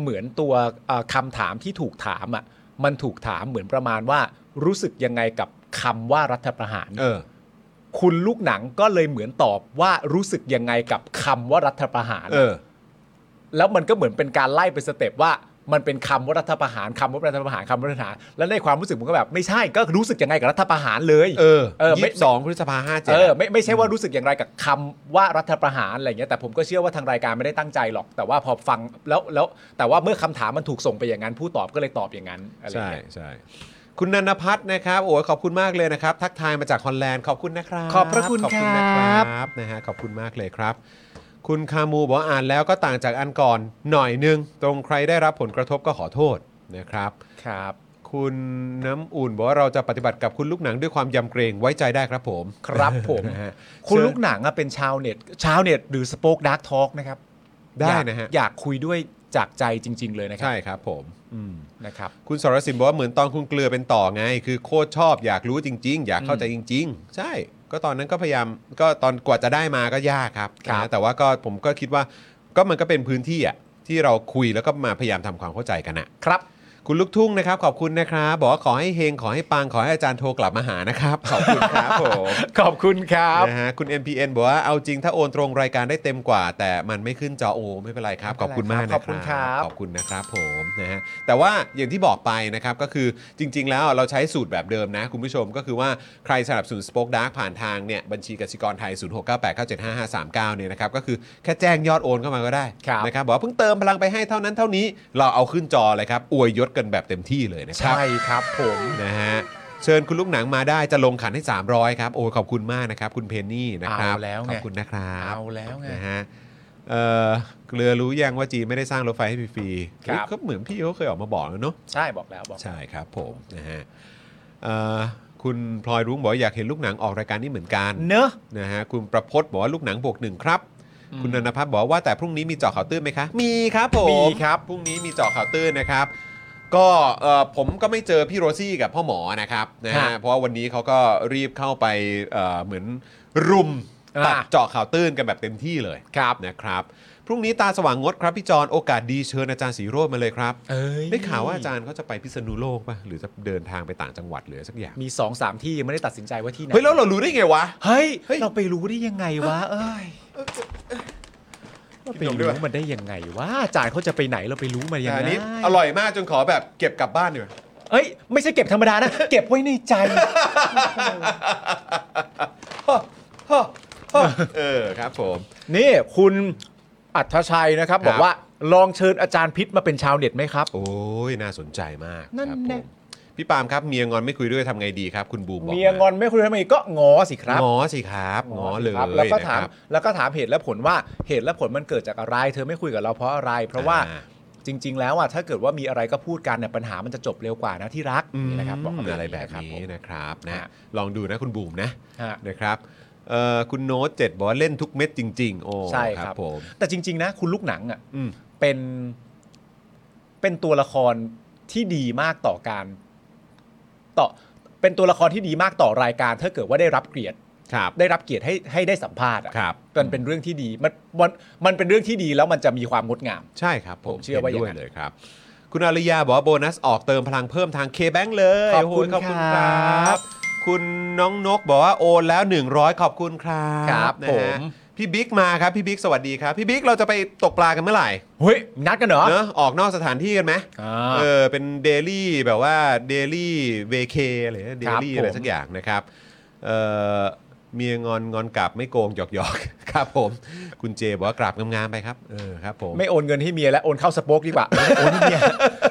Speaker 2: เหมือนตัวเอ่อคำถามที่ถูกถามอ่ะมันถูกถามเหมือนประมาณว่ารู้สึกยังไงกับคำว่ารัฐประหาร
Speaker 3: เออ
Speaker 2: คุณลูกหนังก็เลยเหมือนตอบว่ารู้สึกยังไงกับคำว่ารัฐประหาร
Speaker 3: เออ
Speaker 2: แล้วมันก็เหมือนเป็นการไล่เป็นสเต็ปว่า มันเป็นคำว่ารัฐประหารคำว่ารัฐประหารคำว่ารัฐประหาร แล้วในความรู้สึกผมก็แบบไม่ใช่ก็รู้สึกยังไงกับรัฐประหารเลย
Speaker 3: เออ
Speaker 2: เออ
Speaker 3: ยี่
Speaker 2: ไม่
Speaker 3: สิบสองพฤษภาห้าเจ็
Speaker 2: เอ
Speaker 3: ด
Speaker 2: อไม่ไม่ใช่ว่ารู้สึกอย่างไรกับคำว่ารัฐประหารอะไรเงี้ยแต่ผมก็เชื่อว่าทางรายการไม่ได้ตั้งใจหรอก แต่ว่าพอฟังแล้วแล้วแต่ว่าเมื่อคำถามมันถูกส่งไปอย่างนั้น ผู้ตอบก็เลยตอบอย่างนั้นอะไร
Speaker 3: ใช่
Speaker 2: เงี้ย
Speaker 3: ใช่คุณนันพัฒน์นะครับโอ้ยขอบคุณมากเลยนะครับ ทักทายมาจากฮอลแลนด์ขอบคุณนะครับ
Speaker 2: ขอบพระคุณ
Speaker 3: ขอบ
Speaker 2: ค
Speaker 3: คุณ
Speaker 2: ร
Speaker 3: นะคั รับ บนะฮะขอบคุณมากเลยครับ คุณคามูบอกว่าอ่านแล้วก็ต่างจากอันก่อนหน่อยนึง ตรงใครได้รับผลกระทบก็ขอโทษนะครับ
Speaker 2: ครับ
Speaker 3: คุณน้ำอุ่นบอกว่าเราจะปฏิบัติกับคุณลูกหนังด้วยความยำเกรงไว้ใจได้ครับผม
Speaker 2: ครับผม
Speaker 3: นะฮะ
Speaker 2: คุณ
Speaker 3: เชิญ
Speaker 2: ลูกหนังอะเป็นชาวเน็ต ชาวเน็ตหรือสป็อคดักทอล์กนะครับ
Speaker 3: ได้
Speaker 2: อยาก
Speaker 3: นะฮะ
Speaker 2: อยากคุยด้วยจากใจจริง ๆ เลยนะครั
Speaker 3: ใช่ครับผม
Speaker 2: อืมนะครับ
Speaker 3: คุณสรสินบอกว่าเหมือนตอนคุณเกลือเป็นต่อไง คือโคตรชอบอยากรู้จริง ๆ อยากเข้าใจจริง ๆ ใช่ ก็ตอนนั้นก็พยายามก็ตอนกว่าจะได้มาก็ยากครับ
Speaker 2: ครับ
Speaker 3: นะแต่ว่าก็ผมก็คิดว่าก็มันก็เป็นพื้นที่อ่ะที่เราคุยแล้วก็มาพยายามทำความเข้าใจกันอะ
Speaker 2: ครับ
Speaker 3: คุณลูกทุ่งนะครับ ขอบคุณนะครับบอกว่าขอให้เฮงขอให้ปังขอให้อาจารย์โทรกลับมาหานะครับขอบคุณครับผม
Speaker 2: ขอบคุณครับ
Speaker 3: นะฮะคุณ MPN บอกว่าเอาจริงถ้าโอนตรงรายการได้เต็มกว่า แต่มันไม่ขึ้นจอโอไม่เป็นไรครับ ขอบคุณมากนะ
Speaker 2: ข
Speaker 3: ครั
Speaker 2: อบคุณครับ
Speaker 3: ขอบคุณนะครับผมนะฮะแต่ว่าอย่างที่บอกไปนะครับก็คือจริง ๆ แล้วเราใช้สูตรแบบเดิมนะ คุณผู้ชมก็คือว่าใครสนับสนุนสป็อคดาร์กผ่านทางเนี่ยบัญชีกสิกรไทย 0698975539 เนี่ยนะครับก็คือแค่แจ้งยอดโอนเข้ามาก็ได้นะครับบอกว่าเพิ่งเติมพลังไปให้เท่านั้นเท่านี้เราเอาขึ้นจอเลยครับอวยยศกันแบบเต็มที่เลยนะครับ
Speaker 2: ใช่ครับผม
Speaker 3: นะฮะเชิญคุณลูกหนังมาได้จะลงขันให้ 300 ครับ โอ้ขอบคุณมากนะครับ คุณเพนนี่นะครับ
Speaker 2: เอาแล้วไง
Speaker 3: ขอบคุณนะครับ
Speaker 2: เอาแล้วไง
Speaker 3: นะฮะเอ่อเกลือรู้ยังว่าจีนไม่ได้สร้างรถไฟให้ฟรีๆ
Speaker 2: ครับ
Speaker 3: เฮ้ยก็เหมือนพี่เขาเคยออกมาบอกแล้วเนาะ
Speaker 2: ใช่บอกแล้วบอก
Speaker 3: ใช่ครับผมนะฮะเอ่อคุณพลอยรุ้งบอกว่าอยากเห็นลูกหนังออกรายการนี้เหมือนกัน
Speaker 2: เนอะ
Speaker 3: นะฮะคุณประพจน์บอกว่าลูกหนังบวกหนึ่งครับ
Speaker 2: อืม
Speaker 3: คุณนันพัฒน์บอกว่าแต่พรุ่งนี้มีเจาะข่าวตื้นไหมคะ มีครับผม
Speaker 2: มีครับ
Speaker 3: พรุ่งนี้มีเจาะข่าวตื้นนะครับ ก็เอ่อผมก็ไม่เจอพี่โรซี่กับพ่อหมอนะครับนะฮะ
Speaker 2: ฮะ
Speaker 3: เพราะว่าวันนี้เขาก็รีบเข้าไปเอ่อเหมือนรุม
Speaker 2: อ่า
Speaker 3: ตัดเจาะข่าวตื้นกันแบบเต็มที่เลย
Speaker 2: ครับ
Speaker 3: นะครับพรุ่งนี้ตาสว่างงดครับพี่จอนโอกาสดีเชิญอาจารย์สีโรจน์มาเลยครับ
Speaker 2: เอ้ย
Speaker 3: ได้ข่าวว่าอาจารย์เขาจะไปพิษณุโลกป่ะหรือจะเดินทางไปต่างจังหวัดหรือสักอย่าง
Speaker 2: มีสองสามที่ยังไม่ได้ตัดสินใจว่าที่ไหน
Speaker 3: เฮ้ยแล้วเรารู้ได้ไงวะ
Speaker 2: เฮ้ย
Speaker 3: เฮ้ย
Speaker 2: เราไปรู้ได้ยังไงวะเอ้ย เราไปรู้มันได้ยังไงวะอาจารย์เขาจะไปไหนเราไปรู้มายัง
Speaker 3: อัน
Speaker 2: ไง
Speaker 3: นี้อร่อยมากจนขอแบบเก็บกลับบ้านดีกว่า
Speaker 2: เอ้ยไม่ใช่เก็บธรรมดานะ เก็บไว้ในใจ
Speaker 3: เออครับผม
Speaker 2: นี่คุณอัธชัยนะครับ
Speaker 3: ครับ
Speaker 2: บอกว่าลองเชิญอาจารย์พิษมาเป็นชาวเน็ตไหมครับ
Speaker 3: โอ้ยน่าสนใจมาก
Speaker 2: นั่น
Speaker 3: ครับ
Speaker 2: แน่
Speaker 3: ผมพี่ปาล์มครับเมียงอนไม่คุยด้วยทำไงดีครับ คุณบูมบอก
Speaker 2: เมียงอนไม่คุยทำไมก็งอสิครับ
Speaker 3: งอสิครับงอเลย
Speaker 2: สิครับแล้วก็ถาม
Speaker 3: นะครับ
Speaker 2: แล้วก็ถามเหตุและผลว่าเหตุและผลมันเกิดจากอะไร เธอไม่คุยกับเราเพราะอะไร เพราะว่า
Speaker 3: อ่า
Speaker 2: จริง ๆ แล้วอ่ะถ้าเกิดว่ามีอะไรก็พูดกันเนี่ยปัญหามันจะจบเร็วกว่านะที่รักนี่นะครับบอกเขาป
Speaker 3: อะไรแบบ
Speaker 2: ค
Speaker 3: นี้
Speaker 2: ผม
Speaker 3: นะครับนะ
Speaker 2: ฮะ
Speaker 3: ลองดูนะคุณบูมนะ
Speaker 2: ฮะ
Speaker 3: นะครับเอ่อคุณโน้ตเจ็ดบอกว่าเล่นทุกเม็ดจริง ๆ โอ้
Speaker 2: ใช่ครับ
Speaker 3: ผม
Speaker 2: แต่จริง ๆ นะ คุณลูกหนังอ่ะ
Speaker 3: อืม
Speaker 2: เป็นเป็นตัวละครที่ดีมากต่อการ ต่อเป็นตัวละครที่ดีมากต่อรายการ ถ้าเกิดว่าได้รับเกียรติ
Speaker 3: ครับ
Speaker 2: ได้รับเกียรติให้ให้ได้สัมภาษณ์อ่ะ
Speaker 3: ครับ
Speaker 2: มันเป็นเรื่องที่ดีมันมันมันเป็นเรื่องที่ดีแล้วมันจะมีความงดงาม
Speaker 3: ใช่ครับผม
Speaker 2: ผมเชื่อว่า
Speaker 3: ห็นด้วย
Speaker 2: อย่างนั้น
Speaker 3: เลยครับ คุณอาริยาบอกว่าโบนัสออกเติมพลังเพิ่มทาง K-Bank เลย
Speaker 2: ขอบคุณ
Speaker 3: โยขอบคุณค
Speaker 2: ครั
Speaker 3: รับ
Speaker 2: บ
Speaker 3: คุณน้องนกบอกว่าโอนแล้ว 100 ขอบคุณครับ
Speaker 2: ครับ
Speaker 3: นะฮะ
Speaker 2: ผม
Speaker 3: พี่บิ๊กมาครับ พี่บิ๊กสวัสดีครับ พี่บิ๊กเราจะไปตกปลากันเมื่อไหร่
Speaker 2: เฮ้ยนัดกันเหรอ
Speaker 3: เนอะออกนอกสถานที่กันไหม
Speaker 2: อ่า
Speaker 3: เออเป็นเดลี่แบบว่าเดลี่เวเคอะไรเดลี่
Speaker 2: ครับผม
Speaker 3: อะไรสักอย่างนะครับเออเมียงอนงอนกลับไม่โกงหยอกหยอกๆ ครับผม คุณเจบอกว่ากราบงามๆไปครับเออครับผม
Speaker 2: ไม่โอนเงินให้เมียแล้วโอนเข้าสป็อกดีกว่า โอนให้เมีย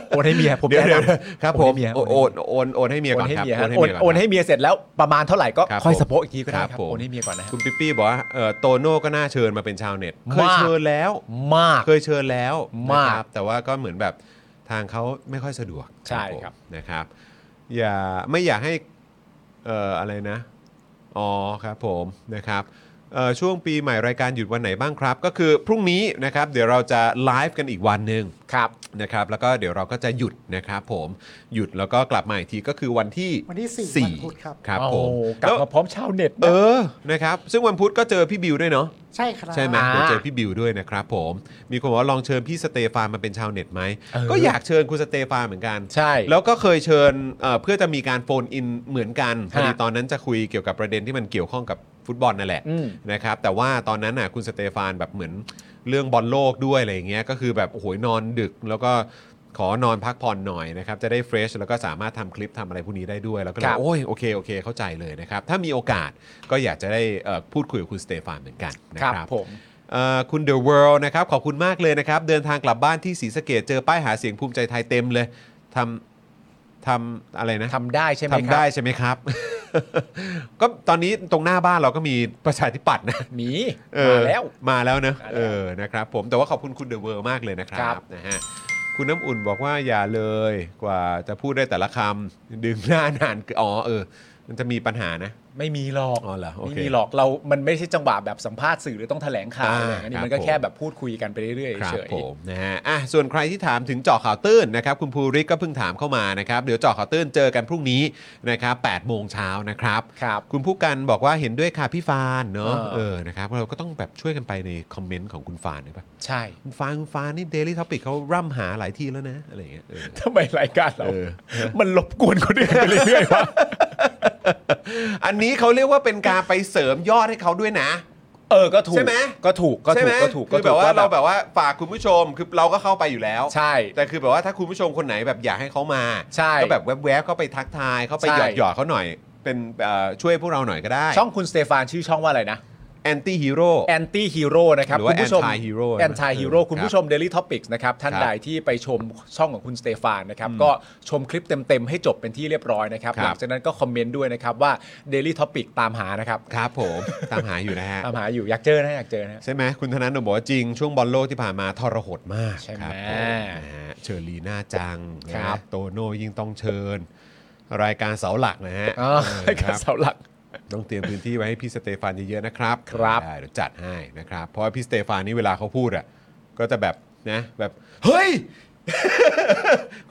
Speaker 2: โอนให้เมียผม
Speaker 3: เดี๋ยว
Speaker 2: แนะ
Speaker 3: เดี๋ยวน
Speaker 2: ำ
Speaker 3: ครับผม
Speaker 2: โอนให้เมีย
Speaker 3: โอนโอนโอนให้เมีย
Speaker 2: โอ
Speaker 3: ก่อน น
Speaker 2: ให้
Speaker 3: ครับ
Speaker 2: เมีย
Speaker 3: โอ
Speaker 2: ฮะ
Speaker 3: นให้
Speaker 2: โอน
Speaker 3: เมียก่อน
Speaker 2: โอน
Speaker 3: ครับ
Speaker 2: ให้เมียเสร็จแล้วประมาณเท่าไหร่ก็
Speaker 3: ครับ
Speaker 2: ค่อย
Speaker 3: ผม
Speaker 2: สป็อกอีกทีก็ได้
Speaker 3: ครับ
Speaker 2: ครับ
Speaker 3: ผม
Speaker 2: โอนให้เมียก่อนนะฮะ
Speaker 3: คุณปิ๊ปปี้บอกว่าเอ่อโตโน่ก็น่าเชิญมาเป็นชาวเน็ตเคย
Speaker 2: มาก
Speaker 3: เชิญแล้ว
Speaker 2: มาก
Speaker 3: เคยเชิญแล้ว
Speaker 2: มาก
Speaker 3: นะครับแต่ว่าก็เหมือนแบบทางเขาไม่ค่อยสะดวก
Speaker 2: ใช่
Speaker 3: ผม
Speaker 2: ครับ
Speaker 3: นะครับ อย่าไม่อยากให้เอ่ออะไรนะอ๋อครับผมนะครับเอ่อช่วงปีใหม่รายการหยุดวันไหนบ้างครับ ก็คือพรุ่งนี้นะครับเดี๋ยวเราจะไลฟ์กันอีกวันหนึ่ง
Speaker 2: ครับ
Speaker 3: นะครับแล้วก็เดี๋ยวเราก็จะหยุดนะครับผมหยุดแล้วก็กลับมาอีกทีก็คือวันที่
Speaker 4: วันที่สี่
Speaker 3: สี่
Speaker 4: วันพุธครับ
Speaker 3: ครับผ
Speaker 2: โอ้
Speaker 3: ม
Speaker 2: โหกลับ
Speaker 3: แล้ว
Speaker 2: มาพร้อมชาวเน็ตนะ
Speaker 3: เออนะครับซึ่งวันพุธก็เจอพี่บิวด้วยเนาะ
Speaker 4: ใช่ครับ
Speaker 3: ใช่ไหม
Speaker 2: อ่า
Speaker 3: เดี๋ยวเจอพี่บิวด้วยนะครับผมมีคนบอกว่าลองเชิญพี่สเตฟานมาเป็นชาวเน็ตไหม
Speaker 2: เออ
Speaker 3: ก็อยากเชิญคุณสเตฟานเหมือนกัน
Speaker 2: ใช่
Speaker 3: แล้วก็เคยเชิญเอ่อเพื่อจะมีการโฟนอินเหมือนกันพอดี
Speaker 2: ฮะ
Speaker 3: ตอนนั้นจะคุยเกี่ยวกับประเด็นที่มันเกี่ยวข้องกับฟุตบอลนั่นแหละ
Speaker 2: อืม
Speaker 3: นะครับแต่ว่าตอนนั้นน่ะคุณสเตฟานแบบเหมือนเรื่องบอลโลกด้วยอะไรอย่างเงี้ยก็คือแบบโอ้โหนอนดึกแล้วก็ ขอนอนพักผ่อนหน่อยนะครับ จะได้เฟรชแล้วก็สามารถทำคลิปทำอะไรพวกนี้ได้ด้วย แล้วก็เลย
Speaker 2: ครับ
Speaker 3: โอ้ยโอเคโอเคเข้าใจเลยนะครับ ถ้ามีโอกาสก็อยากจะได้เอ่อพูดคุยกับคุณสเตฟานเหมือนกันนะค
Speaker 2: ครั
Speaker 3: รับบ
Speaker 2: ผม
Speaker 3: เอ่อคุณ The World นะครับ ขอบคุณมากเลยนะครับ เดินทางกลับบ้านที่ศรีสะเกดเจอป้ายหาเสียงภูมิใจไทยเต็มเลยทำทำอะไรนะ
Speaker 2: ทำได้ใช่ไหมครับ
Speaker 3: ทำได้ใช่ไหมครับ ก็ตอนนี้ตรงหน้าบ้านเราก็มีประชาธิปัตย์นะ
Speaker 2: หมี
Speaker 3: เออ
Speaker 2: มาแล้ว
Speaker 3: มาแล้วเนอะ
Speaker 2: มาแล้ว
Speaker 3: เออนะครับผมแต่ว่าขอบคุณคุณเดอะเวิร์มากเลยนะค
Speaker 2: ครั
Speaker 3: รับบ นะฮะคุณน้ำอุ่นบอกว่าอย่าเลยกว่าจะพูดได้แต่ละคำดึงหน้าน านเกินอ๋อเออ มันจะมีปัญหานะ
Speaker 2: ไม่มีหรอก
Speaker 3: อ๋อเหรอโอเค
Speaker 2: ไม่มีหรอกเรา มันไม่ใช่จังหวะแบบสัมภาษณ์สื่อหรือต้องแถลงข่าวอะไรอย่างนี้
Speaker 3: อ่าครับ
Speaker 2: นมันก็แค่แบบพูดคุยกันไปเรื่อย
Speaker 3: ค
Speaker 2: ๆ
Speaker 3: รับ
Speaker 2: เฉย
Speaker 3: ผมนะฮะอ่ะส่วนใครที่ถามถึงเจาะข่าวตื้นนะครับคุณภูริกก็เพิ่งถามเข้ามานะครับเดี๋ยวเจาะข่าวตื้นเจอกันพรุ่งนี้นะครับ8โมงเช้านะครับ
Speaker 2: ครับ
Speaker 3: คุณผู้กันบอกว่าเห็นด้วยค่ะพี่ฟานเนาะ
Speaker 2: เออ
Speaker 3: เออนะครับเราก็ต้องแบบช่วยกันไปในคอมเมนต์ของคุณฟานด้วยป่ะ
Speaker 2: ใช่
Speaker 3: คุณฟานคุณฟานนี่ Daily Topic เขาร่ำหาหลายที่แล้วนะอะไรอย่างเงี้ยเออ
Speaker 2: ทำไมรายการเรา
Speaker 3: เออ
Speaker 2: มันรบกวนคนอื่นไปเรื่อยๆวะ
Speaker 3: อันนี้เขาเรียกว่าเป็นการไปเสริมยอดให้เขาด้วยนะ
Speaker 2: เออก็ถูก
Speaker 3: ใช่ไหม
Speaker 2: ก็ถูกก็
Speaker 3: ใช่
Speaker 2: ถู
Speaker 3: ไหม
Speaker 2: กก็ถูกก็
Speaker 3: คือ
Speaker 2: ถูก
Speaker 3: แบบว่า
Speaker 2: ว่า
Speaker 3: เรา
Speaker 2: แบ
Speaker 3: แบบ บว่าฝากคุณผู้ชมคือเราก็เข้าไปอยู่แล้ว
Speaker 2: ใช่
Speaker 3: แต่คือแบบว่าถ้าคุณผู้ชมคนไหนแบบอยากให้เขามา
Speaker 2: ใช่
Speaker 3: ก็แบบแวบๆเขาไปทักทายเขาไป
Speaker 2: ใช่
Speaker 3: หยอดหยอดๆเขาหน่อย เป็นเอ่อช่วยพวกเราหน่อยก็ได้
Speaker 2: ช่องคุณสเตฟานชื่อช่องว่าอะไรนะ
Speaker 3: แอนตี้ฮีโร่
Speaker 2: แอนตี้ฮีโร่นะครับ
Speaker 3: หรือว่า
Speaker 2: คุณผู้ชม
Speaker 3: anti-hero
Speaker 2: แอนตี้ฮีโร่
Speaker 3: เออ
Speaker 2: คุณผู้ชม Daily Topics นะครับ ท่าน
Speaker 3: ครับ
Speaker 2: ใดที่ไปชมช่องของคุณสเตฟานนะครับ ก็ชมคลิปเต็ม ๆ ให้จบเป็นที่เรียบร้อยนะครับ
Speaker 3: ครับ
Speaker 2: หลังจากนั้นก็คอมเมนต์ด้วยนะครับว่า Daily Topic ตามหานะครับ
Speaker 3: ครับผมตามหาอยู่นะฮะ
Speaker 2: ตามหาอยู่อยากเจอนะอยากเจอนะ
Speaker 3: ใช่ไหมคุณธนาโนบอกว่าจริง ช่วงบอลโลกที่ผ่านมาทรหดมาก
Speaker 2: ใช่ไหม
Speaker 3: ครับผมนะฮะเชอรีน่าจัง
Speaker 2: ครับ
Speaker 3: นะโตโน่ยิ่งต้องเชิญ รายการเสาหลักนะฮะ
Speaker 2: อ๋อ
Speaker 3: เออ
Speaker 2: ราย
Speaker 3: ค
Speaker 2: การ
Speaker 3: รับ
Speaker 2: เสาหลัก
Speaker 3: ต้องเตรียมพื้นที่ไว้ให้พี่สเตฟานเยอะๆนะครับ
Speaker 2: ครับ
Speaker 3: ได้เดี๋ยวจัดให้นะครับ เพราะว่าพี่สเตฟานนี่เวลาเขาพูดอ่ะก็จะแบบนะแบบเฮ้ย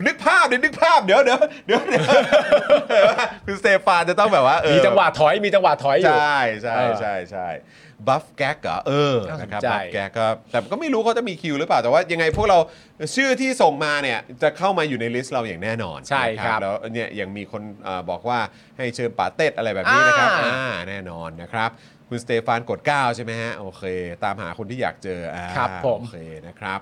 Speaker 3: นึกภาพดินึกภาพเดี๋ยวเดี๋ยวเดี๋ยวเดี๋ยว คือสเตฟานจะต้องแบบว่าเออ
Speaker 2: มีจังหวะถอยมีจังหวะถอยอยู่
Speaker 3: ใช่ใช่ใช่ใช่บัฟแก๊กเหรอเออ
Speaker 2: น่าสนใจ
Speaker 3: นะครับบัฟแก๊กก็แต่ก็ไม่รู้เขาจะมีคิวหรือเปล่าแต่ว่ายังไงพวกเราชื่อที่ส่งมาเนี่ยจะเข้ามาอยู่ในลิสต์เราอย่างแน่นอน
Speaker 2: ใช่ครับ
Speaker 3: นะแล้วเนี่ยยังมีคนเอ่อบอกว่าให้เชิญป่าเต็ดอะไรแบบ แบบนี้นะครับ
Speaker 2: อ่า
Speaker 3: อ่า แน่นอนนะครับ คุณสเตฟานกด 9 ใช่ไหมฮะ โอเค ตามหาคนที่อยากเจอ อ่า
Speaker 2: ครับผม
Speaker 3: โอเคนะครับ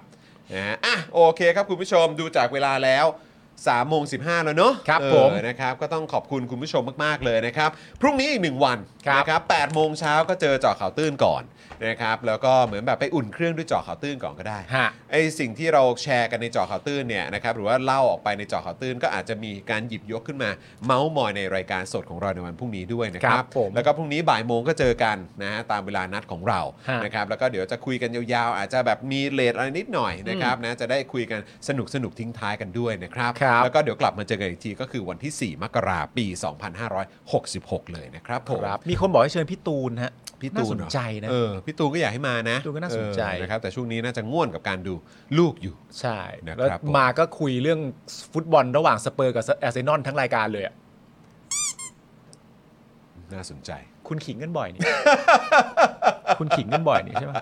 Speaker 3: นะฮะอ่ะ โอเคครับคุณผู้ชม ดูจากเวลาแล้ว3โมง15 แล้วเนอะ
Speaker 2: ครับ
Speaker 3: เออ
Speaker 2: ผม
Speaker 3: นะครับ ก็ต้องขอบคุณคุณผู้ชมมาก ๆ เลยนะครับ พรุ่งนี้อีก 1 วัน
Speaker 2: ครับ
Speaker 3: นะครับ8โมงเช้าก็เจอเจาะข่าวตื้นก่อนนะครับ แล้วก็เหมือนแบบไปอุ่นเครื่องด้วยเจาะข่าวตื้นก่อนก็ได้
Speaker 2: ฮะ
Speaker 3: ไอสิ่งที่เราแชร์กันในเจอข่าวตื้นเนี่ยนะครับหรือว่าเล่าออกไปในเจอข่าวตื้นก็อาจจะมีการหยิบยกขึ้นมา เมาส์มอยในรายการสดของเราในวันพรุ่งนี้ด้วยนะครั
Speaker 2: ครับบผม
Speaker 3: แล้วก็พรุ่งนี้บ่ายโมงก็เจอกันนะฮะตามเวลานัดของเรา
Speaker 2: ฮะ
Speaker 3: นะครับแล้วก็เดี๋ยวจะคุยกันยาวๆ อาจจะแบบมีเลทอะไรนิดหน่อยนะครับนะจะได้คุยกันสนุกสนุกๆทิ้งท้ายกันด้วยนะครับ
Speaker 2: ครับ
Speaker 3: แล้วก็เดี๋ยวกลับมาเจอกันอีกทีก็คือวันที่ 4 มกราปี 2566 เลยนะครับผม
Speaker 2: ครับมีคนบอกให้เชิญพี่ตูนฮะ
Speaker 3: พี่
Speaker 2: น่า
Speaker 3: ตู
Speaker 2: ส
Speaker 3: น
Speaker 2: น
Speaker 3: เหรอ
Speaker 2: ใจนะ
Speaker 3: เออพี่ตูนก็อยากให้มานะ
Speaker 2: พี่ตูนก็น่าสนใจ
Speaker 3: เออนะครับแต่ช่วงนี้น่าจะง่วนกับการดูลูกอยู่
Speaker 2: ใช่
Speaker 3: นะครับ
Speaker 2: แล้ว
Speaker 3: ผม
Speaker 2: มาก็คุยเรื่องฟุตบอลระหว่างสเปอร์กับอาร์เซนอลทั้งรายการเลยอะ
Speaker 3: น่าสนใจ
Speaker 2: คุณขิงกันบ่ อยนี่ คุณขิงกันบ่อยนี่ใช่ไหม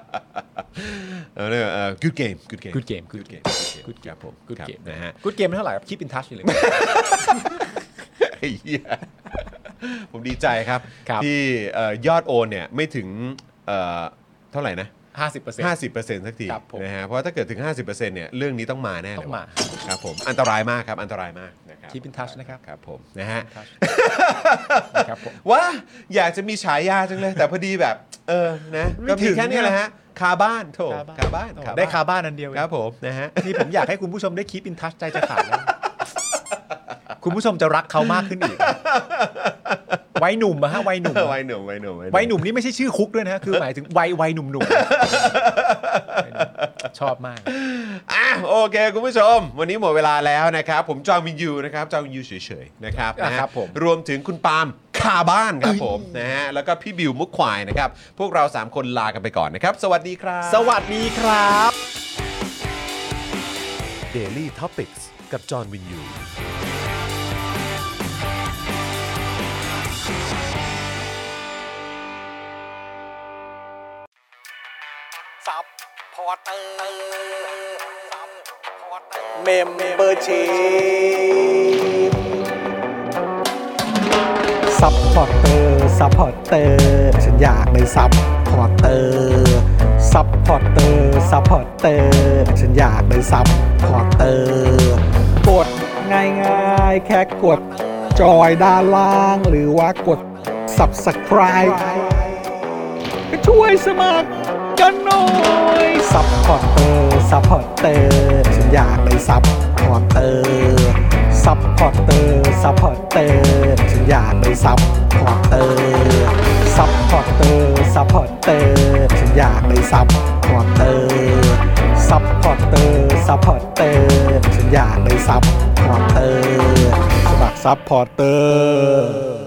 Speaker 3: เออเนี่ยเออ good game good game
Speaker 2: Good game
Speaker 3: good
Speaker 2: Good
Speaker 3: game
Speaker 2: game
Speaker 3: good game ครับผม
Speaker 2: กูด
Speaker 3: ครับ
Speaker 2: เกม
Speaker 3: นะฮะ
Speaker 2: กูดเกมเท่าไหร่ครับคีปอินทัชเลย
Speaker 3: ไอ้เหี้ย ผมดีใจครับ
Speaker 2: ครับ
Speaker 3: ที่เอ่อยอดโอนเนี่ยไม่ถึงเอ่อเท่าไหร่นะ
Speaker 2: ห้าสิบเปอร์เซ็นต์
Speaker 3: 50%สักที
Speaker 2: ครับผม
Speaker 3: นะฮะเพราะว่าถ้าเกิดถึง 50%เนี่ยเรื่องนี้ต้องมาแน่เลย
Speaker 2: ต้องมา
Speaker 3: ว่ะครับผมอันตรายมากครับอันตรายมากนะครับ
Speaker 2: Keep in touch นะครับ
Speaker 3: ครับผมนะฮะ
Speaker 2: ครับผม
Speaker 3: ว่าอยากจะมีฉายาจังเลย แต่พอดีแบบ เออนะ
Speaker 2: ไม่
Speaker 3: ก็
Speaker 2: ถึ
Speaker 3: มี
Speaker 2: ง
Speaker 3: แค่เนี้ยแหละ
Speaker 2: นะ
Speaker 3: ฮะคาบ้านโถคาบ้าน
Speaker 2: ได้คาบ้านอันเดียวเอง
Speaker 3: ครับผมนะฮะ
Speaker 2: นี่ผมอยากให้คุณผู้ชมได้คีปอินทัชใจจะขาดแล้ว คุณผู้ชมจะรักเขามากขึ้นอีกวัยหนุ่มอะฮะวัยหนุ่ม
Speaker 3: วัยหนุ่มวัยหนุ่ม
Speaker 2: วัยหนุ่มนี่ไม่ใช่ชื่อคุกด้วยนะฮะคือหมายถึงวัยวัยหนุ่มหนุ่ม ๆชอบมาก
Speaker 3: อ่ะโอเค คุณผู้ชม วันนี้หมดเวลาแล้วนะครับ ผมจองวินยูนะครับจองวินยูเฉยๆนะครับนะฮะ
Speaker 2: ครับผม
Speaker 3: รวมถึงคุณปาล์มคาบ้านครับผมนะฮะแล้วก็พี่บิวมุกควายนะครับ พวกเราสามคนลากันไปก่อนนะครับ สวัสดีครับ
Speaker 2: สวัสดีครับ
Speaker 3: Daily Topics กับจอห์นวินยู
Speaker 1: ซับพอร์เตอร์ซับพอร์เตอร์
Speaker 6: เมมเบอร์ชีซัพพอร์เตอร์ซัพพอร์เตอร์ฉันอยากได้ซัพพอร์เตอร์ ซั
Speaker 1: ซัพพอร์เตอร์ซัพพอร์เตอร์ฉันอยากเป็นซัพพอร์เตอร์กดง่ายๆ แค่กดจอยด้านล่าง หรือว่ากด subscribe ก็ช่วยสมัครกันหน่อยซัพพอร์เตอร์ซัพพอร์เตอร์ฉันอยากเป็นซัพพอร์เตอร์ซัพพอร์เตอร์ซัพพอร์เตอร์ฉันอยากเป็นซัพพอร์เตอร์ซัพพอร์เตอร์ซัพพอร์เตอร์ฉันอยากเป็นซัพพอร์เตอร์ซัพพอร์เตอร์ซัพพอร์เตอร์ฉันอยากเป็นซัพพอร์เตอร์สมัครซัพพอร์เตอร์